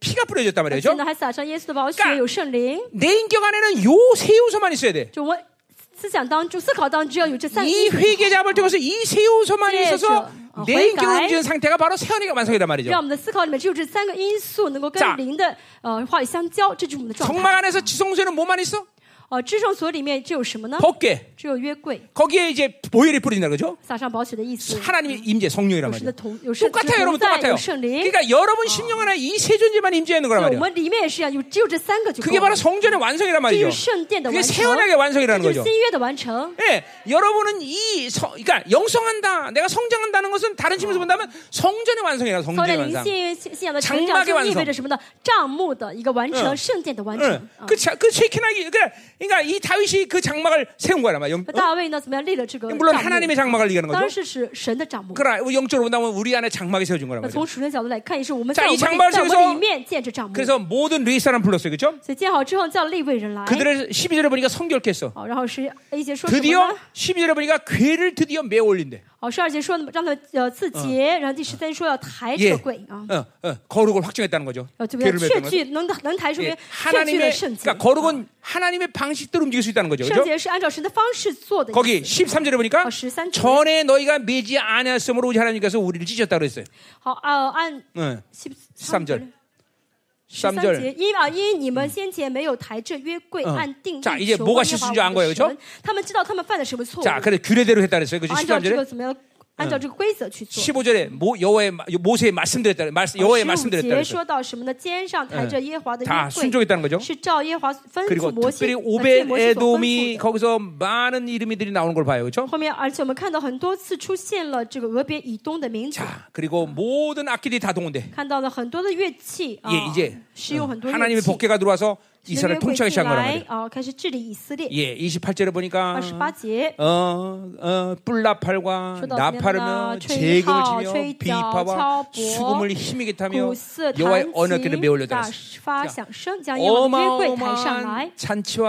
A: 피가 뿌려졌단
B: 而
A: 말이죠.
B: 且
A: 그렇죠?
B: 呢还撒上耶稣的宝血
A: 干，
B: 有圣灵。
A: 내 인격 안에는 요 세 요소만 있어야 돼.
B: 就我思想当中、思考当中，只要有这三个
A: 이
B: 因素，
A: 회개자업을 통해서 이 세 요소만이
B: 네,
A: 있어서
B: 저, 어,
A: 내 인격을
B: 회개.
A: 움직이는 상태가 바로 세원이가 완성이란
B: 让
A: 말이죠.
B: 我们的思考里面只有这三个因素能够
A: 자
B: 跟灵的呃话语相交，这就是我们的状态。
A: 성막 안에서 지성소에는 뭐만 있어?
B: 呃，至圣所里面只有什么呢？
A: 벗게.
B: 只有约柜，
A: 거기에 이제 보혈이 뿌린다 그죠?
B: 撒上宝血的意
A: 네.
B: 思。
A: 하나님의 임재 성령이란
B: 有神
A: 말이죠.
B: 的同，有圣神
A: 똑같아요,
B: 的
A: 여러분
B: 同在，
A: 똑같아요.
B: 有圣灵。
A: 그러니까 여러분 심령 안에 이 세 존재만 임재해 있는 거란
B: 对，
A: 말이야.
B: 我们里面也是一样，有只有这三个就够
A: 그게
B: 了
A: 바로 。 성전의 완성이란
B: 这
A: 말이죠.
B: 就是圣殿的
A: 그게
B: 完成，
A: 세원하게
B: 这
A: 완성이라는
B: 就是
A: 거죠.
B: 新约的完成。
A: 예, 여러분은 이 성, 그러니까 영성한다, 내가 성장한다는 것은 다른 측면에서 본다면 성전의 완성이라
B: 靠着
A: 성전의
B: 灵
A: 완성.
B: 性信信仰的
A: 장막 의
B: 成嗯长，就
A: 완성 예.
B: 意味着什么呢？账目的一个完成，圣殿的完成。
A: 어.
B: 嗯
A: 응. 그, 자- 그 체키나기, 그래, 그러니까 이 다윗이 그 장막을 세운 거란 말이야. 영-
B: 那大卫呢，怎么样立了这个
A: 어?
B: 帐
A: 물론
B: 幕？
A: 하나님의 그 장막을 얘기하는
B: 当然
A: 거죠.
B: 是使神的帐幕。
A: 그러나 뭐 영적으로 본다면 우리 안에 장막이 세워진 거란
B: 那
A: 말이죠.
B: 从属灵角度来看，也是我们
A: 자
B: 在我
A: 이장막을
B: 们在我
A: 통해서
B: 们里面建这帐幕。
A: 그래서 모든 레이 사람 불렀어요. 그렇죠?
B: 所以建好之后，叫立位人来。
A: 그들의 12절에 보니까 성결했어.
B: 好，然后十一节说什么
A: 드디어
B: 呢？
A: 12절에 보니까 괴를 드디어 메어 올린대.
B: 好，十二节说让他们呃自洁，然后第十三说要抬这
A: 예
B: 个柜啊，
A: 어, 어, 거룩을 확정했다는 거죠.
B: 要这个
A: 괴를
B: 确
A: 메었다는 거죠.
B: 据能能抬出
A: 예,
B: 来，确据了
A: 하나님의
B: 圣
A: 그러니까
B: 洁。
A: 거룩은 하나님의 방식대로 움직일 수 있다는 거죠.
B: 圣
A: 그렇죠?
B: 洁是按照神的方式做的。
A: 거기 13절에 보니까
B: 어, 13 절.
A: 전에 너희가 매지 않았으므로 우리 하나님께서 우리를 찢었다 그랬어요. 어,
B: 好啊，按
A: 응.
B: 十
A: 13절
B: 三节
A: 13절
B: 因啊，因你们先前没有抬这约柜，
A: 嗯
B: 按定
A: 자이
B: 力
A: 제
B: 求
A: 뭐가
B: 问耶和
A: 실수인줄안
B: 华我
A: 거예요
B: 们
A: 그
B: 的
A: 죠
B: 神他们知道他们犯了什么错误，
A: 자, 그래 규례대로 했다 그랬어요. 그죠?
B: 按照这个
A: 13절에
B: 怎么样，按照这个规则去做。
A: 15절에 모, 여호와의 마- 모세의 말씀드렸다. 말, 여호와의
B: 十五
A: 말씀드렸다
B: 节
A: 그랬어요.
B: 说到什么呢？肩上抬着耶和华的
A: 다
B: 约柜，
A: 순종했다는 거죠.
B: 是照耶和华吩咐
A: 그리고
B: 摩西，
A: 특별히
B: 呃借
A: 오벳
B: 摩西所吩咐
A: 에돔이
B: 的
A: 거기서 많은 이름들이 나오는 걸 봐요. 그렇죠?
B: 后面，而且我们看到很多次出现了这个俄别以东的名字，
A: 자, 그리고 모든 악기들이 다 동원돼.
B: 看到了很多的乐器啊
A: 예이제 ，
B: 使用很多
A: 하나님의
B: 乐器。
A: 복귀가 들어와서 이스라엘
B: 约柜
A: 통치하기
B: 进
A: 시작한 거란 말이에요.
B: 来啊，开始治理以色列。
A: 예, 28절에 보니까
B: 二十八节
A: 어, 어, 뿔나팔과
B: 说到
A: 나팔이며
B: 怎么样呢？
A: 재금을
B: 吹号、
A: 치며
B: 吹角、
A: 비파와
B: 敲锣、
A: 수금을 힘있게 타며
B: 鼓瑟、
A: 여호와의
B: 弹
A: 언어들을 메
B: 琴大
A: 올려들었어.
B: 发响声，
A: 아,
B: 将耶和华的约柜抬上来
A: 어마어마한 。 잔치와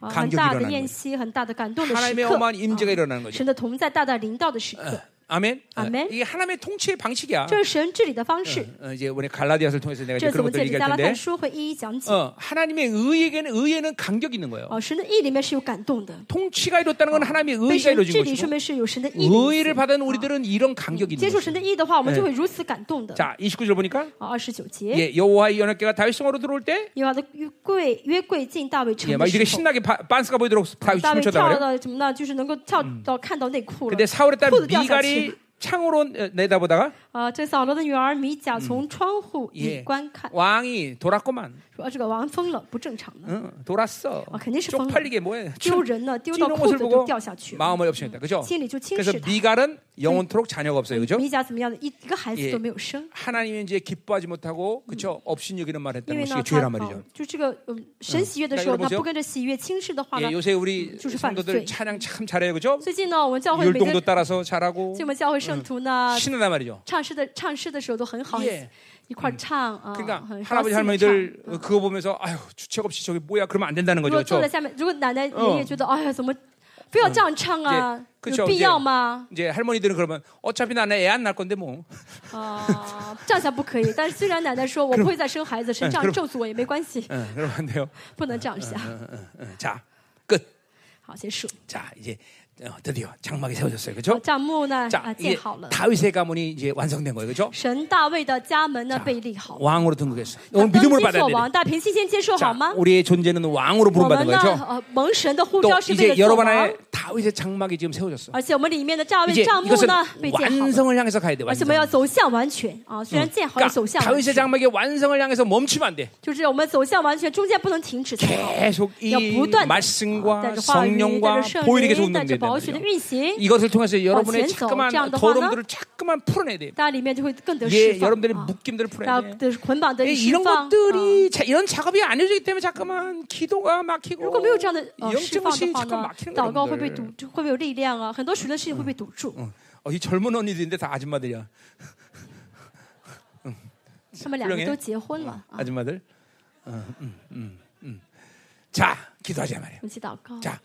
B: 啊，很
A: 감격이
B: 大的
A: 일어나는 거예요.
B: 宴席，很大的感动的时
A: 하나님의
B: 刻，
A: 어마한 임재가 일어나는
B: 啊
A: 거죠.
B: 神的同在大大临到的时刻，
A: 아멘. 어,
B: 아멘.
A: 이게 하나님의 통치의 방식이야.
B: 这是神治理的方式。
A: 어, 이제 우리 갈라디아서를 통해서 내가 이제
B: 呃这次我
A: 그런
B: 们借
A: 것들
B: 着加
A: 얘기할
B: 呃拉太
A: 텐데.
B: 书会一一讲解。
A: 어, 하나님의 의에게는 의에는 감격이 있는 거예요.
B: 哦，神的意里面是有感动的，
A: 통치가 이뤘다는 건 하나님의
B: 被
A: 의가
B: 神治
A: 이루어진
B: 理说
A: 것이고
B: 明是有神的意的意思。
A: 의를 받은 우리들은 이런 감격이 있는
B: 接触神
A: 거죠.
B: 的意的话，我们就会如此感动的。
A: 자, 29절 보니까
B: 啊，二十九节，
A: 예, 여호와의 연합계가 다윗성으로 들어올 때
B: 耶和华的约柜约柜进大卫城
A: 예,
B: 的
A: 막
B: 时
A: 이렇게
B: 候，
A: 신나게 바, 반스가 보이도록 다윗이
B: 大卫
A: 춤을 췄다
B: 跳
A: 그래요.
B: 到什么呢？就是能够跳到看到内裤了
A: 근데 ， 사울의 딸
B: 裤子掉下去
A: 미갈이
B: 了。
A: 창으로 어, 내다보다가
B: 啊，这扫罗的女儿米甲从窗户里观看，
A: 왕이 돌았구만.
B: 说啊这个王疯了，不正常的，
A: 응, 돌았어.
B: 아, 괜히 싶어요.
A: 쪽팔리게 뭐해.
B: 丢人了，丢到
A: 찌는
B: 裤
A: 옷을
B: 子都
A: 보고
B: 掉下去了，
A: 마음을 엽신했다. 음. 그죠?
B: 心里就轻
A: 그래서
B: 视他。
A: 미갈은 영원토록 자녀가 없어요. 그죠?
B: 米甲怎么样的，一一个孩子
A: 예
B: 都没有生。
A: 하나님은 이제 기뻐하지 못하고 그쵸? 없인 여기는 말
B: 因
A: 했다는
B: 为
A: 것이
B: 呢，
A: 죄란
B: 他
A: 말이죠.
B: 啊就这个嗯，神喜悦的时候，
A: 那个
B: 他不跟着喜悦轻视的话
A: 예,
B: 呢，
A: 요새 우리
B: 주시
A: 성도들
B: 반수해.
A: 찬양 참 잘해요. 그죠?
B: 最近呢，我们教会每个，
A: 율동도
B: 就
A: 따라서 잘하고
B: 我们教会圣徒呢，
A: 신나단 말이죠.
B: 唱诗的唱诗的时候都很好
A: 예 ，
B: 一块儿唱啊，
A: 그러니까
B: 很高
A: 할아버지
B: 兴地
A: 할머니들 어,
B: 唱。嗯
A: 그거 보면서 아유 주책 없이 저게 뭐야 그러면 안 된다는
B: 如
A: 거죠.
B: 果坐在
A: 그렇죠?
B: 下面，如果奶奶爷爷觉得，哎呀，怎么非要这样唱啊？
A: 예
B: 有
A: 그쵸
B: 必
A: 이
B: 要吗？
A: 이제 할머니들은 그러면 어차피 나는 애 안 낳을 건데 뭐
B: 啊，这样下不可以。但是虽然奶奶说我不会再生孩子，神这样咒诅我也没关系，
A: 응, 예, 그러면 안 돼요.
B: 不能这样想。
A: 응, 응. 자 끝.
B: 好，结束。
A: 자 이제 어, 드디어 장막이 세워졌어요. 그렇죠?
B: 账目呢啊
A: 자
B: 建
A: 이제
B: 好了，
A: 다윗의 가문이 이제 완성된 거예요. 그렇죠?
B: 神大卫的家门呢被立好了。
A: 왕으로 등극했어요.
B: 他
A: 오늘
B: 登
A: 믿음을
B: 基
A: 아, 받아야
B: 做
A: 돼요.
B: 王，大家平心先接受好
A: 자,
B: 吗？
A: 우리의 존재는 왕으로
B: 我们
A: 부름받는
B: 呢
A: 거죠.
B: 呃蒙神的呼
A: 또
B: 召是为了
A: 이제
B: 做
A: 여러분
B: 王
A: 안에 ， 다윗의 장막이 지금 세워졌어.
B: 而且我们里面的大卫
A: 아, 이제
B: 帐幕
A: 이것은
B: 呢被建好了，
A: 완성을 향해서 가야 돼.
B: 而且
A: 완성.
B: 我们要走向完全啊！虽然建好了，走
A: 그러니까
B: 向完
A: 다윗의
B: 全，
A: 장막의 완성을 향해서 멈추면 안 돼.
B: 就是我们走向完全，中间不能停止才好。
A: 계속
B: 야,
A: 이
B: 부단-
A: 말씀과
B: 带着话语，带
A: 성령과
B: 着圣
A: 보혈이
B: 灵，
A: 계속
B: 带着
A: 운동돼야
B: 宝血的
A: 돼요.
B: 运行，
A: 이것을 통해서 여러분의
B: 전서,
A: 자꾸만
B: 这样的话呢?
A: 더러움들을 자꾸만 풀어내야 돼요.
B: 大家里面就会更得释
A: 예,
B: 放
A: 여러분들의
B: 啊！
A: 묶임들을
B: 大
A: 풀어야
B: 家
A: 돼.
B: 的捆绑得
A: 예,
B: 释
A: 이런
B: 放。啊
A: 것들이 자- 이런 작업이 안 이루어지기 때문에 자꾸만 기도가
B: 如
A: 막히고
B: 果没有这样的呃释放
A: 영증시
B: 的话嗯
A: 자꾸
B: 呢，
A: 막히는
B: 祷告会被
A: 여러분들.
B: 堵，会没有力量啊！很多许多事情会被堵住。
A: 어, 어, 이 젊은 언니들인데 다 아줌마들이야.
B: 他们两个
A: 훌륭해
B: 都结婚了啊！
A: 아줌마들. 어, 음, 음, 음. 자, 기도하자 말이에요.
B: 我们一起祷告。
A: 자,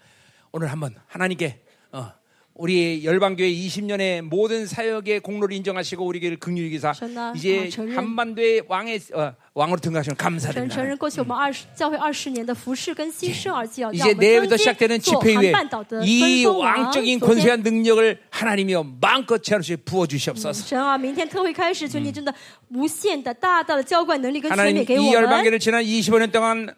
A: 오늘 한번 하나님께 어, 우리 열방교회 20년의 모든 사역의 공로를 인정하시고 우리를 긍휼히 기사
B: 전하,
A: 이제
B: 어, 전륜.
A: 한반도의 왕의 어, 왕으로 등극하시는
B: 神承
A: 감사드립니다.
B: 认过去我们二十教会二十年的服侍跟牺牲，而且要让
A: 이제
B: 我们
A: 내일부터
B: 登基
A: 시작되는
B: 做
A: 집회위에
B: 韩半岛的分
A: 이
B: 封王。
A: 왕적인
B: 昨天
A: 권세한 능력을 하나님이여 마음껏 체험시 부어주시옵소서.
B: 神啊，明天特会开始，求你真的无限的、大大的浇灌能力跟权
A: 하나님
B: 柄给
A: 이
B: 我们。
A: 열방계를 지난 25년 동안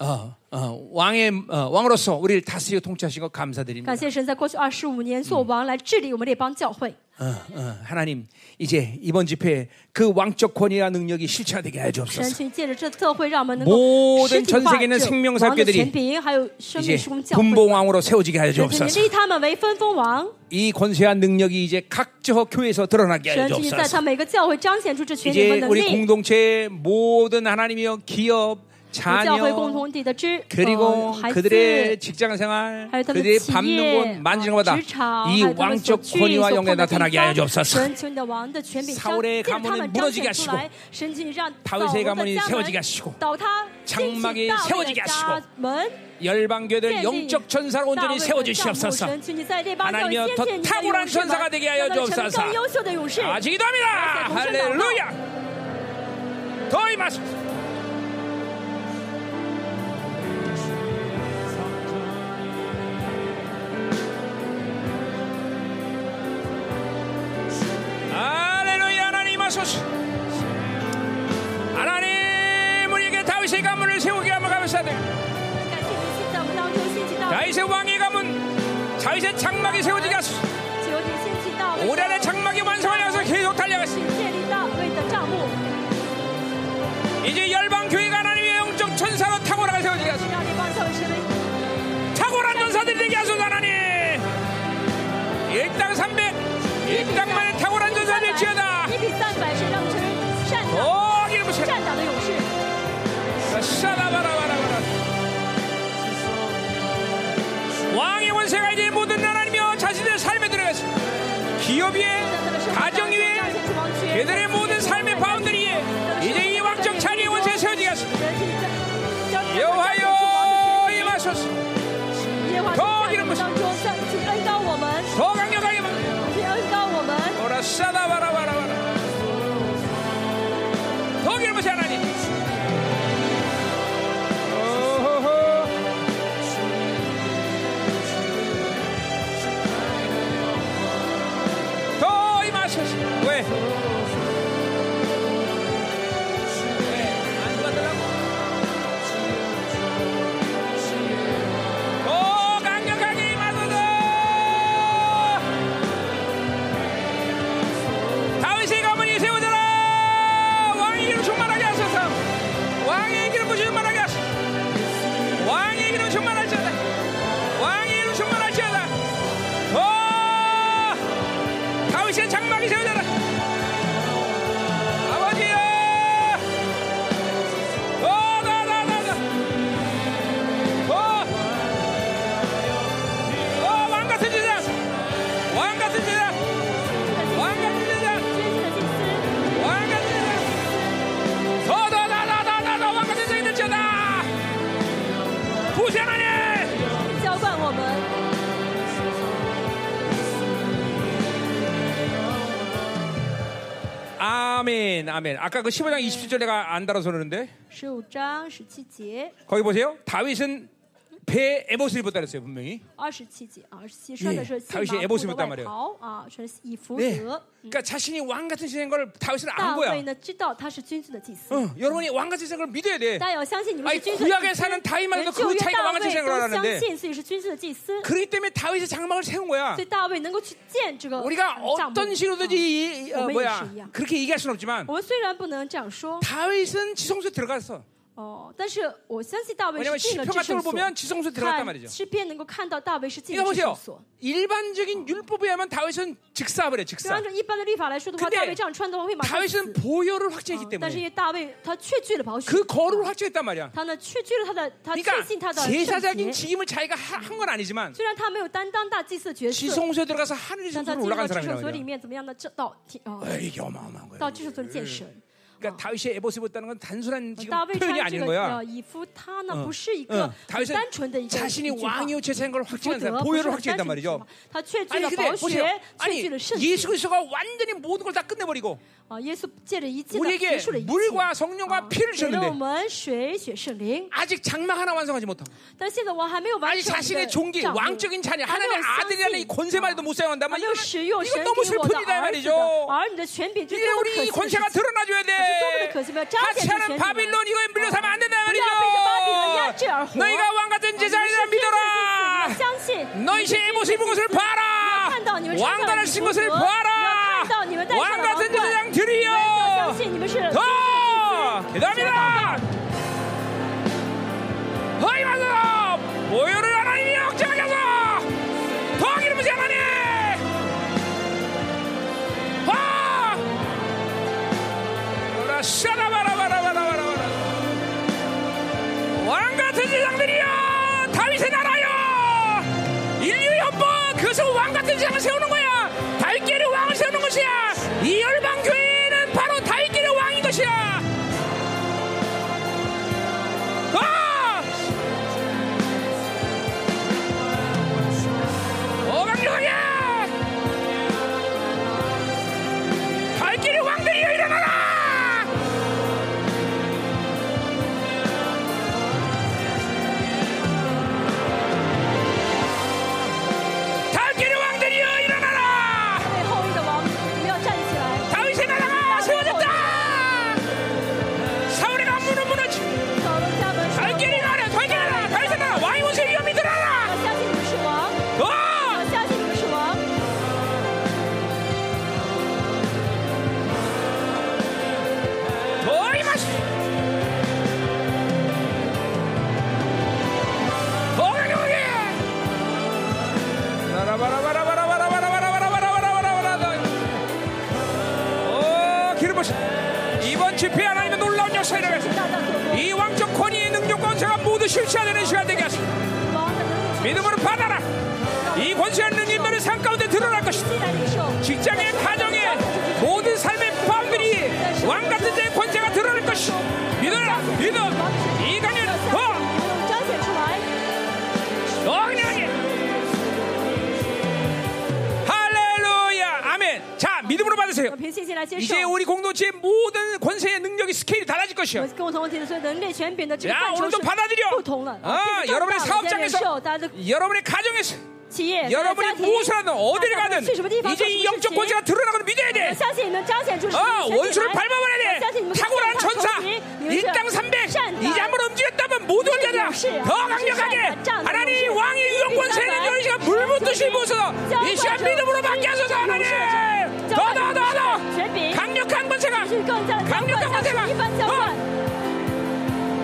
A: 어, 어, 왕의 어, 왕으로서 우리를 다스리고 통치하신 것 감사드립니다.
B: 感谢神在过去二十五年做王来治理我们列邦教会。
A: 어, 어, 하나님 이제 이번 집회에 그 왕적 권위와 능력이 실체화되게 하여
B: 神
A: 주옵소서.
B: 请借着这特会，让我们能
A: 모든
B: 够实体
A: 전
B: 化
A: 세계있는생명사
B: 这王
A: 교
B: 的
A: 들이
B: 权柄，还有生
A: 이제
B: 命施工教会。
A: 분봉 왕으로 세워지게 하여
B: 神，请你
A: 주옵소서.
B: 立他们为分封王。
A: 이 권세와 능력이 이제 각저 교회에서 드러나게 하여
B: 神，请你在
A: 주옵소서.
B: 他每个教会彰显出这权柄和
A: 이제
B: 能
A: 우리
B: 力。
A: 그렇죠. 공동체의 모든 하나님이여 기업
B: 和教会
A: 자녀
B: 共同体的
A: 어,
B: 知呃
A: 그리고
B: 孩子。
A: 그들의 직장 생활,
B: 还有他们
A: 그들의
B: 企
A: 밟는
B: 业、
A: 곳, 만지는 곳마다
B: 啊职场，
A: 이
B: 还有他们所
A: 왕적
B: 居
A: 권위와
B: 所
A: 영광에
B: 碰的
A: 나타나게 하여
B: 地方，
A: 주옵소서.
B: 神求你的王的权柄
A: 사울의
B: 彰
A: 가문을
B: 借他们
A: 무너
B: 彰
A: 지게 하
B: 显
A: 시
B: 出
A: 고
B: 来，神请让扫罗的
A: 다윗의 가문이
B: 家门
A: 세워지게 하시고
B: 倒塌，兴
A: 장막이
B: 起大卫的
A: 세워지게
B: 家
A: 하시고
B: 门，
A: 열방교회를 영적 전사로
B: 大
A: 온전히
B: 卫的
A: 세워
B: 帐幕，
A: 주시옵소서.
B: 神请你在列邦上
A: 하나님이여
B: 先
A: 더
B: 见你的
A: 탁월한
B: 勇士们，
A: 전사가 되게
B: 让
A: 하여
B: 他们成更
A: 주옵소서.
B: 优秀的勇士。
A: 아직 기도합니다. 할렐루야. 더 임하소서. 할렐루야 하나님 임하소서. 하나님 우리에게 다윗의 가문을 세우게 하면 감사드립니다.
B: 感谢你在我们当中兴起大卫，
A: 다윗의 왕의 가문, 다윗의 장막이 세워지게 하소서.
B: 求你兴起大卫的
A: 올 한해 장막이 완성을 향해서 계속 달려가시오.
B: 请建立大卫的帐幕，
A: 이제 열방 교회가 하나님의 영적 천사로 탁월하게 세워지게 하소서.
B: 让列邦上成为
A: 탁월한 전사들이 되게 하소서 하나님. 일당 300, 일당만의 탁월한 전사들 지어다.
B: 一比三百，神让我们成为善党、
A: 더 길부시라.
B: 善党的勇士。
A: 샤라바라바라바라. 왕의 원세가 이제 모든 하나님이여 자신의 삶에 들어가서 기업 위에
B: 让他们生活当
A: 가정
B: 中
A: 위에
B: 彰显出王权
A: 그들의 모든 삶의 바운더리 위에 이제 이 왕적 자리의 원세 세워지게 하소서
B: 人体彰彰显出王的权
A: 여호와여 임하소서
B: 柄耶和华在我们当中向请恩高我们，
A: 더 강력하게 막
B: 请恩高我们。
A: 오라 샤다바라바라바라 더 길부시 하나님 오호호. 더 임하소서 왜? 왜안 받으라고? 더 강력하게 임하소서 다윗의 가문이 세워져라 왕의 기름 충만하게 하소서 왕의 기름 충만하게 하소서 왕의 기름 충만할지어다 왕의 기름 충만할지어다 더 다윗의 장막이 세워져라 아버지여 더더더더더 더왕 같은 제자 왕 같은 제자 왕 같은 제자
B: 真实的祭司，
A: 왕같은 더더더더더더 왕같은 세계를 지어다 부세하니
B: 浇灌我们，
A: 아멘 아멘 아까 그 15장 27절 내가 안 따라서 그러는데
B: 十五章十七节，
A: 거기 보세요 다윗은 배에 에봇을 입었다 그랬어요 분명히
B: 二十七节啊，二十七穿的是细
A: 다윗이애봇입었
B: 麻布
A: 단
B: 的
A: 말이에 요
B: 外袍啊，穿的是以弗
A: 네.
B: 德。
A: 그러니까 자신이 왕같은 세계인 걸 다윗은 안
B: 大
A: 거야
B: 卫呢知道他是君尊的祭司，
A: 어, 여러분이 왕같은 세계를 믿어야 돼
B: 大家要相信你们
A: 아니
B: 是君尊的
A: 구약에
B: 祭司。
A: 사는
B: 人
A: 다윗만도
B: 旧
A: 그
B: 约
A: 차이가
B: 大卫
A: 왕같은
B: 都
A: 세계를
B: 相
A: 알았는데
B: 信，所以是君尊的祭司，
A: 그렇기 때문에 다윗의 장막을 세운 거야
B: 所以大卫能够去见这个
A: 우리가
B: 帐
A: 어떤
B: 幕。
A: 식으로든지 이- 이- 어,
B: 오메이
A: 뭐야
B: 시야.
A: 그렇게 얘기할 수는 없지만
B: 我们虽然不能这样说，
A: 다윗은 지성소에 들어갔어
B: 哦，但是我相信大卫
A: 왜냐면
B: 是进了
A: 시편
B: 至
A: 같은
B: 圣
A: 걸
B: 所。
A: 보면 지성소 들어갔단
B: 看
A: 말이죠.
B: 诗篇能够看哦到大卫是进
A: 그러니까
B: 了至
A: 보세요.
B: 圣所。
A: 일반적인 율법에 하면 다윗은 즉사벌해
B: 就
A: 즉사.
B: 按照一般的律法来说的话，
A: 근데
B: 大卫这样穿的话会马上死
A: 다윗은 。 어, 보혈을
B: 哦
A: 확증했기
B: 但是
A: 때문에
B: 因为大卫他却拒了保险
A: 그 ， 거를 확증했단 말이야.
B: 他呢却拒了他的，他确信他
A: 그러니까
B: 的圣
A: 제사적인
B: 洁。
A: 직임을 자기가 한 건 아니지만
B: 虽然他没有担当大祭司的角色，
A: 지성소에 들어가서 하늘의
B: 让他
A: 성소로
B: 进入到
A: 올라간
B: 至圣所里
A: 사람이라고.
B: 面怎么样呢？这到天啊，
A: 이게 어마어마한 거야.
B: 到至圣所里见神。
A: 그러니까 다윗의 에보스 어, 입었다는 건 단순한
B: 呃
A: 지금
B: 大卫
A: 표현이
B: 穿这
A: 아닌
B: 个
A: 거야.
B: 呃以夫，他呢不嗯是一个
A: 응.
B: 很
A: 다윗은
B: 单纯的一个一
A: 자신이
B: 句话
A: 왕이요 제사인 걸
B: 不
A: 확증한
B: 得
A: 사람
B: 不是
A: 뭐 보혈을
B: 很单
A: 확증했단
B: 纯的一句
A: 말이죠.
B: 话他却拒
A: 아니
B: 了
A: 근데
B: 保
A: 보세요.
B: 险，却
A: 아니
B: 拒了圣
A: 예수
B: 洁。
A: 그리스도가 완전히 모든 걸 다 끝내버리고
B: 啊，耶稣借着一切的结
A: 우리에게
B: 束了一切。啊
A: 물과 성령과 피를
B: 给了我
A: 주는데
B: 们水、血、圣灵，
A: 아직 장막 하나 완성하지 못하고
B: 但现在我还没有完
A: 아직 그렇죠.
B: 成我们的
A: 자신의 종기
B: 账目
A: 왕적인 자녀
B: 还没
A: 하나님의
B: 有相
A: 아들이라는 이
B: 信
A: 권세만도 못 사용한다면 뭐
B: 还没有
A: 이건,
B: 使用神
A: 이건
B: 给
A: 너무
B: 我的
A: 슬픈이다 아, 이
B: 儿子的
A: 말이죠
B: 儿女的权柄，这
A: 이제
B: 多么
A: 우리 이
B: 可惜的
A: 권세가
B: 事情！
A: 드러나줘야 돼
B: 그래서 또
A: 같이 하는
B: 그렇게
A: 바빌론이거에 밀려서면 안 된다 이
B: 우리 앞에서 바빌론
A: 말이죠
B: 야채
A: 너희가 왕같은
B: 你们是
A: 제자이라
B: 天上的
A: 믿어라
B: 祭司你们相信。
A: 너희 의 모습 입은 것을 봐라
B: 看到你们身上的
A: 왕관을 쓴 것을
B: 要
A: 봐라
B: 看到你们戴上的王
A: 왕같은
B: 冠，
A: 제자장
B: 要相
A: 드리여
B: 信你们是。
A: 더 기도합니다. 허이 맞아 모여를 하나님이 역정하셔서 더 기름지 하나님. 하. 라샤라바라바라바라바라.
B: 어,
A: 어, 네. 실체 되는 시간 되게 하시고
B: 王的能力
A: 믿음으로 받아라. 이 권세하는 인물의 삶 가운데 드러날 것이다.
B: 必然领受。
A: 직장의 가정의 모든 삶의 방들이 왕 같은 자의 권세가 드러날 것이 믿어라 믿어 이강연
B: 向
A: 더
B: 你们彰显出来，
A: 영리하게 할렐루야 아멘 자 믿음으로 받으세요
B: 我凭信心来接受。
A: 이제 우리 공동체의 모든 권세의 능력이 스케일이 달라질 것이요
B: 我跟我同体的所有能力、权柄的这个
A: 야,
B: 范畴
A: 오늘도
B: 是
A: 받아들여.
B: 不同了。
A: 아,
B: 这个更
A: 여러분의
B: 大我们在领受
A: 사업장에서,
B: 大家的
A: 여러분의 가정에서,
B: 企业、大家的
A: 여러분이
B: 家庭，
A: 무엇을 하든
B: 大
A: 어디를
B: 家的
A: 가든
B: 去什么地方
A: 이제
B: 做什
A: 이
B: 么事
A: 영적
B: 情。
A: 권세가 드러나는 걸 믿어야
B: 我
A: 돼.
B: 相信你们彰显出神
A: 어,
B: 的权柄
A: 원수를
B: 来。我
A: 밟아버려야
B: 相信
A: 돼.
B: 你们可以
A: 탁월한
B: 战胜
A: 천사,
B: 仇敌你们是
A: 일당 300,
B: 善
A: 이
B: 战
A: 잠을 움직였다면 모든 자다 더 강력하게 하나님 왕의 유용권 세는 여인이가 물붓듯이 부어서 이 시간 믿음으로 받게 하소서 하나님 더 더 더 더
B: 权柄，
A: 강력한 권세가
B: 是更加
A: 강력한 어.
B: 更加
A: 권세가
B: 一般交换。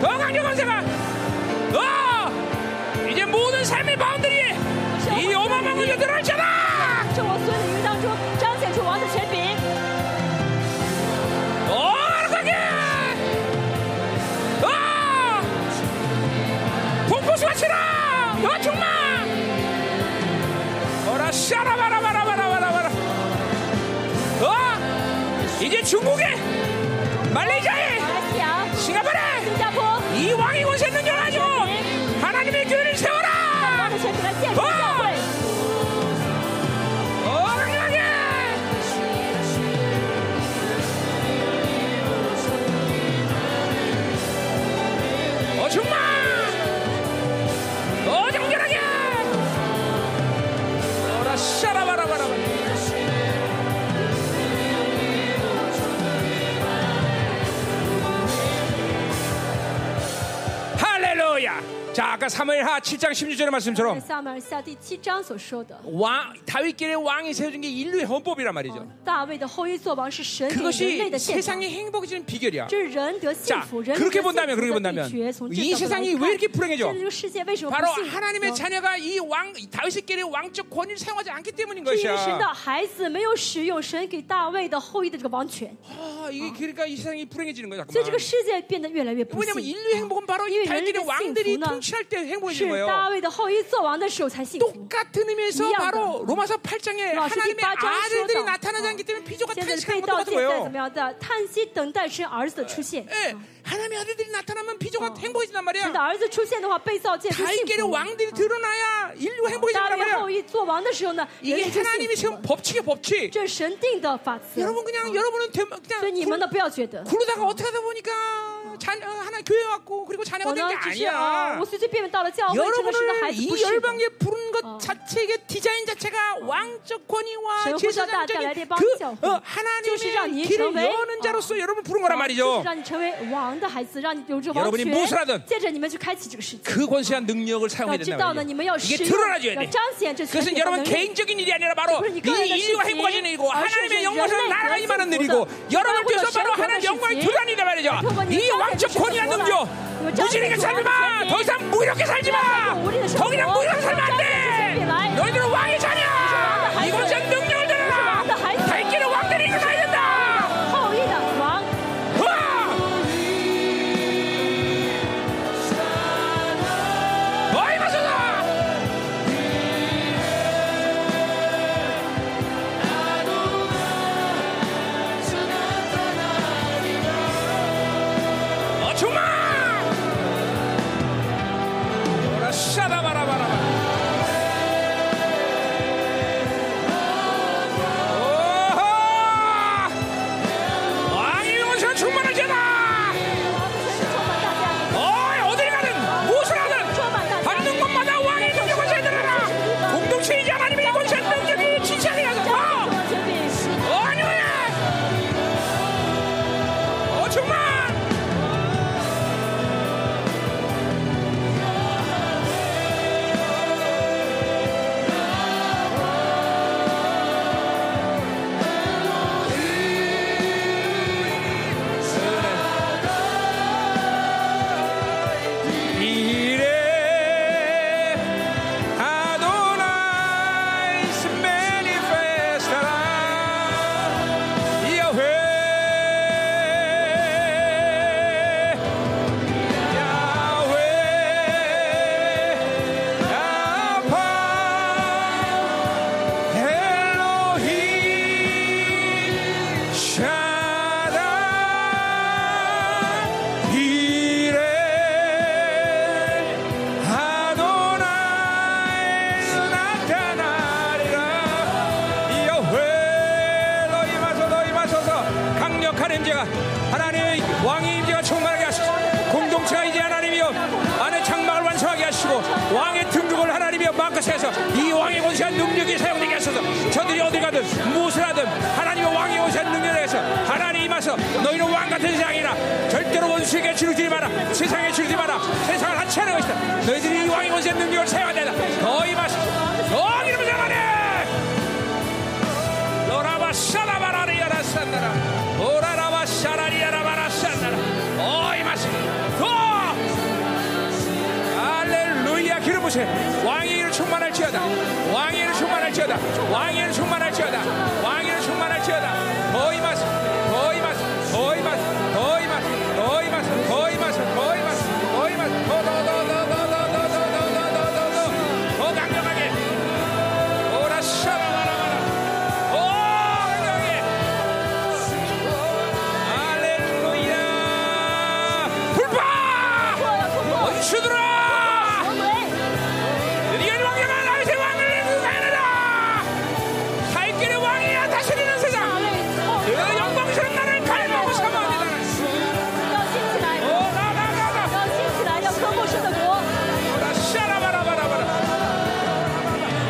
A: 더 강력한 세가 더 이제 모든 삶의 바운드리에 이 어마어마한 것에 들어있잖아
B: 这我所有领域当中彰显出王的权柄，
A: 어마어마하게 아 폭포수가 치라 너 정말 어라 샤라바라바라바라바라바라 어 이제 중국에 말레이시아에
B: 马来西亚、
A: 싱가포르에
B: 新加坡，
A: 이 왕의 권세 능력 아니오 하나님의 교회를 세워라
B: 王的权柄来建立教会，
A: 어마어마하게 어 정말 어 정결하게 어라 샤라바라바라바 할렐루야 자 아까 사무엘하 7장 16절의 말씀처럼
B: 撒母耳下第七章所说的，
A: 왕 다윗길의 왕이 세워준 게 인류의 헌법이란 말이죠.
B: 大卫的后裔作王是神给人
A: 그것이
B: 类的宪法，
A: 세상의 행복해지는 비결이야.
B: 这是人得幸
A: 자,
B: 福，人得
A: 그렇게
B: 幸福
A: 본다면
B: 的
A: 그렇게
B: 秘
A: 본다면
B: 诀。从这
A: 이
B: 角度来
A: 세상이 왜
B: 看
A: 이렇게 ， 불행해져?
B: 现在这个世界为什么
A: 바로
B: 不幸福
A: 하나님의
B: 呢？
A: 자녀가 이 왕 다윗길의 왕적 권위를 사용하지 않기 때문인
B: 是因为神的
A: 것이야.
B: 孩子没有使用神给大卫的后裔的这个王权，
A: 아,
B: 어.
A: 이게 그러니까 이 세상이 불행해지는 거야.
B: 所以这个
A: 자꾸만.
B: 世界变得越来越不
A: 왜냐면
B: 幸。
A: 인류의 행복은 바로 이
B: 인류의
A: 다윗길의
B: 인류의
A: 왕들이
B: 幸福呢?
A: 통치할 때 행복해지는
B: 是大
A: 거예요.
B: 卫的后裔做王的时候才幸福。
A: 똑같은 의미에서
B: 이해한다.
A: 바로 로마서 8장에
B: 로마서
A: 하나님의
B: 18 장에 어.
A: 아들들이
B: 쓰였다.
A: 나타나지 않기 때문에 피조가
B: 现在
A: 탄식하는
B: 被
A: 것도
B: 盗
A: 같은
B: 现在
A: 거예요.
B: 怎么样的？叹息等待神儿子的出现。
A: 예,
B: 嗯
A: 하나님의 아들들이 나타나면
B: 어.
A: 피조가 행복해진단 말이야.
B: 神的儿子出现的话，被造界出幸
A: 다윗계의
B: 福。
A: 왕들이 드러나야 인류
B: 大
A: 행복해진단
B: 卫
A: 말이야.
B: 后裔做王的时候呢，人
A: 이게
B: 是幸
A: 하나님이
B: 福
A: 세운
B: 的。
A: 법칙이야 법칙.
B: 这是神定的法则。
A: 여러분 그냥 여러분은 대-
B: 所以你
A: 그냥
B: 们呢，不要觉得
A: 굴르다가 어떻게 하다 보니까 자녀 하나 교회 왔고 그리고 자녀가
B: 我呢
A: 된 게
B: 只是啊，
A: 아니야.
B: 我随随便便到了教会，成为神的孩
A: 여러분을
B: 子不
A: 이
B: 是的。
A: 열방에 부른 것
B: 어.
A: 자체의 디자인 자체가 왕적 권위와
B: 저희
A: 제사장적인
B: 혼자 따라
A: 그
B: 따라
A: 어,
B: 교실장
A: 하나님의
B: 이
A: 길을
B: 정도의-
A: 여는
B: 어.
A: 자로서 여러분 부른
B: 啊
A: 거란
B: 就是
A: 말이죠.
B: 让你成为王的孩子，让你有着
A: 여러
B: 王
A: 분이
B: 权
A: 무엇을하든 ，
B: 接着你们去开启这个世界。
A: 그 권세한 능력을
B: 要
A: 사용해야
B: 知道
A: 된다
B: 呢，你们要
A: 말이죠.
B: 使
A: 이게
B: 用，
A: 드러나줘야
B: 要
A: 돼.
B: 彰显这权
A: 그것은
B: 柄和能
A: 여러분
B: 力。
A: 개인적인 일이 아니라 바로
B: 그러니까
A: 이 인류가
B: 그것이
A: 행복해지는 일이고
B: 아,
A: 하나님의
B: 그것이
A: 영광은
B: 그것이
A: 나라가 임하는
B: 그것이
A: 일이고
B: 그것이
A: 여러분
B: 그것이
A: 뒤에서 바로
B: 그것이
A: 하나님 영광이
B: 그것이
A: 드러난다 말이죠
B: 그것이
A: 이
B: 그것이
A: 왕적
B: 그것이
A: 권위한
B: 그것이
A: 능력
B: 그것이
A: 무지리게 살지
B: 그것이
A: 마더 이상 무기롭게 살지 마
B: 그것이
A: 더
B: 우리는
A: 이상
B: 그것이
A: 무기롭게 살면
B: 그것이
A: 안돼
B: 그것이
A: 너희들은 왕의 자녀야
B: 그것이
A: 이건 전 능력을 드러라
B: 그것이 그것이
A: 다윗길은 왕들이 일어나야 된다
B: 后裔的王，
A: 우와! 너희 마소다 어충마 오라 어, é É é 왕의 등극을 하나님이 마음껏 세워서 이 왕의 권세한 능력이 사용되게 하소서 저들이 어디 가든 무엇을 하든 하나님의 왕의 권세한 능력에 해서 하나님 임하서 너희는 왕 같은 세상이라 절대로 원수에게 주르지 마라 세상에 주르지 마라 세상을 하치하는 것이다 너희들이 이 왕의 권세한 능력을 사용한다 더 임하소 더 이름을 잡아내 노라바샤라바라리야라산다라 오라라바샤라리야라바라산다라 더 임하소 더 할렐루야 기름 부세 왕의 일을 충만할지어다 왕의 일을 충만할지어다 왕의 일을 충만할지어다 왕의 일을 충만할지어다 더 임하소 더 임하소 더 임하소 더 임하소 더 임하소 더 임하소 더 임하소 더 임하소 더더더더더더더더더더더더 강력하게 오라샤라라라 오 강력하게 Oh, 할렐루야 불파 어디 주들아 네가 왕이야 나의 왕을 구하느라 살길의 왕이야 다스리는 세상
B: 哦
A: 내가 영광스러운 나를 갈망하고 사모합니다
B: 要兴起来，
A: Oh, 오라라라라
B: 要兴起来，要科莫神的国。
A: 오라샤라바라바라바라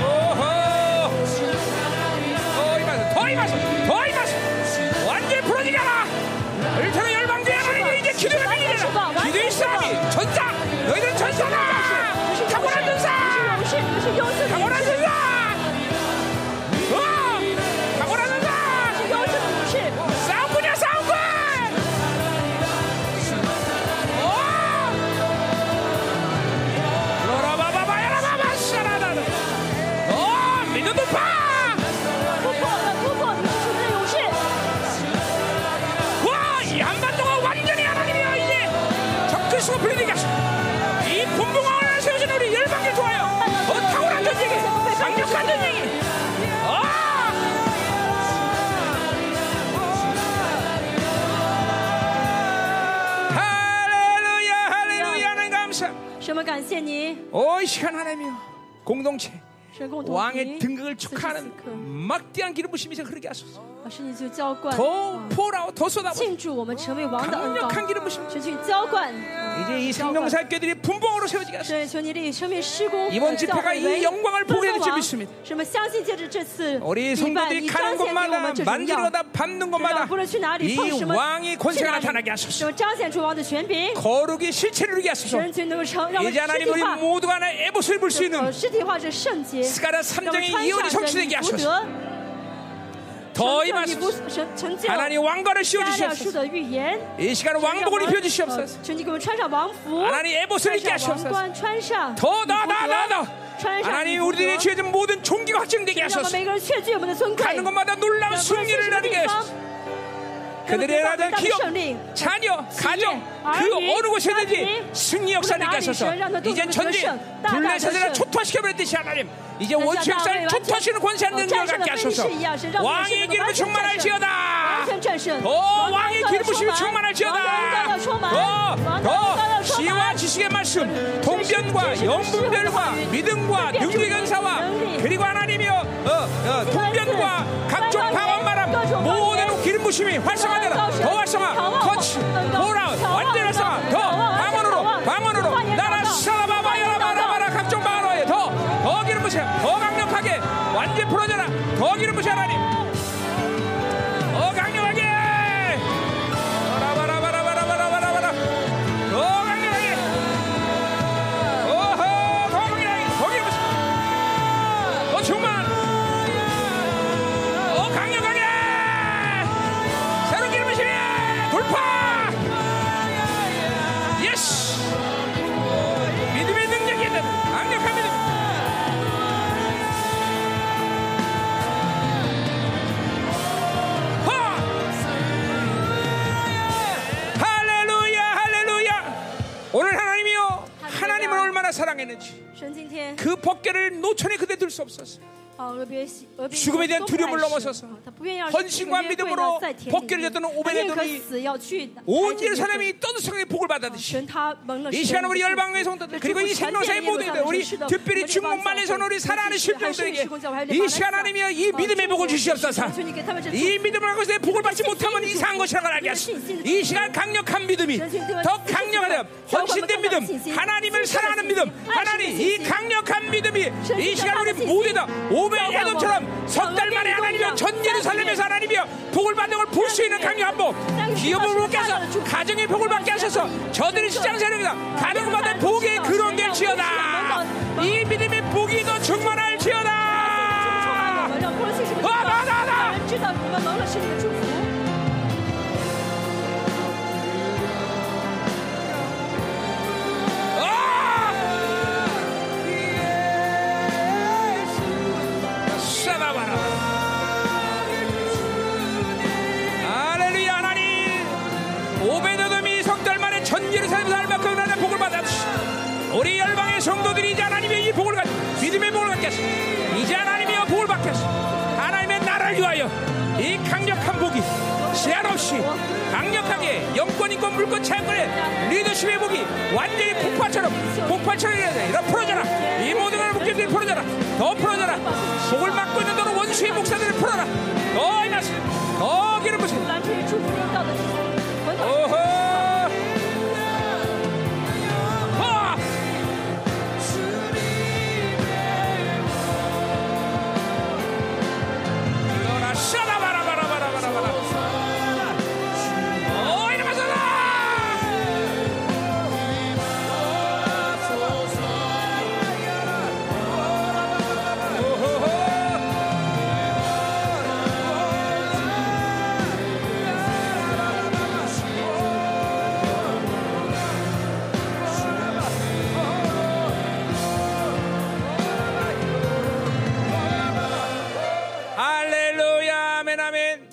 A: 오호 더 임하소 더 임하소 더 임하소 완전히 부러지게 하라 일테면 열방제 하나님 이제 기도를 하게 되라 기도의 사람이 전사 너희들은 전사다
B: 不是
A: 타고난
B: 不是
A: 전사
B: 不是不是优秀的
A: 강원한
B: 武士，
A: 전사! 어! 강원한 전사!
B: 是优秀的武士，
A: 싸움꾼이야 싸움꾼! Oh! 어! 로라바바바 야라바바 샤라라라 어! 믿음 높아!
B: 突破要突破，你是纯正勇士。
A: 와! 이 한반도가 완전히 하나님이야 이제 적그리스가 불리게 하소 이 분봉왕을 세우신 우리 열방계 좋아요 어, 탁월한 전쟁이 강력한 전쟁이 어! 할렐루야 할렐루야 하나님 감사
B: 神们，感谢你，
A: 오이 시간 하나님이요 공동체
B: 神共同
A: 왕의
B: 体。
A: 등극을 축하하는 막대한 기름 부심이 흐르게 하소서
B: 老师，你就浇灌，
A: 더 포라고 더 쏟아부어
B: 庆祝我们成为王的恩膏。
A: 강력한 기름 부심
B: 神求你浇灌，
A: 이제 이
B: 浇灌
A: 생명사역교들이 분봉으로 세워지게 하소서
B: 神求你立生命施工
A: 이번
B: 和教
A: 집회가
B: 会
A: 이
B: 为
A: 영광을 보게 될줄
B: 尊王
A: 믿습니다
B: 什么相信借着这次
A: 우리
B: 礼拜，
A: 성도들이
B: 你
A: 가는
B: 彰显给我
A: 곳마다
B: 们这荣耀
A: 만지러다 밟는
B: 让
A: 곳마다
B: 不论去哪里碰
A: 이
B: 什么，
A: 왕의 권세가
B: 去哪
A: 나타나게
B: 里
A: 하소서
B: 就彰显出王的权柄，
A: 거룩의 실체를 이루게 하소서
B: 神就能够成让我们
A: 이제
B: 实
A: 하나님
B: 体
A: 우리
B: 化，
A: 모두가 하나의 애봇을 볼 수
B: 呃，
A: 있는
B: 实体化这圣洁，
A: 스가랴
B: 让我们
A: 3장의
B: 穿
A: 이혼이
B: 上这
A: 성취되게
B: 以福
A: 하소서
B: 德，
A: 더
B: 成就以
A: 임하소서
B: 福神成就。
A: 하나님 왕관을
B: 加亮书
A: 씌워주시옵소서
B: 的预言，
A: 이 시간 왕복을 입혀주시옵소서
B: 神呃就给我们穿上王服，
A: 하나님 애봇을
B: 穿
A: 입게
B: 上王
A: 하시옵소서
B: 冠，穿上
A: 더 나 나
B: 나
A: 나더 하나님 우리들이 죄진 모든 종기가 확증되게
B: 让我们
A: 하소서
B: 每个人确据我们的尊贵，
A: 가는
B: 让
A: 곳마다 놀라운
B: 我们确
A: 승리를
B: 据我们的
A: 나누게
B: 地方
A: 하소서 ， 그들의
B: 让我
A: 나라는
B: 们得到最
A: 기업,
B: 大的胜利。
A: 자녀, 가정, 그
B: 아니,
A: 어느 곳이든지
B: 아니,
A: 승리 역사를
B: 우리
A: 가셔서
B: 나라를 위하여
A: 이제
B: 나라를
A: 전쟁,
B: 위하여
A: 불난 사슬을
B: 나라를
A: 초토화시켜버렸듯이 하나님 이제
B: 나라를
A: 원수 역사를
B: 위하여
A: 초토화시키는 권세한
B: 나라를
A: 능력을 갖게
B: 위하여
A: 하소서
B: 나라를 위하여
A: 왕의
B: 나라를
A: 기름을
B: 위하여
A: 충만할지어다
B: 完全战胜，
A: 더
B: 王的
A: 왕의
B: 恩膏要
A: 기름 부심이
B: 充满，
A: 충만할지어다
B: 要充满，王的恩膏要
A: 더
B: 充
A: 지와
B: 满。
A: 지식의 말씀 동변과 영분별과 믿음과 능력의 은사와 그리고 하나님이여 어, 어, 동변과 각종 방언 바람 모든 기름 부심이 활성화되라 더 활성화 터치 돌아온 완전 활성화 더 방언으로 방언으로 나라 사바바야라바라바라 각종 방언에 더더 기름 부심 더 강력하게 완전 풀어져라 더 기름 부심 하나님 더 강력하게 바라바라바라바라바라바라 더 강력하게 오호 더 강력하게 더 기름 부심 더 충만 더 강력하게 새로운 기름 부심 돌파 예스 믿음의 능력이 있는 강력한 믿음 하! 할렐루야 할렐루야 오늘 하나님이요 하나님을 얼마나 사랑했는지
B: 神今天
A: 그 법궤를 노천에 그대 둘 수 없었어
B: 啊，俄别西俄别
A: 죽음에 대한
B: 都不
A: 두려움을
B: 爱神
A: 넘어서서
B: 啊他不愿意让
A: 헌
B: 神
A: 신과
B: 的约
A: 믿음으로
B: 会呢在田
A: 벗겨졌던
B: 里面
C: 500
B: 他
C: 의
B: 宁可
C: 이
B: 死要去
A: 온
B: 爱神的约会
A: 예루살렘이 떠들썩하게 복을
B: 啊
A: 받아듯이
B: 神他蒙了
A: 이
B: 神
A: 시간
B: 的
A: 우리
B: 祝福
A: 열방의 성도들 그리고 이
B: 그리고
A: 생명사의
B: 전쟁의
A: 모든 이들 우리
B: 예루살렘
A: 특별히
B: 우리
A: 중국만에서 우리 살아가는
B: 우리
A: 심령들에게
B: 우리
A: 이 시간 하나님이여 이 믿음의 복을 주시옵소서 이 믿음을 하고 있을 때 복을 받지 못하면 이상한 것이라고 알게 하소서 이 시간 강력한 믿음이 더 강력한 믿음 헌신된 믿음 하나님을 사랑하는 믿음 하나님 이 강력한 믿음이 이 시간 우리 모두다 오베의 애덤처럼 석 달 만에 하나님이여 전 예루살렘에서 하나님이여 복을 받는 걸 볼 수 있는 강력한 복 기업을 먹게 하소서 가정의 복을 받게 하소서 저들이 시장 세력이다 가정마다 복의 근원될 지어다 이 믿음의 복이 더 충만할 지어다 哇啦啦啦
B: 人知道你们蒙了神的祝福。
A: 아! 샤바바라. 할렐루야 하나님 오베도금이 석달 만에 전 예루살렘 살만큼 나라 복을 받았지 우리 열방의 성도들이 이제 하나님의 이 복을 갖 믿음의 복을 갖겠어 이제 하나님의 복을 받겠어 하나님의 나라를 위하여 이 강력한 복이 제한 없이 강력하게 영권 인권 물권 차양권의 리더십의 복이 완전히 폭발처럼 폭발처럼 일어나 이런 풀어져라 이 모든 걸 묶임들 풀어져라 더 풀어져라 복을 막고 있는 너는 원수의 목사들을 풀어라 더 이나스 더 기름 부신
B: 蓝天祝福到的文导
A: 오호! 하! 일어나, 샤라바라바라바라바라바라. 어, 일어나서라! 오호호! 할렐루야 아멘 아멘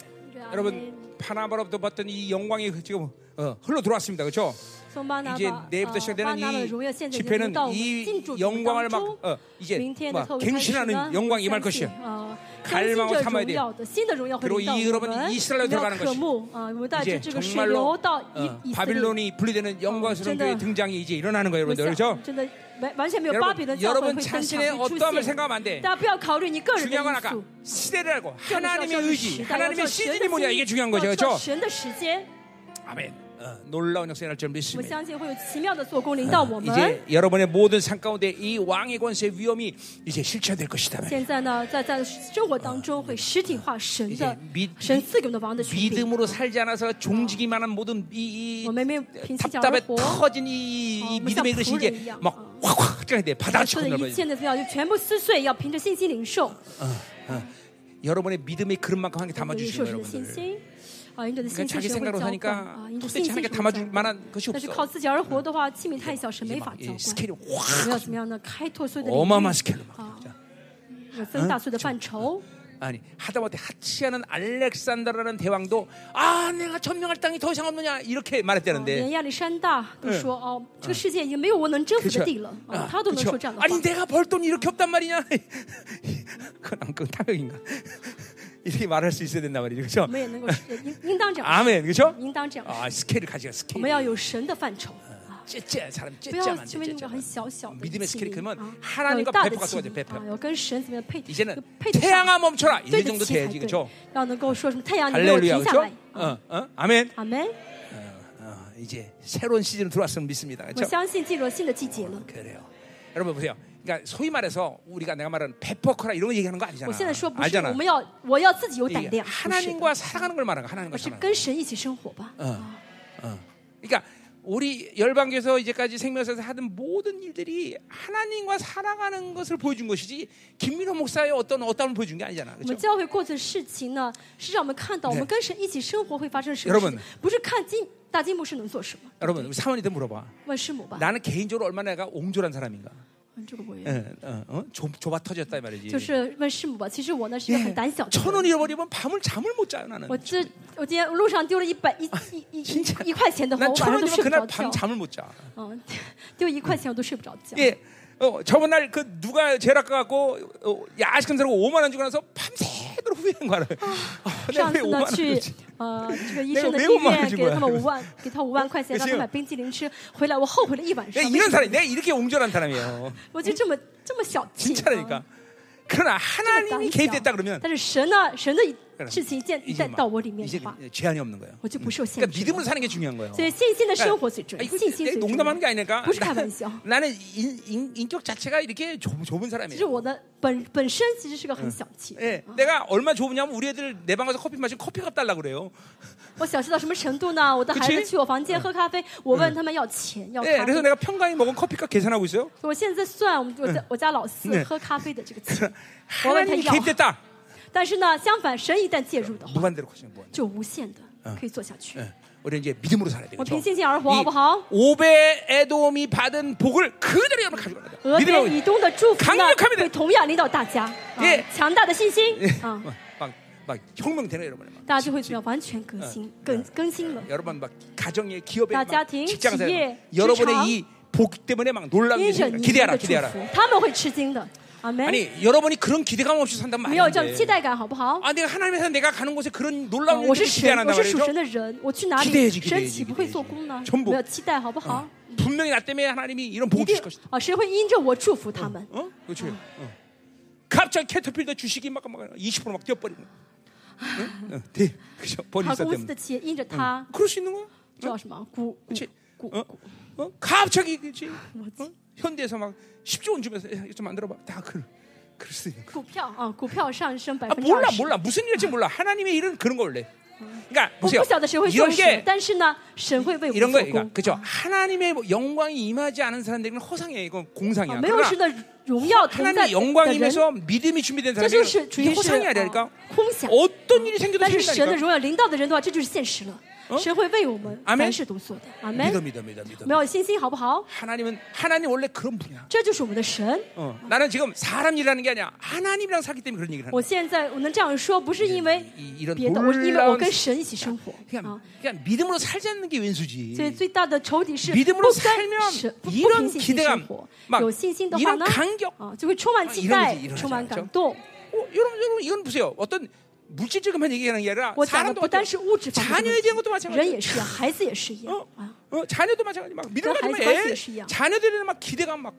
A: 여러분 파나바로부터 봤던 이 영광이 지금 어, 흘러 들어왔습니다 그렇죠?
B: 从巴拿
A: 이제
B: 巴
A: 내일부터
B: 巴
A: 어, 시작되는
B: 拿的
A: 이
B: 荣耀现在已经
A: 집회는
B: 临到我们
A: 이
B: 进主当
A: 영광을 막
B: 中
A: 어, 。 이제
B: 明天的
A: 막
B: 特别开始呢
A: 갱신하는 ， 어, 영광이 임할
B: 相
A: 것이에요
B: 信啊，
A: 갈망을
B: 看见这
A: 삼아야
B: 荣
A: 돼요
B: 耀的新的荣耀会
A: 그리고
B: 临到
A: 이여러분
B: 我们，
A: 이이스라엘로
B: 我们
A: 들어가는
B: 要渴
A: 것이
B: 慕啊，我们带着
A: 이제
B: 这个水流
A: 정말로
B: 到
A: 어,
B: 以以色列。
A: 바빌론이 분리되는 영광스러운
B: 어,
A: 교회의
B: 진짜.
A: 등장이 이제 일어나는 거예요
B: 我
A: 여러분들
B: 想
A: 그렇죠?
B: 真的完完全没有巴比伦
A: 여러분
B: 教
A: 여러분
B: 会会在场
A: 자신의
B: 会出现
A: 어떠함을 。 생각하면 안돼
B: 大家不要考虑你个人的
A: 중요한 건
B: 因
A: 아까
B: 素，
A: 시대를 알고
B: 更加要
A: 하나님의
B: 知道
A: 의지
B: 时代要
A: 하나님의
B: 知道
A: 시즌이 뭐냐 이게
B: 神的
A: 중요한 거죠
B: 要知道
A: 그렇죠?
B: 神的时间，
A: 아멘 어, 놀라운 역사에 날 줄로
B: 我
A: 믿습니다
B: 相信会有奇妙的做工领导我们
A: 아, 이제 。 여러분의 모든 삶 가운데 이 왕의 권세의 위험이 이제 실체될 것이다면
B: 现在呢，在在生活当中会实体化神的
A: 믿
B: 神赐给我们的王的权柄。
A: 믿음으로 살지 않아서 종지기만한 모든 이,
B: 我们没有凭
A: 이
B: 信仰而
A: 답답해
B: 活，
A: 터진 이, 이
B: 어,
A: 믿음의 그릇이
B: 무섭구를
A: 이제
B: 이양.
A: 막 확확 확장이 돼
B: 我
A: 바다같이
B: 说的一
A: 건너버리죠
B: 切的资料就全部撕碎，要凭着信心领受。
A: 여러분의 믿음의 그릇만큼 한 개
B: 领受
A: 담아주시는
B: 神的信
A: 여러분들
B: 心。啊，因着的
A: 그러니까
B: 信心
A: 자기
B: 神会
A: 생각으로
B: 浇灌
A: 사니까
B: 啊，因着信
A: 도대체 하나님께
B: 心神会浇
A: 담아줄
B: 灌。
A: 만한 것이
B: 但是
A: 없어
B: 靠自己而活的话，器皿太小，神没
A: 이게
B: 法
A: 막
B: 浇
A: 이
B: 灌。
A: 스케일이
B: 我们
A: 확
B: 要怎么样呢？开拓所有的领域
A: 어마어마한 스케일로 막
B: 啊，有增大所有的范畴。
A: 아니 하다못해 하치하는 알렉산더라는 대왕도 아 내가 점령할 땅이 더 이상 없느냐 이렇게
B: 啊连
A: 말했다는데
B: 亚历山大都说哦，这个世界已经没有我能征服的
A: 그쵸?
B: 地了。
A: 아,
B: 啊，他都能
A: 그쵸?
B: 说这样的话。
A: 아니 내가 벌 돈이 이렇게 없단 말이냐 그건 안- 그건 탐욕인가 이렇게 말할 수 있어야 된단 말이죠 그렇죠
B: 我们也能够实应应当这样，
A: 아멘 그렇죠
B: 应当这样。
A: 아 스케일을 가지고
B: 我
A: 스케일
B: 们要有神的范畴，啊
A: 째째 사람
B: 不要
A: 째째만
B: 成为那种
A: 째째만
B: 很小小的器
A: 믿음의
B: 皿
A: 스케일이 크면
B: 啊，要有
A: 하나님과
B: 大的
A: 배포가
B: 器
A: 아, 쏟아져
B: 皿
A: 배포
B: 啊，要跟神怎么样配就
A: 이제는
B: 配得上，
A: 태양아 멈춰라 이
B: 对得
A: 정도
B: 起才
A: 돼야지
B: 对
A: 그렇죠 ，
B: 要能够说什么太阳你给我
A: 할렐루야
B: 停下
A: 그렇죠
B: 来，啊
A: 어, 어? 아멘
B: 阿门。
A: 어, 이제 새로운 시즌으로 들어왔으면 믿습니다
B: 我
A: 그렇죠
B: 相信进入了新的季节了。
A: 그래요. 여러분 보세요. 그러니까 소위 말해서 우리가 내가 말하는 베퍼커라 이런 거 얘기하는 거 아니잖아.
B: 我现在说不是，我
A: 알잖아.
B: 们要我要自己有胆
A: 이게
B: 量，不是的
A: 하나님과 사랑하는 걸 말하는 거 하나님과
B: 而是
A: 사랑.
B: 跟神一起生活吧。
A: 그러니까 우리 열방교에서 이제까지 생명사에서 하던 모든 일들이 하나님과 사랑하는 것을 보여준 것이지 김민호 목사의 어떤 어떤 보여준 게 아니잖아.
B: 我们
A: 그렇죠?
B: 教会过去的事情呢，是让我们看到我们跟神一起生活会发生什
A: 여러
B: 么事
A: 분
B: 情，不是看金大金牧师能做什么，
A: 여러분 우리 사원이들 물어봐.
B: 问师母吧。
A: 나는 개인적으로 얼마나 내가 옹졸한 사람인가. 예, 어,
B: 嗯，这个我也
A: 응, 응, 응? 좁- 좁아 터졌다 이 말이지. 예.
B: 就是问师母吧。其实我呢是一
A: 네,
B: 个很胆小的人。
A: 천 원 잃어버리면 밤을 잠을 못 자요 나는.
B: 我这我今天路上丢了一百一一一一一块钱的话，我晚
A: 난 천
B: 上都
A: 원이면
B: 睡不
A: 그날
B: 着
A: 밤
B: 觉。
A: 잠을 못 자.
B: 嗯，丢一块钱我都睡不着觉。
A: 예. 어, 저번 날 그 누가 죄락 갖고 어, 야식금 사고 5만 원 주고 나서 밤새도록 후회한 거 알아요. 아, 내가 왜
B: 上次
A: 5만
B: 呢
A: 원
B: 去
A: 줬지?
B: 呃这个医
A: 那
B: 生
A: 个没
B: 的医
A: 有嘛
B: 院，
A: 这
B: 给
A: 个
B: 了他们五万，给他五万 块钱，让他买冰淇淋吃。回来我后悔了哎一晚
A: 내가
B: 上。
A: 이런 사람이 내가 이렇게 옹졸한 사람이에요.
B: 我就这么这么小气、
A: 아, 진짜라니까.
B: 啊
A: 그러나
B: 这么胆
A: 하나님이
B: 小
A: 개입됐다 。 그러면
B: 但是神呢，神的
A: 그럼
B: 事情一件一
A: 이제
B: 旦到我里面嗯的话，
A: 이제 제한이 없는 거예요.
B: 我就不受限
A: 그러니까
B: 制了。
A: 믿음으로 사는 게 중요한 거예요.
B: 所以信心的生活最重
A: 아,
B: 要，
A: 이거
B: 信心
A: 내
B: 最重
A: 농담하는 게
B: 要。
A: 아니니까.
B: 不是 开玩笑
A: 나는 인, 인, 인격 자체가 이렇게 좁, 좁은
B: 其实
A: 사람이에요.
B: 我的本本身其实是个很小气。
A: 예, 내가 얼마 좁으냐면 우리 애들 내 방 가서 커피 마시면 커피값 달라 그래요.
B: 我小气到什么程度呢？我的孩
A: 그치
B: 子去我房间喝咖啡，我问他们要钱要
A: 예,
B: 咖
A: 그래서
B: 啡。
A: 내가 평강이 먹은 커피값 계산하고 있어요.
B: 我现在在算我们我家我家老四
A: 네
B: 喝咖啡的这个钱，我问他
A: 하나님이
B: 要。
A: 개입됐다.
B: 但是呢，相反，神一旦介入的话，
A: 무한대로 커지는 무한.
B: 就无限的可以做下去。
A: 예, 우리 이제 믿음으로 살아야 돼요.
B: 어, 빈신신 알고 하고 하고.
A: 오베 에돔이 받은 복을 그대로 여러분 가지고 갑니다.
B: 俄
A: 믿음으로.
B: 边以东的祝福呢
A: 강력합니다 ，
B: 会同样领导大家，
A: 예
B: 啊，强大的信心
A: 예,
B: 啊，
A: 막, 막 혁명되는 여러분. 막.
B: 大家就会完全革新、更更新了。
A: 여러분 막 가정의 기업의
B: 나
A: 막
B: 자팅,
A: 직장사
B: 지혜,
A: 여러분의
B: 직장.
A: 이 복 때문에 막 놀라운
B: 因着
A: 일이 네?
B: 你们
A: 기대하라
B: 的祝
A: 기대하라
B: 福，他们会吃惊的。阿门。
A: 아니 여러분이 그런 기대감 없이 산단
B: 没有这种
A: 말이야
B: 期待感，好不好？
A: 아 내가 하나님 회사 내가 가는 곳에 그런
B: 啊
A: 놀라운
B: 我是
A: 일을 기대 안
B: 神，我
A: 한단
B: 是属
A: 말이죠
B: 神的人，我去哪
A: 기대해
B: 里
A: 야지기대해야지
B: 神岂不会
A: 기대해야지
B: 做工呢？
A: 전부
B: 我要期待，好不好？
A: 분명히 나 때문에 하나님이 이런
B: 一
A: 복을 주실
B: 定
A: 것이다
B: 啊，谁会因着我祝福他们？
A: 어? 그렇죠 어. 갑자기 캐터필더 주식이 막, 막 20%막 뛰어버리고 응? 어, 대, 그죠?
B: 他
A: 버리사
B: 公司
A: 때문에
B: 的企业因着嗯他
A: 그럴 수 있는 거야?
B: 叫什么？股股
A: 그렇지
B: 股
A: 어? 어? 갑자기 그렇지 어? 현대에서 막 10조 원 주면서 야, 이거 좀 만들어봐 다 그, 그럴 수 있는 거야
B: 股票啊，股票上升百
A: 아
B: 分之
A: 몰라
B: 二十。
A: 몰라 무슨 일일지 몰라 하나님의 일은 그런 거 원래 그러니까
B: 我
A: 보세요
B: 不晓得谁会做
A: 이런
B: 事
A: 게 ，
B: 但是呢，神会为我
A: 이런
B: 们做
A: 거예요. 그러니까
B: 工。
A: 그죠? 하나님의 뭐 영광이 임하지 않은 사람들은 허상이에요. 이건
B: 啊
A: 공상이야.
B: 没有神
A: 그러나
B: 的荣耀同在
A: 하나님의
B: 的的人，
A: 영광이면서 믿음이 준비된
B: 这就是
A: 사람들은
B: 主
A: 이게
B: 要是
A: 허상이 아니라니까.
B: 呃空想。
A: 어떤 일이 생겨도
B: 但是神的
A: 생긴다니까.
B: 荣耀临到的人的话，这就是现实了。神会为我们
A: 阿门
B: 凡事都做的。阿门。
A: 믿어, 믿어, 믿어,
B: 没
A: 믿어.
B: 有信心好不好？
A: 하나님은 하나님 원래 그런 분이야.
B: 这就是我们的神。
A: 어. 나는 지금 사람 일하는 게 아니야. 하나님이랑 살기 때문에 그런 얘기를 하는
B: 我
A: 거야.
B: 现在我能这样说，不是因为
A: 이 이런
B: 别的，我是因为我
A: 놀라운
B: 跟神一起生活啊
A: 그냥, 。 그냥 믿음으로 살지 않는 게
B: 所
A: 왼수지.
B: 以最大的仇敌是
A: 믿음으로
B: 不甘
A: 살면
B: 神不不
A: 이런
B: 凭信心
A: 기대감
B: 生活
A: 막。
B: 有信心的话呢
A: 이런감격 ，
B: 啊，就会充满
A: 아,
B: 期
A: 이런
B: 待
A: 일이 ， 일어나지
B: 充满
A: 않죠?
B: 感动。
A: 어, 여러분, 여러분 이건 보세요. 어떤 물질적인만 얘기하는 게 아니라
B: 我讲的
A: 사람도
B: 不单是
A: 어때요?
B: 物质方面的
A: 자녀에 대한 것도
B: 问题，
A: 마찬가지야.
B: 人也是，啊孩子也是一样
A: 어,
B: 啊。
A: 어, 자녀도 마찬가지 막 믿음
B: 예. 아.
A: 가지고
B: 그
A: 막
B: 아이스
A: 애-
B: 바스의 시야.
A: 자녀들은 막 기대감 막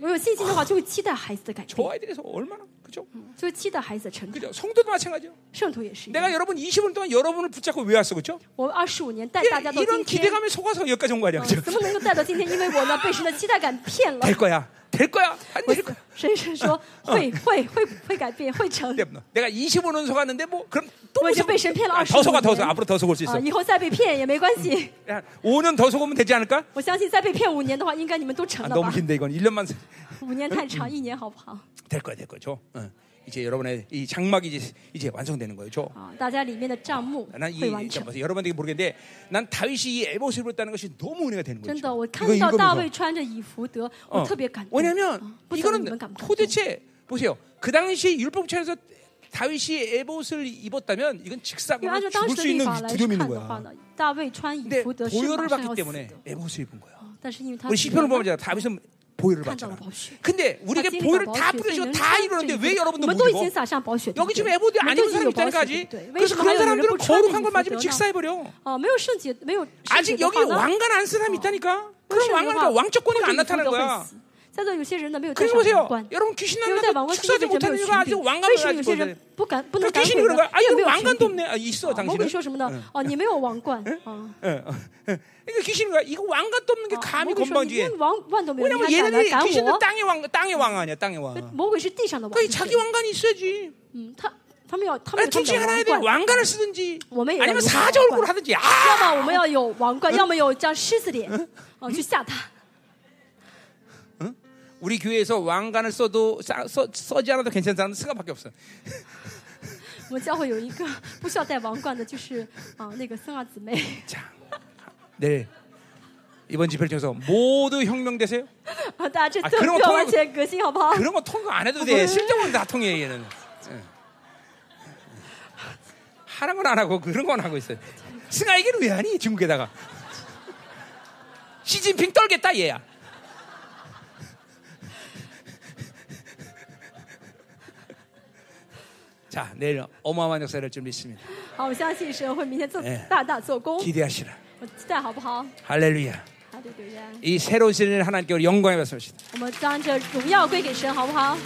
B: 我有信心的话，就会期待孩子的改变，
A: 저아이들에서 얼마나 그죠?
B: 就会期待孩子的成长。
A: 그죠? 성도도 마찬가지요.
B: 圣徒也是一样。
A: 내가 여러분 20년 동안 여러분을 붙잡고 왜 왔어, 그죠?
B: 我二十五年带大家
A: 이런,
B: 到
A: 이런
B: 今天，
A: 기대감에 속아서 여기까지 온 거 아니야,
B: 啊
A: 그죠?
B: 怎么能够带到今天？因为我呢被神的期待感骗了
A: 될 。 거야, 될 거야, 안될 거야.
B: 神是说会会会会改变，会成。
A: 네, 뭐. 내가 25년 속았는데 뭐 그럼
B: 我已经被神骗了二十
A: 더
B: 五
A: 속아,
B: 年
A: 더 속아, 앞으로 더 속을 수
B: 啊、
A: 있어.
B: 以后再被骗也没关系。
A: 야, 5년 더 속으면 되지 않을까?
B: 我相信再被骗五年的话，应该你啊们都嗯
A: 아,
B: 成了
A: 너무
B: 吧？
A: 긴데 이건 1년만 살-
B: 五年太长，一年好不好？
A: 될 거야, 될 거죠. 어. 이제 여러분의 이 장막이 이제 이제 완성되는 거죠.
B: 啊，大家里面的账目
A: 아,
B: 会完
A: 난이
B: 成。
A: 여러분들이 모르겠는데 난 다윗이 이 에봇을 입었다는 것이 너무 은혜가 되는 거죠.
B: 真的，我看
A: 이거
B: 到
A: 읽으면서.
B: 大卫穿着以弗德，嗯我
A: 어.
B: 特别感动。啊
A: 왜냐하면
B: 不知道你们
A: 이거는
B: 感不感动？
A: 도대체 보세요. 그 당시 율법책에서 다윗이 에봇을 입었다면 이건
B: 因为按照
A: 직사각으로 죽을
B: 当时的
A: 수
B: 律
A: 있는
B: 法来
A: 두려움이 있는
B: 看的话
A: 거야.
B: 呢，大卫穿以
A: 근데
B: 弗德是马
A: 보혈을
B: 上要
A: 받기
B: 死
A: 때문에
B: 的，
A: 에봇을 입은 거야.
B: 但是因为他
A: 우리 시편을 보면
B: 我
A: 알아요. 다윗은 보혈을
B: 칸
A: 받잖아.
B: 장을 보십시오.
A: 근데 우리에게 보혈을 다 뿌려주고 다 이루는데 왜
B: 我
A: 여러분들
B: 们
A: 못
B: 都已经
A: 입어?
B: 撒上宝血，对不
A: 여기
B: 对
A: 지금 에봇이
B: 我们
A: 안
B: 都
A: 입은
B: 已经有
A: 사람이
B: 宝
A: 있다니까지.
B: 血，对不对？为什
A: 그래서
B: 么还
A: 그런
B: 有
A: 사람들은
B: 人不穿以
A: 거룩한 걸
B: 弗德
A: 맞으면
B: 呢？
A: 직사해버려.
B: 啊，没有圣洁，没有圣洁
A: 아직
B: 的
A: 여기
B: 话呢？
A: 왕관 안 쓴 사람이 있다니까.
B: 没有圣
A: 그럼
B: 洁的
A: 왕관
B: 话，
A: 왕족권이 안
B: 或者以
A: 나타나는
B: 弗德
A: 거야.
B: 会死。在座有些人呢，没有戴
A: 그리고
B: 上王
A: 보세요.
B: 冠，
A: 여러분 귀신
B: 没有戴
A: 나면
B: 王冠，是因
A: 축사하지
B: 为没
A: 못하는
B: 有
A: 이유가
B: 权
A: 아직
B: 柄。
A: 왕관을
B: 为
A: 가지고
B: 什么有些人
A: 있거든.
B: 不敢不能
A: 그
B: 敢
A: 귀신이
B: 悔
A: 그런
B: 呢
A: 거야. 아, ？
B: 又
A: 여기
B: 没有权
A: 왕관도
B: 柄。
A: 없네. 아, 있어,
B: 我跟你
A: 당신은.
B: 说什么呢？哦，你没有王冠啊！
A: 예, 어. 그러니까 귀신이 거야. 이거 왕관도 없는 게
B: 啊魔
A: 감히
B: 鬼说你
A: 건방지게. 뭐?
B: 连王冠都没有，你
A: 왜냐면
B: 还敢来
A: 뭐 얘네들이
B: 赶
A: 귀신은
B: 我？
A: 땅의 왕, 땅의 왕 아니야, 땅의 왕.
B: 魔鬼是地上的王
A: 그러니까 ， 자기
B: 对
A: 왕관이 있어야지.
B: 嗯，他他们要他们
A: 아니,
B: 有
A: 둘
B: 他们的
A: 중에 하나 해야 돼.
B: 王冠。
A: 그렇죠. 왕관을 쓰든지.
B: 我们也要
A: 아니면
B: 有王
A: 사자 얼굴을
B: 冠
A: 하든지.
B: 要么
A: 아!
B: 我们要有王冠，要么有张狮子脸， 啊，去吓他。
A: 우리 교회에서 왕관을 써도, 써, 써, 써지 않아도 괜찮은 사람은 스가밖에 없어.
B: 我们教会有一个不需要戴王冠的，就是啊，那个森二姊妹。
A: 자, 내일 이번 집회를 통해서 모두 혁명되세요.
B: 啊，大家这
A: 啊
B: 次
A: 可
B: 不
A: 能我
B: 要
A: 通
B: 完全革新，好不好？
A: 그런 거 통과 안 해도 돼. 실적은 다 통해 얘는. 응. 하는 건 안 하고 그런 건 하고 있어요. 승아에게는 왜 하니 중국에다가 시진핑 떨겠다 얘야. 자, 내일 어마어마한 역사를 할줄 믿습니다.
B: 好，我相信神会明天做
A: 哎
B: 大大做工，
A: 기대하시라.
B: 我期待好不好？
A: 할렐루야.
B: 好的，主任，
A: 이 새로운 시즌을 하나님께 우리 영광에 받습시다.
B: 我们将这荣耀归给神，好不好？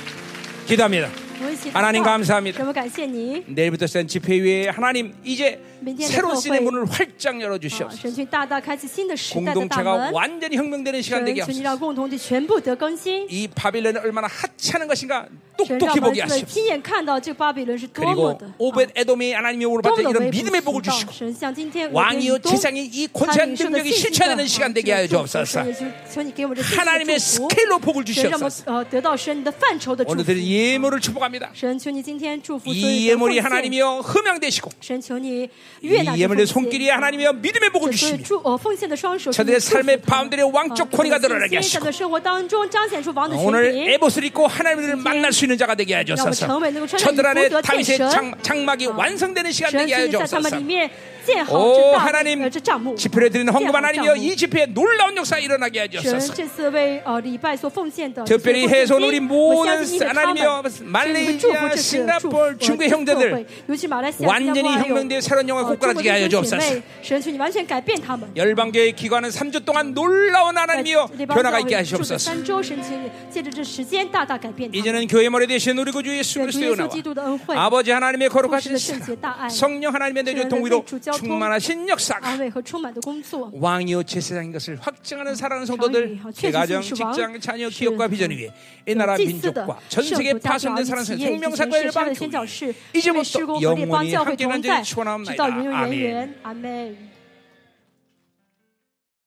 A: 기도합니다.
B: 我们一起祷告。
A: 하나님감사합니다
B: 神我感谢您，
A: 내일부터 시작한 집회 위에 하나님 이제
B: 민디언의
A: 새로운 시즌의
B: 교회.
A: 문을 활짝
B: 啊，
A: 열어주시옵소서.
B: 神去大大开启新的时代的大
A: 공동체가
B: 门。
A: 완전히 혁명되는 시간
B: 神，
A: 되게
B: 求你让
A: 하소서.
B: 共同体全部得更新。
A: 이 바빌론이 얼마나 하찮은 것인가
B: 神让
A: 똑똑히
B: 我
A: 보게
B: 们
A: 하시옵소서.
B: 亲眼看到这个巴比伦是多么
A: 그리고
B: 的，啊
A: 오벳 에돔이 하나님의 오를
B: 多么
A: 받은
B: 的
A: 이런
B: 微不
A: 믿음의
B: 足
A: 복을
B: 道。
A: 주시고
B: 神像今天我们
A: 왕이요
B: 以东
A: 제사장이 이
B: 他
A: 권세한
B: 领受的
A: 능력이
B: 信息
A: 실천되는
B: 啊
A: 시간
B: 这
A: 되게
B: 个
A: 하여
B: 祝福
A: 주옵소서.
B: 神也是求你给我们
A: 그
B: 这信息的
A: 하나님의
B: 祝福
A: 스케일로 복을
B: 神让我们
A: 주시옵소서.
B: 呃得到神你的范畴的祝
A: 오늘 드린
B: 福。
A: 예물을 축복합니다.
B: 神求你今天祝福所有
A: 이
B: 人奉
A: 예물이
B: 献。
A: 하나님이여 흠양되시고
B: 神求你悦纳
A: 이
B: 这
A: 예물의
B: 奉献
A: 손길이 하나님이여 믿음의 복을
B: 所以
A: 주시며
B: 祝呃奉献的双手是
A: 저들의
B: 你祝福他们，
A: 삶의바운데리에왕족권위가드러나게하시고
B: 在生活当中彰显出王的权
A: 오늘
B: 柄。
A: 에봇을 입고 하나님을 만날 수 있는 자가 되게 하여 주옵소서. 저들 안에 다윗의 장, 장막이 완성되는 시간
B: 神
A: 되게
B: 请
A: 하여
B: 你在他
A: 어.
B: 们
A: 주옵소서.
B: 里面建好
A: 오
B: 这大
A: 하나님
B: 呃这账目。
A: 집회를 드리는 헌금 하나님이여 이 집회에 놀라운 역사가 일어나게 하여
B: 神
A: 주옵소서.
B: 这次为呃礼拜所奉献的，
A: 특별히
B: 这些奉献
A: 해손 우리
B: 金我
A: 모든
B: 相信你给他们
A: 하나님이여
B: 神你们祝福
A: 말레이시아
B: 这次祝福
A: 싱가포르
B: 呃
A: 중국
B: 教
A: 형제들
B: 会尤其马来西亚、新加
A: 완전히
B: 坡还有
A: 혁명되어 새로운 영화
B: 呃中国
A: 국가라지게
B: 的
A: 하여
B: 弟兄姐
A: 주옵소서.
B: 妹，神求你完全改变他们。
A: 열방교회 기관은 3주 동안 놀라운
B: 在
A: 하나님이여
B: 这帮
A: 변화가
B: 教
A: 있게
B: 会住的
A: 하시옵소서.
B: 三周，神请你借着这时间大大改变他们。
A: 이제는 교회 머리 되신 우리 구주 예수
B: 愿主
A: 그리스도의
B: 耶
A: 은혜와
B: 稣基督的恩惠、
A: 아버지 하나님의
B: 同时
A: 거룩하신
B: 的圣洁
A: 사랑
B: 大爱、
A: 성령 하나님의 내주 동의로 충만하신
B: 安
A: 역사가
B: 慰和充满的工作。
A: 왕이요 제사장인 것을 확증하는 사랑하는 성도들 가정, 직장, 자녀, 기업과 비전 위에 이 나라
B: 祭司的
A: 민족과 전 세계
B: 圣徒家族
A: 파손된
B: 以及
A: 사람
B: 企
A: 생명
B: 业以及
A: 생명사과
B: 全世界的
A: 열방
B: 宣教士，
A: 이제부터
B: 为施工和列邦
A: 영원히
B: 教会
A: 함께
B: 同
A: 간 자를
B: 在，直到
A: 추원하옵나이다
B: 永永远
A: 아멘
B: 远。阿门。